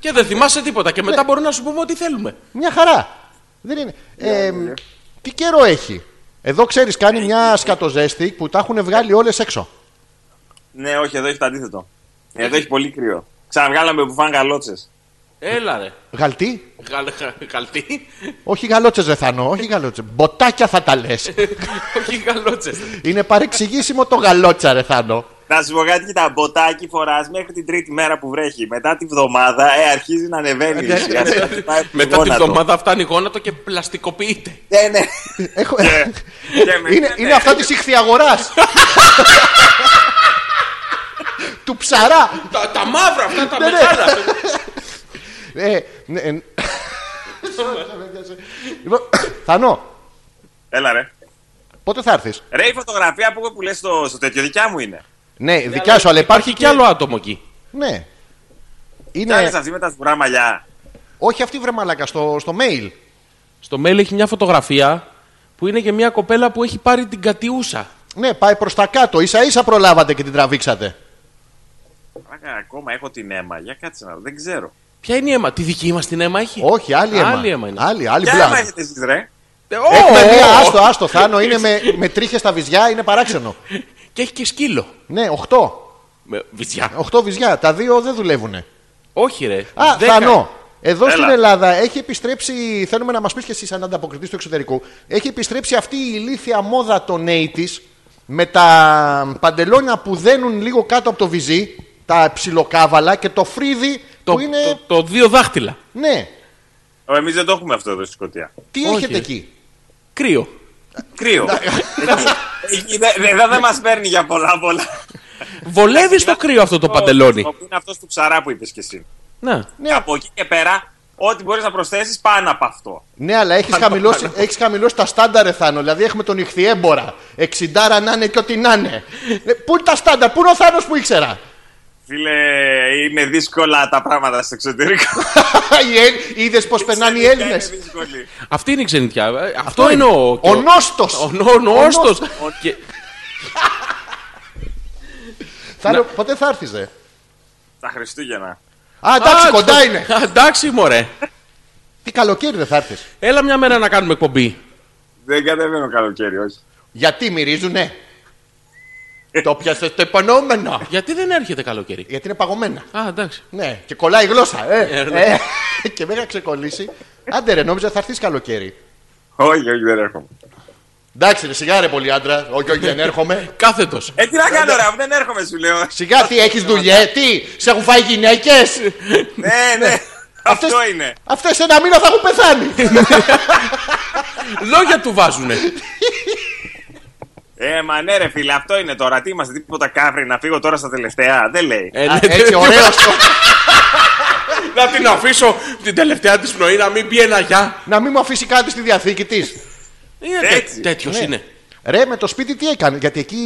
Speaker 2: Και δεν θυμάσαι τίποτα. Και
Speaker 1: Ναι.
Speaker 2: μετά μπορούμε να σου πούμε ό,τι θέλουμε.
Speaker 1: μια χαρά. Δεν είναι.
Speaker 2: Ναι,
Speaker 1: Ε, τι καιρό έχει. Εδώ ξέρεις, κάνει μια σκατοζέστη που τα έχουν βγάλει όλες έξω.
Speaker 6: Ναι, όχι, εδώ έχει το αντίθετο. Εδώ έχει πολύ κρύο. Ξαναβγάλαμε που φάνε γαλότσες.
Speaker 2: Έλα ρε.
Speaker 1: Γαλτί.
Speaker 2: Γαλ- γα- Γαλτί.
Speaker 1: Όχι γαλότσες, ρε Θάνο, όχι γαλότσες. Μποτάκια θα τα λες.
Speaker 2: Όχι γαλότσες.
Speaker 1: είναι παρεξηγήσιμο το γαλότσα, ρε Θάνο.
Speaker 6: Να σου πω κάτι και τα μποτάκι φοράς μέχρι την τρίτη μέρα που βρέχει. Μετά τη βδομάδα, ε, αρχίζει να ανεβαίνει. σιγά σιγά, πάει από το
Speaker 2: Μετά τη
Speaker 6: γόνατο.
Speaker 2: βδομάδα φτάνει γόνατο και πλαστικοποιείται.
Speaker 6: Ναι, ναι.
Speaker 1: Έχω...
Speaker 6: Και με- ναι,
Speaker 1: είναι, είναι αυτά της ηχθιαγοράς. του ψαρά.
Speaker 2: Τα, τα μαύρα αυτά, τα
Speaker 1: Ναι, ναι.
Speaker 2: μεγάλα.
Speaker 1: Ε, ναι, ε, Λοιπόν, Θανό,
Speaker 6: Έλα ρε.
Speaker 1: πότε θα έρθεις.
Speaker 6: Ρε η φωτογραφία που, που λες στο, στο τέτοιο δικιά μου είναι.
Speaker 1: Ναι, δικιά σου, αλλά
Speaker 2: Υπάρχει κι άλλο άτομο εκεί.
Speaker 1: Ναι.
Speaker 6: Ναι.
Speaker 1: Είναι...
Speaker 6: Κάνε αυτή με τα σκουρά μαλλιά.
Speaker 1: Όχι αυτή βρε μαλάκα, στο, στο mail.
Speaker 2: Στο mail έχει μια φωτογραφία που είναι και μια κοπέλα που έχει πάρει την κατιούσα.
Speaker 1: Ναι, πάει προς τα κάτω. σα ίσα προλάβατε και την τραβήξατε.
Speaker 6: Άκα, ακόμα έχω την αίμα. Για κάτσε να δω, δεν ξέρω.
Speaker 2: Ποια είναι η αίμα, τη δική μας την αίμα έχει.
Speaker 1: Όχι, άλλη αίμα.
Speaker 2: Άλλη αίμα είναι.
Speaker 1: Άλλη, άλλη
Speaker 6: Ποια
Speaker 1: μπλα.
Speaker 6: αίμα έχετε εσείς ρε.
Speaker 2: Ε, ω,
Speaker 1: Έχουμε
Speaker 2: ω,
Speaker 1: μία,
Speaker 2: ω.
Speaker 1: άστο, άστο, Θάνο, είναι με, με τρίχες στα βυζιά, είναι παράξενο.
Speaker 2: Και έχει και σκύλο.
Speaker 1: Ναι, 8.
Speaker 2: Με βυζιά.
Speaker 1: 8 βυζιά, τα δύο δεν δουλεύουνε.
Speaker 2: Όχι, ρε.
Speaker 1: Α,
Speaker 2: Δέκα.
Speaker 1: Θανό. Εδώ
Speaker 6: Έλα.
Speaker 1: στην Ελλάδα έχει επιστρέψει, θέλουμε να μας πεις και εσύ, σαν ανταποκριτής του εξωτερικού, έχει επιστρέψει αυτή η ηλίθια μόδα των 80s με τα παντελόνια που δένουν λίγο κάτω από το βυζί, τα ψιλοκάβαλα και το φρύδι
Speaker 2: Το,
Speaker 1: που είναι.
Speaker 2: το, το δύο δάχτυλα.
Speaker 1: Ναι,
Speaker 6: Ω, Εμείς δεν το έχουμε αυτό εδώ στη Σκωτία.
Speaker 1: τι
Speaker 2: Όχι,
Speaker 1: έχετε
Speaker 2: ρε.
Speaker 1: εκεί.
Speaker 2: Κρύο.
Speaker 6: Κρύο. Εκεί δεν Ε, δε, δε, δε μας παίρνει για πολλά πολλά.
Speaker 2: Βολεύεις στο κρύο αυτό Ε, το παντελόνι.
Speaker 6: Το- το- Είναι αυτός του ψαρά που είπες κι εσύ.
Speaker 2: Να.
Speaker 1: Ναι.
Speaker 6: Και από εκεί και πέρα, ό,τι μπορείς να προσθέσεις πάνω από αυτό.
Speaker 1: Ναι, αλλά έχεις χαμηλώσει, έχεις χαμηλώσει τα στάνταρ, Εθάνο. Δηλαδή έχουμε τον ηχθιέμπορα. Εξιντάρα να είναι και ό,τι να είναι. Ναι, Πού είναι τα στάνταρ, πού είναι ο Θάνος που ήξερα.
Speaker 6: Φίλε, είναι δύσκολα τα πράγματα στο εξωτερικό.
Speaker 1: Είδες πώς περνάνε οι
Speaker 6: Ξαφνικά είναι
Speaker 1: Έλληνες.
Speaker 6: δύσκολοι.
Speaker 2: Αυτή είναι η ξενιτιά. Ε, Αυτό, είναι ο.
Speaker 1: Ο νόστος.
Speaker 2: Ο, νο- ο νόστος. Και-
Speaker 1: Θάνο, ποτέ θα έρθεις, ρε.
Speaker 6: Τα Χριστούγεννα.
Speaker 1: Α, εντάξει,
Speaker 2: Α,
Speaker 1: κοντά
Speaker 2: το-
Speaker 1: είναι.
Speaker 2: Α, Εντάξει, μωρέ.
Speaker 1: Τι καλοκαίρι δεν θα έρθεις.
Speaker 2: Έλα μια μέρα να κάνουμε εκπομπή.
Speaker 6: Δεν κατεβαίνω καλοκαίρι, όχι.
Speaker 1: Γιατί μυρίζουνε. το πιάσε το επανόμενο.
Speaker 2: Γιατί δεν έρχεται καλοκαίρι.
Speaker 1: Γιατί είναι παγωμένα.
Speaker 2: Α, εντάξει.
Speaker 1: Ναι, και κολλάει η γλώσσα. Ε,
Speaker 2: Ε, ναι.
Speaker 1: ε, και μέχρι να ξεκολλήσει. Άντε ρε, νόμιζα θα έρθεις καλοκαίρι.
Speaker 6: Όχι, όχι, δεν έρχομαι.
Speaker 1: Εντάξει, ρε, σιγά ρε πολύ άντρα. Όχι, όχι, δεν έρχομαι.
Speaker 2: Κάθετος.
Speaker 6: Ε, τι να κάνω, ρε, αφού δεν έρχομαι, σου λέω.
Speaker 1: Σιγά τι έχεις δουλειέ, τι, σε έχουν φάει γυναίκες.
Speaker 6: ναι, ναι. Αυτό είναι.
Speaker 1: Αυτές ένα μήνα θα έχουν πεθάνει.
Speaker 2: Ναι, Λόγια του βάζουνε.
Speaker 6: Ε, μα ναι, ρε φίλε, αυτό είναι τώρα. Τι είμαστε, τίποτα κάφρι, να φύγω τώρα στα τελευταία. Δεν λέει.
Speaker 2: Ε,
Speaker 1: Α,
Speaker 2: ναι,
Speaker 1: Έτσι, ωραίο.
Speaker 2: Να την αφήσω την τελευταία της πνοή να μην πει ένα γεια.
Speaker 1: Να μην μου αφήσει κάτι στη διαθήκη της.
Speaker 2: Είναι
Speaker 6: Έτσι.
Speaker 2: τέτοιος
Speaker 1: Ναι.
Speaker 2: είναι.
Speaker 1: Ρε, με το σπίτι τι έκανε. Γιατί εκεί,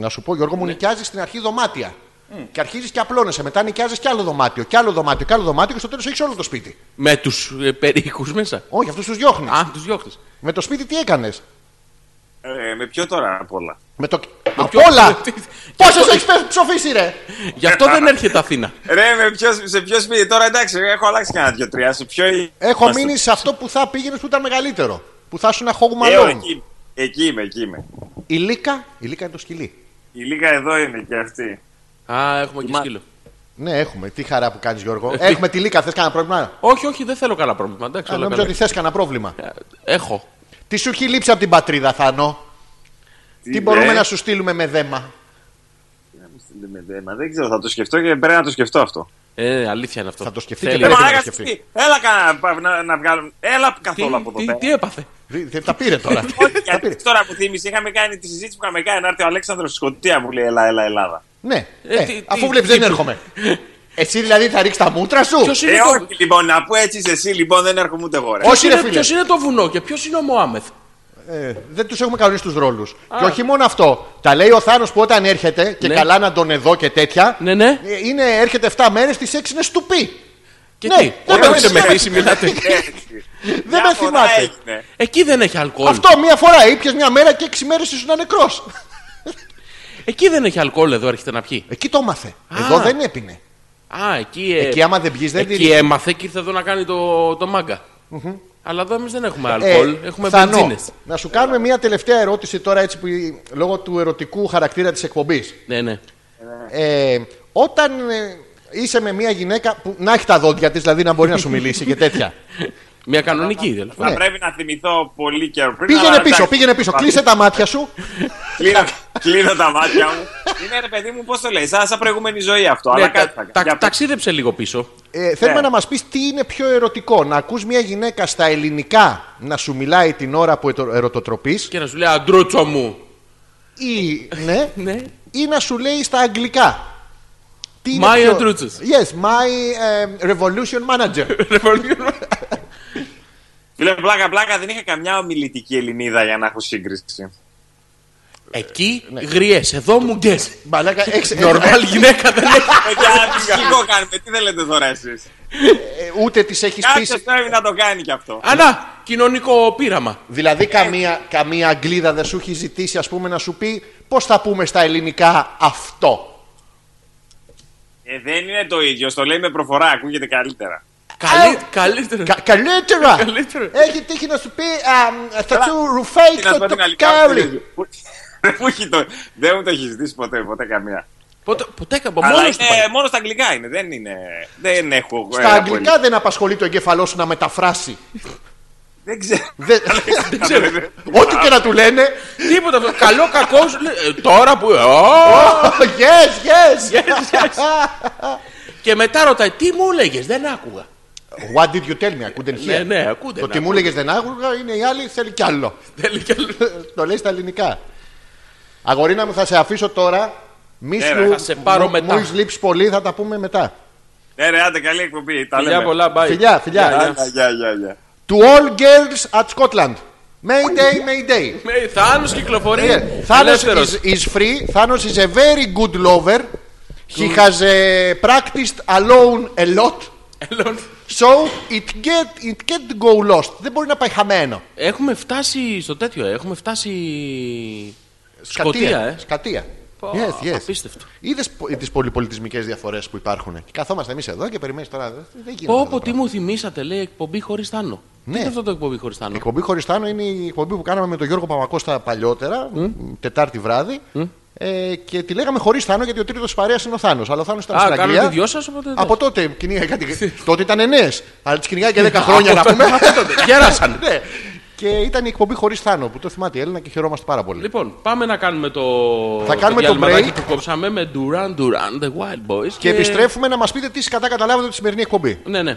Speaker 1: να σου πω, Γιώργο, μου νοικιάζεις στην αρχή δωμάτια. Και αρχίζεις και απλώνεσαι. Μετά νοικιάζεις κι άλλο δωμάτιο, κι άλλο δωμάτιο, κι άλλο δωμάτιο και στο τέλος έχεις όλο το σπίτι.
Speaker 2: Με τους περίχου μέσα.
Speaker 1: Όχι, αυτούς τους διώχνεις.
Speaker 2: Α, τους διώχνεις.
Speaker 1: Με το σπίτι τι έκανες.
Speaker 6: Ε, με ποιο τώρα απ' όλα.
Speaker 1: Με το. Απ'
Speaker 2: ποιο-
Speaker 1: όλα!
Speaker 2: Τι-
Speaker 1: Πόσε έχει ψοφήσει, ρε!
Speaker 2: Γι' αυτό δεν έρχεται Αθήνα.
Speaker 6: Ρε, με ποιος, σε ποιος σπίτι τώρα, εντάξει, έχω αλλάξει κανένα δύο-τρία. Σε ποιο
Speaker 1: Έχω
Speaker 6: είμαστε.
Speaker 1: μείνει σε αυτό που θα πήγαινε που ήταν μεγαλύτερο. Που θα ήσουν χόγου
Speaker 6: Ε,
Speaker 1: μαλλόν.
Speaker 6: εκεί, εκεί είμαι, εκεί είμαι.
Speaker 1: Η Λίκα, η Λίκα είναι το σκυλί.
Speaker 6: Η Λίγα εδώ είναι και αυτή.
Speaker 2: Α, έχουμε και σκύλο.
Speaker 1: Ναι, έχουμε. Τι χαρά που κάνεις, Γιώργο. έχουμε τη Λίκα. Θες κανένα πρόβλημα.
Speaker 2: Όχι, όχι, δεν θέλω κανένα πρόβλημα. Εντάξει,
Speaker 1: Α,
Speaker 2: όλα
Speaker 1: Νομίζω
Speaker 2: καλά.
Speaker 1: ότι θες κανένα πρόβλημα.
Speaker 2: Έχω.
Speaker 1: Τι σου έχει λείψει από την πατρίδα, Θάνο. Τι μπορούμε
Speaker 6: λέει?
Speaker 1: να σου στείλουμε με δέμα.
Speaker 6: Δεν Ε, με δέμα, Δεν ξέρω, θα το σκεφτώ και πρέπει να το σκεφτώ αυτό.
Speaker 2: Ε, αλήθεια είναι αυτό.
Speaker 1: Θα το σκεφτεί
Speaker 2: Θέλει.
Speaker 1: και
Speaker 6: Ε,
Speaker 1: πρέπει να
Speaker 6: μαλάκα,
Speaker 1: το σκεφτεί.
Speaker 6: τι, Έλα κανένα πα- να, να βγάλουμε. Έλα καθόλου από εδώ
Speaker 2: τι,
Speaker 6: πέρα.
Speaker 2: τι, τι έπαθε.
Speaker 1: Δι- δεν Τα πήρε τώρα.
Speaker 6: Όχι,
Speaker 1: Τα πήρε.
Speaker 6: γιατί τώρα που θύμισε, είχαμε κάνει τη συζήτηση που είχαμε κάνει να έρθει ο Αλέξανδρος στη Σκωτία μου λέει Ελά, έλα, Ελλάδα.
Speaker 1: Ναι,
Speaker 2: Ε,
Speaker 1: ε,
Speaker 2: τι- τι-
Speaker 1: αφού βλέπεις δεν έρχομαι. Εσύ δηλαδή θα ρίξεις τα μούτρα σου.
Speaker 2: Ποιος είναι,
Speaker 6: Ε,
Speaker 2: το...
Speaker 6: όχι λοιπόν, να πω έτσι είσαι εσύ λοιπόν, δεν έρχομαι ούτε εγώ. Ρε.
Speaker 1: Όχι,
Speaker 2: ποιος
Speaker 1: ρε
Speaker 2: είναι,
Speaker 1: φίλε.
Speaker 2: ποιος είναι το βουνό και ποιος είναι ο Μωάμεθ.
Speaker 1: Ε, δεν τους έχουμε κανονίσει τους ρόλους. Και όχι μόνο αυτό. Τα λέει ο Θάνος που όταν έρχεται και
Speaker 2: Ναι.
Speaker 1: καλά να τον εδώ και τέτοια.
Speaker 2: Ναι, ναι.
Speaker 1: ε, Είναι, έρχεται 7 μέρε, τι 6 είναι στουπί.
Speaker 2: Και
Speaker 1: Ναι,
Speaker 2: τι,
Speaker 1: όταν
Speaker 2: όταν
Speaker 1: είσαι
Speaker 2: σε μεθύσει μιλάτε.
Speaker 1: Δεν με θυμάται.
Speaker 2: Εκεί δεν έχει αλκοόλ.
Speaker 1: Αυτό μία φορά ήπιες μία μέρα και 6 μέρες ήσουν νεκρός.
Speaker 2: Εκεί δεν έχει αλκοόλ εδώ έρχεται να πιει.
Speaker 1: Εκεί το έμαθε. Εδώ δεν έπινε.
Speaker 2: Α, εκεί. ε,
Speaker 1: Εκεί άμα δεν πιεις, δεν
Speaker 2: Εκεί
Speaker 1: δίνει.
Speaker 2: έμαθε και ήρθε εδώ να κάνει το, το μάγκα. Αλλά εδώ εμείς δεν έχουμε αλκοόλ, έχουμε
Speaker 1: Ε, Θανό,
Speaker 2: μπενζίνε.
Speaker 1: Να σου κάνουμε μία τελευταία ερώτηση τώρα έτσι που, λόγω του ερωτικού χαρακτήρα της εκπομπής.
Speaker 2: Ναι, ναι.
Speaker 1: Ε, όταν ε, είσαι με μια γυναίκα που να έχει τα δόντια της, δηλαδή να μπορεί να σου μιλήσει και τέτοια.
Speaker 2: Μια κανονική, λοιπόν. τέλο
Speaker 6: Θα
Speaker 1: Ναι.
Speaker 6: πρέπει να θυμηθώ πολύ καιρό πριν.
Speaker 1: πήγαινε
Speaker 6: αλλά
Speaker 1: πίσω,
Speaker 6: εντάξει,
Speaker 1: πήγαινε πίσω. Κλείσε τα μάτια σου.
Speaker 6: Κλείνω, κλείνω τα μάτια μου. Είναι ρε παιδί μου, πώς το λέει, σαν, σαν προηγούμενη ζωή αυτό.
Speaker 1: Ναι,
Speaker 6: αλλά κάτι θα κάνω. Για πες.
Speaker 2: Ταξίδεψε λίγο πίσω.
Speaker 1: Ε, θέλουμε
Speaker 6: Ναι.
Speaker 1: να μας πεις τι είναι πιο ερωτικό. Να ακούς μια γυναίκα στα ελληνικά να σου μιλάει την ώρα που ετο- ερωτοτροπείς
Speaker 2: Και να σου λέει Αντρούτσο μου.
Speaker 1: ή, ναι,
Speaker 2: Ναι.
Speaker 1: ή να σου λέει στα αγγλικά. Τι είναι
Speaker 2: My
Speaker 1: πιο-
Speaker 2: Αντρούτσος.
Speaker 1: Yes, my ε, revolution manager.
Speaker 6: Φίλε, πλάκα, πλάκα, δεν είχα καμιά ομιλητική Ελληνίδα για να έχω σύγκριση.
Speaker 2: Εκεί γριέ, εδώ μου γκέ.
Speaker 1: Μαλάκα, έχεις-
Speaker 2: Νορμάλ
Speaker 1: Ναι.
Speaker 2: γυναίκα δεν έχει.
Speaker 6: Παιδιά, Ε, ψυχικό κάνουμε, τι θέλετε τώρα εσείς.
Speaker 1: ε, ούτε τις έχεις
Speaker 6: Κάποιο
Speaker 1: πείσει.
Speaker 6: πρέπει να το κάνει κι αυτό.
Speaker 2: Ανά, κοινωνικό πείραμα.
Speaker 6: Ε.
Speaker 1: Δηλαδή, καμία, καμία Αγγλίδα δεν σου έχει ζητήσει, ας πούμε, να σου πει πώς θα πούμε στα ελληνικά αυτό.
Speaker 6: Ε, δεν είναι το ίδιο, στο λέει με προφορά, ακούγεται καλύτερα.
Speaker 2: Καλύ- Καλύτερο.
Speaker 1: Κα- καλύτερα!
Speaker 2: Καλύτερα.
Speaker 1: έχει τύχει να σου πει α, θα
Speaker 6: Καλά.
Speaker 1: σου ρουφάει
Speaker 6: Τι να σου πω
Speaker 1: το,
Speaker 6: την
Speaker 1: το
Speaker 6: αλήθεια,
Speaker 1: κάρι.
Speaker 6: που- δεν μου έχει το- Δεν μου το έχει ζητήσει ποτέ, ποτέ καμία.
Speaker 2: Ποτέ, ποτέ καμπο-
Speaker 6: Αλλά
Speaker 2: μόνος του
Speaker 1: ε,
Speaker 6: είναι-
Speaker 2: πάει.
Speaker 6: μόνο στα αγγλικά είναι, δεν είναι. Δεν έχω. ε,
Speaker 1: Στα
Speaker 6: από
Speaker 1: αγγλικά δεν απασχολεί το εγκεφαλό σου να μεταφράσει.
Speaker 6: Δεν ξέρω.
Speaker 1: Δεν-
Speaker 6: Δεν ξέρω.
Speaker 1: Ό,τι και να του λένε.
Speaker 2: Τίποτα αυτό. Καλό, κακό. σου λέει, ε, Τώρα που. Ω!
Speaker 1: Oh, yes, yes.
Speaker 2: Και μετά ρωτάει, τι μου έλεγες, δεν άκουγα.
Speaker 1: What did you tell me? I couldn't hear.
Speaker 2: Ναι, ναι, ακούτε.
Speaker 1: Το
Speaker 2: να
Speaker 1: τι μου
Speaker 2: ακούτε.
Speaker 1: έλεγες δεν άκουγα είναι η άλλη θέλει κι άλλο.
Speaker 2: Θέλει κι άλλο.
Speaker 1: το λέει στα ελληνικά. Αγορίνα μου, θα σε αφήσω τώρα. Μη
Speaker 6: Ναι, ρε,
Speaker 1: σου
Speaker 2: θα σε πάρω
Speaker 1: μου-
Speaker 2: μετά.
Speaker 1: Μου έχεις λείψει πολύ, θα τα πούμε μετά.
Speaker 6: Ναι, ρε, άντε, καλή εκπομπή. Τα
Speaker 2: Φιλιά
Speaker 6: λέμε.
Speaker 2: πολλά, bye.
Speaker 1: Φιλιά, φιλιά.
Speaker 6: Άντε, γεια, γεια, γεια.
Speaker 1: To all girls at Scotland. Mayday, mayday.
Speaker 2: Με Θάνος Ε, κυκλοφορεί.
Speaker 1: Thanos
Speaker 2: ελεύθερος.
Speaker 1: is, is free. Thanos is a very good lover. He has uh, practiced alone a lot.
Speaker 2: Ελόν.
Speaker 1: So it get it can't go lost. Δεν μπορεί να πάει χαμένο.
Speaker 2: Έχουμε φτάσει στο τέτοιο, ε, έχουμε φτάσει. Σκοτία, ε.
Speaker 1: Σκατία.
Speaker 2: Πω,
Speaker 1: Yes, yes.
Speaker 2: απίστευτο.
Speaker 1: Είδες τις πολυπολιτισμικές διαφορές που υπάρχουν. Και καθόμαστε εμείς εδώ και περιμένεις τώρα. Δεν δεν γίνεται. αυτό το
Speaker 2: Όπω τι
Speaker 1: πράγμα.
Speaker 2: μου θυμήσατε, λέει εκπομπή χωρίς Θάνο. Τι
Speaker 1: Ναι.
Speaker 2: είναι αυτό το εκπομπή χωρίς
Speaker 1: Η
Speaker 2: Θάνο.
Speaker 1: εκπομπή Χωριστάνο είναι η εκπομπή που κάναμε με τον Γιώργο Παπακώστα παλιότερα, Τετάρτη βράδυ. Ε, και τη λέγαμε χωρίς Θάνο γιατί ο τρίτος τη παρέας είναι ο Θάνος. Αλλά ο Θάνος ήταν
Speaker 2: Α,
Speaker 1: στην
Speaker 2: κάνατε
Speaker 1: Αγγλία.
Speaker 2: δυο σας, οπότε εντάξει.
Speaker 1: Από τότε κυνήγαγε κάτι. τότε ήταν νέε. Αλλά τις κυνηγάει και 10 χρόνια να
Speaker 2: Από
Speaker 1: πούμε.
Speaker 2: τότε, από τότε. Γέρασαν.
Speaker 1: Ναι. Και ήταν η εκπομπή χωρίς Θάνο που το θυμάται η Έλληνα και χαιρόμαστε πάρα πολύ.
Speaker 2: Λοιπόν, πάμε να κάνουμε το.
Speaker 1: Θα κάνουμε το
Speaker 2: διαλυματάκι
Speaker 1: break.
Speaker 2: που κόψαμε με Duran Duran, The Wild Boys.
Speaker 1: και επιστρέφουμε να μας πείτε τι κατά καταλάβατε τη σημερινή εκπομπή.
Speaker 2: Ναι, ναι.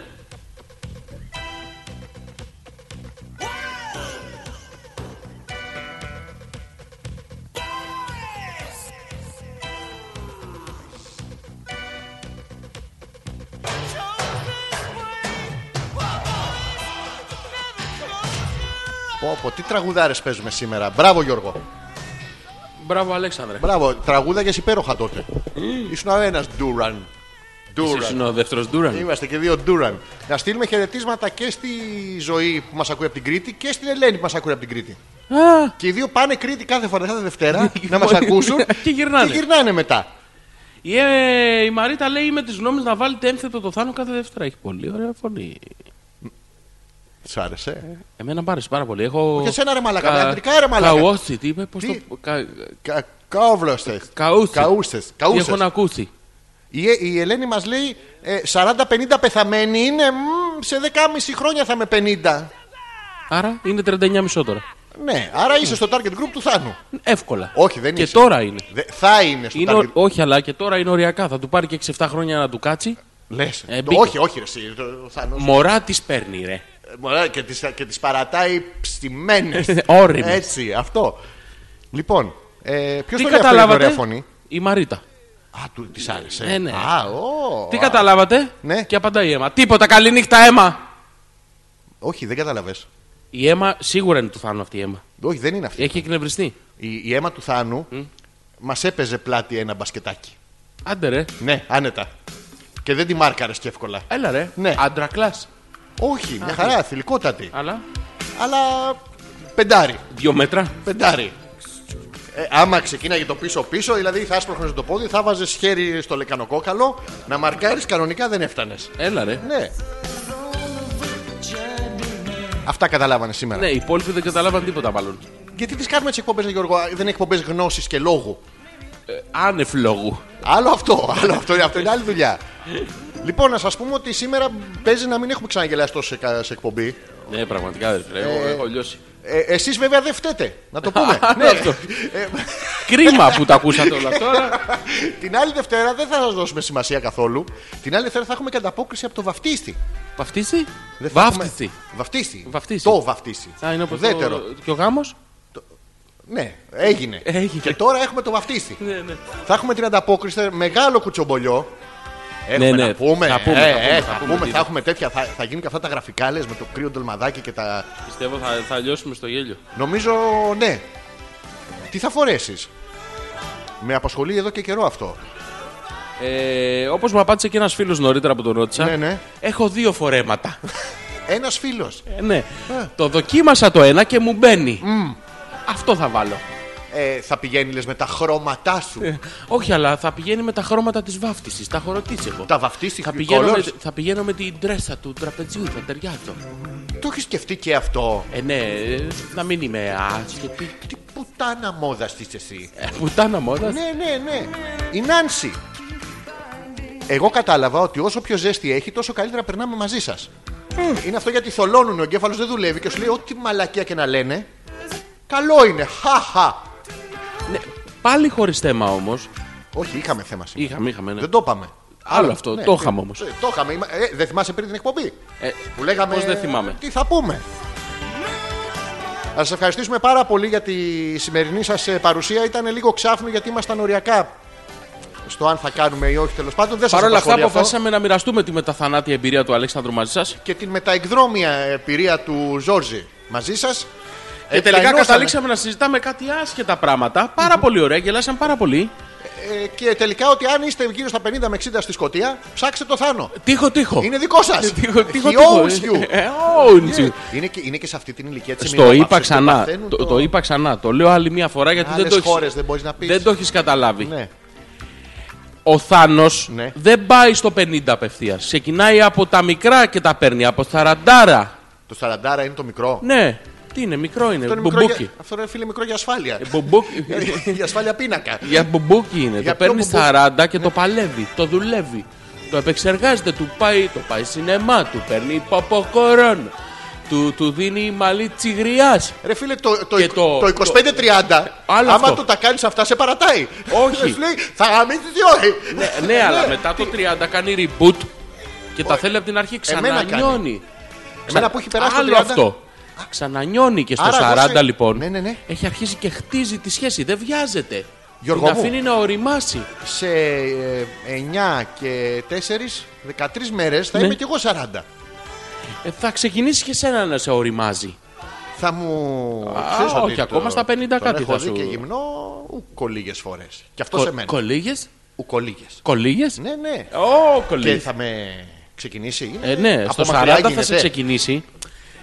Speaker 1: Πω, πω, τι τραγουδάρες παίζουμε σήμερα. Μπράβο Γιώργο.
Speaker 2: Μπράβο, Αλέξανδρε.
Speaker 1: Μπράβο, τραγούδαγε υπέροχα τότε. Ήσουν ένας Ντούραν.
Speaker 2: Εσύ είναι ο δεύτερος Duran.
Speaker 1: Είμαστε και δύο Ντούραν. Να στείλουμε χαιρετίσματα και στη ζωή που μας ακούει από την Κρήτη και στην Ελένη που μας ακούει από την Κρήτη.
Speaker 2: Α,
Speaker 1: Και οι δύο πάνε Κρήτη κάθε φορά, κάθε Δευτέρα, να μας ακούσουν
Speaker 2: Και γυρνάνε.
Speaker 1: και γυρνάνε μετά.
Speaker 2: η, ε, η Μαρίτα λέει είμαι της γνώμης να βάλετε ένθετο το Θάνο κάθε Δευτέρα. Έχει πολύ ωραία φωνή.
Speaker 1: Σ' άρεσε.
Speaker 2: Εμένα μ' άρεσε πάρα πολύ. Έχω.
Speaker 1: Και εσένα, ρε μαλάκα, με αντρικά, ρε μαλάκα.
Speaker 2: Καουόσι, τι είπε, πώς
Speaker 1: Τι?
Speaker 2: το. κα-
Speaker 1: Καύλωστε.
Speaker 2: Καούσι.
Speaker 1: Καούστε.
Speaker 2: Τι Έχω να ακούσει.
Speaker 1: Η, Ε- η Ελένη μας λέει ε, 40-50 πεθαμένη είναι. μμ, σε 10,5 χρόνια θα είμαι 50.
Speaker 2: Άρα είναι 39 μισό τώρα.
Speaker 1: Ναι, άρα είσαι στο target group του Θάνου.
Speaker 2: Εύκολα.
Speaker 1: Όχι, δεν
Speaker 2: και
Speaker 1: είσαι.
Speaker 2: τώρα είναι.
Speaker 1: Δε- θα είναι στο
Speaker 2: είναι
Speaker 1: target
Speaker 2: ο- όχι, αλλά και τώρα είναι οριακά. Θα του πάρει και 6-7 χρόνια να του κάτσει.
Speaker 1: Λες,
Speaker 2: Ε,
Speaker 1: το-
Speaker 2: μπήκε.
Speaker 1: όχι, όχι, ρε, εσύ, το- ο Θάνος.
Speaker 2: Μωρά της παίρνει, ρε.
Speaker 1: Ε, μωρά, και, τις, και τις παρατάει ψημένες.
Speaker 2: Ε, Όριμες.
Speaker 1: Έτσι, αυτό. Λοιπόν, ε, ποιος
Speaker 2: Τι
Speaker 1: το λέει αυτό για την ωραία
Speaker 2: καταλάβατε.
Speaker 1: φωνή.
Speaker 2: Η Μαρίτα.
Speaker 1: Α, του της άρεσε.
Speaker 2: Ναι, ναι.
Speaker 1: Α, ω,
Speaker 2: Τι
Speaker 1: α.
Speaker 2: καταλάβατε.
Speaker 1: Ναι.
Speaker 2: Και απαντάει η Έμα. Τίποτα, καληνύχτα, Έμα.
Speaker 1: Όχι, δεν καταλαβες.
Speaker 2: Η Έμα σίγουρα είναι του Θάνου αυτή η Έμα.
Speaker 1: Όχι, δεν είναι αυτή.
Speaker 2: Έχει εκνευριστεί.
Speaker 1: Η, η αίμα του Θάνου μας έπαιζε πλάτη ένα μπασκετάκι.
Speaker 2: Άντε ρε.
Speaker 1: Ναι, άνετα. Και δεν τη μάρκαρες και εύκολα.
Speaker 2: Έλα ρε.
Speaker 1: Ναι.
Speaker 2: Αντρακλάς.
Speaker 1: Όχι, μια χαρά, θηλυκότατη.
Speaker 2: Αλλά.
Speaker 1: Αλλά πεντάρι.
Speaker 2: Δύο μέτρα.
Speaker 1: Πεντάρι. Ε, άμα ξεκίναγε το πίσω-πίσω, δηλαδή θα άσπροχνε το πόδι, θα βάζε χέρι στο λεκανοκόκαλο, να μαρκάρεις κανονικά δεν έφτανες.
Speaker 2: Έλα ρε.
Speaker 1: Ναι. Αυτά καταλάβανε σήμερα.
Speaker 2: Ναι, οι υπόλοιποι δεν καταλάβαν τίποτα μάλλον.
Speaker 1: Γιατί τις κάνουμε τις εκπομπές, Γιώργο, α, δεν είναι εκπομπές γνώσης και λόγου.
Speaker 2: Άνευ λόγου.
Speaker 1: Άλλο αυτό, άλλο αυτό, αυτό είναι άλλη δουλειά. λοιπόν, να σας πούμε ότι σήμερα παίζει να μην έχουμε ξαναγελάσει τόσο σε, κα- σε εκπομπή.
Speaker 2: Ναι, πραγματικά δεν ξέρω. Εγώ έχω λιώσει.
Speaker 1: Ε, Εσείς βέβαια δεν φταίτε, να το πούμε.
Speaker 2: Άλλο αυτό.
Speaker 1: Ε,
Speaker 2: Κρίμα που τα ακούσατε όλα αυτά. αλλά
Speaker 1: Την άλλη Δευτέρα δεν θα σας δώσουμε σημασία καθόλου. Την άλλη Δευτέρα θα έχουμε καταπόκριση από το βαφτίστη.
Speaker 2: Βαφτίσει.
Speaker 1: Δεν θα
Speaker 2: Βάφτιση.
Speaker 1: έχουμε- Βαφτίστη.
Speaker 2: Βαφτίστη.
Speaker 1: Το βαφτίστη.
Speaker 2: Α, είναι όπως
Speaker 1: Ουδέτερο.
Speaker 2: το... Και ο γάμος.
Speaker 1: Ναι, έγινε.
Speaker 2: Έγινε.
Speaker 1: Και τώρα έχουμε το βαφτίστη.
Speaker 2: Ναι, ναι.
Speaker 1: θα έχουμε την ανταπόκριση. Μεγάλο κουτσομπολιό. Έχουμε
Speaker 2: Ναι, ναι.
Speaker 1: να πούμε.
Speaker 2: Θα πούμε,
Speaker 1: ε, ε,
Speaker 2: θα πούμε,
Speaker 1: θα,
Speaker 2: θα
Speaker 1: πούμε,
Speaker 2: πούμε,
Speaker 1: θα έχουμε τέτοια. Θα, θα γίνουν και αυτά τα γραφικά λες, με το κρύο ντολμαδάκι και τα.
Speaker 2: Πιστεύω θα, θα λιώσουμε στο γέλιο.
Speaker 1: Νομίζω ναι. Τι θα φορέσεις. Με απασχολεί εδώ και καιρό αυτό.
Speaker 2: Ε, Όπως μου απάντησε και ένας φίλος νωρίτερα που τον ρώτησα,
Speaker 1: Ναι, ναι.
Speaker 2: έχω δύο φορέματα.
Speaker 1: Ένας φίλος.
Speaker 2: Ε, ναι. Το δοκίμασα το ένα και μου μπαίνει. Αυτό θα βάλω.
Speaker 1: Ε, θα πηγαίνει λες με τα χρώματά σου.
Speaker 2: Ε, Όχι, αλλά θα πηγαίνει με τα χρώματα της βάφτιση. Τα έχω ρωτήσει εγώ.
Speaker 1: Τα βαφτίστη
Speaker 2: Θα πηγαίνω, με,
Speaker 1: colors.
Speaker 2: θα πηγαίνω με την τρέσα του τραπεζιού, θα ταιριάζω.
Speaker 1: Το έχεις σκεφτεί και αυτό.
Speaker 2: Ε, ναι, ε, να μην είμαι άσχετη.
Speaker 1: Τι πουτάνα μόδας τη εσύ.
Speaker 2: Ε, Πουτάνα μόδας.
Speaker 1: ναι, ναι, ναι. Η Νάνση. Εγώ κατάλαβα ότι όσο πιο ζέστη έχει, τόσο καλύτερα περνάμε μαζί σας. Είναι αυτό γιατί θολώνουν, ο εγκέφαλος δεν δουλεύει και σου λέει ό,τι μαλακία και να λένε. Καλό είναι, χαχα.
Speaker 2: Ναι, πάλι χωρίς θέμα όμως.
Speaker 1: Όχι, είχαμε θέμα σήμερα.
Speaker 2: Είχαμε, είχαμε. Ναι.
Speaker 1: Δεν το είπαμε.
Speaker 2: Άλλο αυτό,
Speaker 1: Ναι,
Speaker 2: το
Speaker 1: ναι.
Speaker 2: είχαμε όμως.
Speaker 1: Ε, Το είχαμε. Είμα- Ε, δεν θυμάσαι πριν την εκπομπή.
Speaker 2: Ε,
Speaker 1: Που λέγαμε.
Speaker 2: Πώς δεν θυμάμαι.
Speaker 1: Τι θα πούμε. Να σα ευχαριστήσουμε πάρα πολύ για τη σημερινή σας παρουσία. Ήταν λίγο ξάφνου γιατί ήμασταν οριακά στο αν θα κάνουμε ή όχι τέλος πάντων. Δεν σας
Speaker 2: Παρ' όλα αυτά,
Speaker 1: απασχολεί αυτό.
Speaker 2: αποφάσισαμε να μοιραστούμε τη μεταθανάτια εμπειρία του Αλέξανδρου μαζί σας.
Speaker 1: Και την μεταεκδρόμια εμπειρία του Ζόρζη μαζί σας.
Speaker 2: Και Ε, τελικά καταλήξαμε να συζητάμε κάτι άσχετα πράγματα. Πάρα πολύ ωραία, γελάσαν πάρα πολύ.
Speaker 1: Ε, και τελικά ότι αν είστε γύρω στα 50 με 60 στη Σκωτία, ψάξτε το Θάνο.
Speaker 2: Τύχο, τύχο.
Speaker 1: Είναι δικό σας.
Speaker 2: Τύχο, τύχο, τύχο. Ε, owns you.
Speaker 1: Είναι και, είναι και σε αυτή την ηλικία της
Speaker 2: Στο είπα ξανά. Το, το είπα ξανά. Το λέω άλλη μια φορά γιατί δεν το,
Speaker 1: Άλλες χώρες
Speaker 2: έχεις,
Speaker 1: δεν μπορείς να πεις.
Speaker 2: δεν το έχεις καταλάβει.
Speaker 1: Ναι.
Speaker 2: Ο Θάνος
Speaker 1: Ναι.
Speaker 2: δεν πάει στο 50 απευθείας. Ξεκινάει από τα μικρά και τα παίρνει. Από τα ραντάρα.
Speaker 1: Το 40 είναι το μικρό.
Speaker 2: Ναι. Τι είναι, μικρό είναι.
Speaker 1: Αυτό είναι, μικρό
Speaker 2: Μπουμπούκι.
Speaker 1: για, αυτό είναι φίλε μικρό για ασφάλεια.
Speaker 2: Ε, μπουμπούκι.
Speaker 1: για ασφάλεια πίνακα.
Speaker 2: Για μπουμπούκι είναι.
Speaker 1: Για
Speaker 2: το παίρνει
Speaker 1: ποιο μπουμπούκι? Ναι.
Speaker 2: 40 και το παλεύει, το δουλεύει. Το επεξεργάζεται, του πάει, το πάει σινεμά, του παίρνει ποποκορόν. Του, του δίνει μαλλί τσιγριάς.
Speaker 1: Ρε φίλε, το, το,
Speaker 2: Και
Speaker 1: εικ-
Speaker 2: το-
Speaker 1: το 25-30,
Speaker 2: Άλλο
Speaker 1: άμα
Speaker 2: αυτό.
Speaker 1: το τα κάνεις αυτά, σε παρατάει.
Speaker 2: Όχι.
Speaker 1: Σου λέει, θα γαμίσει τη ζωή.
Speaker 2: ναι, ναι, αλλά μετά το 30 κάνει reboot και τα θέλει από την αρχή
Speaker 1: Εμένα
Speaker 2: ξανανιώνει.
Speaker 1: Εμένα που έχει περάσει
Speaker 2: Άλλο
Speaker 1: το 30.
Speaker 2: αυτό. Ξανανιώνει και στο
Speaker 1: Άρα,
Speaker 2: 40
Speaker 1: δώσε-
Speaker 2: λοιπόν
Speaker 1: Ναι, ναι, ναι.
Speaker 2: έχει αρχίσει και χτίζει τη σχέση. Δεν βιάζεται.
Speaker 1: Γιώργο
Speaker 2: Την
Speaker 1: μου.
Speaker 2: αφήνει να οριμάσει.
Speaker 1: Σε 9 και 4, 13 μέρες θα
Speaker 2: Ναι.
Speaker 1: είμαι κι εγώ 40.
Speaker 2: Ε, θα ξεκινήσει και σένα να σε οριμάζει.
Speaker 1: Θα μου.
Speaker 2: Α,
Speaker 1: ξέρεις ότι
Speaker 2: όχι, ακόμα στα 50
Speaker 1: τον
Speaker 2: κάτι
Speaker 1: έχω
Speaker 2: θα
Speaker 1: δει
Speaker 2: σου-
Speaker 1: και γυμνό ουκολίγες φορές. Και αυτό σε μένα.
Speaker 2: Κολίγε.
Speaker 1: Ουκολίγε.
Speaker 2: Κολίγε.
Speaker 1: Ναι, ναι.
Speaker 2: Ω,
Speaker 1: Και
Speaker 2: κολλή.
Speaker 1: θα με ξεκινήσει.
Speaker 2: Ε, ναι,
Speaker 1: Από
Speaker 2: στο 40
Speaker 1: μακριά
Speaker 2: θα σε
Speaker 1: γίνεται.
Speaker 2: ξεκινήσει.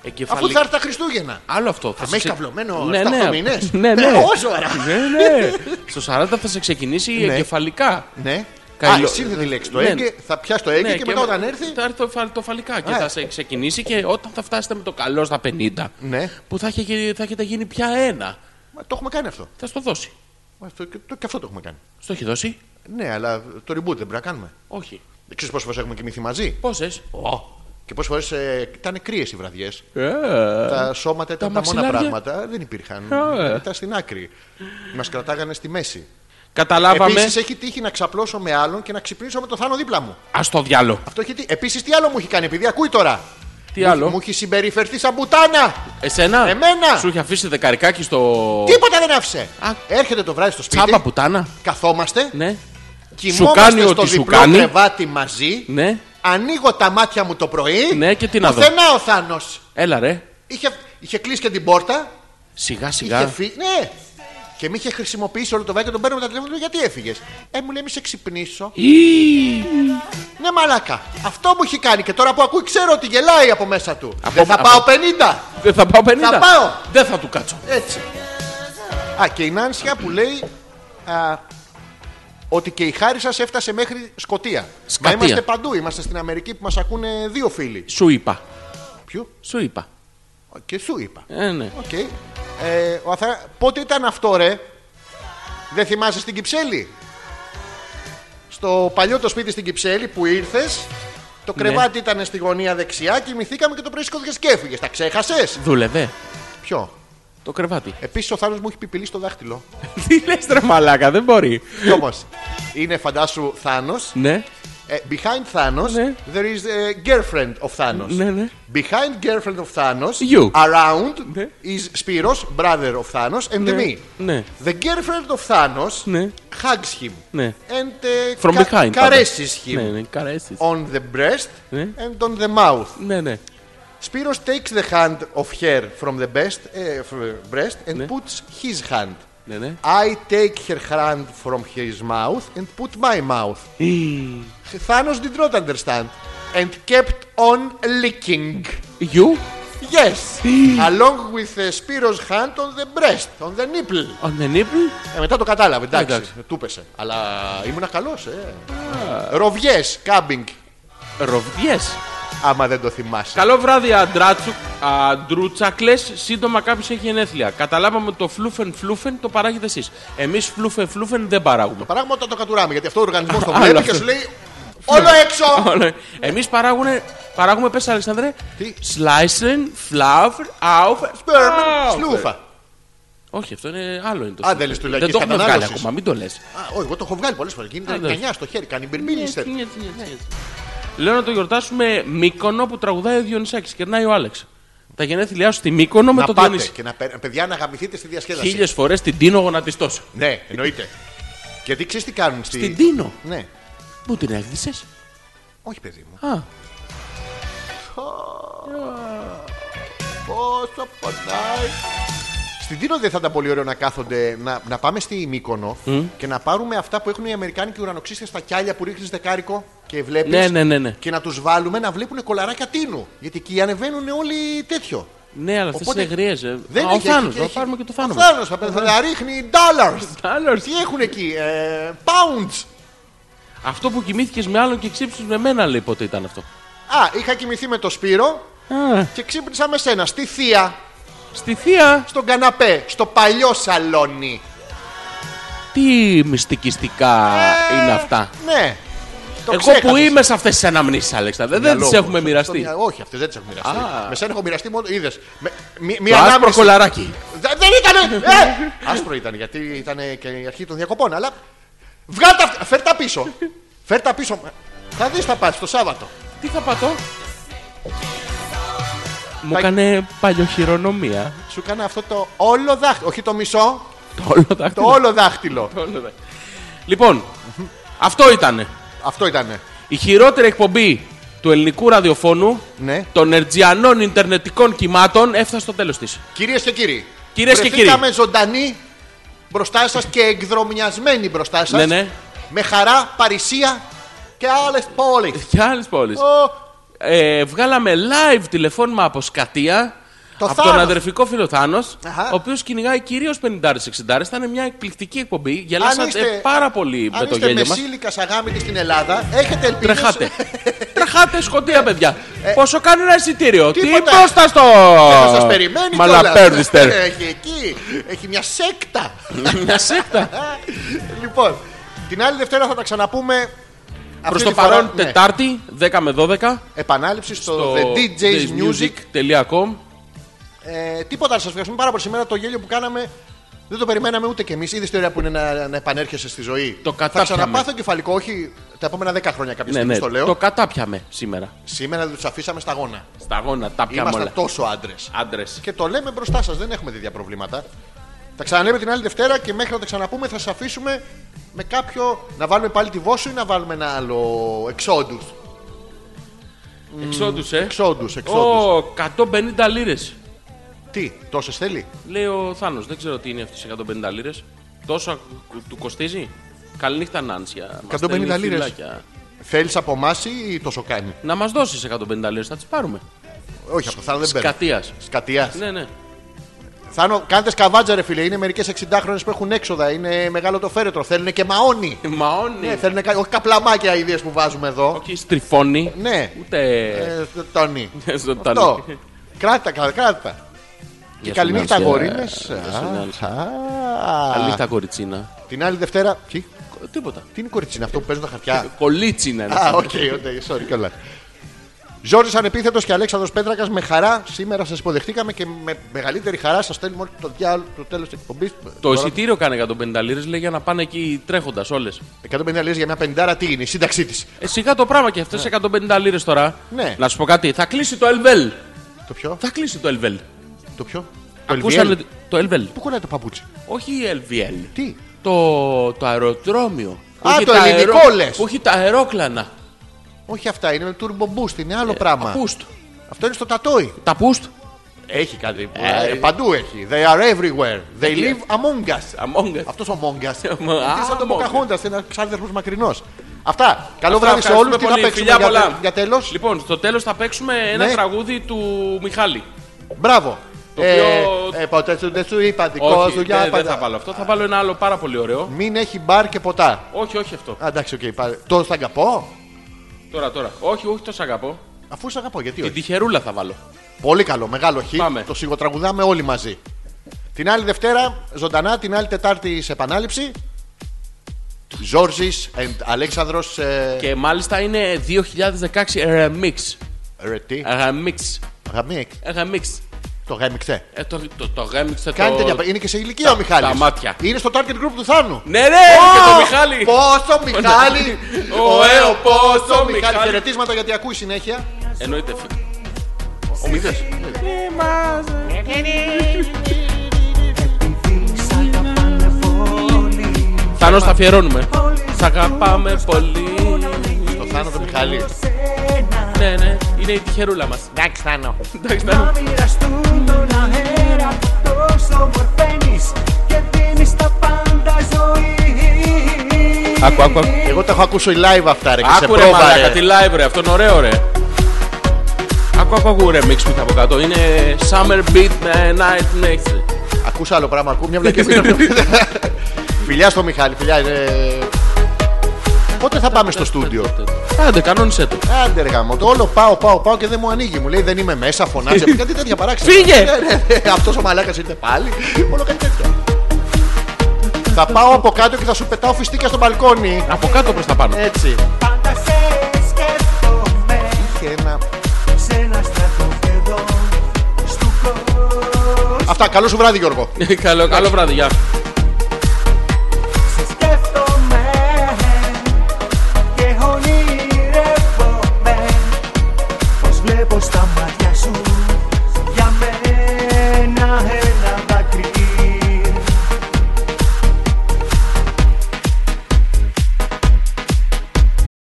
Speaker 1: Αφού
Speaker 2: Εγκεφαλική.
Speaker 1: θα έρθει τα Χριστούγεννα.
Speaker 2: Άλλο αυτό. Θα
Speaker 1: με
Speaker 2: σε
Speaker 1: έχεις
Speaker 2: ξε-
Speaker 1: καυλωμένο
Speaker 2: ναι,
Speaker 1: 7-8
Speaker 2: ναι.
Speaker 1: μήνες.
Speaker 2: Ναι, ναι.
Speaker 1: Ε, όσο ώρα.
Speaker 2: Ναι, ναι. Στο 40 θα σε ξεκινήσει η εγκεφαλικά.
Speaker 1: Ναι.
Speaker 2: Καλό.
Speaker 1: Α, εσύ δεν τη λέξη το
Speaker 2: Ναι.
Speaker 1: έγκαι, θα πιάσει το έγκαι
Speaker 2: Ναι,
Speaker 1: και, μετά όταν έρθει.
Speaker 2: Θα έρθει το, φα- το φαλικά και
Speaker 1: Α, ε.
Speaker 2: θα σε ξεκινήσει και όταν θα φτάσετε με το καλό στα 50.
Speaker 1: Ναι.
Speaker 2: Που θα, έχει- θα έχετε γίνει πια ένα.
Speaker 1: Μα, Το έχουμε κάνει αυτό.
Speaker 2: Θα στο δώσει.
Speaker 1: Μα, το- Και το- και αυτό το έχουμε κάνει.
Speaker 2: Στο έχει δώσει.
Speaker 1: Ναι, αλλά το reboot δεν πρέπει να κάνουμε.
Speaker 2: Όχι.
Speaker 1: Ξέρεις πόσες φορές έχουμε κοιμηθεί μαζί.
Speaker 2: Πόσες.
Speaker 1: Και πόσες φορές ε, ήταν κρύες οι βραδιές.
Speaker 2: Ε.
Speaker 1: Τα σώματα ήταν
Speaker 2: Τα
Speaker 1: τα, μόνα
Speaker 2: μαξιλάρια.
Speaker 1: πράγματα. Δεν υπήρχαν.
Speaker 2: Ε.
Speaker 1: Ήταν στην άκρη. Μας κρατάγανε στη μέση.
Speaker 2: Καταλάβαμε.
Speaker 1: Επίσης έχει τύχει να ξαπλώσω με άλλον και να ξυπνήσω με το θάνο δίπλα μου.
Speaker 2: Ας το διάλο.
Speaker 1: Αυτό έχει Επίσης τι άλλο μου έχει κάνει, επειδή ακούει τώρα.
Speaker 2: Τι άλλο.
Speaker 1: Μου έχει συμπεριφερθεί σαν μπουτάνα.
Speaker 2: Εσένα.
Speaker 1: Εμένα.
Speaker 2: Σου είχε αφήσει δεκαρικάκι στο.
Speaker 1: Τίποτα δεν άφησε.
Speaker 2: Α.
Speaker 1: Έρχεται το βράδυ στο σπίτι.
Speaker 2: Τσάμπα πουτάνα.
Speaker 1: Καθόμαστε.
Speaker 2: Ναι.
Speaker 1: Κοιμόμαστε
Speaker 2: κάνει
Speaker 1: στο
Speaker 2: ό,τι σου
Speaker 1: διπλό
Speaker 2: κάνει.
Speaker 1: κρεβάτι μαζί.
Speaker 2: Ναι.
Speaker 1: Ανοίγω τα μάτια μου το πρωί.
Speaker 2: Ναι, και τι να δω.
Speaker 1: Πουθενά ο Θάνος.
Speaker 2: Έλα ρε.
Speaker 1: Είχε, είχε κλείσει και την πόρτα.
Speaker 2: Σιγά
Speaker 1: Είχε
Speaker 2: σιγά.
Speaker 1: φύγει. Ναι. Και με είχε χρησιμοποιήσει όλο το βράδυ και τον παίρνω με τα τηλέφωνα του γιατί έφυγες. Ε, μου λέει, μη σε ξυπνήσω.
Speaker 2: Ή,
Speaker 1: Ναι, μαλάκα. Αυτό μου έχει κάνει και τώρα που ακούει, ξέρω ότι γελάει από μέσα του.
Speaker 2: Από-
Speaker 1: Δεν θα
Speaker 2: από-
Speaker 1: πάω 50.
Speaker 2: Δεν θα πάω 50.
Speaker 1: Θα πάω.
Speaker 2: Δεν θα του κάτσω.
Speaker 1: Έτσι. Α, και η Νάνσια που λέει α, ότι και η χάρη σας έφτασε μέχρι Σκοτία.
Speaker 2: Σκατία.
Speaker 1: Μα είμαστε παντού. Είμαστε στην Αμερική που μας ακούνε δύο φίλοι.
Speaker 2: Σου είπα.
Speaker 1: Ποιο?
Speaker 2: Σου είπα.
Speaker 1: Και σου είπα.
Speaker 2: Ε, ναι.
Speaker 1: Οκ. Ε, ο Αθα... Πότε ήταν αυτό, ρε. Δεν θυμάσαι στην Κυψέλη. Στο παλιό το σπίτι στην Κυψέλη που ήρθες, το
Speaker 2: Ναι.
Speaker 1: κρεβάτι ήταν στη γωνία δεξιά, κοιμηθήκαμε και το πρωί σηκώθηκε και έφυγες. Τα ξέχασες.
Speaker 2: Δούλευε.
Speaker 1: Ποιο.
Speaker 2: Το κρεβάτι.
Speaker 1: Επίσης ο Θάνος μου έχει πιπηλεί στο δάχτυλο.
Speaker 2: Τι λες τρε μαλάκα, δεν μπορεί.
Speaker 1: Κι όμω είναι φαντάσου Θάνος.
Speaker 2: Ναι.
Speaker 1: Ε, behind Thanos,
Speaker 2: Ναι.
Speaker 1: there is a girlfriend of Thanos.
Speaker 2: Ναι, ναι.
Speaker 1: Behind girlfriend of Thanos,
Speaker 2: You.
Speaker 1: around
Speaker 2: Ναι.
Speaker 1: is Spiros, brother of Thanos, and
Speaker 2: Ναι.
Speaker 1: me.
Speaker 2: Ναι.
Speaker 1: The girlfriend of Thanos
Speaker 2: Ναι.
Speaker 1: hugs him
Speaker 2: Ναι.
Speaker 1: and uh,
Speaker 2: From
Speaker 1: ca-
Speaker 2: behind. πάντα.
Speaker 1: caresses him
Speaker 2: Ναι, ναι, καρέσεις.
Speaker 1: on the breast
Speaker 2: Ναι.
Speaker 1: and on the mouth.
Speaker 2: Ναι, ναι.
Speaker 1: Spiros takes the hand of her from the best, ε, f- breast and
Speaker 2: Ναι.
Speaker 1: puts his hand.
Speaker 2: Ναι, ναι.
Speaker 1: I take her hand from his mouth and put my mouth. Thanos did not understand and kept on licking.
Speaker 2: You.
Speaker 1: Yes, along with uh, Spiros hand on the breast, on the nipple.
Speaker 2: On the nipple.
Speaker 1: Ε, μετά το κατάλαβε, εντάξει,
Speaker 2: Εντάξει.
Speaker 1: του πέσε. Αλλά ήμουν καλός, ε. Ροβιές, κάμπινγκ,
Speaker 2: Ροβδιές.
Speaker 1: άμα δεν το θυμάσαι.
Speaker 2: Καλό βράδυ, αντράτσου, αντρούτσακλες. Σύντομα κάποιος έχει ενέθλια. Καταλάβαμε ότι το φλούφεν φλούφεν το παράγετε εσείς. Εμείς φλούφεν φλούφεν δεν παράγουμε.
Speaker 1: Παράγουμε όταν το κατουράμε, γιατί αυτό ο οργανισμός το
Speaker 2: Άλλο
Speaker 1: βλέπει
Speaker 2: αυτό.
Speaker 1: και σου λέει Όλο έξω!
Speaker 2: Εμεί παράγουμε, παράγουμε πες Αλεξανδρέ.
Speaker 1: Τι?
Speaker 2: Σλάισεν, φλάβρ, αουφ,
Speaker 1: Σπέρμεν, σλούφα.
Speaker 2: Όχι, αυτό είναι άλλο είναι το
Speaker 1: Α,
Speaker 2: σλούφ.
Speaker 1: δεν λες του
Speaker 2: Δεν
Speaker 1: λαϊκής
Speaker 2: το έχουμε βγάλει
Speaker 1: κατανάλωσης.
Speaker 2: ακόμα, μην το λες.
Speaker 1: Α, όχι, εγώ το έχω βγάλει πολλές φορές. Γίνεται
Speaker 2: Άντε.
Speaker 1: κανιά στο χέρι, κάνει μπυρμπίλιστε.
Speaker 2: Λέω να το γιορτάσουμε Μύκονο που τραγουδάει ο Διονυσάκης. Κερνάει ο Άλεξ. Τα γενέθλιά σου στη Μύκονο με
Speaker 1: Να
Speaker 2: τον
Speaker 1: πάτε
Speaker 2: Διονύση.
Speaker 1: και να παίρ- παιδιά να γαμηθείτε στη διασκέδαση.
Speaker 2: Χίλιες φορές την τίνω γονατιστός.
Speaker 1: Ναι, εννοείται. Γιατί ξέρεις τι κάνουν στη...
Speaker 2: Την τίνω.
Speaker 1: Ναι.
Speaker 2: Πού την έκδησε.
Speaker 1: Όχι, παιδί μου.
Speaker 2: Α,
Speaker 1: Πόσο πονάει. Στην Τίνο δεν θα ήταν πολύ ωραίο να κάθονται, να, να πάμε στη Μύκονο και να πάρουμε αυτά που έχουν οι Αμερικάνικοι ουρανοξύστες στα κιάλια που ρίχνεις δεκάρικο και βλέπεις.
Speaker 2: Ναι, ναι, ναι, ναι.
Speaker 1: Και να τους βάλουμε να βλέπουν κολαράκια Τίνου. Γιατί εκεί ανεβαίνουν όλοι τέτοιο.
Speaker 2: ναι, αλλά αυτές
Speaker 1: Οπότε
Speaker 2: είναι γριές, ε.
Speaker 1: Δεν
Speaker 2: Α, Ο
Speaker 1: έχει-
Speaker 2: Θάνο,
Speaker 1: έχει-
Speaker 2: θα
Speaker 1: έχει-
Speaker 2: πάρουμε και το Ναι.
Speaker 1: Ο
Speaker 2: Θάνο.
Speaker 1: Θάνος θα, θα τα ρίχνει dollars.
Speaker 2: Dollars.
Speaker 1: Τι έχουν εκεί, ε, pounds.
Speaker 2: Αυτό που κοιμήθηκες με άλλον και ξύψει με μένα, λέει πότε ήταν αυτό.
Speaker 1: Α, είχα κοιμηθεί με το Σπύρο και ξύπνησα με σένα στη θεία,
Speaker 2: Στη θεία,
Speaker 1: στον καναπέ, στο παλιό σαλόνι.
Speaker 2: τι μυστικιστικά είναι αυτά.
Speaker 1: Ναι. Το
Speaker 2: Εγώ
Speaker 1: ξέχασες.
Speaker 2: που είμαι σε αυτές τις αναμνήσεις, Αλέξανδρε, δεν
Speaker 1: μυαλό μου.
Speaker 2: τι έχουμε
Speaker 1: Στο- στο
Speaker 2: μοιραστεί.
Speaker 1: μυα- Όχι, αυτές δεν τις έχω μοιραστεί.
Speaker 2: Α.
Speaker 1: Με σένα έχω μοιραστεί μόνο. Είδες.
Speaker 2: Το
Speaker 1: Μία
Speaker 2: άσπρο
Speaker 1: ανάμνηση.
Speaker 2: κολαράκι.
Speaker 1: Δε- Δεν ήτανε! Ε! Άσπρο ήταν γιατί ήταν και η αρχή των διακοπών, αλλά. Βγάλ' τα αυτά! Φέρ τα πίσω! Φέρ τα πίσω! Θα δεις θα πας το Σάββατο.
Speaker 2: Τι θα πατώ. Μου έκανε παλιοχειρονομία.
Speaker 1: Σου κάνα αυτό το όλο δάχτυλο. Όχι το μισό,
Speaker 2: Το όλο
Speaker 1: το
Speaker 2: δάχτυλο.
Speaker 1: όλο δάχτυλο.
Speaker 2: Το όλο δάχτυλο. Λοιπόν, αυτό ήταν
Speaker 1: Αυτό ήταν.
Speaker 2: η χειρότερη εκπομπή του ελληνικού ραδιοφώνου
Speaker 1: Ναι.
Speaker 2: Ε, των ερτζιανών Ιντερνετικών κυμάτων έφτασε στο τέλος της.
Speaker 1: Κυρίες και κύριοι.
Speaker 2: Κυρίες και
Speaker 1: βρεθήκαμε ζωντανοί μπροστά σας και εκδρομιασμένοι μπροστά σας.
Speaker 2: Ναι, ναι.
Speaker 1: Με χαρά, Παρισία και άλλες πόλεις.
Speaker 2: Και άλλες πόλεις. Ε, βγάλαμε live τηλεφώνημα από Σκατία.
Speaker 1: Το
Speaker 2: από
Speaker 1: Θάνος.
Speaker 2: τον αδερφικό φίλο Θάνος,
Speaker 1: Αχα.
Speaker 2: ο οποίος κυνηγάει κυρίως 50-60. Ήταν μια εκπληκτική εκπομπή. Γελάσατε
Speaker 1: είστε-
Speaker 2: πάρα πολύ
Speaker 1: Αν
Speaker 2: με το
Speaker 1: είστε
Speaker 2: γέλιο μα.
Speaker 1: μεσήλικα αγάμητοι στην Ελλάδα, έχετε ελπίδες.
Speaker 2: Τρεχάτε. Τρεχάτε σκοτία, παιδιά. Πόσο κάνει ένα εισιτήριο. Τι
Speaker 1: Ε, τίποτα.
Speaker 2: μπροστά στο.
Speaker 1: Θα σας περιμένει κιόλας. Ε,
Speaker 2: Μαλαπέρδιστερ. ε,
Speaker 1: Έχει εκεί. Έχει μια σέκτα.
Speaker 2: Μια σέκτα.
Speaker 1: λοιπόν, Την άλλη Δευτέρα θα τα ξαναπούμε.
Speaker 2: Προς
Speaker 1: Αυτή
Speaker 2: το
Speaker 1: τη φορά,
Speaker 2: παρόν,
Speaker 1: ναι.
Speaker 2: Τετάρτη 10 με 12
Speaker 1: Επανάληψη στο
Speaker 2: στο
Speaker 1: The DJ's Music.
Speaker 2: djsmusic.com.
Speaker 1: Ε, τίποτα, να σας ευχαριστούμε πάρα πολύ σήμερα. Το γέλιο που κάναμε δεν το περιμέναμε ούτε κι εμείς. Είδες τη ωραία που είναι να, να επανέρχεσαι στη ζωή.
Speaker 2: Το
Speaker 1: Θα
Speaker 2: κατάπιαμε.
Speaker 1: ξαναπάθω κεφαλικό, όχι τα επόμενα 10 χρόνια κάποια
Speaker 2: Ναι,
Speaker 1: στιγμή
Speaker 2: ναι,
Speaker 1: στο λέω.
Speaker 2: το κατάπιαμε σήμερα.
Speaker 1: Σήμερα τους αφήσαμε στα γόνα.
Speaker 2: Στα γόνα, τα πιάμε
Speaker 1: Είμαστε
Speaker 2: όλα.
Speaker 1: τόσο άντρες.
Speaker 2: Άντρες.
Speaker 1: Και το λέμε μπροστά σας, δεν έχουμε τέτοια προβλήματα. Τα ξαναλέμε την άλλη Δευτέρα και μέχρι να τα ξαναπούμε θα σα αφήσουμε με κάποιο. να βάλουμε πάλι τη βόση ή να βάλουμε ένα άλλο εξόντου. Mm.
Speaker 2: Εξόντου, ε.
Speaker 1: Εξόντου, εξόντου.
Speaker 2: Ω, 150 λίρες.
Speaker 1: Τι, τόσες θέλει.
Speaker 2: Λέει ο Θάνος, δεν ξέρω τι είναι αυτές 150 λίρε. Τόσο ακου- του κοστίζει. Καληνύχτα, Νάνσια. Μας
Speaker 1: 150
Speaker 2: στέλνει
Speaker 1: λίρες.
Speaker 2: φυλάκια.
Speaker 1: Θέλεις από εμάς ή τόσο κάνει.
Speaker 2: Να μας δώσεις 150 λίρες, θα τις πάρουμε.
Speaker 1: Όχι, από το Θάνο δεν παίρνει.
Speaker 2: Κατία.
Speaker 1: Σκατίας.
Speaker 2: Ναι, ναι.
Speaker 1: Θάνο, κάντε σκαβάτζα, ρε φίλε. Είναι μερικές 60χρονε που έχουν έξοδα. Είναι μεγάλο το φέρετρο. Θέλουν και μαόνι.
Speaker 2: Μαώνει.
Speaker 1: ναι, θέλουν κα... όχι καπλαμάκια ιδέες που βάζουμε εδώ.
Speaker 2: Όχι στριφώνει.
Speaker 1: Ναι.
Speaker 2: Ούτε.
Speaker 1: Ε, στο τόνι.
Speaker 2: Ναι, Στο τόνι.
Speaker 1: Αυτό. Κράτα, κράτα, κράτα. Και
Speaker 2: Γεια σου,
Speaker 1: καληνύχτα,
Speaker 2: Νάνσια.
Speaker 1: αγορίνε.
Speaker 2: Γεια σου, Νάνσια. Καληνύχτα, κοριτσίνα.
Speaker 1: Την άλλη Δευτέρα. Τι,
Speaker 2: Κο- Τίποτα.
Speaker 1: τι είναι η κοριτσίνα, αυτό που παίζουν τα χαρτιά.
Speaker 2: Κολίτσινα. είναι
Speaker 1: Α,
Speaker 2: αυτό.
Speaker 1: οκ, οκ, sorry κιόλας. Ζόρις Ανεπίθετος και Αλέξανδρος Πέτρακας με χαρά σήμερα σας υποδεχτήκαμε και με μεγαλύτερη χαρά σας στέλνουμε όλο το διάλογο το τέλος της εκπομπής.
Speaker 2: Το
Speaker 1: Τώρα-
Speaker 2: εισιτήριο κάνει 150 λίρες, λέει για να πάνε εκεί τρέχοντας όλες.
Speaker 1: 150 λες για μια πεντάρα τι είναι, η σύνταξή της.
Speaker 2: Ε, σιγά το πράγμα και αυτές 150 λίρες τώρα.
Speaker 1: Ναι.
Speaker 2: Να σου πω κάτι, θα κλείσει το Ελβέλ.
Speaker 1: Το ποιο,
Speaker 2: Θα κλείσει το Ελβέλ.
Speaker 1: το ποιο. Το LVL.
Speaker 2: Ακούσανε το Ελβέλ.
Speaker 1: Πού κολλάει το παπούτσι.
Speaker 2: Όχι η LVL.
Speaker 1: Τι?
Speaker 2: Το, το αεροδρόμιο. που
Speaker 1: Α,
Speaker 2: έχει
Speaker 1: το
Speaker 2: τα
Speaker 1: ελληνικό
Speaker 2: αερο-
Speaker 1: λες.
Speaker 2: Που έχει τα αερόκλανα.
Speaker 1: Όχι αυτά, είναι με turbo boost, είναι
Speaker 2: Ε,
Speaker 1: άλλο πράγμα.
Speaker 2: Πούστ.
Speaker 1: Αυτό είναι στο τατόι.
Speaker 2: Τα πούστ.
Speaker 1: Έχει κάτι.
Speaker 2: Ε,
Speaker 1: παντού έχει. They are everywhere. They live among us.
Speaker 2: Among us.
Speaker 1: Αυτός ο Among us.
Speaker 2: Α,
Speaker 1: Είναι σαν τον
Speaker 2: Among us.
Speaker 1: Ποκαχόντα, ένα ξάδερφο μακρινός. Αυτά. Καλό
Speaker 2: Αυτά,
Speaker 1: βράδυ σε
Speaker 2: ευχαριστούμε
Speaker 1: όλους. Τι θα
Speaker 2: πολύ.
Speaker 1: παίξουμε
Speaker 2: Φιλιά
Speaker 1: για,
Speaker 2: πολλά.
Speaker 1: για τέλος.
Speaker 2: Λοιπόν, στο τέλος θα παίξουμε ένα
Speaker 1: Ναι.
Speaker 2: τραγούδι του Μιχάλη.
Speaker 1: Μπράβο.
Speaker 2: Το
Speaker 1: ε,
Speaker 2: οποίο-
Speaker 1: ε, ποτέ σου δεν σου είπα δικό
Speaker 2: Όχι,
Speaker 1: σου
Speaker 2: δεν
Speaker 1: για
Speaker 2: δεν θα
Speaker 1: πάντα.
Speaker 2: βάλω αυτό. Θα βάλω ένα άλλο πάρα πολύ ωραίο.
Speaker 1: Μην έχει μπαρ και ποτά.
Speaker 2: Όχι, όχι αυτό.
Speaker 1: Α, εντάξει, οκ. πάρε. Το σ' αγαπώ.
Speaker 2: Τώρα, τώρα. Όχι, όχι, το σ' αγαπώ.
Speaker 1: Αφού σ' αγαπώ, γιατί
Speaker 2: Την
Speaker 1: όχι.
Speaker 2: τυχερούλα θα βάλω.
Speaker 1: Πολύ καλό, μεγάλο χ.
Speaker 2: Πάμε.
Speaker 1: Το σιγοτραγουδάμε όλοι μαζί. Την άλλη Δευτέρα, ζωντανά, την άλλη Τετάρτη σε επανάληψη. Ζόρζης and Αλέξανδρος ε,
Speaker 2: Και μάλιστα είναι 2016 remix.
Speaker 1: Ρε τι,
Speaker 2: Ε. Remix.
Speaker 1: γαμίκ,
Speaker 2: Remix.
Speaker 1: το γάμιξε.
Speaker 2: Ε, το, το, το remix θα
Speaker 1: Κάνει
Speaker 2: το...
Speaker 1: τέτοια. Είναι και σε ηλικία ο Μιχάλης.
Speaker 2: τα μάτια.
Speaker 1: Είναι στο target group του Θάνου.
Speaker 2: Ναι, ρε! και το
Speaker 1: Ω,
Speaker 2: Μιχάλη!
Speaker 1: Πόσο Μιχάλη!
Speaker 2: Ο, ε, ο, πόσο Μιχάλη.
Speaker 1: Χαιρετίσματα γιατί ακούει συνέχεια.
Speaker 2: Εννοείται. Ο Μίδας. Θάνος θα αφιερώνουμε. Σ' αγαπάμε πολύ.
Speaker 1: Το Θάνο το Μιχάλη.
Speaker 2: Ναι, ναι, είναι η τυχερούλα μας.
Speaker 1: Εντάξει Θάνο.
Speaker 2: Εντάξει, Θάνο.
Speaker 7: μοιραστούν τον αέρα Τόσο μορφαίνεις και δίνεις τα πάντα ζωή
Speaker 2: Άκου, άκου, άκου.
Speaker 1: Εγώ τα έχω ακούσει live αυτά ρε και σε
Speaker 2: Άκου ρε
Speaker 1: πρόβα
Speaker 2: μαλάκα, τη
Speaker 1: ρε.
Speaker 2: live ρε, αυτό είναι ωραίο ρε. Άκου, άκου, άκου ρε, mix που θα από κάτω. Είναι summer beat με night mix. ρε.
Speaker 1: Ακούσα άλλο πράγμα, ακούω μια βλακή. Φιλιά στο Μιχάλη, φιλιά. ε. Πότε θα πάμε στο στούντιο.
Speaker 2: Άντε, κανόνισε το.
Speaker 1: Άντε ρε γάμο, το όλο πάω, πάω, πάω και δεν μου ανοίγει. Μου λέει δεν είμαι μέσα, φωνάζει. Κάτι τέτοια Ναι, παράξενα.
Speaker 2: Φύγε!
Speaker 1: Αυτός ο μαλάκας ήρθε πάλι. Όλο κάτι τέτοιο. θα πάω από κάτω και θα σου πετάω φιστίκια στο μπαλκόνι.
Speaker 2: Από κάτω προς τα πάνω.
Speaker 1: Έτσι.
Speaker 7: Πάντα σε σκέφτομαι
Speaker 1: Και ένα...
Speaker 7: σε ένα στρατοπέδο Στου κόσμου
Speaker 1: Αυτά, καλό σου βράδυ Γιώργο. Ε.
Speaker 2: καλό, καλό βράδυ, γεια.